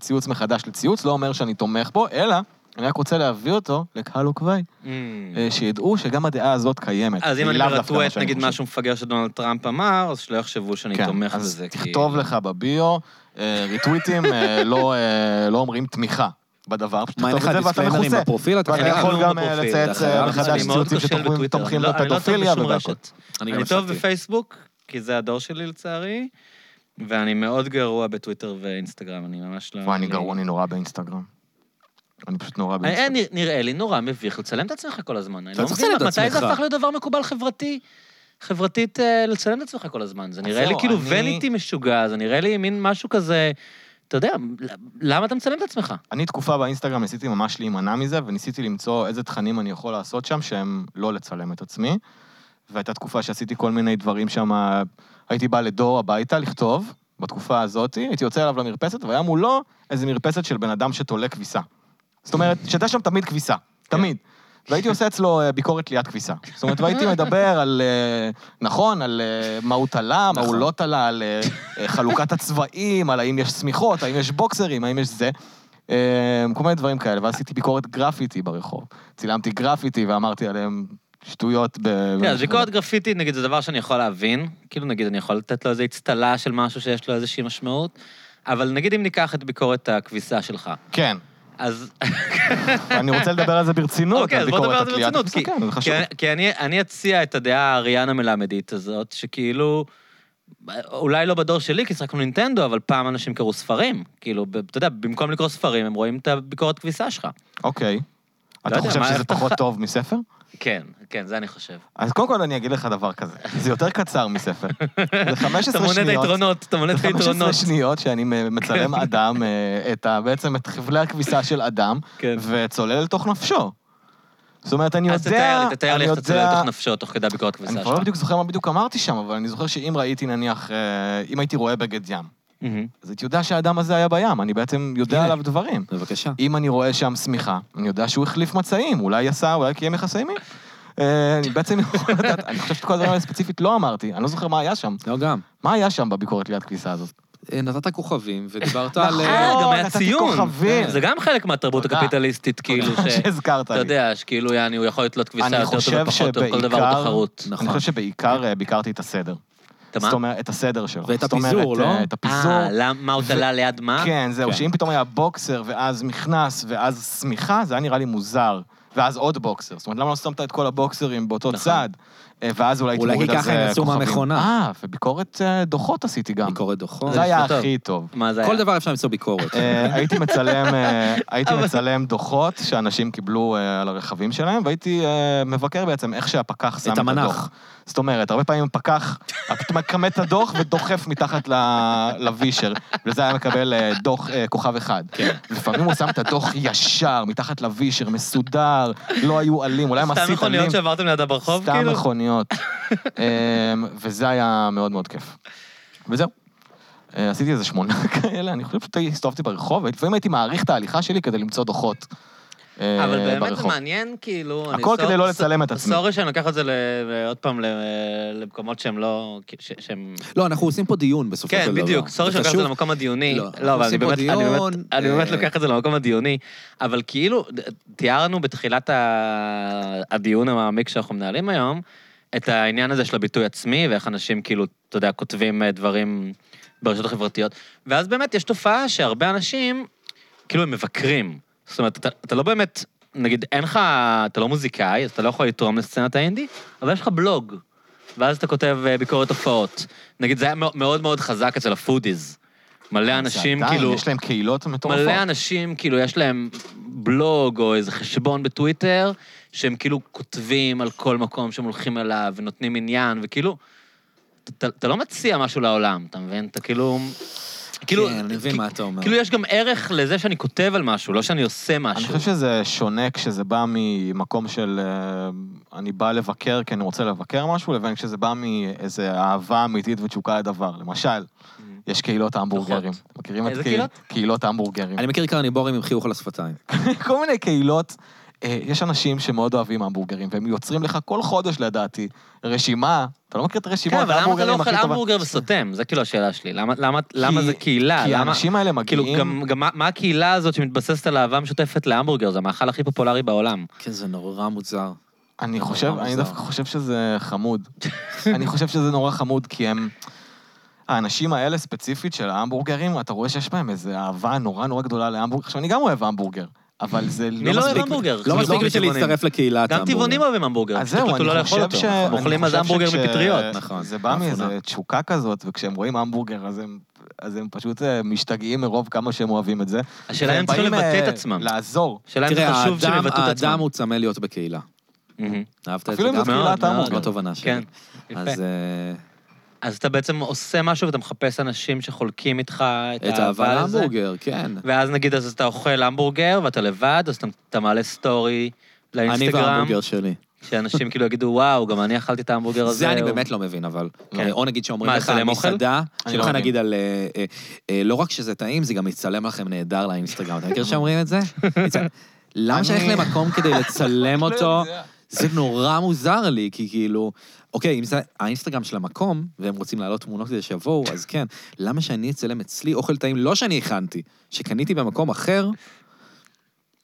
Speaker 2: ציוץ מחדש לציוץ לא אומר שאני תומך בו, אלא אני רק רוצה להביא אותו לקהל עוקביי,
Speaker 1: אמ.
Speaker 2: אה, שידעו שגם הדעה הזאת קיימת.
Speaker 1: אז אם
Speaker 2: והיא
Speaker 1: אני
Speaker 2: לאו דווקא מה
Speaker 1: מרטווט
Speaker 2: שאני
Speaker 1: נגיד
Speaker 2: חושב.
Speaker 1: משהו מפגר שדונלד טראמפ אמר, אז שלא יחשבו שאני
Speaker 2: כן,
Speaker 1: תומך
Speaker 2: אז
Speaker 1: בזה. כי-
Speaker 2: תכתוב לך בביו, אה, ריטוויטים אה, לא אה, לא אומרים תמיכה בדבר, פשוט
Speaker 3: מה, אין
Speaker 2: תכתוב
Speaker 3: לך
Speaker 2: את זה ואתה
Speaker 3: דיסקליימרים
Speaker 2: מכוסה.
Speaker 3: בפרופיל? אתה
Speaker 2: ואני
Speaker 3: חייב?
Speaker 2: יכול
Speaker 1: כלום
Speaker 2: גם אה,
Speaker 1: בפרופיל,
Speaker 2: לצייץ
Speaker 3: אתה חייב.
Speaker 2: אה, מחדש
Speaker 1: אני מאוד
Speaker 2: ציוצים
Speaker 1: כושל
Speaker 2: שתומכים
Speaker 1: בטוויטר,
Speaker 2: תומכים
Speaker 1: אני לא- אני לא טוב
Speaker 2: בפדופיליה
Speaker 1: בשום
Speaker 2: ובהכל.
Speaker 1: רשת.
Speaker 3: אני לא גם
Speaker 1: אני טוב
Speaker 3: הפסקתי.
Speaker 1: בפייסבוק, כי זה הדור שלי לצערי, ואני מאוד גרוע בטוויטר ואינסטגרם, אני ממש לא...
Speaker 2: וואי, אני גרוע, אני נורא באינסטגרם. אני פשוט נורא
Speaker 1: אני-
Speaker 2: באינסטגרם.
Speaker 1: אני- אה, נראה לי נורא מביך לצלם את עצמך כל הזמן. אני
Speaker 3: אתה
Speaker 1: לא
Speaker 3: צריך
Speaker 1: מבין
Speaker 3: לצלם את
Speaker 1: מתי זה
Speaker 3: עצמך.
Speaker 1: הפך להיות דבר מקובל חברתי. חברתית אה, לצלם את עצמך כל הזמן. זה נראה
Speaker 2: זהו,
Speaker 1: לי כאילו
Speaker 2: אני-
Speaker 1: וניטי משוגע, זה נראה לי מין משהו כזה, אתה יודע, למה אתה מצלם את עצמך?
Speaker 2: אני תקופה באינסטגרם ניסיתי ממש להימנע מזה, וניסיתי למצוא איזה תכנים אני יכול לעשות שם שהם לא לצלם את עצמי. והייתה תקופה שעשיתי כל מיני דברים שם, הייתי בא לדור הביתה לכתוב, בתקופה הזאת, הייתי יוצא אליו למרפסת, והיה מולו איזה מרפסת של בן אדם שתולה כביסה. זאת אומרת, שהייתה שם תמיד כביסה, תמיד. והייתי עושה אצלו אה, ביקורת ליד כביסה. זאת אומרת, והייתי מדבר על, אה, נכון, על אה, מה הוא תלה, מה הוא
Speaker 3: נכון.
Speaker 2: לא תלה, על אה, אה, חלוקת הצבעים, על האם יש שמיכות, האם יש בוקסרים, האם יש זה. אה, כל מיני דברים כאלה, ואז עשיתי ביקורת גרפיטי ברחוב. צילמתי גרפיטי ואמרתי עליהם שטויות ב...
Speaker 1: תראה, כן, אז ביקורת גרפיטית, נגיד, זה דבר שאני יכול להבין. כאילו, נגיד, אני יכול לתת לו איזו אצטלה של משהו שיש לו איזושהי משמעות. אבל נגיד אם ניקח את ביקורת הכביסה שלך,
Speaker 2: כן.
Speaker 1: אז...
Speaker 2: אני רוצה לדבר על זה ברצינות,
Speaker 1: אוקיי,
Speaker 2: על
Speaker 1: אז בוא נדבר
Speaker 2: ביקורת
Speaker 1: על זה
Speaker 2: הכלייה.
Speaker 1: ברצינות. כי-
Speaker 2: כן, זה
Speaker 1: כי
Speaker 2: חשוב.
Speaker 1: אני- כי אני- אני אציע את הדעה האריאנה מלמדית הזאת, שכאילו... אולי לא בדור שלי, כי שיחקנו נינטנדו, אבל פעם אנשים קראו ספרים. כאילו, ב- אתה יודע, במקום לקרוא ספרים, הם רואים את הביקורת כביסה שלך.
Speaker 2: אוקיי. אתה
Speaker 1: לא יודע,
Speaker 2: חושב
Speaker 1: מה-
Speaker 2: שזה פחות טוב מספר?
Speaker 1: כן, כן, זה אני חושב.
Speaker 2: אז קודם כל אני אגיד לך דבר כזה, זה יותר קצר מספר. זה 15 שניות.
Speaker 1: אתה מונה את היתרונות, אתה מונה את
Speaker 2: זה 15
Speaker 1: היתרונות. כן.
Speaker 2: שניות שאני מצלם אדם, אה, את ה- בעצם את חבלי הכביסה של אדם,
Speaker 1: כן.
Speaker 2: וצולל לתוך נפשו. זאת אומרת, אני יודע...
Speaker 1: אז תתאר לי, תתאר לי
Speaker 2: אני
Speaker 1: איך אתה צולל
Speaker 2: יודע-
Speaker 1: לתוך נפשו תוך כדי הביקורת כביסה
Speaker 2: אני
Speaker 1: שלך.
Speaker 2: כבר לא בדיוק זוכר מה בדיוק אמרתי שם, אבל אני זוכר שאם ראיתי נניח, אה, אם הייתי רואה בגד ים,
Speaker 1: מהמם.
Speaker 2: אז הייתי יודע שהאדם הזה היה בים, אני בעצם יודע
Speaker 3: הנה.
Speaker 2: עליו דברים.
Speaker 3: בבקשה.
Speaker 2: אם אני רואה שם שמיכה, אני יודע שהוא החליף מצעים, אולי עשה, אולי קיים יחסי מין. אה, אני בעצם יכול לדעת, אני חושב שאת כל הדברים האלה ספציפית לא אמרתי, אני לא זוכר מה היה שם.
Speaker 3: לא גם.
Speaker 2: מה היה שם בביקורת ליד כביסה הזאת?
Speaker 3: אה, נתת כוכבים ודיברת על... אה,
Speaker 1: אה, גם היה
Speaker 2: לא, נתתי
Speaker 1: ציון.
Speaker 2: כוכבים.
Speaker 1: זה גם חלק מהתרבות
Speaker 2: תודה.
Speaker 1: הקפיטליסטית, כאילו,
Speaker 2: תודה
Speaker 1: ש...
Speaker 2: שהזכרת
Speaker 1: אתה
Speaker 2: לי.
Speaker 1: יודע, שכאילו, יעני, הוא יכול לתלות כביסה
Speaker 2: אני
Speaker 1: יותר טוב
Speaker 2: חושב
Speaker 1: ופחות טוב, כל דבר הוא
Speaker 2: שבעיקר-
Speaker 1: תחרות.
Speaker 3: נכון.
Speaker 2: אני חושב שבעיקר אה, ביקרתי את הסדר.
Speaker 1: אתה מה?
Speaker 2: זאת אומרת, את הסדר שלו.
Speaker 3: ואת
Speaker 2: זאת אומרת,
Speaker 3: הפיזור, לא?
Speaker 2: אה, את הפיזור.
Speaker 1: אה, למ- מה הוא תלה ליד מה?
Speaker 2: כן, זהו,
Speaker 3: כן.
Speaker 2: שאם פתאום היה בוקסר, ואז מכנס, ואז שמיכה, זה היה נראה לי מוזר. ואז עוד בוקסר. זאת אומרת, למה לא שמת את כל הבוקסרים באותו
Speaker 1: נכון.
Speaker 2: צד? אה, ואז אולי הייתי
Speaker 3: אולי
Speaker 2: מוריד
Speaker 3: כי
Speaker 2: על
Speaker 3: ככה
Speaker 2: זה
Speaker 3: הם יצאו
Speaker 2: כוכבים.
Speaker 3: מהמכונה.
Speaker 2: אה, וביקורת אה, דוחות עשיתי גם.
Speaker 3: ביקורת דוחות.
Speaker 2: זה היה
Speaker 1: טוב.
Speaker 2: הכי טוב.
Speaker 1: מה זה היה?
Speaker 3: כל דבר אפשר למצוא ביקורת.
Speaker 2: אה, הייתי מצלם, אה, הייתי
Speaker 1: אבל-
Speaker 2: מצלם דוחות שאנשים קיבלו אה, על הרכבים שלהם, והייתי אה, מבקר בעצם איך שהפקח שם את הדוח.
Speaker 3: המנח.
Speaker 2: זאת אומרת, הרבה פעמים הפקח מקמת את הדוח ודוחף מתחת ל- לווישר, וזה היה מקבל אה, דוח אה, כוכב אחד. לפעמים הוא שם את הדוח ישר, מתחת לווישר, מסודר, לא היו עלים, אולי
Speaker 1: סתם
Speaker 2: מסית עלים.
Speaker 1: מכוניות שעברתם לידה ברחוב,
Speaker 2: סתם אמ,
Speaker 1: כאילו?
Speaker 2: מכוניות. אה, וזה היה מאוד מאוד כיף.
Speaker 3: וזהו.
Speaker 2: אה, עשיתי איזה שמונה כאלה, אני חושב שפשוט הסתובבתי ברחוב, ולפעמים הייתי מעריך את ההליכה שלי כדי למצוא דוחות. אה,
Speaker 1: אבל באמת זה
Speaker 2: ברחוב.
Speaker 1: מעניין, כאילו... אני
Speaker 2: הכל
Speaker 1: סור-
Speaker 2: כדי לא
Speaker 1: ס-
Speaker 2: לצלם את עצמי.
Speaker 1: סורי שאני לוקח את זה ל- עוד פעם ל- למקומות שהם לא... ש- שהם...
Speaker 3: לא, אנחנו עושים פה דיון בסופו של
Speaker 1: כן,
Speaker 3: דבר.
Speaker 1: בדיוק, סורי שאני לוקח את
Speaker 3: חשוב.
Speaker 1: זה למקום הדיוני.
Speaker 3: לא,
Speaker 1: לא, אבל אני
Speaker 3: עושים פה
Speaker 1: באמת, אני
Speaker 3: דיון,
Speaker 1: באמת, אני באמת
Speaker 3: אה,
Speaker 1: לוקח את זה למקום הדיוני. אבל כאילו, ד- תיארנו בתחילת ה- הדיון המעמיק שאנחנו מנהלים היום, את העניין הזה של הביטוי עצמי, ואיך אנשים כאילו, אתה יודע, כותבים אה, דברים ברשתות החברתיות. ואז באמת יש תופעה שהרבה אנשים, כאילו, הם מבקרים. זאת אומרת, אתה, אתה לא באמת, נגיד, אין לך, אתה לא מוזיקאי, אז אתה לא יכול לתרום לסצנת האינדי, אבל יש לך בלוג. ואז אתה כותב אה, ביקורת הופעות. נגיד, זה היה מאו- מאוד מאוד חזק אצל הפודיז. מלא אנשים,
Speaker 2: זה עדיין,
Speaker 1: כאילו...
Speaker 2: יש להם קהילות מטורפות.
Speaker 1: מלא אנשים, כאילו, יש להם בלוג או איזה חשבון בטוויטר, שהם כאילו כותבים על כל מקום שהם הולכים אליו ונותנים עניין, וכאילו, אתה- אתה לא מציע משהו לעולם, אתה מבין? אתה כאילו... כאילו,
Speaker 3: כן, אני מבין
Speaker 1: כ-
Speaker 3: מה אתה אומר.
Speaker 1: כאילו, יש גם ערך לזה שאני כותב על משהו, לא שאני עושה
Speaker 2: אני
Speaker 1: משהו.
Speaker 2: חושב שזה שונה כשזה בא ממקום של אה, אני בא לבקר כי אני רוצה לבקר משהו, לבין כשזה בא מאיזה אהבה אמיתית ותשוקה לדבר. למשל, יש קהילות ההמבורגרים. מכירים את
Speaker 1: Mm-hmm. איזה
Speaker 2: קהיל-
Speaker 1: קהילות?
Speaker 2: קהילות ההמבורגרים.
Speaker 3: אני מכיר קרניבורים עם חיוך על השפתיים.
Speaker 2: כל מיני קהילות. אה, יש אנשים שמאוד אוהבים המבורגרים, והם יוצרים לך כל חודש, לדעתי, רשימה, אתה לא מכיר את
Speaker 1: כן,
Speaker 2: הרשימות,
Speaker 1: אבל למה אתה לא
Speaker 2: ההמבורגרים
Speaker 1: אוכל
Speaker 2: הכי טובה.
Speaker 1: המבורגר וסותם? זה כאילו השאלה שלי. למה- למה- למה זה קהילה?
Speaker 2: כי
Speaker 1: למה-
Speaker 2: האנשים האלה מגיעים...
Speaker 1: כאילו, גם- גם מה- מה הקהילה הזאת שמתבססת על אהבה משותפת להמבורגר? זה המאכל הכי פופולרי בעולם.
Speaker 3: כן, זה נורא מוזר.
Speaker 2: אני
Speaker 3: זה
Speaker 2: חושב,
Speaker 3: נורא
Speaker 2: אני
Speaker 3: מוזר.
Speaker 2: דווקא חושב שזה חמוד. אני חושב שזה נורא חמוד, כי הם... האנשים האלה ספציפית של ההמבורגרים, אתה רואה שיש בהם איזו אהבה נורא נורא גדולה להמבורגר. עכשיו, אני גם אוהב המבורגר, אבל זה לא
Speaker 1: מי לא אוהב
Speaker 2: מספיק...
Speaker 1: המבורגר?
Speaker 3: לא
Speaker 1: כאילו,
Speaker 3: מספיק
Speaker 1: גם
Speaker 3: בשביל
Speaker 1: טבעונים.
Speaker 3: להצטרף לקהילת
Speaker 1: גם טבעונים אוהבים המבורגר.
Speaker 2: אז זהו,
Speaker 1: לא
Speaker 2: אני
Speaker 1: לאכול
Speaker 2: חושב
Speaker 1: אותו.
Speaker 2: ש...
Speaker 1: הם
Speaker 2: נכון, אני
Speaker 1: אוכלים אז
Speaker 2: חושב
Speaker 1: המבורגר
Speaker 2: שכש-
Speaker 1: מפטריות.
Speaker 3: נכון,
Speaker 2: זה בא מאיזו
Speaker 3: לאחרונה.
Speaker 2: תשוקה כזאת, וכשהם רואים המבורגר, אז הם- אז הם פשוט אה, משתגעים מרוב כמה שהם אוהבים את זה.
Speaker 1: השאלה אם
Speaker 2: והם
Speaker 1: הם צריכים
Speaker 2: באים,
Speaker 1: לבטא
Speaker 2: אה,
Speaker 1: את עצמם.
Speaker 2: לעזור.
Speaker 1: השאלה אם זה
Speaker 3: תראה,
Speaker 1: חשוב שהם
Speaker 3: האדם-
Speaker 1: יבטאו את עצמם.
Speaker 3: האדם הוא צמא להיות בקהילה.
Speaker 1: מהם.
Speaker 3: אהבת את זה
Speaker 2: אפילו אם
Speaker 3: גם?
Speaker 2: זה קהילת
Speaker 1: מאוד,
Speaker 2: ההמבורגר.
Speaker 3: זו התובנה שלי.
Speaker 1: כן,
Speaker 3: אז
Speaker 1: יפה.
Speaker 3: אה,
Speaker 1: אז אתה בעצם עושה משהו ואתה מחפש אנשים שחולקים איתך
Speaker 3: את האהבה
Speaker 1: לזה.
Speaker 3: להמבורגר, כן.
Speaker 1: ואז נגיד, אז אתה אוכל המבורגר ואתה לבד, אז אתה- אתה מעלה סטורי
Speaker 3: אני
Speaker 1: לאינסטגרם,
Speaker 3: וההמבורגר שלי.
Speaker 1: שאנשים כאילו יגידו, וואו, גם אני אכלתי את ההמבורגר הזה.
Speaker 3: זה אני
Speaker 1: הוא-
Speaker 3: באמת לא מבין, אבל.
Speaker 1: כן.
Speaker 3: או נגיד
Speaker 1: מה,
Speaker 3: שאומרים לך,
Speaker 1: לצלם אוכל?
Speaker 3: מסעדה,
Speaker 2: לא
Speaker 3: שאומרים לך
Speaker 2: מבין.
Speaker 3: נגיד על... אה, אה, אה, לא רק שזה טעים, זה גם מצטלם לכם נהדר לאינסטגרם. אתה מכיר שאומרים את זה? מצ- למה
Speaker 2: אני-
Speaker 3: שייך למקום כדי לצלם
Speaker 2: לא
Speaker 3: אותו?
Speaker 2: יודע.
Speaker 3: זה נורא מוזר לי, כי כאילו... אוקיי, אם זה האינסטגרם של המקום, והם רוצים להעלות תמונות כדי שיבואו, אז כן. למה שאני אצלם אצלי אוכל טעים, לא שאני הכנתי, שקניתי במקום אחר,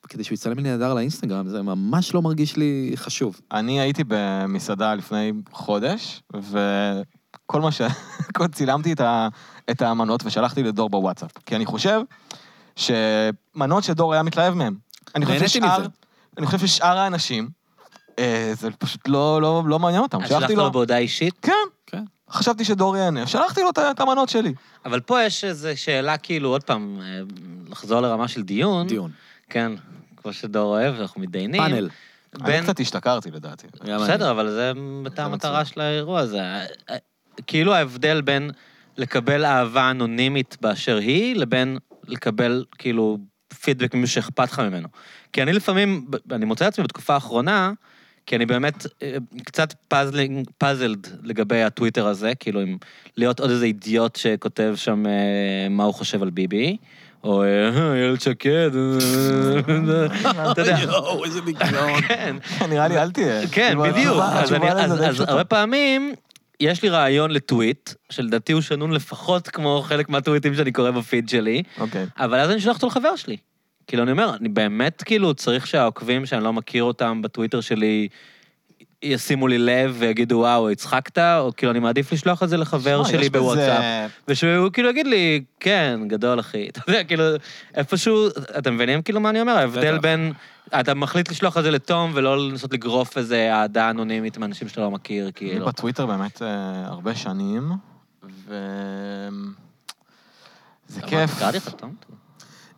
Speaker 3: כדי שהוא יצלם לי נהדר לאינסטגרם, זה ממש לא מרגיש לי חשוב.
Speaker 2: אני הייתי במסעדה לפני חודש, וכל מה ש... כל צילמתי את, ה... את המנות ושלחתי לדור בוואטסאפ. כי אני חושב שמנות שדור היה מתלהב מהן. אני חושב
Speaker 3: נהניתי
Speaker 2: ששאר...
Speaker 3: מזה.
Speaker 2: אני חושב ששאר האנשים, אה, זה פשוט לא, לא, לא מעניין אותם.
Speaker 1: אז שלחת
Speaker 2: שלחתי לו...
Speaker 1: לו בהודעה אישית?
Speaker 2: כן,
Speaker 3: כן.
Speaker 2: חשבתי שדור יענה. שלחתי לו את ה- את המנות שלי.
Speaker 1: אבל פה יש איזו שאלה, כאילו, עוד פעם, אה, לחזור לרמה של דיון.
Speaker 3: דיון.
Speaker 1: כן, כמו שדור אוהב, אנחנו מתדיינים.
Speaker 3: פאנל.
Speaker 1: בין-
Speaker 2: אני קצת השתכרתי לדעתי.
Speaker 3: גם אני.
Speaker 1: בסדר, אבל זה הייתה המטרה
Speaker 2: מצוין.
Speaker 1: של האירוע הזה. אה, אה, כאילו ההבדל בין לקבל אהבה אנונימית באשר היא, לבין לקבל כאילו פידבק ממישהו שאכפת לך ממנו. כי אני לפעמים, ב- אני מוצא את עצמי בתקופה האחרונה, כי אני באמת אה, קצת פאזלינג, פאזלד לגבי הטוויטר הזה, כאילו עם להיות עוד איזה אידיוט שכותב שם אה, מה הוא חושב על ביבי, או אה, איילת שקד, אה, אתה יודע.
Speaker 3: יואו, איזה ניקיון.
Speaker 1: כן.
Speaker 2: נראה לי, אל תהיה.
Speaker 1: כן,
Speaker 2: כאילו,
Speaker 1: בדיוק.
Speaker 2: התשובה-
Speaker 1: אז אני-
Speaker 2: התשובה לזה
Speaker 1: אז
Speaker 2: די
Speaker 1: אז
Speaker 2: פשוטה.
Speaker 1: הרבה פעמים יש לי רעיון לטוויט, שלדעתי הוא שנון לפחות כמו חלק מהטוויטים שאני קורא בפיד שלי,
Speaker 2: אוקיי.
Speaker 1: אבל אז אני שולח אותו לחבר שלי. כאילו, אני אומר, אני באמת כאילו צריך שהעוקבים שאני לא מכיר אותם בטוויטר שלי ישימו לי לב ויגידו, וואו, הצחקת? או כאילו, אני מעדיף לשלוח את זה לחבר
Speaker 2: שמע, יש
Speaker 1: שלי
Speaker 2: בזה-
Speaker 1: בוואטסאפ. ושהוא כאילו יגיד לי, כן, גדול אחי. אתה יודע, כאילו, איפשהו, אתם מבינים כאילו מה אני אומר? ההבדל
Speaker 3: בטח.
Speaker 1: בין, אתה מחליט לשלוח את זה לתום ולא לנסות לגרוף איזה אהדה אנונימית מאנשים שאתה לא מכיר,
Speaker 2: אני
Speaker 1: כאילו.
Speaker 2: בטוויטר באמת אה, הרבה שנים, ו... זה
Speaker 1: מה,
Speaker 2: כיף.
Speaker 1: קראתי לך תום?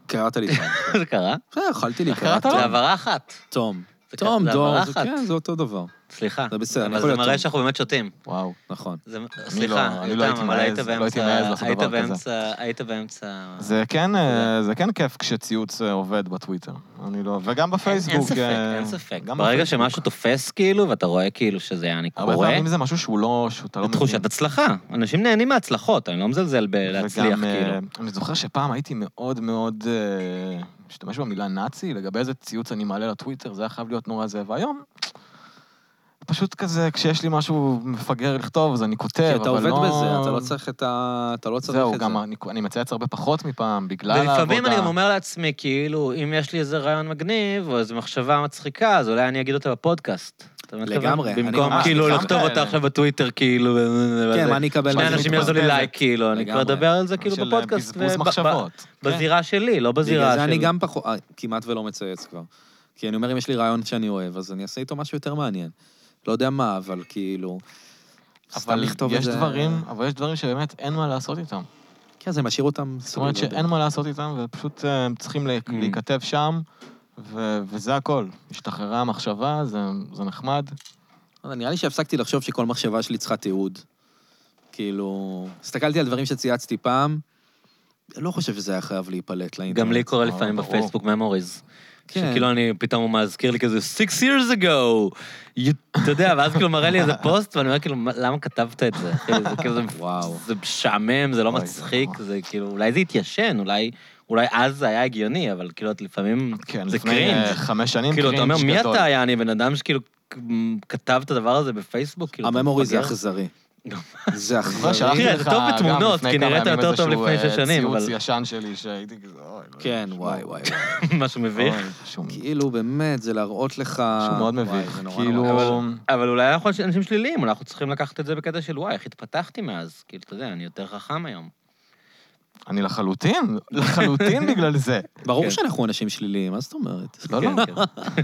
Speaker 3: קראת לי פעם.
Speaker 1: זה קרה?
Speaker 3: בסדר, אכלתי לי,
Speaker 2: קראת
Speaker 3: קראת
Speaker 2: לו?
Speaker 1: זה
Speaker 3: לי.
Speaker 1: העברה אחת.
Speaker 3: תום.
Speaker 1: זה-
Speaker 3: תום,
Speaker 1: זה
Speaker 3: דור,
Speaker 1: עברה
Speaker 3: זה
Speaker 1: אחת.
Speaker 3: כן, זה אותו דבר.
Speaker 1: סליחה.
Speaker 3: זה בסדר, אני
Speaker 1: אבל
Speaker 3: יכול
Speaker 1: זה
Speaker 3: להיות
Speaker 1: מראה
Speaker 3: טוב.
Speaker 1: שאנחנו באמת שותים.
Speaker 2: וואו.
Speaker 3: נכון.
Speaker 1: זה-
Speaker 2: לא-
Speaker 1: סליחה,
Speaker 2: אני לא
Speaker 1: יותם,
Speaker 2: הייתי
Speaker 1: אבל היית
Speaker 2: מעז- לא הייתי מעז
Speaker 1: באמצע...
Speaker 2: לעשות
Speaker 1: היית
Speaker 2: דבר כזה.
Speaker 1: באמצע... היית באמצע...
Speaker 2: זה כן, אה, זה כן כיף כשציוץ אה, עובד בטוויטר. אני לא... וגם בפייסבוק.
Speaker 1: אין ספק,
Speaker 2: אה,
Speaker 1: אין ספק.
Speaker 2: גם
Speaker 1: ברגע
Speaker 2: בפייסבוק.
Speaker 1: שמשהו תופס כאילו, ואתה רואה כאילו שזה יעני
Speaker 2: הרבה
Speaker 1: קורה,
Speaker 2: פעמים זה משהו שהוא לא... שאתה לא
Speaker 1: זה
Speaker 2: מבין.
Speaker 1: תחושת הצלחה. אנשים נהנים מההצלחות, אני לא מזלזל בלהצליח
Speaker 2: וגם, אה,
Speaker 1: כאילו.
Speaker 2: אני זוכר שפעם הייתי מאוד מאוד... אה, משתמש במילה נאצי, לגבי איזה ציוץ אני מעלה לטוויטר, זה היה חייב להיות נורא זה, והיום... פשוט כזה, כשיש לי משהו מפגר לכתוב, אז אני כותב, אבל
Speaker 3: כי
Speaker 2: לא...
Speaker 3: אתה עובד בזה, אתה לא צריך את ה... אתה לא צריך
Speaker 2: זהו,
Speaker 3: את
Speaker 2: גם
Speaker 3: זה.
Speaker 2: אני- אני מצייץ הרבה פחות מפעם, בגלל העבודה.
Speaker 1: ולפעמים אני גם אומר לעצמי, כאילו, אם יש לי איזה רעיון מגניב, או איזו מחשבה מצחיקה, אז אולי אני אגיד אותה בפודקאסט. אתה מבין?
Speaker 3: לגמרי, אני
Speaker 1: במקום
Speaker 2: ממש
Speaker 1: כאילו
Speaker 2: גם
Speaker 1: לכתוב
Speaker 2: כאלה.
Speaker 1: אותה עכשיו בטוויטר, כאילו,
Speaker 3: כן,
Speaker 1: וזה.
Speaker 3: מה אני אקבל?
Speaker 1: שני
Speaker 2: מה זה
Speaker 1: אנשים יעזרו לי
Speaker 2: מתפרסמת?
Speaker 1: לייק, כאילו, אני כבר
Speaker 3: לגמרי.
Speaker 1: אדבר על זה כאילו
Speaker 2: של אה,
Speaker 1: בפודקאסט.
Speaker 2: בזבוז
Speaker 1: וב- ב-
Speaker 2: מחשבות. כן.
Speaker 1: ב- בזירה שלי, לא בזירה
Speaker 3: בגלל
Speaker 1: של...
Speaker 3: זה אני גם פחות, אה, כמעט ולא מצייץ כבר. כי אני אומר, אם יש לי רעיון שאני אוהב, אז אני אעשה איתו משהו יותר מעניין. לא יודע מה, אבל כאילו... סתם
Speaker 2: אבל
Speaker 3: לכתוב את
Speaker 2: יש
Speaker 3: זה...
Speaker 2: דברים, אבל יש דברים שבאמת אין מה לעשות איתם.
Speaker 3: כן, זה משאיר אותם...
Speaker 2: זאת אומרת שאין מה לעשות איתם, ופשוט אה, הם צריכים לה-
Speaker 1: Mm.
Speaker 2: להיכתב שם, ו- וזה הכל. השתחררה המחשבה, זה- זה נחמד.
Speaker 3: אבל נראה לי שהפסקתי לחשוב שכל מחשבה שלי צריכה תיעוד. כאילו, הסתכלתי על דברים שצייצתי פעם, לא חושב שזה היה חייב להיפלט לאינטרנט.
Speaker 1: גם לי קורה
Speaker 2: אה,
Speaker 1: לפעמים
Speaker 2: ברור.
Speaker 1: בפייסבוק memories.
Speaker 3: כן.
Speaker 1: שכאילו אני, פתאום הוא מזכיר לי כזה, six years ago, you- אתה יודע, ואז כאילו מראה לי איזה פוסט, ואני אומר כאילו, "מה- למה כתבת את זה? אחי?" זה כאילו,
Speaker 3: וואו.
Speaker 1: זה משעמם, זה לא
Speaker 2: אוי, זה
Speaker 1: מצחיק,
Speaker 2: נורא.
Speaker 1: זה כאילו, אולי זה התיישן, אולי אולי אז זה היה הגיוני, אבל כאילו, את לפעמים
Speaker 2: כן,
Speaker 1: זה
Speaker 2: לפני אה,
Speaker 1: קרינג'.
Speaker 2: חמש שנים
Speaker 1: כאילו,
Speaker 2: קרינג'
Speaker 1: אתה אומר, מי
Speaker 2: גדול."
Speaker 1: אתה, יעני, בן אדם שכאילו כתב את הדבר הזה בפייסבוק? כאילו, אתה
Speaker 3: הממורי זה
Speaker 1: מפגר?
Speaker 3: אכזרי.
Speaker 1: גם.
Speaker 3: זה
Speaker 2: זוכר
Speaker 3: אכזרי.
Speaker 2: לא, שלחתי
Speaker 1: אה, תראה,
Speaker 2: לך
Speaker 1: זה טוב
Speaker 2: גם
Speaker 1: בתמונות,
Speaker 2: לפני
Speaker 1: כי
Speaker 2: כמה
Speaker 1: נראית
Speaker 2: ימים
Speaker 1: יותר טוב
Speaker 2: איזשהו,
Speaker 1: לפני שש
Speaker 2: אה,
Speaker 1: שנים,
Speaker 2: ציוץ
Speaker 1: אבל-
Speaker 2: ישן שלי שהייתי כזה, אוי. לא
Speaker 3: כן,
Speaker 2: יודע,
Speaker 3: וואי, וואי, וואי.
Speaker 1: משהו מביך.
Speaker 2: אוי, שום-
Speaker 3: כאילו, באמת, זה להראות לך...
Speaker 2: שהוא מאוד
Speaker 3: אה, וואי,
Speaker 2: מביך,
Speaker 3: זה נורא
Speaker 2: כאילו...
Speaker 3: נורא.
Speaker 1: אבל אולי אנחנו אנשים שליליים, אולי אנחנו צריכים לקחת את זה בקטע של וואי, איך התפתחתי מאז? כאילו, אתה יודע, אני יותר חכם היום.
Speaker 2: אני לחלוטין, לחלוטין בגלל זה.
Speaker 3: ברור
Speaker 1: כן.
Speaker 3: שאנחנו אנשים שליליים, מה זאת אומרת?
Speaker 2: לא, לא.
Speaker 1: כן, כן.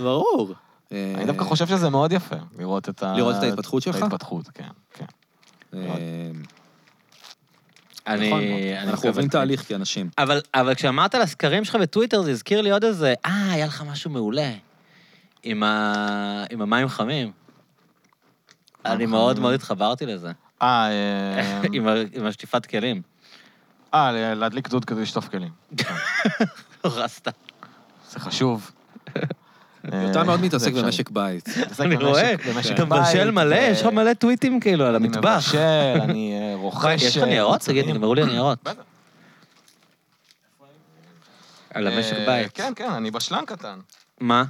Speaker 3: ברור. אה,
Speaker 2: אני דווקא חושב שזה מאוד יפה, לראות את ה...
Speaker 3: לראות את ההתפתחות שלך?
Speaker 2: את ההתפתחות, כן, כן.
Speaker 3: אה,
Speaker 1: אני...
Speaker 3: נכון,
Speaker 1: אני
Speaker 3: אנחנו
Speaker 1: מקווה-
Speaker 3: עוברים תהליך כאנשים.
Speaker 1: אבל, אבל כשאמרת על הסקרים שלך בטוויטר, זה הזכיר לי עוד איזה, אה, היה לך משהו מעולה. עם, ה... עם המים חמים. אני
Speaker 2: חמים.
Speaker 1: מאוד מאוד התחברתי לזה.
Speaker 2: אה, אה,
Speaker 1: עם, ה... עם השטיפת כלים.
Speaker 2: אה, ל- להדליק דוד כדי לשטוף כלים.
Speaker 1: הרסת.
Speaker 2: זה חשוב.
Speaker 3: אתה מאוד מתעסק
Speaker 2: אה, זה אפשרי.
Speaker 3: במשק בית.
Speaker 2: מתעסק
Speaker 1: אני
Speaker 2: במשק-
Speaker 1: רואה,
Speaker 2: במשק
Speaker 1: אתה
Speaker 2: בית,
Speaker 1: מבשל מלא,
Speaker 2: אה,
Speaker 1: יש לך מלא טוויטים כאילו על
Speaker 2: אני
Speaker 1: המטבח.
Speaker 2: מבשל, אני אה,
Speaker 1: וואי,
Speaker 2: רוכש...
Speaker 1: יש לך
Speaker 2: אה,
Speaker 1: ניירות?
Speaker 2: מוצרים.
Speaker 1: תגיד, נגמרו לי הניירות.
Speaker 2: בטח.
Speaker 1: על המשק
Speaker 2: אה,
Speaker 1: בית.
Speaker 2: כן, כן, אני בשלן קטן.
Speaker 1: מה?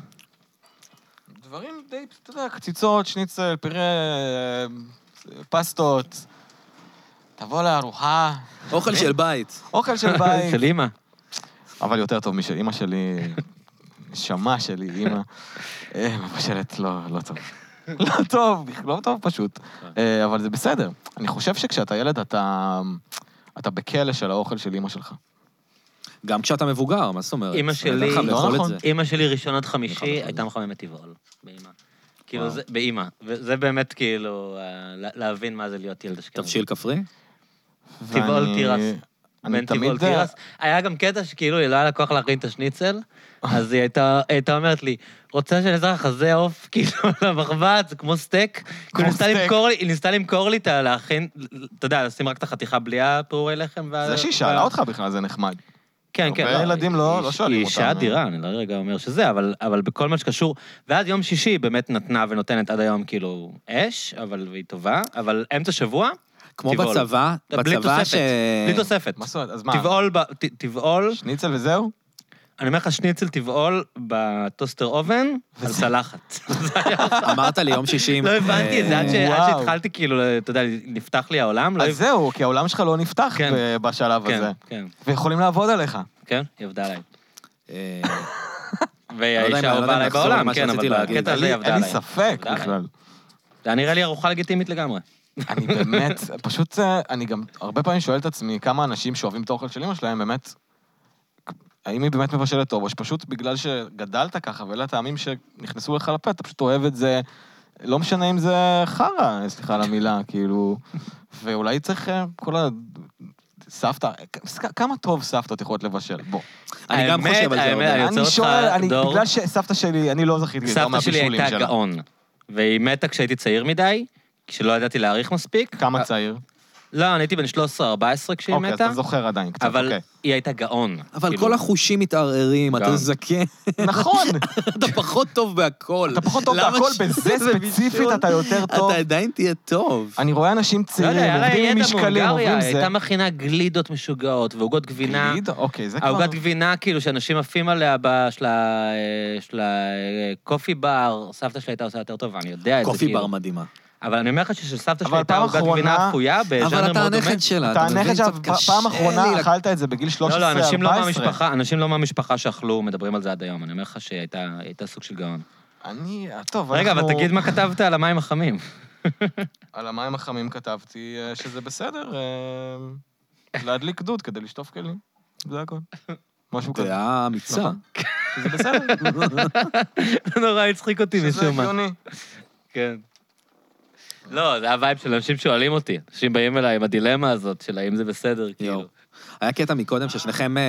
Speaker 2: דברים די, אתה יודע, קציצות, שניצל, פירה, אה, פסטות. תבוא לארוחה.
Speaker 3: אוכל של בית.
Speaker 2: אוכל של בית.
Speaker 1: של אימא.
Speaker 2: אבל יותר טוב משל אימא שלי, נשמה שלי, אימא. אה, מבשלת לא, לא טוב. לא טוב, לא טוב פשוט. אה, אבל זה בסדר. אני חושב שכשאתה ילד, אתה, אתה בכלא של האוכל של אימא שלך.
Speaker 3: גם כשאתה מבוגר, מה זאת אומרת?
Speaker 1: אמא שלי-
Speaker 3: אתה חייב
Speaker 2: לא
Speaker 3: לאכול את
Speaker 2: נכון.
Speaker 3: זה.
Speaker 1: אימא שלי ראשון עד חמישי
Speaker 3: אחד אחד.
Speaker 1: הייתה מחממת טבעול, באימא. כאילו,
Speaker 2: וואו.
Speaker 1: זה, באימא. וזה באמת כאילו, אה, לה- להבין מה זה להיות ילד אשכנזי.
Speaker 3: תבשיל כפרי?
Speaker 1: טבעול
Speaker 2: ואני-
Speaker 1: תירס.
Speaker 2: אני
Speaker 1: בין
Speaker 2: תמיד-
Speaker 1: טבעול תירס. היה גם קטע שכאילו, היא לא היה לה כוח להכין את השניצל, אז היא הייתה הייתה אומרת לי, רוצה שאני אעזור לך חזה עוף, כאילו, למחבת, זה כמו סטייק. כאילו, ניסתה
Speaker 2: סטייק.
Speaker 1: למכור לי- היא ניסתה למכור לי את ה... להכין, אתה יודע, לשים רק את החתיכה בלי הפירורי לחם. וה-
Speaker 2: זה שהיא
Speaker 1: וה-
Speaker 2: שאלה אותך בכלל, זה נחמד.
Speaker 1: כן,
Speaker 2: הרבה
Speaker 1: כן.
Speaker 2: ילדים לא-
Speaker 1: היא-
Speaker 2: לא שואלים
Speaker 1: היא אישה
Speaker 2: אותם.
Speaker 1: אדירה, אני לא רגע אומר שזה, אבל, אבל בכל מה שקשור... ואז יום שישי היא באמת נתנה ונותנת עד היום כאילו אש, אבל היא טובה, אבל אמצע שבוע,
Speaker 3: כמו
Speaker 1: טבעול.
Speaker 3: בצבא,
Speaker 1: בלי
Speaker 3: בצבא
Speaker 1: תוספת.
Speaker 3: ש...
Speaker 1: בלי תוספת.
Speaker 2: אה, מה זאת אומרת? אז מה?
Speaker 1: תבעול, ב- ת- תבעול,
Speaker 2: שניצל וזהו?
Speaker 1: אני אומר לך שניצל תבעול בטוסטר אובן, על צלחת. זה היה-
Speaker 3: אמרת לי יום שישי...
Speaker 1: לא הבנתי את זה עד ש- עד
Speaker 2: אה, וואו.
Speaker 1: שהתחלתי כאילו, אתה יודע, נפתח לי העולם, לא...
Speaker 2: אז זהו, כי העולם שלך לא נפתח
Speaker 1: כן.
Speaker 2: ב- בשלב
Speaker 1: כן,
Speaker 2: הזה.
Speaker 1: כן,
Speaker 2: ויכולים לעבוד עליך.
Speaker 1: כן, היא עבדה
Speaker 2: לא
Speaker 1: עליי.
Speaker 3: אה, אני לא יודע
Speaker 1: והאישה
Speaker 3: אם- אני לא יודע
Speaker 1: אהובה
Speaker 3: אם
Speaker 1: עליי
Speaker 3: לחזור
Speaker 1: בעולם,
Speaker 3: למה
Speaker 1: כן,
Speaker 3: שרציתי
Speaker 1: אבל
Speaker 3: להגיד.
Speaker 1: בקטע
Speaker 2: אין
Speaker 1: הזה היא
Speaker 2: לי-
Speaker 1: עבדה
Speaker 2: אין
Speaker 1: עליי.
Speaker 2: לי ספק
Speaker 1: עבדה עליי.
Speaker 2: בכלל.
Speaker 1: זה היה נראה לי ארוחה לגיטימית לגמרי.
Speaker 2: אני באמת, פשוט, אה, אני גם הרבה פעמים שואל את עצמי כמה אנשים שאוהבים את האוכל של אמא שלהם, באמת, האם היא באמת מבשלת טוב, או שפשוט בגלל שגדלת ככה ואלה הטעמים שנכנסו לך לפה, אתה פשוט אוהב את זה, לא משנה אם זה חרא, סליחה על המילה, כאילו, ואולי צריך אה, כל ה... סבתא, כ- כמה טוב סבתות יכולות לבשל? בוא.
Speaker 3: אני גם
Speaker 1: האמת,
Speaker 3: חושב על זה
Speaker 1: האמת,
Speaker 3: הרבה.
Speaker 1: אני עוצר
Speaker 2: אני
Speaker 1: אותך,
Speaker 2: שואל, אני-
Speaker 1: דור.
Speaker 2: בגלל שסבתא שלי, אני לא זכיתי לטעום
Speaker 1: סבתא שלי
Speaker 2: מהבישולים
Speaker 1: הייתה
Speaker 2: שלה.
Speaker 1: גאון. והיא מתה כשהייתי צעיר מדי, כשלא ידעתי להעריך מספיק.
Speaker 2: כמה
Speaker 1: אה,
Speaker 2: צעיר?
Speaker 1: לא, אני הייתי בן 13-14 כשהיא
Speaker 2: אוקיי,
Speaker 1: מתה,
Speaker 2: אז אתה זוכר עדיין קצת,
Speaker 1: אבל
Speaker 2: אוקיי.
Speaker 1: היא הייתה גאון.
Speaker 3: אבל
Speaker 1: כאילו.
Speaker 3: כל החושים מתערערים,
Speaker 1: גם.
Speaker 3: אתה זקן,
Speaker 2: נכון,
Speaker 3: אתה פחות טוב בהכל.
Speaker 2: אתה פחות טוב
Speaker 3: למה
Speaker 2: בהכל,
Speaker 3: ש-
Speaker 2: בזה ספציפית אתה יותר טוב.
Speaker 3: אתה עדיין תהיה טוב.
Speaker 2: אני רואה אנשים
Speaker 1: לא יודע,
Speaker 2: צעירים,
Speaker 1: היה לה
Speaker 2: עובדים עם
Speaker 1: ידע
Speaker 2: משקלים,
Speaker 1: מהונגריה,
Speaker 2: עוברים
Speaker 1: היא
Speaker 2: זה.
Speaker 1: הייתה מכינה גלידות משוגעות ועוגות גבינה.
Speaker 2: גלידה? אוקיי, זה כבר...
Speaker 1: העוגת גבינה, כאילו, שאנשים עפים עליה, ב- של ה- אה, של הקופי בר, סבתא שלי הייתה עושה יותר טובה, אני יודע את זה,
Speaker 3: קופי
Speaker 1: כאילו.
Speaker 3: בר מדהימה.
Speaker 1: אבל אני אומר לך ששל סבתא שלי
Speaker 2: אבל
Speaker 1: הייתה
Speaker 2: פעם
Speaker 1: עוגת גבינה
Speaker 2: אחרונה-
Speaker 1: אפויה בז'אנר אה, מאוד
Speaker 3: אבל
Speaker 1: דומה.
Speaker 3: אתה הנכד שלה,
Speaker 2: אתה
Speaker 3: אתה
Speaker 2: הנכד
Speaker 3: מבין?
Speaker 2: שלך,
Speaker 3: קצת קשה
Speaker 2: פעם
Speaker 3: לי
Speaker 2: אחרונה
Speaker 3: לק-
Speaker 2: אכלת את זה בגיל 13-14.
Speaker 1: לא, לא, אנשים לא מהמשפחה, אנשים לא מהמשפחה שאכלו, מדברים על זה עד היום. אני אומר לך שהיא הייתה- הייתה סוג של גאון.
Speaker 2: אני... טוב,
Speaker 1: רגע,
Speaker 2: אנחנו...
Speaker 1: אבל תגיד מה כתבת על המים החמים.
Speaker 2: על המים החמים כתבתי אה, שזה בסדר, אה, להדליק דוד כדי לשטוף כלים. זה הכול. משהו כזה.
Speaker 3: דעה אמיצה.
Speaker 2: נכון. שזה בסדר,
Speaker 1: לא, נורא הצחיק אותי
Speaker 2: שזה
Speaker 1: משום מה.
Speaker 2: הגיוני.
Speaker 1: כן. לא, זה הווייב של אנשים שואלים אותי. אנשים באים אליי עם הדילמה הזאת של האם זה בסדר, כאילו.
Speaker 3: יואו. היה קטע מקודם ששניכם אה,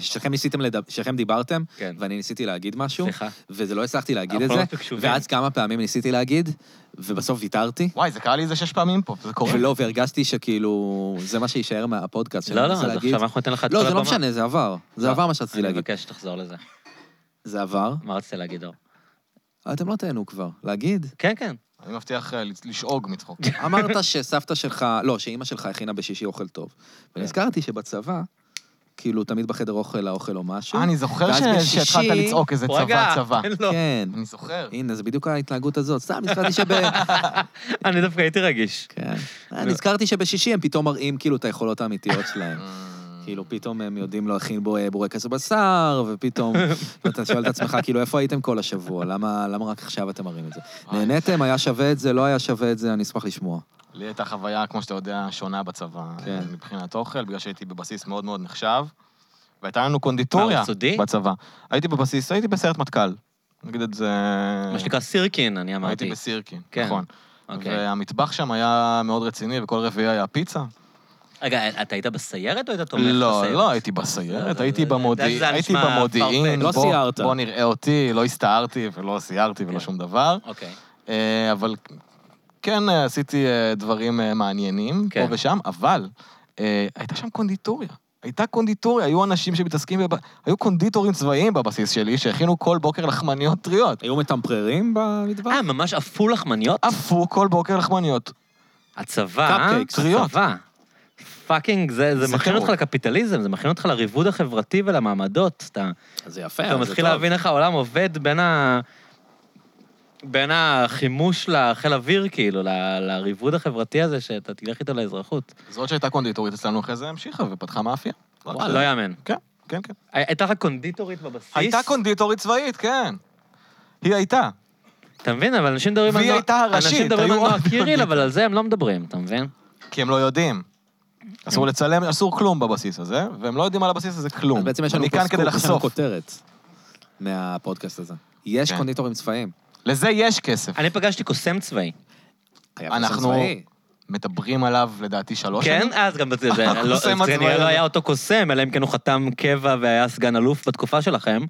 Speaker 3: ששניכם ניסיתם, לדב- ששניכם דיברתם,
Speaker 1: כן.
Speaker 3: ואני ניסיתי להגיד משהו,
Speaker 1: סליחה.
Speaker 3: וזה לא הצלחתי להגיד
Speaker 1: אנחנו
Speaker 3: את
Speaker 1: לא
Speaker 3: זה,
Speaker 1: מספיק קשובים.
Speaker 3: ואז כמה פעמים ניסיתי להגיד, ובסוף ויתרתי.
Speaker 2: וואי, זה קרה לי איזה שש פעמים פה, זה
Speaker 1: כן.
Speaker 2: קורה.
Speaker 3: ולא, והרגשתי שכאילו, זה מה שיישאר מהפודקאסט שאני
Speaker 1: לא, לא,
Speaker 3: מנסה
Speaker 1: אז
Speaker 3: להגיד.
Speaker 1: עכשיו אנחנו ניתן לך את כל
Speaker 3: לא,
Speaker 1: הבמה.
Speaker 3: זה לא משנה, זה עבר. זה
Speaker 1: לא,
Speaker 3: עבר מה שרציתי
Speaker 1: אני
Speaker 3: להגיד.
Speaker 1: מבקש שתחזור לזה.
Speaker 3: זה עבר.
Speaker 1: מה רצית להגיד, אור?
Speaker 3: אתם לא תהנו כבר. להגיד?
Speaker 1: כן, כן.
Speaker 2: אני מבטיח אה, לצ- לשאוג מצחוק.
Speaker 3: אמרת שסבתא שלך, לא, שאימא שלך הכינה בשישי אוכל טוב.
Speaker 1: כן.
Speaker 3: ונזכרתי שבצבא, כאילו, תמיד בחדר אוכל האוכל או משהו.
Speaker 2: אה, אני זוכר
Speaker 3: ואז
Speaker 2: ש-
Speaker 3: בשישי-
Speaker 2: שהתחלת לצעוק איזה צבא, צבא.
Speaker 1: אין לו.
Speaker 3: כן.
Speaker 2: אני זוכר.
Speaker 3: הנה, זה בדיוק ההתנהגות הזאת. סתם, נזכרתי שב...
Speaker 1: אני דווקא הייתי רגיש.
Speaker 3: כן. אה, נזכרתי שבשישי הם פתאום מראים כאילו את היכולות האמיתיות שלהם.
Speaker 2: אה,
Speaker 3: כאילו, פתאום הם יודעים להכין בו אה, בורקס ובשר, ופתאום אתה שואל את עצמך, כאילו, איפה הייתם כל השבוע? למה למה רק עכשיו אתם מראים את זה?
Speaker 2: וואי.
Speaker 3: נהניתם? היה שווה את זה? לא היה שווה את זה? אני אשמח לשמוע.
Speaker 2: לי הייתה חוויה, כמו שאתה יודע, שונה בצבא
Speaker 3: כן.
Speaker 2: מבחינת אוכל, בגלל שהייתי בבסיס מאוד מאוד נחשב, והייתה לנו קונדיטוריה
Speaker 1: ברצודי?
Speaker 2: בצבא. הייתי בבסיס, הייתי בסיירת מטכ"ל. נגיד את זה...
Speaker 1: מה שנקרא סירקין, אני
Speaker 2: הייתי
Speaker 1: אמרתי.
Speaker 2: בסירקין,
Speaker 1: כן.
Speaker 2: נכון.
Speaker 1: אוקיי.
Speaker 2: והמטבח שם היה מאוד רציני, וכל רביעי היה פיצה.
Speaker 1: רגע, אתה היית בסיירת או היית תומך
Speaker 2: לא,
Speaker 1: בסיירת?
Speaker 2: לא הייתי
Speaker 1: לא,
Speaker 2: בסיירת,
Speaker 1: זה-
Speaker 2: הייתי
Speaker 1: זה-
Speaker 2: במודיעין,
Speaker 1: זה
Speaker 2: הייתי
Speaker 1: נשמע
Speaker 2: במודיעין.
Speaker 1: farfetched.
Speaker 3: לא
Speaker 2: בוא-
Speaker 3: סיירת.
Speaker 2: בוא נראה אותי, לא הסתערתי ולא סיירתי ולא
Speaker 1: כן.
Speaker 2: שום דבר.
Speaker 1: אוקיי.
Speaker 2: אה, אבל כן אה, עשיתי אה, דברים אה, מעניינים
Speaker 1: כן.
Speaker 2: פה ושם, אבל אה, הייתה שם קונדיטוריה. הייתה קונדיטוריה, היו אנשים שמתעסקים, בב... היו קונדיטורים צבאיים בבסיס שלי, שהכינו כל בוקר לחמניות טריות.
Speaker 3: היו מטמפררים במדבר?
Speaker 1: אה, ממש עפו לחמניות?
Speaker 2: עפו כל בוקר לחמניות.
Speaker 1: הצבא, אה?
Speaker 2: קפקייקס, קריאות.
Speaker 1: הצבא. פאקינג, זה זה
Speaker 2: זה
Speaker 1: מכין אותך
Speaker 2: טירוף.
Speaker 1: לקפיטליזם, זה מכין אותך לריבוד החברתי ולמעמדות. אתה
Speaker 2: אה.
Speaker 3: זה יפה,
Speaker 1: אתה מתחיל להבין איך העולם עובד בין ה... בין החימוש לחיל אוויר, כאילו, ל- לריבוד החברתי הזה שאתה תלך איתו לאזרחות.
Speaker 2: זאת שהייתה קונדיטורית אצלנו אחרי זה, המשיכה ופתחה מאפיה.
Speaker 1: וואלה, לא יאמן.
Speaker 2: כן, כן, כן.
Speaker 1: הייתה לך קונדיטורית בבסיס?
Speaker 2: הייתה קונדיטורית צבאית, כן. היא הייתה.
Speaker 1: אתה מבין? אבל אנשים מדברים על
Speaker 2: והיא
Speaker 1: נועה...
Speaker 2: הייתה הראשית,
Speaker 1: אנשים מדברים על
Speaker 2: היו
Speaker 1: נועה
Speaker 2: עוד
Speaker 1: קיריל,
Speaker 2: קונדיטורית.
Speaker 1: אבל על זה הם לא מדברים, אתה מבין?
Speaker 2: כי הם לא יודעים. אסור לצלם, אסור כלום בבסיס הזה, והם לא יודעים על הבסיס הזה כלום.
Speaker 3: אז בעצם יש לנו
Speaker 2: אני
Speaker 3: פה
Speaker 2: כאן
Speaker 3: סקופ,
Speaker 2: כדי
Speaker 3: יש לנו
Speaker 2: לחשוף.
Speaker 3: כותרת מהפודקאסט הזה. יש
Speaker 2: כן.
Speaker 3: קונדיטורים צבאיים.
Speaker 2: לזה יש כסף.
Speaker 1: אני פגשתי קוסם צבאי.
Speaker 3: היה קוסם
Speaker 2: אנחנו-
Speaker 3: צבאי.
Speaker 2: מדברים עליו לדעתי שלוש
Speaker 1: כן?
Speaker 2: שנים.
Speaker 1: אז גם בזה, זה לא- זה
Speaker 2: הקוסם
Speaker 1: כנראה
Speaker 2: הצבאי.
Speaker 1: לא היה אותו קוסם, אלא אם כן הוא חתם קבע והיה סגן אלוף בתקופה שלכם.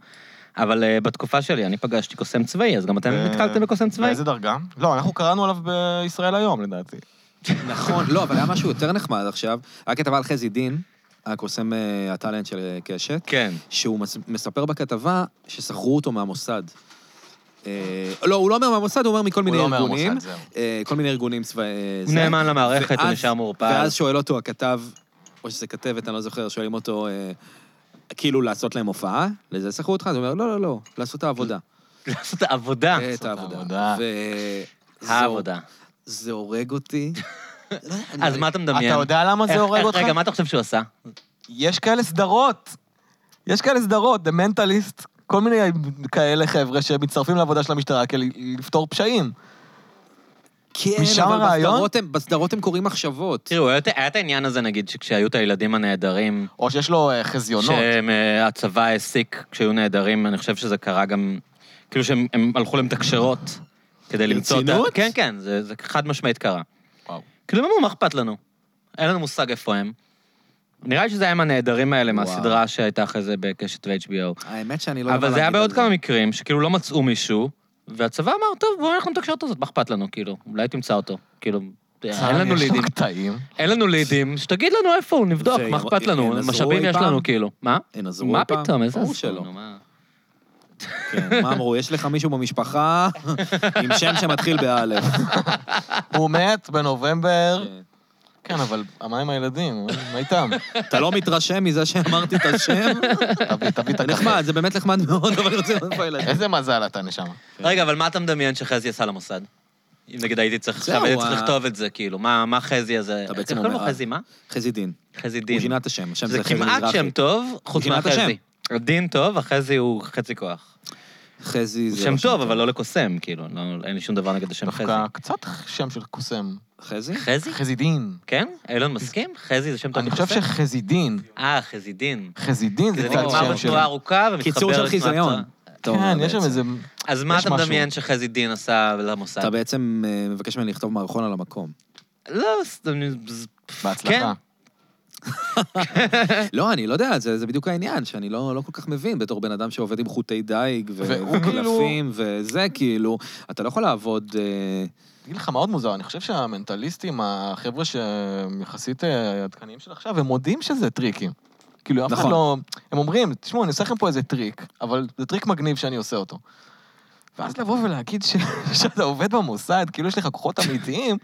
Speaker 1: אבל אה, בתקופה שלי אני פגשתי קוסם צבאי, אז גם אתם
Speaker 2: ו-
Speaker 1: נתקלתם בקוסם צבאי?
Speaker 2: באיזה דרגה? לא, אנחנו קראנו עליו בישראל היום לדעתי.
Speaker 3: נכון, לא, אבל היה משהו יותר נחמד עכשיו. היה כתבה על חזי דין, הקוסם אה, הטאלנט של אה, קשת,
Speaker 1: כן.
Speaker 3: שהוא מס- מספר בכתבה ששכרו אותו מהמוסד. אה, לא, הוא לא אומר מהמוסד, הוא אומר מכל מיני
Speaker 2: לא אומר
Speaker 3: ארגונים.
Speaker 2: המוסד, זהו.
Speaker 3: אה, כל מיני ארגונים צבאיים.
Speaker 1: הוא נאמן למערכת, הוא
Speaker 3: ואז-
Speaker 1: נשאר מעורפל.
Speaker 3: ואז שואל אותו הכתב, או שזה כתבת, אני לא זוכר, שואלים אותו, אה, כאילו לעשות להם הופעה, לזה שכרו אותך? אז הוא אומר, לא, לא, לא, לעשות את העבודה.
Speaker 1: אה, לעשות עבודה.
Speaker 2: אה,
Speaker 3: את העבודה.
Speaker 2: העבודה.
Speaker 3: ו- זה-
Speaker 1: העבודה.
Speaker 3: זה הורג אותי. לא, אני-
Speaker 1: אז מה אתה מדמיין?
Speaker 2: אתה יודע למה זה
Speaker 1: איך-
Speaker 2: הורג
Speaker 1: איך-
Speaker 2: אותך?
Speaker 1: רגע, מה אתה חושב שהוא עשה?
Speaker 2: יש כאלה סדרות. יש כאלה סדרות, The Mentalist, כל מיני כאלה חבר'ה שמצטרפים לעבודה של המשטרה כדי לפתור פשעים.
Speaker 3: כן,
Speaker 2: משם
Speaker 3: אבל
Speaker 2: הרעיון?
Speaker 3: בסדרות הם- בסדרות הם קוראים מחשבות.
Speaker 1: תראו, היה את- היה את העניין הזה, נגיד, שכשהיו את הילדים הנעדרים,
Speaker 2: או שיש לו אה, חזיונות.
Speaker 1: שהצבא אה, העסיק כשהיו נעדרים, אני חושב שזה קרה גם, כאילו שהם הם הלכו למתקשרות כדי למצוא את ה...
Speaker 3: ברצינות?
Speaker 1: כן, כן, זה, זה חד משמעית קרה.
Speaker 2: וואו.
Speaker 1: כאילו, הם אמרו, מה אכפת לנו? אין לנו מושג איפה הם. נראה לי שזה היה עם הנעדרים האלה
Speaker 3: וואו.
Speaker 1: מהסדרה שהייתה אחרי זה בקשת ו-HBO.
Speaker 3: האמת שאני לא...
Speaker 1: אבל
Speaker 3: יכול
Speaker 1: זה היה
Speaker 3: להגיד על
Speaker 1: בעוד כמה מקרים, שכאילו לא מצאו מישהו, והצבא אמר, טוב, בואו נלך נתקשר אותו, זאת, מה אכפת לנו, כאילו, אולי תמצא אותו. כאילו, אין
Speaker 2: צה"ל,
Speaker 1: לנו
Speaker 2: יש לו
Speaker 1: לידים,
Speaker 2: קטעים.
Speaker 1: אין לנו לידים, שתגיד לנו איפה הוא, נבדוק,
Speaker 3: זה-
Speaker 1: מה אכפת לנו,
Speaker 3: הם עזרו
Speaker 1: משאבים
Speaker 3: אי
Speaker 1: יש
Speaker 3: פעם?
Speaker 1: לנו, כאילו. מה?
Speaker 3: הן עזרו
Speaker 1: מה
Speaker 3: אי פעם?
Speaker 1: פתאום, איזה
Speaker 3: ברור
Speaker 1: אסון,
Speaker 3: שלא.
Speaker 1: נו, מה?
Speaker 3: כן, מה אמרו, יש לך מישהו במשפחה עם שם שמתחיל באלף.
Speaker 2: הוא מת בנובמבר. כן, אבל מה עם הילדים? מה איתם?
Speaker 3: אתה לא מתרשם מזה שאמרתי את השם?
Speaker 2: תביא, תביא את הקפה.
Speaker 3: נחמד, זה באמת נחמד מאוד, אבל אני רוצה לראות איפה הילדים.
Speaker 2: איזה מזל אתה נשמה.
Speaker 1: רגע, אבל מה אתה מדמיין שחזי עשה למוסד? אם נגיד הייתי צריך
Speaker 3: זהו,
Speaker 1: עכשיו, הייתי צריך
Speaker 3: ה-
Speaker 1: לכתוב את זה, כאילו, מה מה חזי הזה?
Speaker 3: אתה
Speaker 1: איך
Speaker 3: בעצם
Speaker 1: קוראים לו
Speaker 3: אומר-
Speaker 1: חזי מה?
Speaker 3: חזי דין.
Speaker 1: חזי דין.
Speaker 3: הוא שינה את השם, השם
Speaker 1: זה
Speaker 3: זה חזי
Speaker 1: כמעט
Speaker 3: מזרחי.
Speaker 1: שם טוב, חוץ
Speaker 3: הוא שינה את
Speaker 1: מהחזי. דין טוב, החזי הוא חצי כוח.
Speaker 3: חזי
Speaker 1: הוא
Speaker 3: זה...
Speaker 1: שם
Speaker 3: לא
Speaker 1: טוב, אבל לא לקוסם, כאילו, לא- אין לי שום דבר נגד השם חזי.
Speaker 2: דווקא קצת שם של קוסם.
Speaker 3: חזי?
Speaker 1: חזי?
Speaker 2: חזי דין.
Speaker 1: כן? אילון מסכים? חזי זה שם טוב
Speaker 2: אני חושב
Speaker 1: לקוסם?
Speaker 2: שחזי דין.
Speaker 1: אה, חזי דין.
Speaker 2: חזי דין
Speaker 1: זה
Speaker 2: זה קצת
Speaker 1: נגמר
Speaker 2: שם של...
Speaker 1: בתנועה ארוכה ומתחבר
Speaker 3: קיצור של
Speaker 1: לתנועת
Speaker 3: חיזיון.
Speaker 1: ה-
Speaker 3: אתה אומר
Speaker 2: כן, יש שם
Speaker 3: בעצם.
Speaker 2: איזה...
Speaker 1: אז מה
Speaker 2: יש
Speaker 1: אתה
Speaker 2: משהו.
Speaker 1: מדמיין שחזי דין עשה למוסד?
Speaker 3: אתה בעצם אה, מבקש ממני לכתוב מערכון על המקום.
Speaker 1: לא, סתם... ז-
Speaker 2: בהצלחה.
Speaker 3: לא, אני לא יודע, זה זה בדיוק העניין, שאני לא לא כל כך מבין, בתור בן אדם שעובד עם חוטי דיג ו-
Speaker 2: והוא
Speaker 3: וקלפים וזה, כאילו, אתה לא יכול לעבוד... אה,
Speaker 2: אגיד לך מה עוד מוזר, אני חושב שהמנטליסטים, החבר'ה שהם יחסית אה, עדכניים של עכשיו, הם מודים שזה טריקים. כאילו, אף אחד
Speaker 3: נכון.
Speaker 2: לא... הם אומרים, תשמעו, אני עושה לכם פה איזה טריק, אבל זה טריק מגניב שאני עושה אותו. ואז לבוא ולהגיד ש... שאתה עובד במוסד, כאילו יש לך כוחות אמיתיים,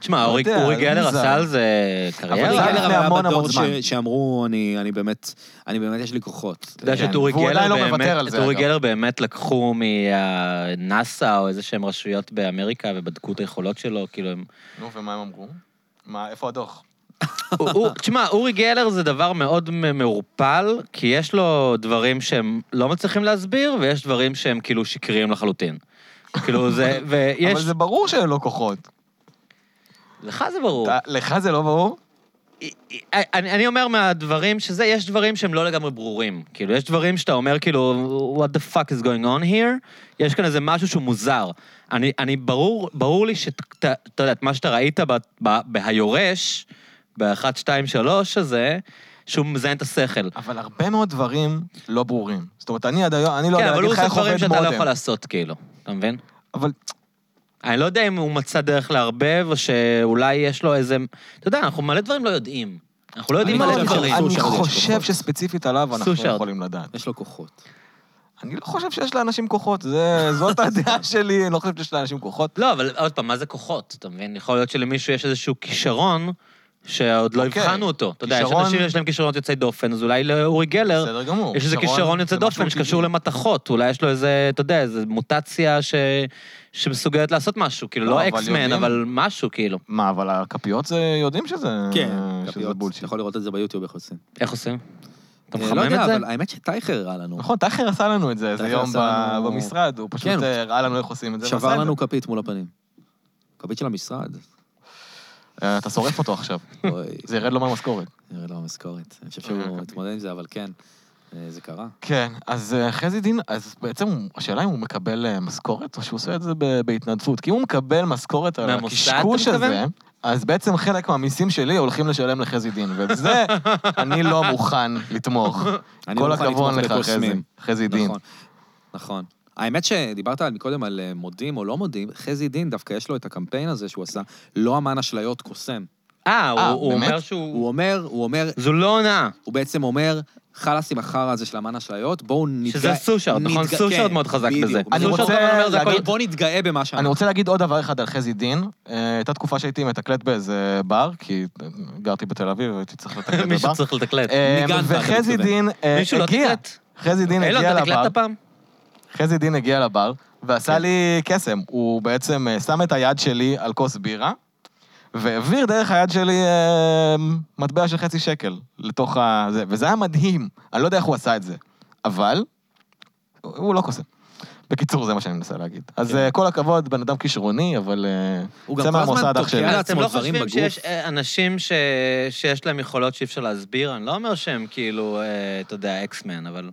Speaker 1: תשמע,
Speaker 2: לא
Speaker 1: אורי
Speaker 2: יודע,
Speaker 1: אורי
Speaker 2: זה
Speaker 1: גלר
Speaker 2: מוזר.
Speaker 1: עשה על זה
Speaker 2: אבל
Speaker 3: אורי
Speaker 2: זה
Speaker 1: קריירה.
Speaker 2: לא היה
Speaker 3: גלר
Speaker 2: לפני
Speaker 3: היה
Speaker 2: המון המון
Speaker 3: בדור ש-
Speaker 2: זמן.
Speaker 3: שאמרו, אני אני באמת, אני באמת, יש לי כוחות.
Speaker 1: אתה יודע
Speaker 2: כן,
Speaker 1: שאת אורי
Speaker 2: והוא
Speaker 1: גלר
Speaker 2: עדיין לא מוותר
Speaker 1: באמת,
Speaker 2: על
Speaker 1: את
Speaker 2: זה,
Speaker 1: אורי
Speaker 2: אגב.
Speaker 1: גלר באמת לקחו מהנאסא או איזה שהם רשויות באמריקה ובדקו את היכולות שלו, כאילו הם...
Speaker 2: נו, ומה הם אמרו? מה, איפה הדוח?
Speaker 1: הוא- הוא- תשמע, אורי גלר זה דבר מאוד מ- מעורפל, כי יש לו דברים שהם לא מצליחים להסביר, ויש דברים שהם כאילו שקריים לחלוטין. כאילו זה, ויש...
Speaker 2: אבל זה ברור שאין לו כוחות.
Speaker 1: לך זה ברור.
Speaker 2: אתה- לך זה לא ברור?
Speaker 1: אני, אני אומר מהדברים שזה, יש דברים שהם לא לגמרי ברורים. כאילו, יש דברים שאתה אומר, כאילו, what the fuck is going on here? יש כאן איזה משהו שהוא מוזר. אני, אני ברור, ברור לי שאתה, אתה יודע, את מה שאתה ראית ב, ב, בהיורש, ב-1, 2, 3 הזה, שהוא מזיין את השכל.
Speaker 2: אבל הרבה מאוד דברים לא ברורים. זאת אומרת, אני עד היום, אני לא
Speaker 1: כן,
Speaker 2: יודע
Speaker 1: אבל
Speaker 2: להגיד
Speaker 1: הוא עושה
Speaker 2: לך איך
Speaker 1: דברים
Speaker 2: עובד
Speaker 1: שאתה לא יכול
Speaker 2: מודם.
Speaker 1: לעשות, כאילו. אתה מבין?
Speaker 2: אבל
Speaker 1: אני לא יודע אם הוא מצא דרך לערבב, או שאולי יש לו איזה... אתה יודע, אנחנו מלא דברים לא יודעים. אנחנו לא יודעים
Speaker 3: אני
Speaker 1: מלא
Speaker 3: חושב
Speaker 1: דברים.
Speaker 3: שהוא
Speaker 2: אני
Speaker 3: סושארד יש
Speaker 2: חושב
Speaker 3: כוחות.
Speaker 2: שספציפית עליו אנחנו לא
Speaker 1: סושארד.
Speaker 2: יכולים לדעת.
Speaker 3: יש לו כוחות.
Speaker 2: אני לא חושב שיש לאנשים כוחות, זה- זאת הדעה שלי, אני לא חושב שיש לאנשים כוחות.
Speaker 1: לא, אבל עוד פעם, מה זה כוחות? אתה מבין? יכול להיות שלמישהו יש איזשהו כישרון שעוד לא
Speaker 2: אוקיי.
Speaker 1: הבחנו אותו. אתה יודע, יש
Speaker 2: כישרון-
Speaker 1: אנשים שיש להם כישרונות יוצאי דופן, אז אולי לאורי גלר
Speaker 2: בסדר גמור.
Speaker 1: יש איזה כישרון יוצא
Speaker 2: זה משהו
Speaker 1: דופן
Speaker 2: טבעי.
Speaker 1: שקשור למתכות, אולי יש לו איזה, אתה יודע, איזו מוטציה ש... שמסוגלת לעשות משהו, כאילו,
Speaker 2: לא,
Speaker 1: לא
Speaker 2: אבל
Speaker 1: אקסמן,
Speaker 2: יודעים.
Speaker 1: אבל משהו, כאילו.
Speaker 2: מה, אבל הכפיות זה, יודעים שזה... אה,
Speaker 3: כן,
Speaker 2: שזה
Speaker 3: כפיות. אתה
Speaker 2: בולשיט.
Speaker 3: יכול לראות את זה ביוטיוב איך עושים.
Speaker 1: איך עושים? אתה
Speaker 3: אה, לא
Speaker 1: מחמם
Speaker 3: יודע,
Speaker 1: את זה?
Speaker 3: אבל האמת שטייכר הראה לנו.
Speaker 2: נכון, טאחר עשה לנו את זה איזה
Speaker 3: טאחר
Speaker 2: יום
Speaker 3: עשה
Speaker 2: ב-
Speaker 3: לנו-
Speaker 2: במשרד, הוא
Speaker 3: כן,
Speaker 2: פשוט
Speaker 3: הוא-
Speaker 2: אה, הראה לנו איך עושים את זה. ועשה
Speaker 3: שבר
Speaker 2: את
Speaker 3: לנו כפית מול הפנים. כפית של המשרד.
Speaker 2: זה. אה, אתה שורף אותו עכשיו,
Speaker 3: אוי,
Speaker 2: זה ירד לו מהמשכורת.
Speaker 3: נראה לו המשכורת. אני חושב שהוא התמודד עם זה, אבל כן, אה, זה קרה.
Speaker 2: כן, אז אה, חזי דין, אז בעצם הוא- השאלה אם הוא מקבל אה, משכורת, או שהוא עושה את זה ב- בהתנדבות. כי אם הוא מקבל משכורת על
Speaker 1: מהמוסד, אתה
Speaker 2: הקשקוש
Speaker 1: מתכוון?
Speaker 2: הזה, אז בעצם חלק מהמיסים שלי הולכים לשלם לחזי דין, ובזה אני לא מוכן לתמוך.
Speaker 3: אני
Speaker 2: כל
Speaker 3: לא מוכן
Speaker 2: הכבוד
Speaker 3: לתמוך
Speaker 2: לך, חזי.
Speaker 3: בקוסמים.
Speaker 2: חזי דין.
Speaker 3: נכון, נכון. האמת שדיברת על- מקודם על אה, מודים או לא מודים, חזי דין דווקא יש לו את הקמפיין הזה שהוא עשה, לא אמן אשליות קוסם.
Speaker 1: אה, הוא-
Speaker 2: אה,
Speaker 1: הוא אומר
Speaker 2: באמת?
Speaker 1: שהוא...
Speaker 3: הוא אומר, הוא אומר,
Speaker 1: זו לא הונאה.
Speaker 3: הוא בעצם אומר, חלאס עם החרא הזה של אמן אשליות, בואו נתגאה...
Speaker 1: שזה סושארד, נכון?
Speaker 3: נתגא-
Speaker 1: סושארד
Speaker 3: כן,
Speaker 1: מאוד חזק
Speaker 3: בדיוק.
Speaker 1: בזה.
Speaker 2: אני
Speaker 1: סושארד
Speaker 2: רוצה
Speaker 1: גם אומר, זה הכל-
Speaker 2: להגיד-
Speaker 3: בואו נתגאה במה שאנחנו...
Speaker 2: אני רוצה להגיד עוד דבר אחד על חזי דין. אה, הייתה תקופה שהייתי מתקלט באיזה בר, כי אה, גרתי בתל אביב והייתי צריך לתקלט בבר.
Speaker 1: מישהו צריך לתקלט.
Speaker 2: אה,
Speaker 3: ניגנת, אתה
Speaker 2: וחזי
Speaker 3: מתכוון.
Speaker 2: דין אה,
Speaker 1: מישהו לא
Speaker 2: הגיע.
Speaker 1: תקלט?
Speaker 2: חזי דין
Speaker 1: אילון,
Speaker 2: הגיע
Speaker 1: אתה
Speaker 2: לבר.
Speaker 1: תקלטת פעם?
Speaker 2: חזי דין הגיע לבר
Speaker 1: כן.
Speaker 2: ועשה לי קסם. הוא בעצם אה, שם את היד שלי על כוס בירה, והעביר דרך היד שלי אה, מטבע של חצי שקל לתוך ה... זה, וזה היה מדהים. אני לא יודע איך הוא עשה את זה, אבל הוא- הוא לא קוסם. בקיצור, זה מה שאני מנסה להגיד.
Speaker 1: כן.
Speaker 2: אז אה, כל הכבוד, בן אדם כישרוני, אבל אה,
Speaker 3: הוא גם
Speaker 2: צא
Speaker 3: כל הזמן
Speaker 2: מהמוסד אח
Speaker 3: תוקע
Speaker 2: שלי.
Speaker 3: על
Speaker 1: אתם
Speaker 3: עצמו
Speaker 1: לא
Speaker 3: דברים
Speaker 1: חושבים
Speaker 3: בגוף.
Speaker 1: שיש אה, אנשים ש... שיש להם יכולות שאי אפשר להסביר? אני לא אומר שהם כאילו, אה, אתה יודע, אקסמן, אבל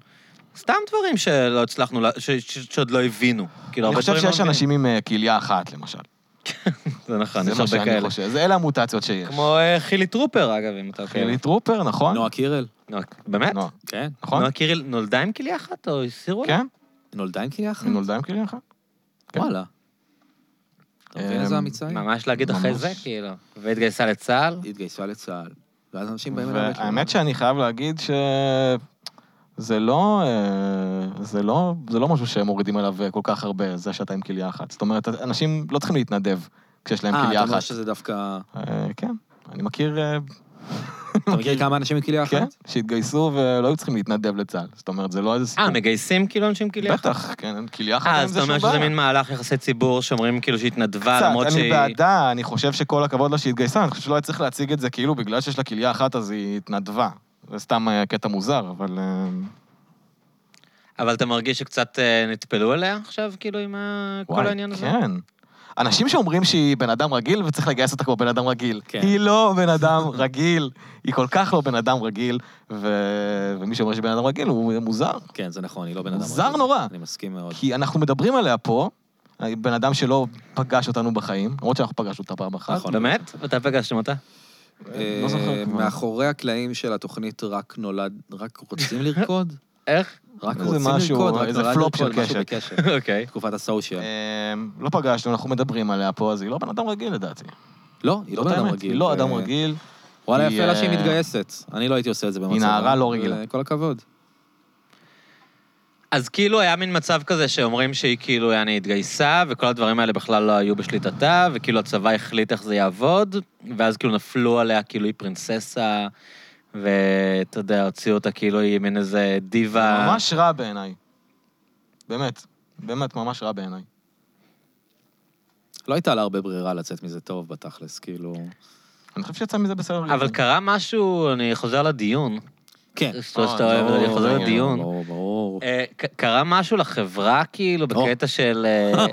Speaker 1: סתם דברים שלא הצלחנו, לה- ש... ש... שעוד לא הבינו. כאילו,
Speaker 2: אני
Speaker 1: הרבה
Speaker 2: חושב
Speaker 1: דברים לא
Speaker 2: שיש
Speaker 1: מבינים.
Speaker 2: אנשים עם אה, כליה אחת, למשל.
Speaker 1: זה נכון,
Speaker 2: זה
Speaker 1: יש
Speaker 2: מה
Speaker 1: הרבה
Speaker 2: שאני
Speaker 1: כאלה.
Speaker 2: חושב. זה אלה המוטציות שיש.
Speaker 1: כמו אה, חילי טרופר, אגב, אם אתה...
Speaker 2: חילי טרופר, נכון?
Speaker 3: נועה קירל,
Speaker 1: כן. נועה, באמת?
Speaker 2: נועה,
Speaker 3: כן.
Speaker 2: נכון?
Speaker 1: נועה קירל נולדה עם כליה אחת, או הסירו לה?
Speaker 2: כן?
Speaker 3: נולדה עם כליה אחת?
Speaker 2: היא נולדה עם כליה אחת. כן.
Speaker 3: וואלה. אתה מבין איזה
Speaker 2: אמ,
Speaker 3: אמיצה היא?
Speaker 1: ממש להגיד אחרי
Speaker 2: ממש.
Speaker 1: זה, כאילו. והתגייסה לצה"ל. אה,
Speaker 3: היא התגייסה לצה"ל. ואז אנשים באים
Speaker 1: לא
Speaker 3: אליו...
Speaker 2: והאמת שאני חייב להגיד ש... זה לא, אה, זה, לא, זה לא משהו שהם מורידים עליו אה, כל כך הרבה, זה שאתה עם כליה אחת. זאת אומרת, אנשים לא צריכים להתנדב כשיש להם
Speaker 3: אה,
Speaker 2: כליה
Speaker 3: אתה
Speaker 2: אחת.
Speaker 3: אומר שזה דווקא...
Speaker 2: אה, כן, אני מכיר... אה,
Speaker 3: אתה מכיר כמה אנשים עם כליה
Speaker 2: כן,
Speaker 3: אחת?
Speaker 2: שהתגייסו ולא היו צריכים להתנדב לצה"ל. זאת אומרת, זה לא איזה סיפור.
Speaker 1: אה, מגייסים כאילו אנשים כאילו?
Speaker 2: בטח, כן, אין כליה אחת
Speaker 1: אה,
Speaker 2: אין
Speaker 1: אז
Speaker 2: זה
Speaker 1: אתה אומר
Speaker 2: שום
Speaker 1: שזה
Speaker 2: בעיה.
Speaker 1: מין מהלך יחסי ציבור שאומרים כאילו שהתנדבה למרות
Speaker 2: קצת, אני
Speaker 1: שהיא...
Speaker 2: בעדה, אני חושב שכל הכבוד לה שהתגייסה, אני חושב שלא היה צריך להציג את זה כאילו בגלל שיש לה כליה אחת אז היא התנדבה. זה סתם אה, קטע מוזר, אבל... אה,
Speaker 1: אבל אתה מרגיש שקצת אה, נטפלו עליה עכשיו, כאילו, עם ה- כל
Speaker 2: וואי,
Speaker 1: העניין הזה?
Speaker 2: כן. אנשים שאומרים שהיא בן אדם רגיל וצריך לגייס אותה כמו בן אדם רגיל.
Speaker 3: כן.
Speaker 2: היא לא בן אדם רגיל, היא כל כך לא בן אדם רגיל, ו- ומי שאומר שהיא בן אדם רגיל הוא מוזר.
Speaker 3: כן, זה נכון, היא לא בן אדם...
Speaker 2: מוזר
Speaker 3: רגיל.
Speaker 2: נורא.
Speaker 3: אני מסכים מאוד.
Speaker 2: כי אנחנו מדברים עליה פה, בן אדם שלא פגש אותנו בחיים, למרות שאנחנו פגשנו אותה פעם אחת.
Speaker 3: נכון.
Speaker 1: באמת? ואתה פגשתם אותה?
Speaker 2: לא זוכר
Speaker 3: אה,
Speaker 2: כבר.
Speaker 3: מאחורי הקלעים של התוכנית רק נולד... רק רוצים לרקוד?
Speaker 1: איך?
Speaker 3: רק
Speaker 2: איזה
Speaker 3: רוצים
Speaker 2: משהו,
Speaker 3: לרקוד, רק
Speaker 2: איזה
Speaker 3: נולד
Speaker 2: פלופ
Speaker 3: לרקוד,
Speaker 2: של
Speaker 3: משהו
Speaker 2: קשת.
Speaker 3: בקשת.
Speaker 1: אוקיי.
Speaker 3: תקופת הסושיאל.
Speaker 2: אמ, לא פגשנו, אנחנו מדברים עליה פה, אז היא לא בן אדם רגיל לדעתי.
Speaker 3: לא, היא לא
Speaker 2: זאת
Speaker 3: בן אדם
Speaker 2: האמת,
Speaker 3: רגיל.
Speaker 2: היא לא
Speaker 3: אה,
Speaker 2: אדם רגיל.
Speaker 3: וואלה,
Speaker 2: היא,
Speaker 3: יפה לה שהיא
Speaker 2: אה,
Speaker 3: מתגייסת. אני לא הייתי עושה את זה במצב... אה,
Speaker 2: נערה לא רגילה.
Speaker 3: כל הכבוד.
Speaker 1: אז כאילו היה מין מצב כזה שאומרים שהיא כאילו, יעני, התגייסה, וכל הדברים האלה בכלל לא היו בשליטתה, וכאילו הצבא החליט איך זה יעבוד, ואז כאילו נפלו עליה, כאילו היא פרינססה, ואתה יודע, הוציאו אותה כאילו היא מין איזה דיבה.
Speaker 2: ממש רע בעיניי. באמת, באמת ממש רע בעיניי.
Speaker 3: לא הייתה לה הרבה ברירה לצאת מזה טוב בתכלס, כאילו...
Speaker 2: אני חושב שיצא מזה בסדר. גמור.
Speaker 1: אבל קרה משהו, אני חוזר לדיון.
Speaker 3: כן.
Speaker 1: שאתה שאתה
Speaker 2: אה,
Speaker 1: אוהב,
Speaker 2: לא,
Speaker 1: אני חוזר
Speaker 2: לא,
Speaker 1: לדיון.
Speaker 3: ברור, ברור.
Speaker 1: אה, ק- קרה משהו לחברה, כאילו,
Speaker 3: או.
Speaker 1: בקטע של... אה,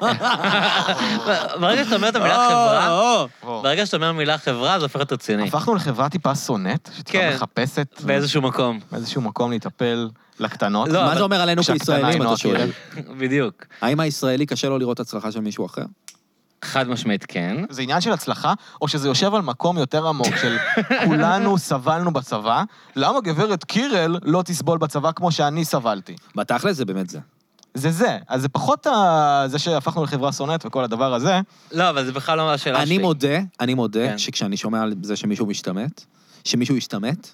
Speaker 1: ברגע שאתה
Speaker 3: אה,
Speaker 1: אומר את המילה חברה,
Speaker 3: או, או, או.
Speaker 2: או.
Speaker 1: ברגע שאתה אומר מילה חברה, זה הופך להיות רציני.
Speaker 2: הפכנו לחברה טיפה שונאת, שטיפה
Speaker 1: כן.
Speaker 2: מחפשת
Speaker 1: באיזשהו מקום.
Speaker 2: באיזשהו מקום להיטפל לקטנות.
Speaker 1: לא,
Speaker 3: מה
Speaker 1: אבל-
Speaker 3: זה אומר עלינו
Speaker 2: כשהקטנה
Speaker 3: כישראלים,
Speaker 2: היא
Speaker 3: אתה
Speaker 2: נועה
Speaker 3: שואל?
Speaker 2: קירל.
Speaker 1: בדיוק.
Speaker 3: האם הישראלי קשה לו לראות הצלחה של מישהו אחר?
Speaker 1: חד משמעית כן.
Speaker 2: זה עניין של הצלחה, או שזה יושב על מקום יותר עמוק של כולנו סבלנו בצבא, למה גברת קירל לא תסבול בצבא כמו שאני סבלתי?
Speaker 3: בתכלס זה באמת זה.
Speaker 2: זה זה. אז זה פחות ה... זה שהפכנו לחברה שונאת וכל הדבר הזה.
Speaker 1: לא, אבל זה בכלל לא השאלה שלי.
Speaker 3: אני מודה, אני מודה
Speaker 1: כן.
Speaker 3: שכשאני שומע על זה שמישהו משתמט, שמישהו השתמט,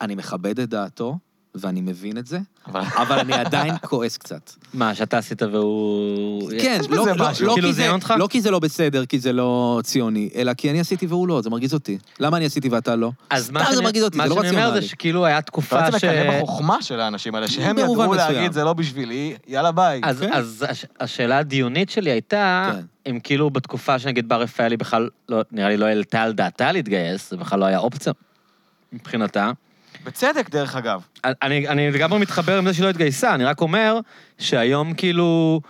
Speaker 3: אני מכבד את דעתו, ואני מבין את זה,
Speaker 2: אבל
Speaker 3: אבל אני עדיין כועס קצת.
Speaker 1: מה, שאתה עשית והוא...
Speaker 3: כן,
Speaker 2: יש בזה
Speaker 3: לא, לא,
Speaker 2: משהו.
Speaker 3: לא,
Speaker 1: כאילו זה
Speaker 3: כי זה,
Speaker 1: עניין אותך?
Speaker 3: לא כי זה לא בסדר, כי זה לא ציוני, אלא כי אני עשיתי והוא לא, זה מרגיז אותי. למה אני עשיתי ואתה לא?
Speaker 1: אז מה
Speaker 3: סתם זה
Speaker 1: שאני-
Speaker 3: מרגיז אותי,
Speaker 1: מה
Speaker 3: זה לא
Speaker 1: שאני אומר זה
Speaker 3: רציונלי.
Speaker 1: שכאילו היה
Speaker 2: אתה
Speaker 1: תקופה
Speaker 2: רוצה
Speaker 1: ש...
Speaker 2: לקדם החוכמה של האנשים האלה, שהם
Speaker 3: במובן
Speaker 2: ידעו
Speaker 3: מסוים.
Speaker 2: להגיד, זה לא בשבילי, יאללה ביי.
Speaker 1: אז,
Speaker 3: כן.
Speaker 1: אז הש, השאלה הדיונית שלי הייתה,
Speaker 3: כן.
Speaker 1: אם כאילו בתקופה שנגיד בר רפאלי בכלל, לא, נראה לי לא העלתה על דעתה להתגייס, זה בכלל לא היה אופציה מבחינתה.
Speaker 2: בצדק, דרך אגב.
Speaker 1: אני, אני לגמרי מתחבר עם זה שהיא לא התגייסה, אני רק אומר שהיום כאילו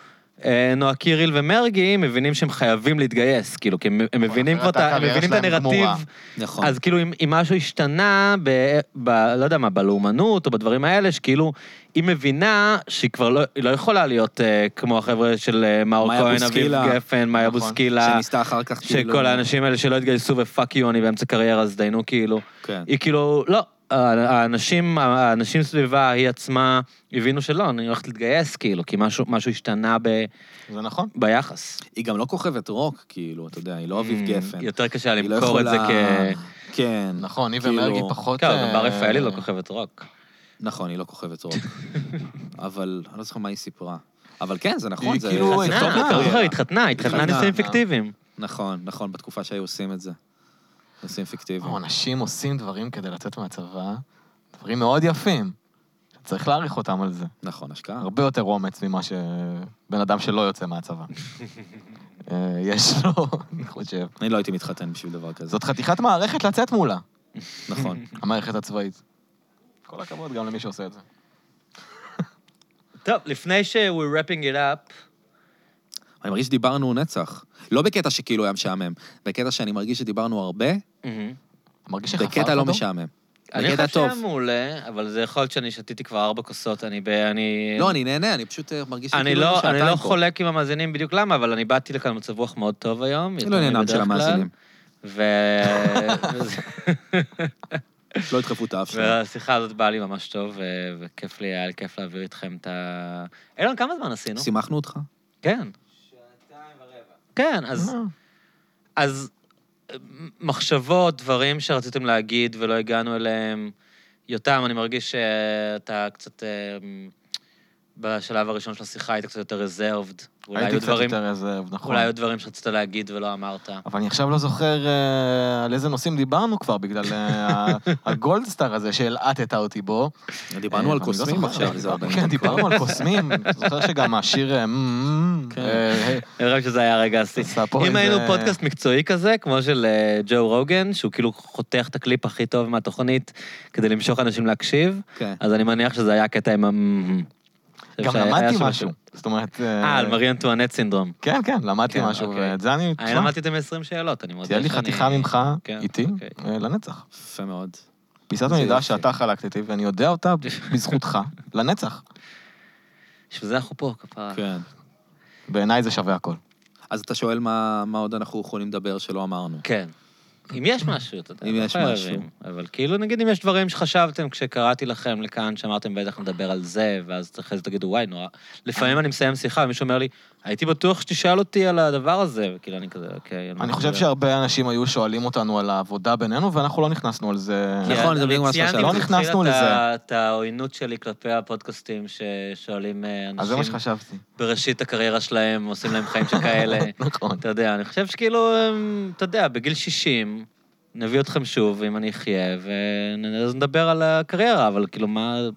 Speaker 1: אה, נועה קיריל ומרגי מבינים שהם חייבים להתגייס, כאילו, כי הם, הם מבינים כבר
Speaker 2: אחרת
Speaker 1: את ה- הם
Speaker 2: הקריירה
Speaker 1: מבינים את
Speaker 2: שלהם
Speaker 1: הנרטיב.
Speaker 2: גמורה.
Speaker 3: נכון.
Speaker 1: אז כאילו אם, אם משהו השתנה, ב, ב, לא יודע מה, בלאומנות או בדברים האלה, שכאילו היא מבינה שהיא כבר לא, היא לא יכולה להיות אה, כמו החבר'ה של אה, מאור
Speaker 3: מאיה
Speaker 1: כהן, אביב
Speaker 3: בוסקילה.
Speaker 1: גפן, מאיה
Speaker 2: נכון.
Speaker 1: בוסקילה,
Speaker 3: שניסתה אחר כך, כאילו...
Speaker 1: שכל האנשים האלה שלא התגייסו ופאק יוני באמצע קריירה, אז דיינו כאילו.
Speaker 3: כן.
Speaker 1: היא כאילו, לא, האנשים, האנשים סביבה, היא עצמה, הבינו שלא, אני הולכת להתגייס, כאילו, כי משהו, משהו השתנה ב,
Speaker 2: זה נכון.
Speaker 1: ביחס. Mm,
Speaker 3: היא גם לא כוכבת רוק, כאילו, אתה יודע, היא לא אביב גפן.
Speaker 1: יותר קשה
Speaker 3: היא לא
Speaker 1: למכור את זה
Speaker 3: יכולה-
Speaker 1: כ...
Speaker 3: כן.
Speaker 2: נכון, היא
Speaker 3: כאילו-
Speaker 2: ומרגי פחות...
Speaker 1: כן, גם בר
Speaker 2: אה,
Speaker 1: רפאלי לא כוכבת רוק.
Speaker 3: נכון, היא לא כוכבת רוק. אבל, אני לא זוכר מה היא סיפרה. אבל כן, זה נכון,
Speaker 2: היא
Speaker 3: זה...
Speaker 2: כאילו
Speaker 3: זה
Speaker 1: התחתנה,
Speaker 3: טוב
Speaker 1: אתה לא
Speaker 3: לקריירה.
Speaker 1: זוכר, התחתנה, התחתנה
Speaker 3: התחתנה.
Speaker 1: נישואים פיקטיביים.
Speaker 3: נכון, נכון, בתקופה שהיו עושים את זה. עושים פיקטיביים.
Speaker 2: וואו, אנשים עושים דברים כדי לצאת מהצבא, דברים מאוד יפים. צריך להעריך אותם על זה.
Speaker 3: נכון, השקעה.
Speaker 2: הרבה יותר אומץ ממה שבן אדם שלא יוצא מהצבא. אה, יש לו, אני חושב.
Speaker 3: אני לא הייתי מתחתן בשביל דבר כזה.
Speaker 2: זאת חתיכת מערכת לצאת מולה,
Speaker 3: נכון.
Speaker 2: המערכת הצבאית. כל הכבוד גם למי שעושה את זה.
Speaker 1: טוב, לפני ש- we're wrapping it up,
Speaker 3: אני מרגיש שדיברנו נצח. לא בקטע שכאילו היה משעמם, בקטע שאני מרגיש שדיברנו הרבה,
Speaker 2: אתה מרגיש שחפרת אותו? כן.
Speaker 3: בקטע לא משעמם.
Speaker 1: Mm-hmm. אני
Speaker 3: בקטע
Speaker 1: חושב שהיה
Speaker 3: טוב.
Speaker 1: מעולה, אבל זה יכול להיות שאני שתיתי כבר ארבע כוסות, אני ב... אני...
Speaker 3: לא, אני נהנה, אני פשוט אה, מרגיש
Speaker 1: אני
Speaker 3: שכאילו
Speaker 1: לא, אני
Speaker 3: שעתיים
Speaker 1: לא
Speaker 3: פה.
Speaker 1: חולק עם המאזינים בדיוק למה, אבל אני באתי לכאן במצב רוח מאוד טוב היום.
Speaker 3: אני
Speaker 1: יותר
Speaker 3: לא נהנה
Speaker 1: מבדרך
Speaker 3: של
Speaker 1: כלל,
Speaker 3: המאזינים.
Speaker 1: ו... וזה-
Speaker 3: לא ידחפו את האף שלהם.
Speaker 1: והשיחה הזאת באה לי ממש טוב, ו- וכיף
Speaker 2: לא.
Speaker 1: לי, היה לי כיף להעביר איתכם את ה... אילון, כמה זמן עשינו?
Speaker 3: שימחנו אותך?
Speaker 1: כן. כן,
Speaker 2: אה,
Speaker 1: אז... אז אה, מחשבות, דברים שרציתם להגיד ולא הגענו אליהם. יותם, אני מרגיש שאתה קצת... אה, בשלב הראשון של השיחה היית קצת יותר רזרבד. אולי
Speaker 2: הייתי
Speaker 1: היו
Speaker 2: קצת
Speaker 1: דברים...
Speaker 2: יותר רזרב, נכון.
Speaker 1: אולי היו דברים שרצית להגיד ולא אמרת.
Speaker 2: אבל אני עכשיו לא זוכר אה, על איזה נושאים דיברנו כבר, בגלל אה, ה- הגולדסטאר הזה שהלעטת אותי בו.
Speaker 3: דיברנו
Speaker 2: אה,
Speaker 3: על
Speaker 2: אני לא
Speaker 3: קוסמים
Speaker 2: זוכר,
Speaker 3: עכשיו,
Speaker 2: אבל
Speaker 3: זה הרבה...
Speaker 2: כן, דיברנו על קוסמים. זוכר שגם השיר... אה, מ-
Speaker 3: כן.
Speaker 2: אה,
Speaker 1: אני חושב שזה היה רגע השיא.
Speaker 2: עשה פה
Speaker 1: אם
Speaker 2: איזה-
Speaker 1: היינו פודקאסט מקצועי כזה, כמו של אה, ג'ו רוגן, שהוא כאילו חותך את הקליפ הכי טוב מהתוכנית כדי למשוך אנשים להקשיב,
Speaker 3: כן.
Speaker 1: אז אני מניח שזה היה קטע עם ה...
Speaker 2: גם למדתי משהו. זאת אומרת...
Speaker 1: אה, על מרי אנטואנט סינדרום.
Speaker 2: כן, כן, למדתי
Speaker 1: כן,
Speaker 2: משהו,
Speaker 1: אוקיי.
Speaker 2: ואת זה אני...
Speaker 1: אני
Speaker 2: תשמע,
Speaker 1: למדתי את זה מ-20 שאלות, אני מודה
Speaker 2: תהיה לי
Speaker 1: שאני-
Speaker 2: חתיכה ממך
Speaker 1: כן,
Speaker 2: איתי
Speaker 1: אוקיי.
Speaker 2: אה, לנצח.
Speaker 3: יפה מאוד.
Speaker 2: פיסת
Speaker 3: זה
Speaker 2: המידע
Speaker 3: יופי.
Speaker 2: שאתה חלקת איתי, ואני יודע אותה בזכותך, לנצח.
Speaker 1: בשביל זה אנחנו פה, כפרה.
Speaker 2: אה.
Speaker 3: כן.
Speaker 2: בעיניי זה שווה הכל.
Speaker 3: אז אתה שואל מה מה עוד אנחנו יכולים לדבר שלא אמרנו.
Speaker 1: כן. אם יש משהו, אתה יודע,
Speaker 3: אם
Speaker 1: לא
Speaker 3: יש
Speaker 1: חייבים.
Speaker 3: משהו.
Speaker 1: אבל כאילו, נגיד אם יש דברים שחשבתם כשקראתי לכם לכאן, שאמרתם בטח נדבר על זה, ואז אחרי זה תגידו, וואי, נורא. לפעמים אני מסיים שיחה, ומישהו אומר לי, הייתי בטוח שתשאל אותי על הדבר הזה, וכאילו, אני כזה, אוקיי.
Speaker 2: אני חושב
Speaker 1: ש...
Speaker 2: שהרבה אנשים היו שואלים אותנו על העבודה בינינו, ואנחנו לא נכנסנו על זה.
Speaker 1: כן,
Speaker 3: נכון, זה בדיוק מה שחשבתי.
Speaker 2: לא נכנסנו לזה.
Speaker 1: את העוינות שלי כלפי הפודקאסטים ששואלים אה,
Speaker 2: אז זה מה
Speaker 1: אנשים
Speaker 2: שחשבתי.
Speaker 1: בראשית הקריירה שלהם, עושים להם חיים שכאלה.
Speaker 2: נכון.
Speaker 1: אתה יודע, אני חושב שכאילו, אמ, אתה יודע, בגיל 60, נביא אתכם שוב, אם אני אחיה, ונדבר על הקריירה, אבל כאילו, מה...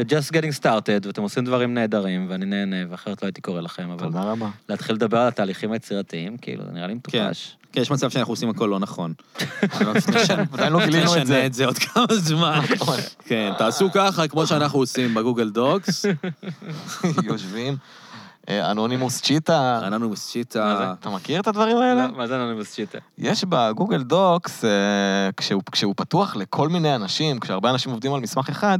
Speaker 1: You're just getting started, ואתם עושים דברים נהדרים, ואני נהנה, ואחרת לא הייתי קורא לכם, אבל
Speaker 2: תודה רבה.
Speaker 1: להתחיל לדבר על התהליכים היצירתיים, כאילו, זה נראה לי מטופש.
Speaker 3: כן, יש מצב שאנחנו עושים הכל לא נכון.
Speaker 2: עדיין לא גילינו את
Speaker 3: נשנה
Speaker 2: זה.
Speaker 3: את זה עוד כמה זמן. כן, תעשו ככה, כמו שאנחנו עושים בגוגל דוקס.
Speaker 2: יושבים. אה, אנונימוס צ'יטה,
Speaker 3: אנונימוס לא.
Speaker 1: מה זה?
Speaker 3: שיטה.
Speaker 2: אתה מכיר את הדברים האלה?
Speaker 1: לא, מה זה אנונימוס צ'יטה?
Speaker 2: יש בגוגל דוקס, אה, כשהוא, כשהוא פתוח לכל מיני אנשים, כשהרבה אנשים עובדים על מסמך אחד,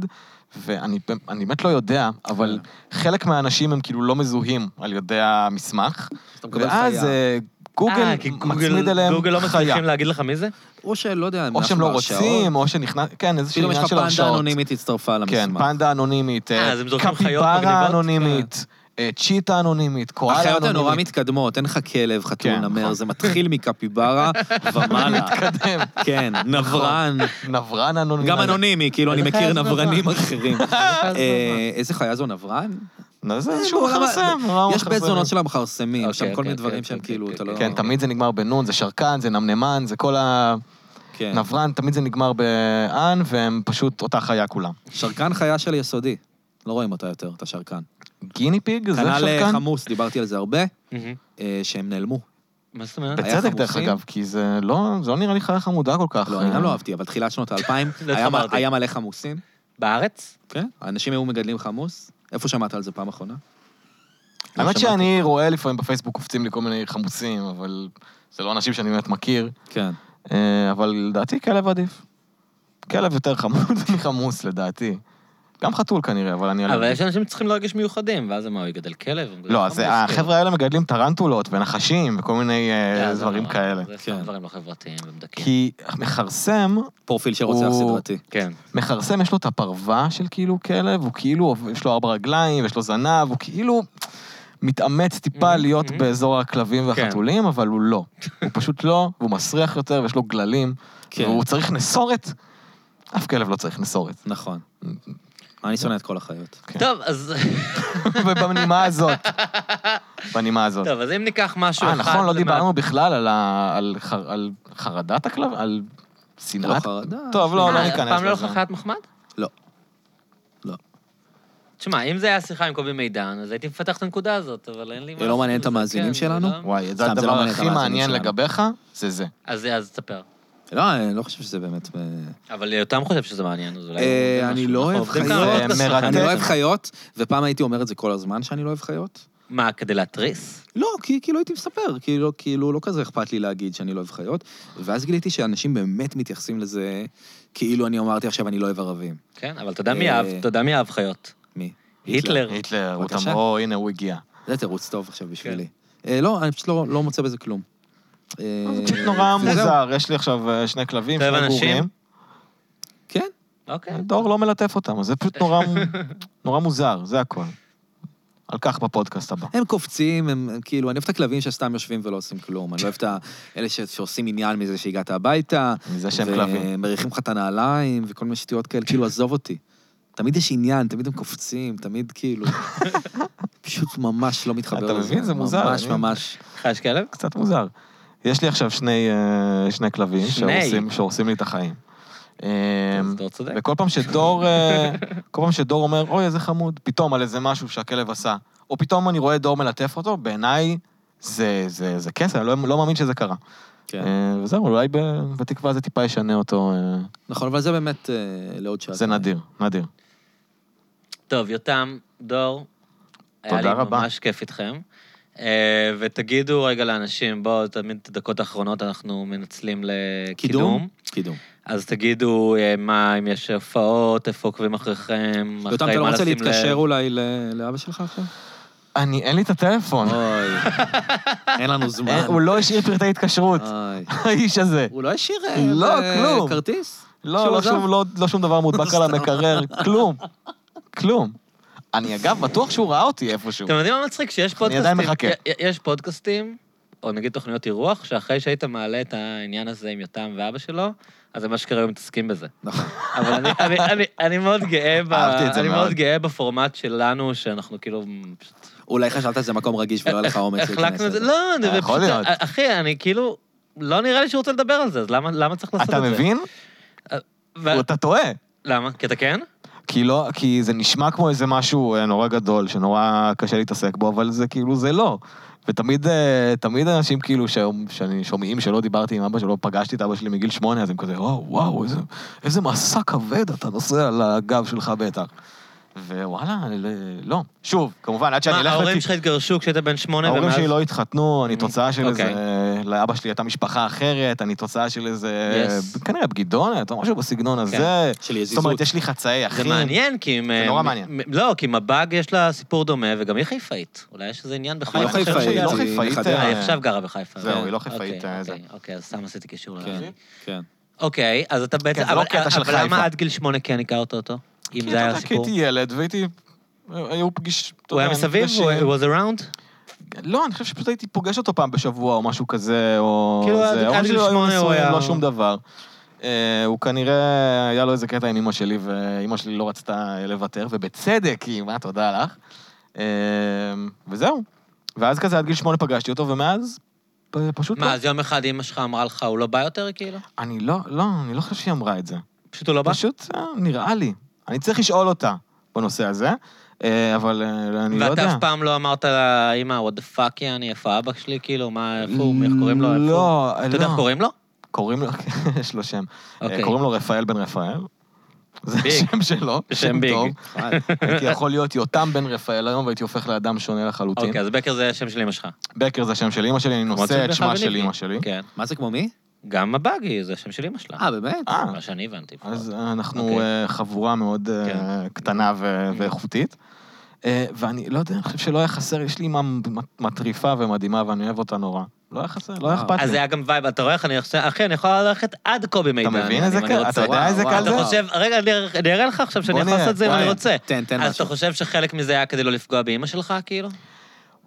Speaker 2: ואני באמת- אני באמת לא יודע, אבל
Speaker 3: כן.
Speaker 2: חלק מהאנשים הם כאילו לא מזוהים על ידי המסמך,
Speaker 3: אתה מקבל
Speaker 2: ואז
Speaker 3: חיה.
Speaker 2: אה, גוגל
Speaker 1: אה, כי
Speaker 2: מצמיד אליהם
Speaker 1: גוגל לא
Speaker 2: חיה. אה,
Speaker 1: מצליחים להגיד לך מי זה?
Speaker 3: או שלא יודע,
Speaker 2: או שהם לא
Speaker 3: הרשאות.
Speaker 2: רוצים, או שנכנס, כן, איזשהו
Speaker 3: פתאום כאילו, יש
Speaker 2: עניין
Speaker 3: לך
Speaker 2: של הרשאות.
Speaker 3: פנדה אנונימית הצטרפה
Speaker 2: כן,
Speaker 3: למסמך.
Speaker 2: פנדה אנונימית,
Speaker 1: אה,
Speaker 2: אה,
Speaker 1: אז הם זורקים חיות
Speaker 2: קפיברה
Speaker 1: מגניבות?
Speaker 2: אנונימית, אה, צ'יטה אנונימית, קואלה
Speaker 3: כן. החיות הן נורא
Speaker 2: אנונימית.
Speaker 3: מתקדמות, אין לך כלב, חתול,
Speaker 2: כן,
Speaker 3: נמר,
Speaker 2: נכון.
Speaker 3: זה מתחיל מקפיברה ומעלה.
Speaker 2: מתקדם.
Speaker 3: כן,
Speaker 2: נכון.
Speaker 3: נברן,
Speaker 2: נברן אנונימי.
Speaker 3: גם אנונימי, כאילו, אני
Speaker 1: איזה
Speaker 3: מכיר
Speaker 1: חיה זה
Speaker 3: נברנים
Speaker 1: נברן?
Speaker 3: אחרים. אה, איזה חיה זו נברן?
Speaker 2: נו, זה איזשהו
Speaker 3: בעולם ה-
Speaker 2: מכרסם. בעולם
Speaker 3: אה, לא, יש בית
Speaker 2: המכרסמים.
Speaker 3: זונות של המכרסמים,
Speaker 1: אוקיי,
Speaker 3: שם כל
Speaker 1: אוקיי,
Speaker 3: מיני
Speaker 1: אוקיי,
Speaker 3: דברים שהם
Speaker 1: אוקיי,
Speaker 3: כאילו,
Speaker 1: אוקיי,
Speaker 3: אתה לא...
Speaker 1: אוקיי.
Speaker 2: כן, תמיד זה נגמר בנון, זה שרקן, זה נמנמן, זה כל
Speaker 3: כן.
Speaker 2: הנברן, תמיד זה נגמר באן, והם פשוט אותה חיה כולם.
Speaker 3: שרקן חיה של יסודי. לא רואים אותה יותר, את השרקן.
Speaker 2: גיני פיג, זה
Speaker 3: כנ"ל אה,
Speaker 2: שרקן?
Speaker 3: חמוס, דיברתי על זה הרבה,
Speaker 1: מהמם.
Speaker 3: אה, שהם נעלמו.
Speaker 1: מה זאת אומרת?
Speaker 3: היה
Speaker 2: בצדק, דרך
Speaker 3: חמוצים?
Speaker 2: אגב, כי זה לא זה לא נראה לי חיה חמודה כל כך.
Speaker 3: לא, אני גם לא אהבתי, אבל תחילת שנות האלפיים,
Speaker 1: זה
Speaker 3: היה מ-
Speaker 1: התחברתי.
Speaker 3: היה מלא חמוסים.
Speaker 1: בארץ?
Speaker 3: כן. האנשים היו מגדלים חמוס. איפה שמעת על זה פעם אחרונה? לא
Speaker 2: האמת
Speaker 3: שמעתי.
Speaker 2: שאני רואה לפעמים בפייסבוק קופצים לי כל מיני חמוצים, אבל זה לא אנשים שאני באמת מכיר.
Speaker 3: כן.
Speaker 2: אה, אבל לדעתי כלב עדיף. כלב יותר חמוד מחמוס, לדעתי. גם חתול כנראה, אבל אני...
Speaker 1: אבל
Speaker 2: אלרגי.
Speaker 1: יש אנשים שצריכים להרגיש מיוחדים, ואז הם מה, הוא יגדל כלב? הוא יגדל
Speaker 2: לא, אז
Speaker 1: חמוס,
Speaker 2: החבר'ה האלה מגדלים טרנטולות ונחשים וכל מיני אה,
Speaker 1: כאילו.
Speaker 2: דברים
Speaker 1: זה-
Speaker 2: כאלה.
Speaker 1: זה
Speaker 3: כן.
Speaker 1: סתם דברים לא חברתיים ומדכאים.
Speaker 2: כי מכרסם,
Speaker 3: פרופיל שרוצח
Speaker 2: הוא-
Speaker 3: סדרתי.
Speaker 1: כן.
Speaker 2: מכרסם יש לו את הפרווה של כאילו כלב, הוא כאילו, יש לו ארבע רגליים, יש לו זנב, הוא כאילו מתאמץ טיפה
Speaker 1: מהמם,
Speaker 2: להיות
Speaker 1: מהמם.
Speaker 2: באזור הכלבים והחתולים, אבל הוא לא. הוא פשוט לא, והוא מסריח יותר, ויש לו גללים,
Speaker 3: כן.
Speaker 2: והוא צריך נסורת. אף כלב לא צריך נסורת.
Speaker 3: נכון. אני שונא את כל החיות.
Speaker 2: כן.
Speaker 1: טוב, אז...
Speaker 2: ובנימה הזאת, בנימה הזאת.
Speaker 1: טוב, אז אם ניקח משהו
Speaker 2: אה,
Speaker 1: אחד...
Speaker 2: נכון, לא
Speaker 1: למה-
Speaker 2: דיברנו בכלל על ה- על חר- על חרדת הכלב, על
Speaker 3: לא
Speaker 2: שנאת...
Speaker 3: חרדה.
Speaker 2: טוב, לא,
Speaker 1: אה,
Speaker 2: לא
Speaker 1: אף
Speaker 2: ניכנס
Speaker 1: פעם לא
Speaker 2: לזה.
Speaker 1: לך חיית מחמד?
Speaker 3: לא. לא.
Speaker 1: תשמע, אם זה היה שיחה עם קובי מידן, אז הייתי מפתח את הנקודה הזאת, אבל אין לי מה...
Speaker 3: לא
Speaker 1: לעשות
Speaker 3: מעניין את
Speaker 1: עם זה,
Speaker 3: המאזינים
Speaker 1: כן,
Speaker 3: שלנו?
Speaker 1: זה לא-
Speaker 2: וואי, זה
Speaker 3: סתם, זה לא
Speaker 2: הדבר
Speaker 3: מעניין את
Speaker 2: הכי
Speaker 3: המאזינים
Speaker 2: מעניין
Speaker 3: שלנו.
Speaker 2: לגביך, זה זה.
Speaker 1: אז אז תספר.
Speaker 3: לא, אני לא חושב שזה באמת... אה,
Speaker 1: אבל יותם חושב שזה מעניין, אז אולי...
Speaker 3: אה,
Speaker 1: הוא
Speaker 3: אני
Speaker 1: משהו.
Speaker 3: לא
Speaker 1: אנחנו
Speaker 3: אוהב
Speaker 1: עובדים
Speaker 3: חיות.
Speaker 1: כאן על
Speaker 2: זה
Speaker 1: התסריט.
Speaker 3: אני לא
Speaker 2: מרתק.
Speaker 3: אוהב חיות, ופעם הייתי אומר את זה כל הזמן, שאני לא אוהב חיות.
Speaker 1: מה, כדי להתריס?
Speaker 3: לא, כי כאילו הייתי מספר, כאילו, כאילו לא כזה אכפת לי להגיד שאני לא אוהב חיות, ואז גיליתי שאנשים באמת מתייחסים לזה כאילו אני אמרתי עכשיו אני לא אוהב ערבים.
Speaker 1: כן, אבל אתה יודע מי
Speaker 3: אה,
Speaker 1: אהב, אתה יודע מי אהב חיות.
Speaker 3: מי?
Speaker 1: היטלר.
Speaker 2: היטלר, הוא
Speaker 3: בבקשה.
Speaker 2: תמרו, הנה הוא הגיע.
Speaker 3: זה תירוץ טוב עכשיו בשבילי. אה, לא, אני פשוט לא לא מוצא בזה כלום. אה,
Speaker 2: זה פשוט נורא
Speaker 3: וזהו.
Speaker 2: מוזר, יש לי עכשיו אה, שני כלבים,
Speaker 1: אתה אוהב
Speaker 2: שני
Speaker 1: אנשים?
Speaker 2: גורים.
Speaker 3: כן,
Speaker 1: אוקיי.
Speaker 2: דור לא מלטף אותם, אז זה פשוט נורא- נורא מוזר, זה הכל. על כך בפודקאסט הבא.
Speaker 3: הם קופצים, הם הם כאילו, אני אוהב את הכלבים שסתם יושבים ולא עושים כלום. אני לא אוהב את ה- אלה ש- שעושים עניין מזה שהגעת הביתה.
Speaker 2: מזה שהם כלבים.
Speaker 3: ומריחים לך את הנעליים וכל מיני שטויות כאלה, כאילו, עזוב אותי. תמיד יש עניין, תמיד הם קופצים, תמיד כאילו... פשוט ממש לא מתחבר
Speaker 2: אתה
Speaker 3: לזה.
Speaker 2: מבין? זה מוזר,
Speaker 3: ממש
Speaker 2: אני-
Speaker 3: ממש.
Speaker 1: לך יש כלב?
Speaker 2: קצת מוזר. יש לי עכשיו שני, אה, שני כלבים
Speaker 1: שני.
Speaker 2: שהורסים, שהורסים לי את החיים. אה,
Speaker 1: אז אתה צודק.
Speaker 2: וכל פעם שדור, אה, כל פעם שדור אומר, אוי, איזה חמוד, פתאום על איזה משהו שהכלב עשה, או פתאום אני רואה דור מלטף אותו, בעיניי זה, זה, זה קסם, אני לא, לא מאמין שזה קרה.
Speaker 3: כן.
Speaker 2: אה, וזהו, אולי ב, בתקווה זה טיפה ישנה אותו, אה,
Speaker 3: נכון, אבל זה באמת אה, לעוד שעה.
Speaker 2: זה נדיר, נדיר.
Speaker 1: טוב, יותם, דור, היה לי
Speaker 2: תודה רבה.
Speaker 1: ממש כיף איתכם. אה, ותגידו רגע לאנשים, בואו, תמיד את הדקות האחרונות אנחנו מנצלים לקידום.
Speaker 3: קידום? קידום.
Speaker 1: אז תגידו אה, מה, אם יש הופעות, איפה עוקבים אחריכם, אחרי מה לשים לב.
Speaker 3: יותם, אתה לא רוצה להתקשר אולי ל- לאבא שלך עכשיו?
Speaker 2: אני, אין לי את הטלפון.
Speaker 3: אוי, אין לנו
Speaker 2: אה,
Speaker 3: זמן.
Speaker 2: הוא לא השאיר פרטי התקשרות,
Speaker 3: אוי.
Speaker 2: האיש הזה.
Speaker 3: הוא לא השאיר... אה,
Speaker 2: לא,
Speaker 3: אה,
Speaker 2: כלום.
Speaker 3: כרטיס?
Speaker 2: לא,
Speaker 3: שהוא
Speaker 2: לא
Speaker 3: עזב?
Speaker 2: שום, לא, לא שום דבר מודבק על המקרר, כלום. כלום. אני אגב בטוח שהוא ראה אותי איפשהו.
Speaker 1: אתם יודעים מה מצחיק? שיש פודקאסטים...
Speaker 2: עדיין מחכה.
Speaker 1: י- י- יש פודקאסטים, או נגיד תוכניות אירוח, שאחרי שהיית מעלה את העניין הזה עם יותם ואבא שלו, אז הם אשכרה היו מתעסקים בזה.
Speaker 3: נכון.
Speaker 1: אבל אני, אני, אני, אני מאוד גאה, ב,
Speaker 2: אהבתי את זה
Speaker 1: אני
Speaker 2: מאוד.
Speaker 1: מאוד גאה בפורמט שלנו, שאנחנו כאילו... פשוט-
Speaker 3: אולי חשבת שזה מקום רגיש ולא היה לך אומץ להיכנס
Speaker 1: אה, החלקנו את
Speaker 3: לזה.
Speaker 1: זה. לא, אני-
Speaker 2: אה, יכול
Speaker 1: פשוט-
Speaker 2: להיות.
Speaker 1: אחי, אני כאילו... לא נראה לי שהוא רוצה לדבר על זה, אז למה, למה
Speaker 3: לא
Speaker 1: צריך לעשות את
Speaker 2: אתה
Speaker 1: זה?
Speaker 2: מבין?
Speaker 1: ו-
Speaker 2: אתה טועה.
Speaker 1: למה? כי אתה כן?
Speaker 2: כי לא, כי זה נשמע כמו איזה משהו אה, נורא גדול, שנורא קשה להתעסק בו, אבל זה כאילו, זה לא. ותמיד אה, תמיד אנשים כאילו שהיום- שאני שומעים שלא דיברתי עם אבא שלו, פגשתי את אבא שלי מגיל שמונה, אז הם כזה, וואו, וואו, איזה, איזה מסע כבד אתה נושא על הגב שלך בטח. ווואלה, ל- לא. שוב, כמובן, עד שאני
Speaker 1: מה,
Speaker 2: אלך... לתי-
Speaker 1: ההורים שלך התגרשו כשהיית בן שמונה,
Speaker 2: ההורים
Speaker 1: ומאז...
Speaker 2: שלי לא התחתנו, אני תוצאה של
Speaker 1: אוקיי.
Speaker 2: איזה... לאבא שלי הייתה משפחה אחרת, אני תוצאה של איזה...
Speaker 1: Yes.
Speaker 2: כנראה בגידון, אתה משהו בסגנון הזה.
Speaker 1: כן.
Speaker 3: של
Speaker 2: זאת
Speaker 3: יזיזות.
Speaker 2: אומרת, יש לי חצאי אחים.
Speaker 1: זה מעניין, כי אם...
Speaker 2: זה נורא מעניין.
Speaker 1: מ- לא, כי מב"ג יש לה סיפור דומה, וגם היא חיפאית. אולי יש איזה עניין בחיפה.
Speaker 3: היא לא
Speaker 2: אני חושב
Speaker 3: חיפאית,
Speaker 2: שהיא לא
Speaker 3: היא
Speaker 2: חיפאית.
Speaker 3: מחדרה.
Speaker 1: אה,
Speaker 2: אה,
Speaker 1: היא עכשיו גרה בחיפה.
Speaker 2: זהו,
Speaker 1: כן.
Speaker 2: היא לא חיפאית,
Speaker 1: אוקיי,
Speaker 2: אה, זה.
Speaker 1: אוקיי, אוקיי, אז סתם עשיתי קישור
Speaker 3: כן,
Speaker 1: לעניין.
Speaker 3: כן.
Speaker 1: אוקיי, אז אתה בעצם...
Speaker 2: זה לא
Speaker 1: אבל-
Speaker 2: קטע של
Speaker 1: אבל למה
Speaker 2: חיפה.
Speaker 1: עד גיל שמונה כן הכרת אותו? אם
Speaker 2: כי
Speaker 1: זה היה
Speaker 2: אתה יודע, כי
Speaker 1: הסיפור.
Speaker 2: הייתי כן, ילד והייתי... היו פגיש... אתה
Speaker 1: הוא היה
Speaker 2: יודע,
Speaker 1: מסביב?
Speaker 2: מפגשים.
Speaker 1: הוא was around?
Speaker 2: לא, אני חושב שפשוט הייתי פוגש אותו פעם בשבוע או משהו כזה, או...
Speaker 1: כאילו,
Speaker 2: זה.
Speaker 1: עד- עד
Speaker 2: ההורים
Speaker 1: גיל
Speaker 2: שלי לא היו
Speaker 1: שמונה הוא
Speaker 2: נשואים,
Speaker 1: היה-
Speaker 2: לא שום דבר. אה, הוא כנראה, היה לו איזה קטע עם אמא שלי, ואימא שלי לא רצתה אה, לוותר, ובצדק, אמא, תודה לך. אה, וזהו. ואז כזה עד גיל שמונה פגשתי אותו, ומאז פ- פשוט לא.
Speaker 1: מה, אז יום אחד אמא שלך אמרה לך, הוא לא בא יותר, כאילו?
Speaker 2: אני לא, לא, אני לא חושב שהיא אמרה את זה.
Speaker 1: פשוט הוא לא בא?
Speaker 2: פשוט אה, נראה לי. אני צריך לשאול אותה בנושא הזה, אה, אבל אה, אני לא יודע.
Speaker 1: ואתה אף פעם לא אמרת לה, אמא, what the fuck, יעני, איפה אבא שלי, כאילו, מה, איפה הוא, איך קוראים לו, איפה הוא?
Speaker 2: לא, לא.
Speaker 1: אתה יודע איך קוראים לו?
Speaker 2: קוראים לו, כן, יש לו שם. אה,
Speaker 1: אוקיי.
Speaker 2: קוראים לו רפאל בן רפאל. זה
Speaker 1: ביג.
Speaker 2: השם שלו,
Speaker 1: שם
Speaker 2: שם
Speaker 1: ביג.
Speaker 2: טוב. הייתי יכול להיות יותם בן רפאל היום, והייתי הופך לאדם שונה לחלוטין.
Speaker 1: אוקיי, אז בקר זה השם של אמא שלך.
Speaker 2: בקר זה השם של אימא שלי, אני
Speaker 1: למרות שזה
Speaker 2: נושא את שמה
Speaker 1: בכלל
Speaker 2: של
Speaker 1: בניגי.
Speaker 2: אימא שלי.
Speaker 1: כן.
Speaker 3: מה זה כמו מי?
Speaker 1: גם מב"גי זה השם של אמא שלה.
Speaker 3: אה, באמת?
Speaker 2: אה,
Speaker 1: מה שאני הבנתי. לפחות.
Speaker 2: אז אנחנו
Speaker 1: אוקיי.
Speaker 2: אה, חבורה מאוד אה,
Speaker 1: כן.
Speaker 2: קטנה ו- ואיכותית. אה, ואני לא יודע, אני חושב שלא היה חסר, יש לי אימא מטריפה ומדהימה, ואני אוהב אותה נורא. לא היה חסר, לא היה
Speaker 3: וואו.
Speaker 2: אכפת
Speaker 1: אה, אז זה
Speaker 2: לי.
Speaker 1: היה גם וייב, אתה רואה איך אני עושה, אחי, אני יכול ללכת עד קובי מידן.
Speaker 2: מבין איזה
Speaker 1: אם אני
Speaker 2: קל? אתה
Speaker 1: רוצה.
Speaker 2: יודע איזה
Speaker 1: אתה
Speaker 2: קל זה?
Speaker 1: חושב, רגע, אני אראה- אני אראה לך עכשיו שאני
Speaker 2: בוא
Speaker 1: יכול
Speaker 2: נראה, כן,
Speaker 1: לעשות את זה אם אה, אני
Speaker 2: וואי.
Speaker 1: רוצה.
Speaker 3: אה, תן, תן
Speaker 1: אז אתה
Speaker 3: משהו.
Speaker 1: חושב שחלק מזה היה כדי לא לפגוע באימא שלך, כאילו?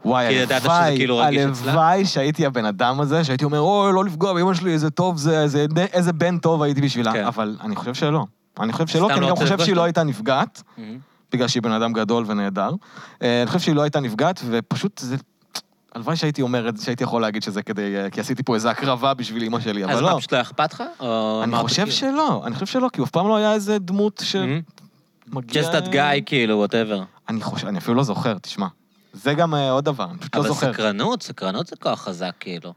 Speaker 2: וואי,
Speaker 1: כי ידעת שזה
Speaker 2: הלוואי,
Speaker 1: כאילו רגיש אצלה?
Speaker 2: הלוואי שהייתי הבן אדם הזה, שהייתי אומר, אוי, לא לפגוע באמא שלי, איזה טוב זה, איזה- איזה בן טוב הייתי
Speaker 1: כן.
Speaker 2: בשבילה. אבל אני חושב שלא. אני חושב שלא,
Speaker 1: סתם
Speaker 2: כי אני
Speaker 1: לא
Speaker 2: גם
Speaker 1: רוצה
Speaker 2: חושב
Speaker 1: לפגוש
Speaker 2: שהיא לא
Speaker 1: אותה?
Speaker 2: הייתה נפגעת,
Speaker 1: Mm-hmm.
Speaker 2: בגלל שהיא בן אדם גדול ונהדר. אה, אני חושב שהיא לא הייתה נפגעת, ופשוט זה... הלוואי שהייתי אומר את זה, שהייתי יכול להגיד שזה כדי... אה, כי עשיתי פה איזו הקרבה בשביל אמא שלי, אבל
Speaker 1: אז מה,
Speaker 2: לא.
Speaker 1: פשוט לא היה אכפת לך? או
Speaker 2: אני
Speaker 1: אמרת,
Speaker 2: חושב
Speaker 1: כאילו?
Speaker 2: שלא, אני חושב שלא, כי הוא אף פעם לא היה איזה דמות
Speaker 1: Mhm.
Speaker 2: שמגיע...
Speaker 1: Just that guy, כאילו, וואטאבר.
Speaker 2: אני חושב, אני אפילו לא זוכר, תשמע. זה גם אה, עוד דבר, אני פשוט לא
Speaker 1: אבל
Speaker 2: זוכר.
Speaker 1: סקרנות, סקרנות זה כוח חזק, כאילו.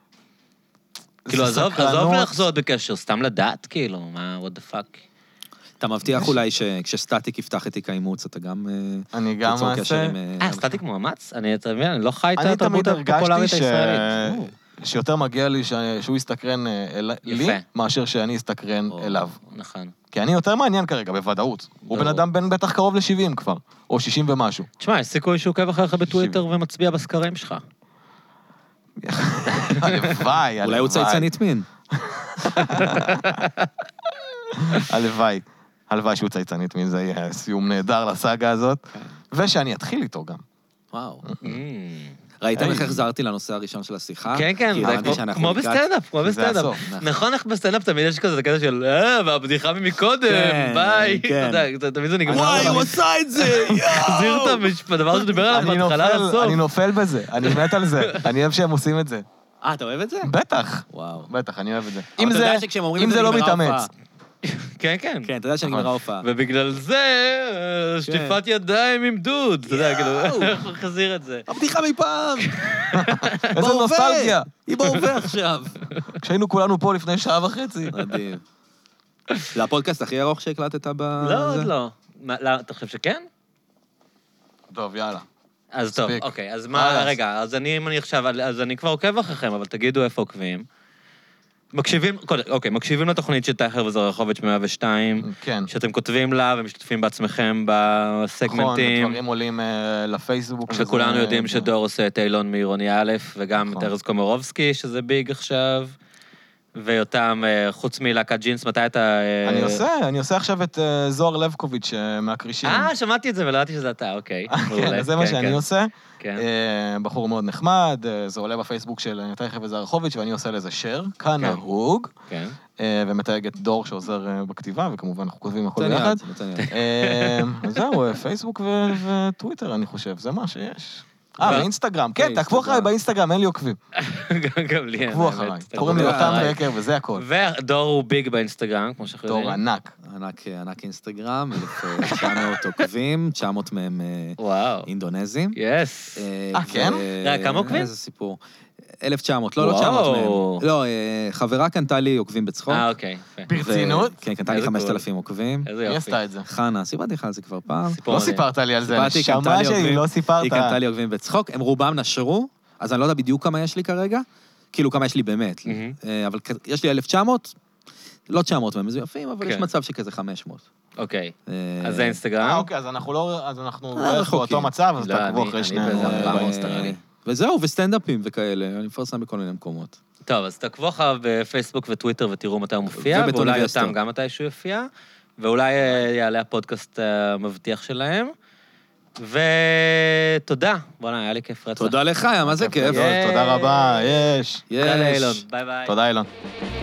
Speaker 2: זה
Speaker 1: כאילו, עזוב, עזוב
Speaker 2: סקרנות.
Speaker 1: לחזות בקשר, סתם לדעת, כאילו, מה, what the fuck.
Speaker 3: אתה מבטיח אולי שכשסטטיק יפתח את תיק האימוץ, אתה גם... אה,
Speaker 2: אני גם
Speaker 3: תיצור קשר
Speaker 2: אעשה...
Speaker 3: עם, אה,
Speaker 1: אה, סטטיק מאומץ? אני, אתה מבין, אני לא חי את
Speaker 2: אני
Speaker 1: התרבות
Speaker 2: תמיד הרגשתי
Speaker 1: הפופולרית
Speaker 2: ש...
Speaker 1: הישראלית.
Speaker 2: שיותר מגיע לי ש... שהוא יסתקרן אה, אל... לי,
Speaker 1: יפה.
Speaker 2: מאשר שאני אסתקרן
Speaker 1: או,
Speaker 2: אה, אליו.
Speaker 1: נכון.
Speaker 2: כי אני יותר מעניין כרגע, בוודאות. הוא
Speaker 1: ברור.
Speaker 2: בן אדם בן בטח קרוב ל-70 כבר, או 60 ומשהו.
Speaker 1: תשמע, יש סיכוי שהוא עוקב אחריך בטוויטר ומצביע בסקרים שלך.
Speaker 2: הלוואי, הלוואי.
Speaker 3: אולי הוא צייצנית מין.
Speaker 2: הלוואי. הלוואי שהוא צייצנית מין, זה יהיה סיום נהדר לסאגה הזאת. ושאני אתחיל איתו גם.
Speaker 3: וואו.
Speaker 1: אמ.
Speaker 3: ראיתם איך
Speaker 2: היי.
Speaker 3: החזרתי לנושא הראשון של
Speaker 2: אה,
Speaker 3: השיחה?
Speaker 1: כן, כן,
Speaker 3: כי
Speaker 1: זה
Speaker 3: הבנתי
Speaker 1: כמו-
Speaker 3: שאנחנו
Speaker 1: כמו
Speaker 3: לקראת-
Speaker 1: בסטנדאפ, כמו
Speaker 2: זה
Speaker 1: בסטנדאפ.
Speaker 2: הסוף.
Speaker 1: נכון, איך בסטנדאפ תמיד יש כזה קטע של, אה, והבדיחה ממקודם,
Speaker 3: כן,
Speaker 1: ביי.
Speaker 3: כן.
Speaker 1: אתה יודע, זה- תמיד זה
Speaker 2: לא
Speaker 1: נגמר.
Speaker 3: וואי,
Speaker 1: אבל-
Speaker 3: הוא עשה את זה,
Speaker 1: תחזיר
Speaker 3: יואו!
Speaker 1: את המש- הדבר שדיבר
Speaker 3: לא,
Speaker 1: עליו
Speaker 2: אני
Speaker 1: בהתחלה
Speaker 2: נופל-
Speaker 1: לסוף.
Speaker 2: אני נופל בזה, אני מת על זה. אני אוהב שהם עושים את זה.
Speaker 3: אה, אתה אוהב את זה?
Speaker 2: בטח.
Speaker 3: וואו.
Speaker 2: בטח, אני אוהב את זה.
Speaker 3: אבל
Speaker 2: אם
Speaker 3: אתה
Speaker 2: זה,
Speaker 3: יודע שכשהם אומרים
Speaker 2: אם
Speaker 3: את
Speaker 2: זה לא
Speaker 3: נגמרה
Speaker 2: מתאמץ.
Speaker 3: ההופעה.
Speaker 1: כן, כן.
Speaker 3: כן, אתה יודע שנגמרה ההופעה.
Speaker 1: ובגלל זה,
Speaker 2: כן.
Speaker 1: אה, שטיפת ידיים עם דוד. אתה יודע, כאילו, איך הוא חזיר את זה?
Speaker 3: הבדיחה מפעם!
Speaker 2: איזה
Speaker 3: בהווה!
Speaker 2: נוסטלגיה.
Speaker 3: היא בהווה עכשיו.
Speaker 2: כשהיינו כולנו פה לפני שעה וחצי.
Speaker 3: מדהים. זה הפודקאסט הכי ארוך שהקלטת ב...
Speaker 2: אה,
Speaker 1: לא,
Speaker 3: זה?
Speaker 1: עוד לא. מה, לא, אתה חושב שכן?
Speaker 2: טוב, יאללה.
Speaker 1: אז טוב,
Speaker 2: מספיק.
Speaker 1: אוקיי, אז
Speaker 2: אה,
Speaker 1: מה,
Speaker 2: אז-
Speaker 1: רגע, אז אני, אם אני עכשיו, אז אני כבר עוקב אחריכם, אבל תגידו איפה עוקבים. מקשיבים, קודם, אוקיי, מקשיבים לתוכנית של טייכר וזרחוביץ' ב-102,
Speaker 2: כן.
Speaker 1: שאתם כותבים לה ומשתתפים בעצמכם בסגמנטים.
Speaker 2: נכון, הדברים עולים אה, לפייסבוק. שזה-
Speaker 1: וכולנו יודעים שדור עושה את אילון מעירוני א', וגם את
Speaker 2: נכון.
Speaker 1: ארז קומורובסקי, שזה ביג עכשיו, ויותם, אה, חוץ מלהקת ג'ינס, מתי אתה... אה,
Speaker 2: אני עושה, אני עושה עכשיו את אה, זוהר לבקוביץ' אה, מהכרישים.
Speaker 1: אה, שמעתי את זה ולא ידעתי שזה אתה, אוקיי.
Speaker 2: כן,
Speaker 1: מעולה,
Speaker 2: אז זה מה
Speaker 1: כן,
Speaker 2: שאני
Speaker 1: כן,
Speaker 2: עושה.
Speaker 1: כן.
Speaker 2: אה, בחור מאוד נחמד, אה, זה עולה בפייסבוק של אה, טייכר וזרחוביץ', ואני עושה לזה שייר, כנהוג,
Speaker 1: כן.
Speaker 2: אה, ומתייג את דור שעוזר אה, בכתיבה, וכמובן אנחנו כותבים הכל
Speaker 3: נותן
Speaker 2: ביחד.
Speaker 3: יד, נותן יד.
Speaker 2: אה, אז זהו, אה, פייסבוק ו- וטוויטר, אני חושב, זה מה שיש. אה,
Speaker 1: ו-
Speaker 2: ואינסטגרם, כן, תעקבו
Speaker 3: ואינסטגרם. כן,
Speaker 2: אחריי באינסטגרם, אין לי עוקבים.
Speaker 1: גם- גם לי אין.
Speaker 2: תעקבו
Speaker 1: האמת.
Speaker 2: אחריי.
Speaker 1: אתה
Speaker 2: קוראים לי
Speaker 1: יודע.
Speaker 3: תעקבו
Speaker 2: אותם
Speaker 3: אחריי.
Speaker 2: בקר, וזה הכל.
Speaker 1: ודור הוא ביג באינסטגרם, כמו שאנחנו
Speaker 2: דור
Speaker 1: יודעים.
Speaker 2: ענק.
Speaker 3: ענק, ענק אינסטגרם, 1,900 עוקבים, 900 מהם אה,
Speaker 1: וואו.
Speaker 3: אינדונזים.
Speaker 1: יס.
Speaker 2: אה, כן?
Speaker 1: רגע, כמה עוקבים?
Speaker 3: איזה סיפור. 1,900, לא, לא
Speaker 1: וואו.
Speaker 3: 900 מהם. לא, אה, חברה קנתה לי עוקבים
Speaker 2: נכון?
Speaker 3: בצחוק.
Speaker 1: אה, אוקיי. יפה.
Speaker 2: ב- ברצינות?
Speaker 3: ו- כן, קנתה לי
Speaker 1: איזה
Speaker 3: 5,000 עוקבים.
Speaker 1: איזה
Speaker 2: מי
Speaker 1: יופי.
Speaker 2: עשתה את זה?
Speaker 3: חנה, סיפרתי לך על זה כבר פעם.
Speaker 1: סיפור
Speaker 2: לא
Speaker 1: מדהים.
Speaker 2: סיפרת לי על זה,
Speaker 3: סיפרתי, היא קנתה
Speaker 2: נשמה
Speaker 3: לי
Speaker 2: שלי,
Speaker 3: עוקבים.
Speaker 2: לא
Speaker 3: היא
Speaker 2: סיפרת.
Speaker 3: קנתה לי עוקבים בצחוק, הם רובם נשרו, אז אני לא יודע בדיוק כמה יש לי כרגע, כאילו כמה יש לי באמת.
Speaker 1: מהמם.
Speaker 3: אה, אבל כ- יש לי 1,900, לא 900 מהם מזויפים, אבל יש
Speaker 1: כן.
Speaker 3: מצב שכזה 500.
Speaker 1: אוקיי.
Speaker 3: אה,
Speaker 1: אז זה
Speaker 2: אה,
Speaker 1: אינסטגרם.
Speaker 2: אוקיי, אז אנחנו לא, אז אנחנו
Speaker 3: אה,
Speaker 2: בערך
Speaker 3: רחוקים.
Speaker 2: באותו מצב, אז
Speaker 1: לא,
Speaker 2: תעקבו
Speaker 1: אני-
Speaker 2: אחרי
Speaker 1: אני
Speaker 2: שנינו.
Speaker 1: בזה,
Speaker 2: אה,
Speaker 1: אבל-
Speaker 2: ב-
Speaker 1: באינסטגרם.
Speaker 3: וזהו, וסטנדאפים וכאלה, אני מפרסם בכל מיני מקומות.
Speaker 1: טוב, אז תעקבו אחריו בפייסבוק וטוויטר ותראו מתי הוא מופיע,
Speaker 3: ובית
Speaker 1: ואולי
Speaker 3: אוניברסיטה.
Speaker 1: יותם גם מתישהו יופיע, ואולי אה, יעלה הפודקאסט אה, המבטיח שלהם. ותודה, בואנה, היה לי כיף רצח.
Speaker 3: תודה כן. לך, יא, מה זה כיף. כן,
Speaker 2: גדול, תודה רבה, יש.
Speaker 3: יש.
Speaker 1: תודה לאילון, ביי ביי.
Speaker 2: תודה, אילון.